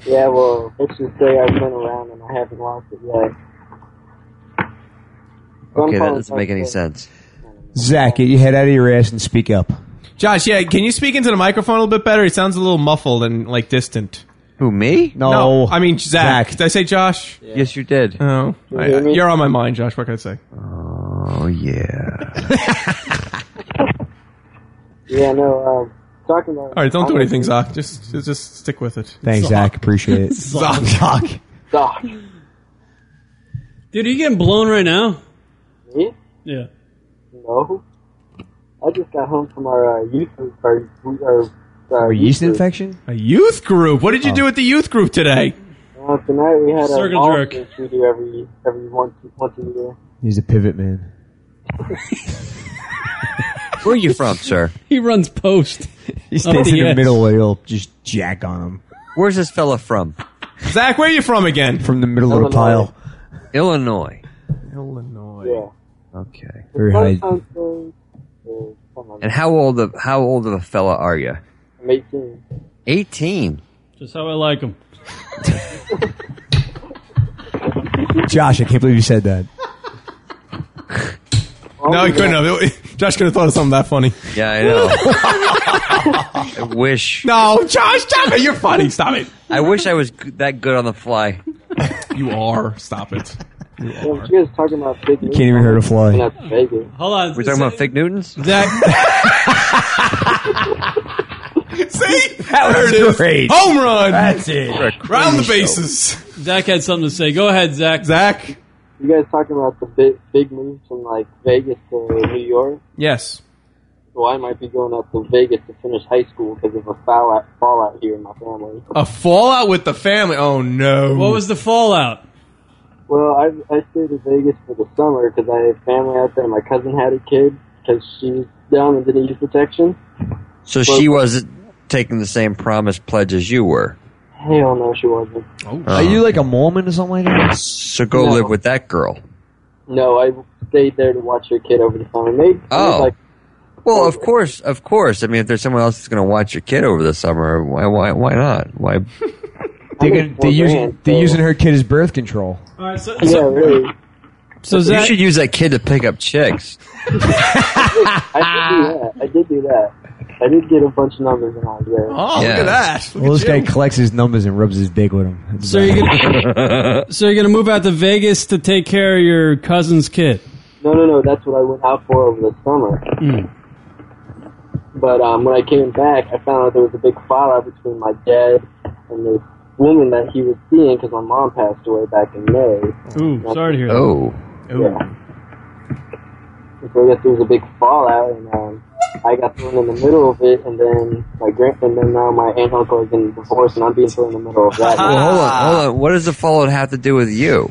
Speaker 19: Yeah, well, let's just say I've been around and I haven't lost it yet.
Speaker 14: Okay, that doesn't make any sense.
Speaker 4: Zach, get your head out of your ass and speak up.
Speaker 12: Josh, yeah, can you speak into the microphone a little bit better? It sounds a little muffled and like distant.
Speaker 14: Who me?
Speaker 12: No, I mean Oh, Zach. Did I say Josh?
Speaker 14: Yes, you did.
Speaker 12: Oh, I- I- you're on my mind, Josh. What can I say?
Speaker 14: Oh yeah.
Speaker 19: Yeah, no, um, talking about.
Speaker 12: All right, don't do anything, Zach. Just just, just stick with it.
Speaker 4: Thanks, Zach. Appreciate it.
Speaker 12: Zoc.
Speaker 4: Zoc.
Speaker 19: Doc.
Speaker 1: Dude, are you getting blown right now?
Speaker 19: Me?
Speaker 1: Yeah.
Speaker 19: No. I just got home from our uh, youth group, our, our, uh, our
Speaker 4: yeast
Speaker 19: group.
Speaker 4: infection?
Speaker 12: A youth group. What did you do at the youth group today?
Speaker 19: Uh, tonight we had a
Speaker 1: Circle
Speaker 19: ball
Speaker 1: jerk.
Speaker 19: which we do every every once once a year.
Speaker 4: He's a pivot man.
Speaker 14: Where are you from, sir?
Speaker 1: He runs post.
Speaker 4: He
Speaker 1: Up
Speaker 4: stays in the
Speaker 1: edge.
Speaker 4: middle where he'll just jack on him
Speaker 14: Where's this fella from?
Speaker 12: Zach, where are you from again?
Speaker 4: from the middle of the pile.
Speaker 14: Illinois.
Speaker 12: Illinois.
Speaker 14: Okay.
Speaker 4: Very high.
Speaker 19: Sometimes those- those- some of them.
Speaker 14: And how old of how old of a fella are you?
Speaker 19: I'm 18.
Speaker 14: Eighteen.
Speaker 1: Just how I like him.
Speaker 4: Josh, I can't believe you said that.
Speaker 12: No, he couldn't have. Josh could have thought of something that funny.
Speaker 14: Yeah, I know. I wish.
Speaker 12: No, Josh, stop it. You're funny. Stop it.
Speaker 14: I wish I was g- that good on the fly.
Speaker 12: You are. Stop it.
Speaker 19: Yeah, but you guys talking about big
Speaker 4: Can't even hurt a
Speaker 19: And
Speaker 4: fly.
Speaker 19: that's Vegas.
Speaker 1: Hold on.
Speaker 14: We're talking about fake Newtons.
Speaker 12: Zach. See, there it is.
Speaker 4: great.
Speaker 12: Home run. That's
Speaker 4: it.
Speaker 12: Round the bases.
Speaker 1: Zach had something to say. Go ahead, Zach.
Speaker 12: Zach.
Speaker 19: You guys talking about the big big moves from like Vegas to New York?
Speaker 12: Yes.
Speaker 19: So I might be going up to Vegas to finish high school because of a fallout fallout here in my family.
Speaker 12: A fallout with the family. Oh no.
Speaker 1: What was the fallout?
Speaker 19: Well, I I stayed in Vegas for the summer because I had family out there. My cousin had a kid because she was down and didn't need protection.
Speaker 14: So she wasn't taking the same promise pledge as you were.
Speaker 19: Hell no, she wasn't.
Speaker 4: Are you like a Mormon or something like that?
Speaker 14: So go
Speaker 19: No.
Speaker 14: live with that girl.
Speaker 19: No, I stayed there to watch her kid over the summer. Maybe
Speaker 14: Oh.
Speaker 19: like
Speaker 14: Well, of course, of course. I mean, if there's someone else that's going to watch your kid over the summer, why, why, why not? Why?
Speaker 4: They're,
Speaker 19: I'm
Speaker 4: gonna,
Speaker 19: in
Speaker 4: they're,
Speaker 19: Fort
Speaker 4: using,
Speaker 19: Brand,
Speaker 4: they're
Speaker 19: so-
Speaker 4: using her kid as birth control.
Speaker 1: All right, so,
Speaker 19: yeah,
Speaker 1: so,
Speaker 19: really.
Speaker 1: so
Speaker 14: You
Speaker 1: Zach,
Speaker 14: should use that kid to pick up chicks.
Speaker 19: I did do that. I did do that. I did get a bunch of numbers when I was there.
Speaker 12: Oh,
Speaker 4: Yeah. well, this guy collects his numbers and rubs his dick with them.
Speaker 1: So you're gonna, so you're gonna move out to Vegas to take care of your cousin's kid.
Speaker 19: No, no, no. That's what I went out for over the summer. But um, when I came back, I found out there was a big fallout between my dad and this woman that he was seeing because my mom passed away back in May.
Speaker 1: Ooh, sorry to hear that.
Speaker 19: Oh. Yeah. So I guess there was a big fallout, and um, I got thrown in the middle of it, and then my grand, and then now my aunt and uncle are getting divorced, and I'm being thrown in the middle of that.
Speaker 14: Well, hold on, hold on. What does the fallout have to do with you?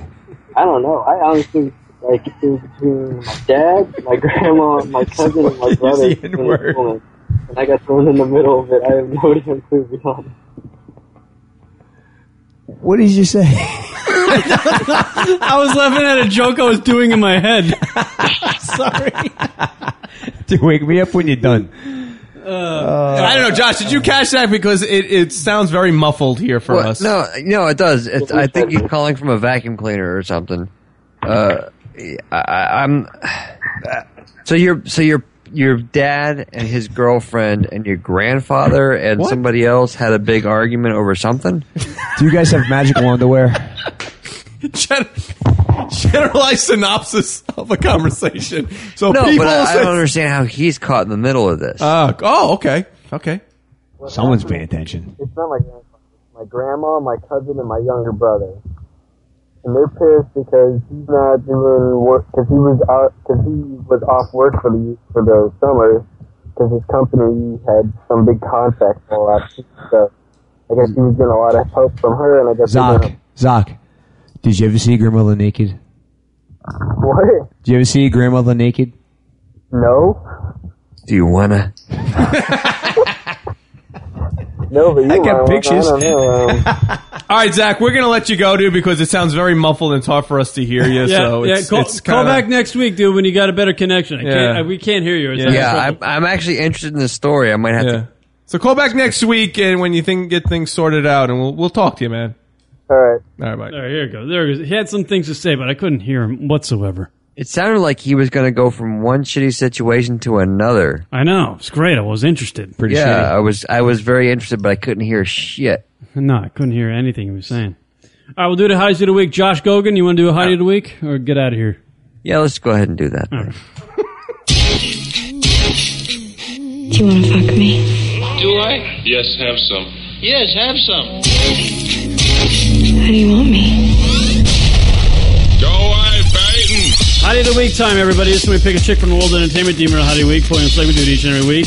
Speaker 19: I don't know. I honestly like it was between my dad, my grandma, my cousin, and my brother.
Speaker 9: the
Speaker 19: and this woman. And I got thrown in the middle of it. I have no damn clue beyond.
Speaker 4: What did you say?
Speaker 1: I was laughing at a joke I was doing in my head. Sorry.
Speaker 4: Dude, wake me up when you're done.
Speaker 12: I don't know, Josh. Did you catch that? Because it, it sounds very muffled here for
Speaker 14: Well,
Speaker 12: us.
Speaker 14: No, no, it does. It's, I think you're calling from a vacuum cleaner or something. Uh, I, I, I'm. uh, So your so your your dad and his girlfriend and your grandfather and somebody else had a big argument over something.
Speaker 4: Do you guys have magical underwear?
Speaker 12: Gen- generalized synopsis of a conversation. So
Speaker 14: no,
Speaker 12: people
Speaker 14: but I, I
Speaker 12: said-
Speaker 14: don't understand how he's caught in the middle of this.
Speaker 12: Uh, oh, okay, okay.
Speaker 4: Someone's paying attention.
Speaker 19: It's not my grandfather. It's My grandma, my cousin, and my younger brother. And they're pissed because he's not doing work because he was out because he was off work for the for the summer because his company had some big contract all out. So I guess he was getting a lot of help from her, and I guess he
Speaker 4: Zoc, Zoc, did you ever see your grandmother naked?
Speaker 19: didn't- what?
Speaker 4: Did you ever see your grandmother naked?
Speaker 19: No,
Speaker 14: Do you wanna?
Speaker 19: no, but you
Speaker 12: I got
Speaker 19: might wanna-
Speaker 12: pictures.
Speaker 19: I don't know. Um,
Speaker 12: All right, Zach, we're gonna let you go, dude, because it sounds very muffled and tough for us to hear you. so it's,
Speaker 1: call,
Speaker 12: it's
Speaker 1: call
Speaker 12: kinda-
Speaker 1: back next week, dude, when you got a better connection. I can't,
Speaker 12: Yeah.
Speaker 1: I, we can't hear you. It's
Speaker 14: Yeah,
Speaker 1: not-
Speaker 14: I'm, I'm actually interested in this story. I might have to.
Speaker 12: So call back next week, and when you think get things sorted out, and we'll we'll talk to you, man.
Speaker 19: All right.
Speaker 12: All right, bye.
Speaker 1: All right, here it goes. There it goes. He had some things to say, but I couldn't hear him whatsoever.
Speaker 14: It sounded like he was going to go from one shitty situation to another.
Speaker 1: I know. It's great. I was interested. Pretty
Speaker 14: yeah,
Speaker 1: shitty.
Speaker 14: I was I was very interested, but I couldn't hear shit.
Speaker 1: No, I couldn't hear anything he was saying. All right, we'll do the hotties of the week. Josh Gogan, you want to do a hottie of the week or get out of here?
Speaker 14: Yeah, let's go ahead and do that.
Speaker 9: Do you want to fuck me?
Speaker 41: Do I? Yes, have some.
Speaker 9: Yes, have some. How do you want me?
Speaker 41: Go away, Peyton.
Speaker 1: Hottie of the week time, everybody. This is when we pick a chick from the world of entertainment demon of Hottie Week for you. It's like we do it each and every week.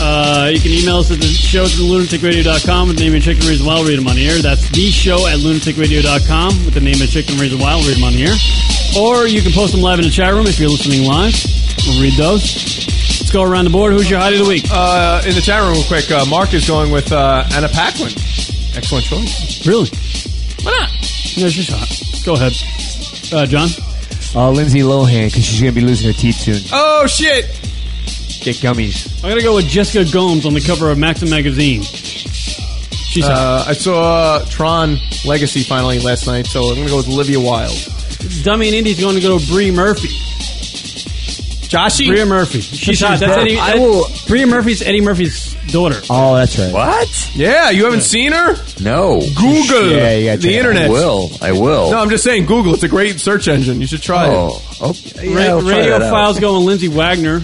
Speaker 1: Uh, you can email us at the show at lunaticradio.com with the name of your chicken reason why we'll read them on the air. That's the show at lunaticradio.com with the name of the chicken reason why we'll read them on the air. Or you can post them live in the chat room if you're listening live. We'll read those. Let's go around the board. Who's your hottie of the week?
Speaker 12: Uh, in the chat room, real quick, uh, Mark is going with uh, Anna Paquin. Excellent choice.
Speaker 1: Really? Why not? No, she's hot. Go ahead. Uh, John?
Speaker 4: Uh, Lindsay Lohan, because she's going to be losing her teeth soon.
Speaker 12: Oh shit!
Speaker 4: Get gummies.
Speaker 1: I'm gonna go with Jessica Gomes on the cover of Maxim magazine. She's
Speaker 12: uh, I saw uh, Tron Legacy finally last night, so I'm gonna go with Olivia Wilde.
Speaker 1: Dummy and Indy's going to go to Bree Murphy.
Speaker 12: Joshy?
Speaker 1: Bree Murphy. She's hot. That's Eddie.
Speaker 12: I
Speaker 1: that- Bria Murphy's Eddie Murphy's daughter.
Speaker 4: Oh, that's right.
Speaker 14: What?
Speaker 12: Yeah, you haven't seen her?
Speaker 14: No.
Speaker 12: Google
Speaker 14: Yeah, you gotta check
Speaker 12: the
Speaker 14: it out.
Speaker 12: internet.
Speaker 14: I will. I will.
Speaker 12: No, I'm just saying Google. It's a great search engine. You should try
Speaker 14: Oh,
Speaker 12: it.
Speaker 14: okay.
Speaker 1: Ra- radio files going Lindsay Wagner.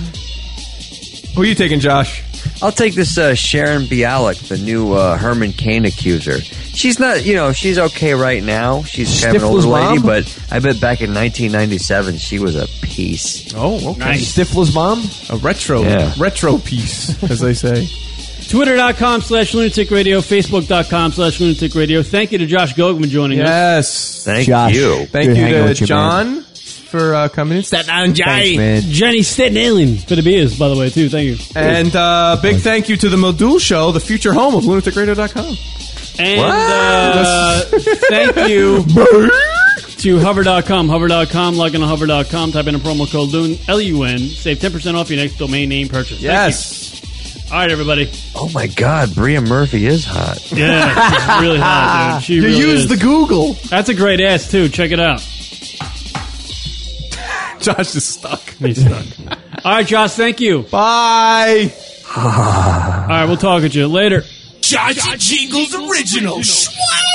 Speaker 12: Who are you taking, Josh?
Speaker 14: I'll take this uh, Sharon Bialik, the new uh, Herman Cain accuser. She's not, you know, she's okay right now. She's kind of an
Speaker 4: Stifler's
Speaker 14: older lady,
Speaker 4: mom?
Speaker 14: but I bet back in 1997 she was a piece.
Speaker 12: Oh, okay.
Speaker 1: Nice.
Speaker 4: Stifler's mom?
Speaker 12: A retro,
Speaker 14: Yeah.
Speaker 12: retro piece, as they say.
Speaker 1: Twitter.com slash lunatic radio, Facebook.com slash lunatic radio. Thank you to Josh Gogman joining us.
Speaker 12: Yes.
Speaker 14: Thank
Speaker 4: Josh,
Speaker 14: you.
Speaker 12: Thank
Speaker 4: Good
Speaker 12: you
Speaker 4: hanging
Speaker 12: to
Speaker 4: with you, man.
Speaker 12: John for uh, coming in. Staten Island
Speaker 4: Thanks, man.
Speaker 1: Jenny Staten Island. Good to be is, by the way, too. Thank you.
Speaker 12: And uh, big thank you to the Modul Show, the future home of lunaticradio.com.
Speaker 1: And uh, thank you to hover.com. Hover.com, log into hover.com, type in a promo code LUN, L-U-N, save 10% off your next domain name purchase. Thank you. All right, everybody.
Speaker 14: Oh my God, Bria Murphy is hot.
Speaker 1: Yeah, she's really hot, dude. She
Speaker 12: You
Speaker 1: really
Speaker 12: use
Speaker 1: is.
Speaker 12: the Google.
Speaker 1: That's a great ass, too. Check it out.
Speaker 12: Josh is stuck.
Speaker 1: He's stuck. All right, Josh, thank you.
Speaker 12: Bye.
Speaker 42: All right, we'll talk at you later.
Speaker 1: Jaja Jingles Original. Schwa-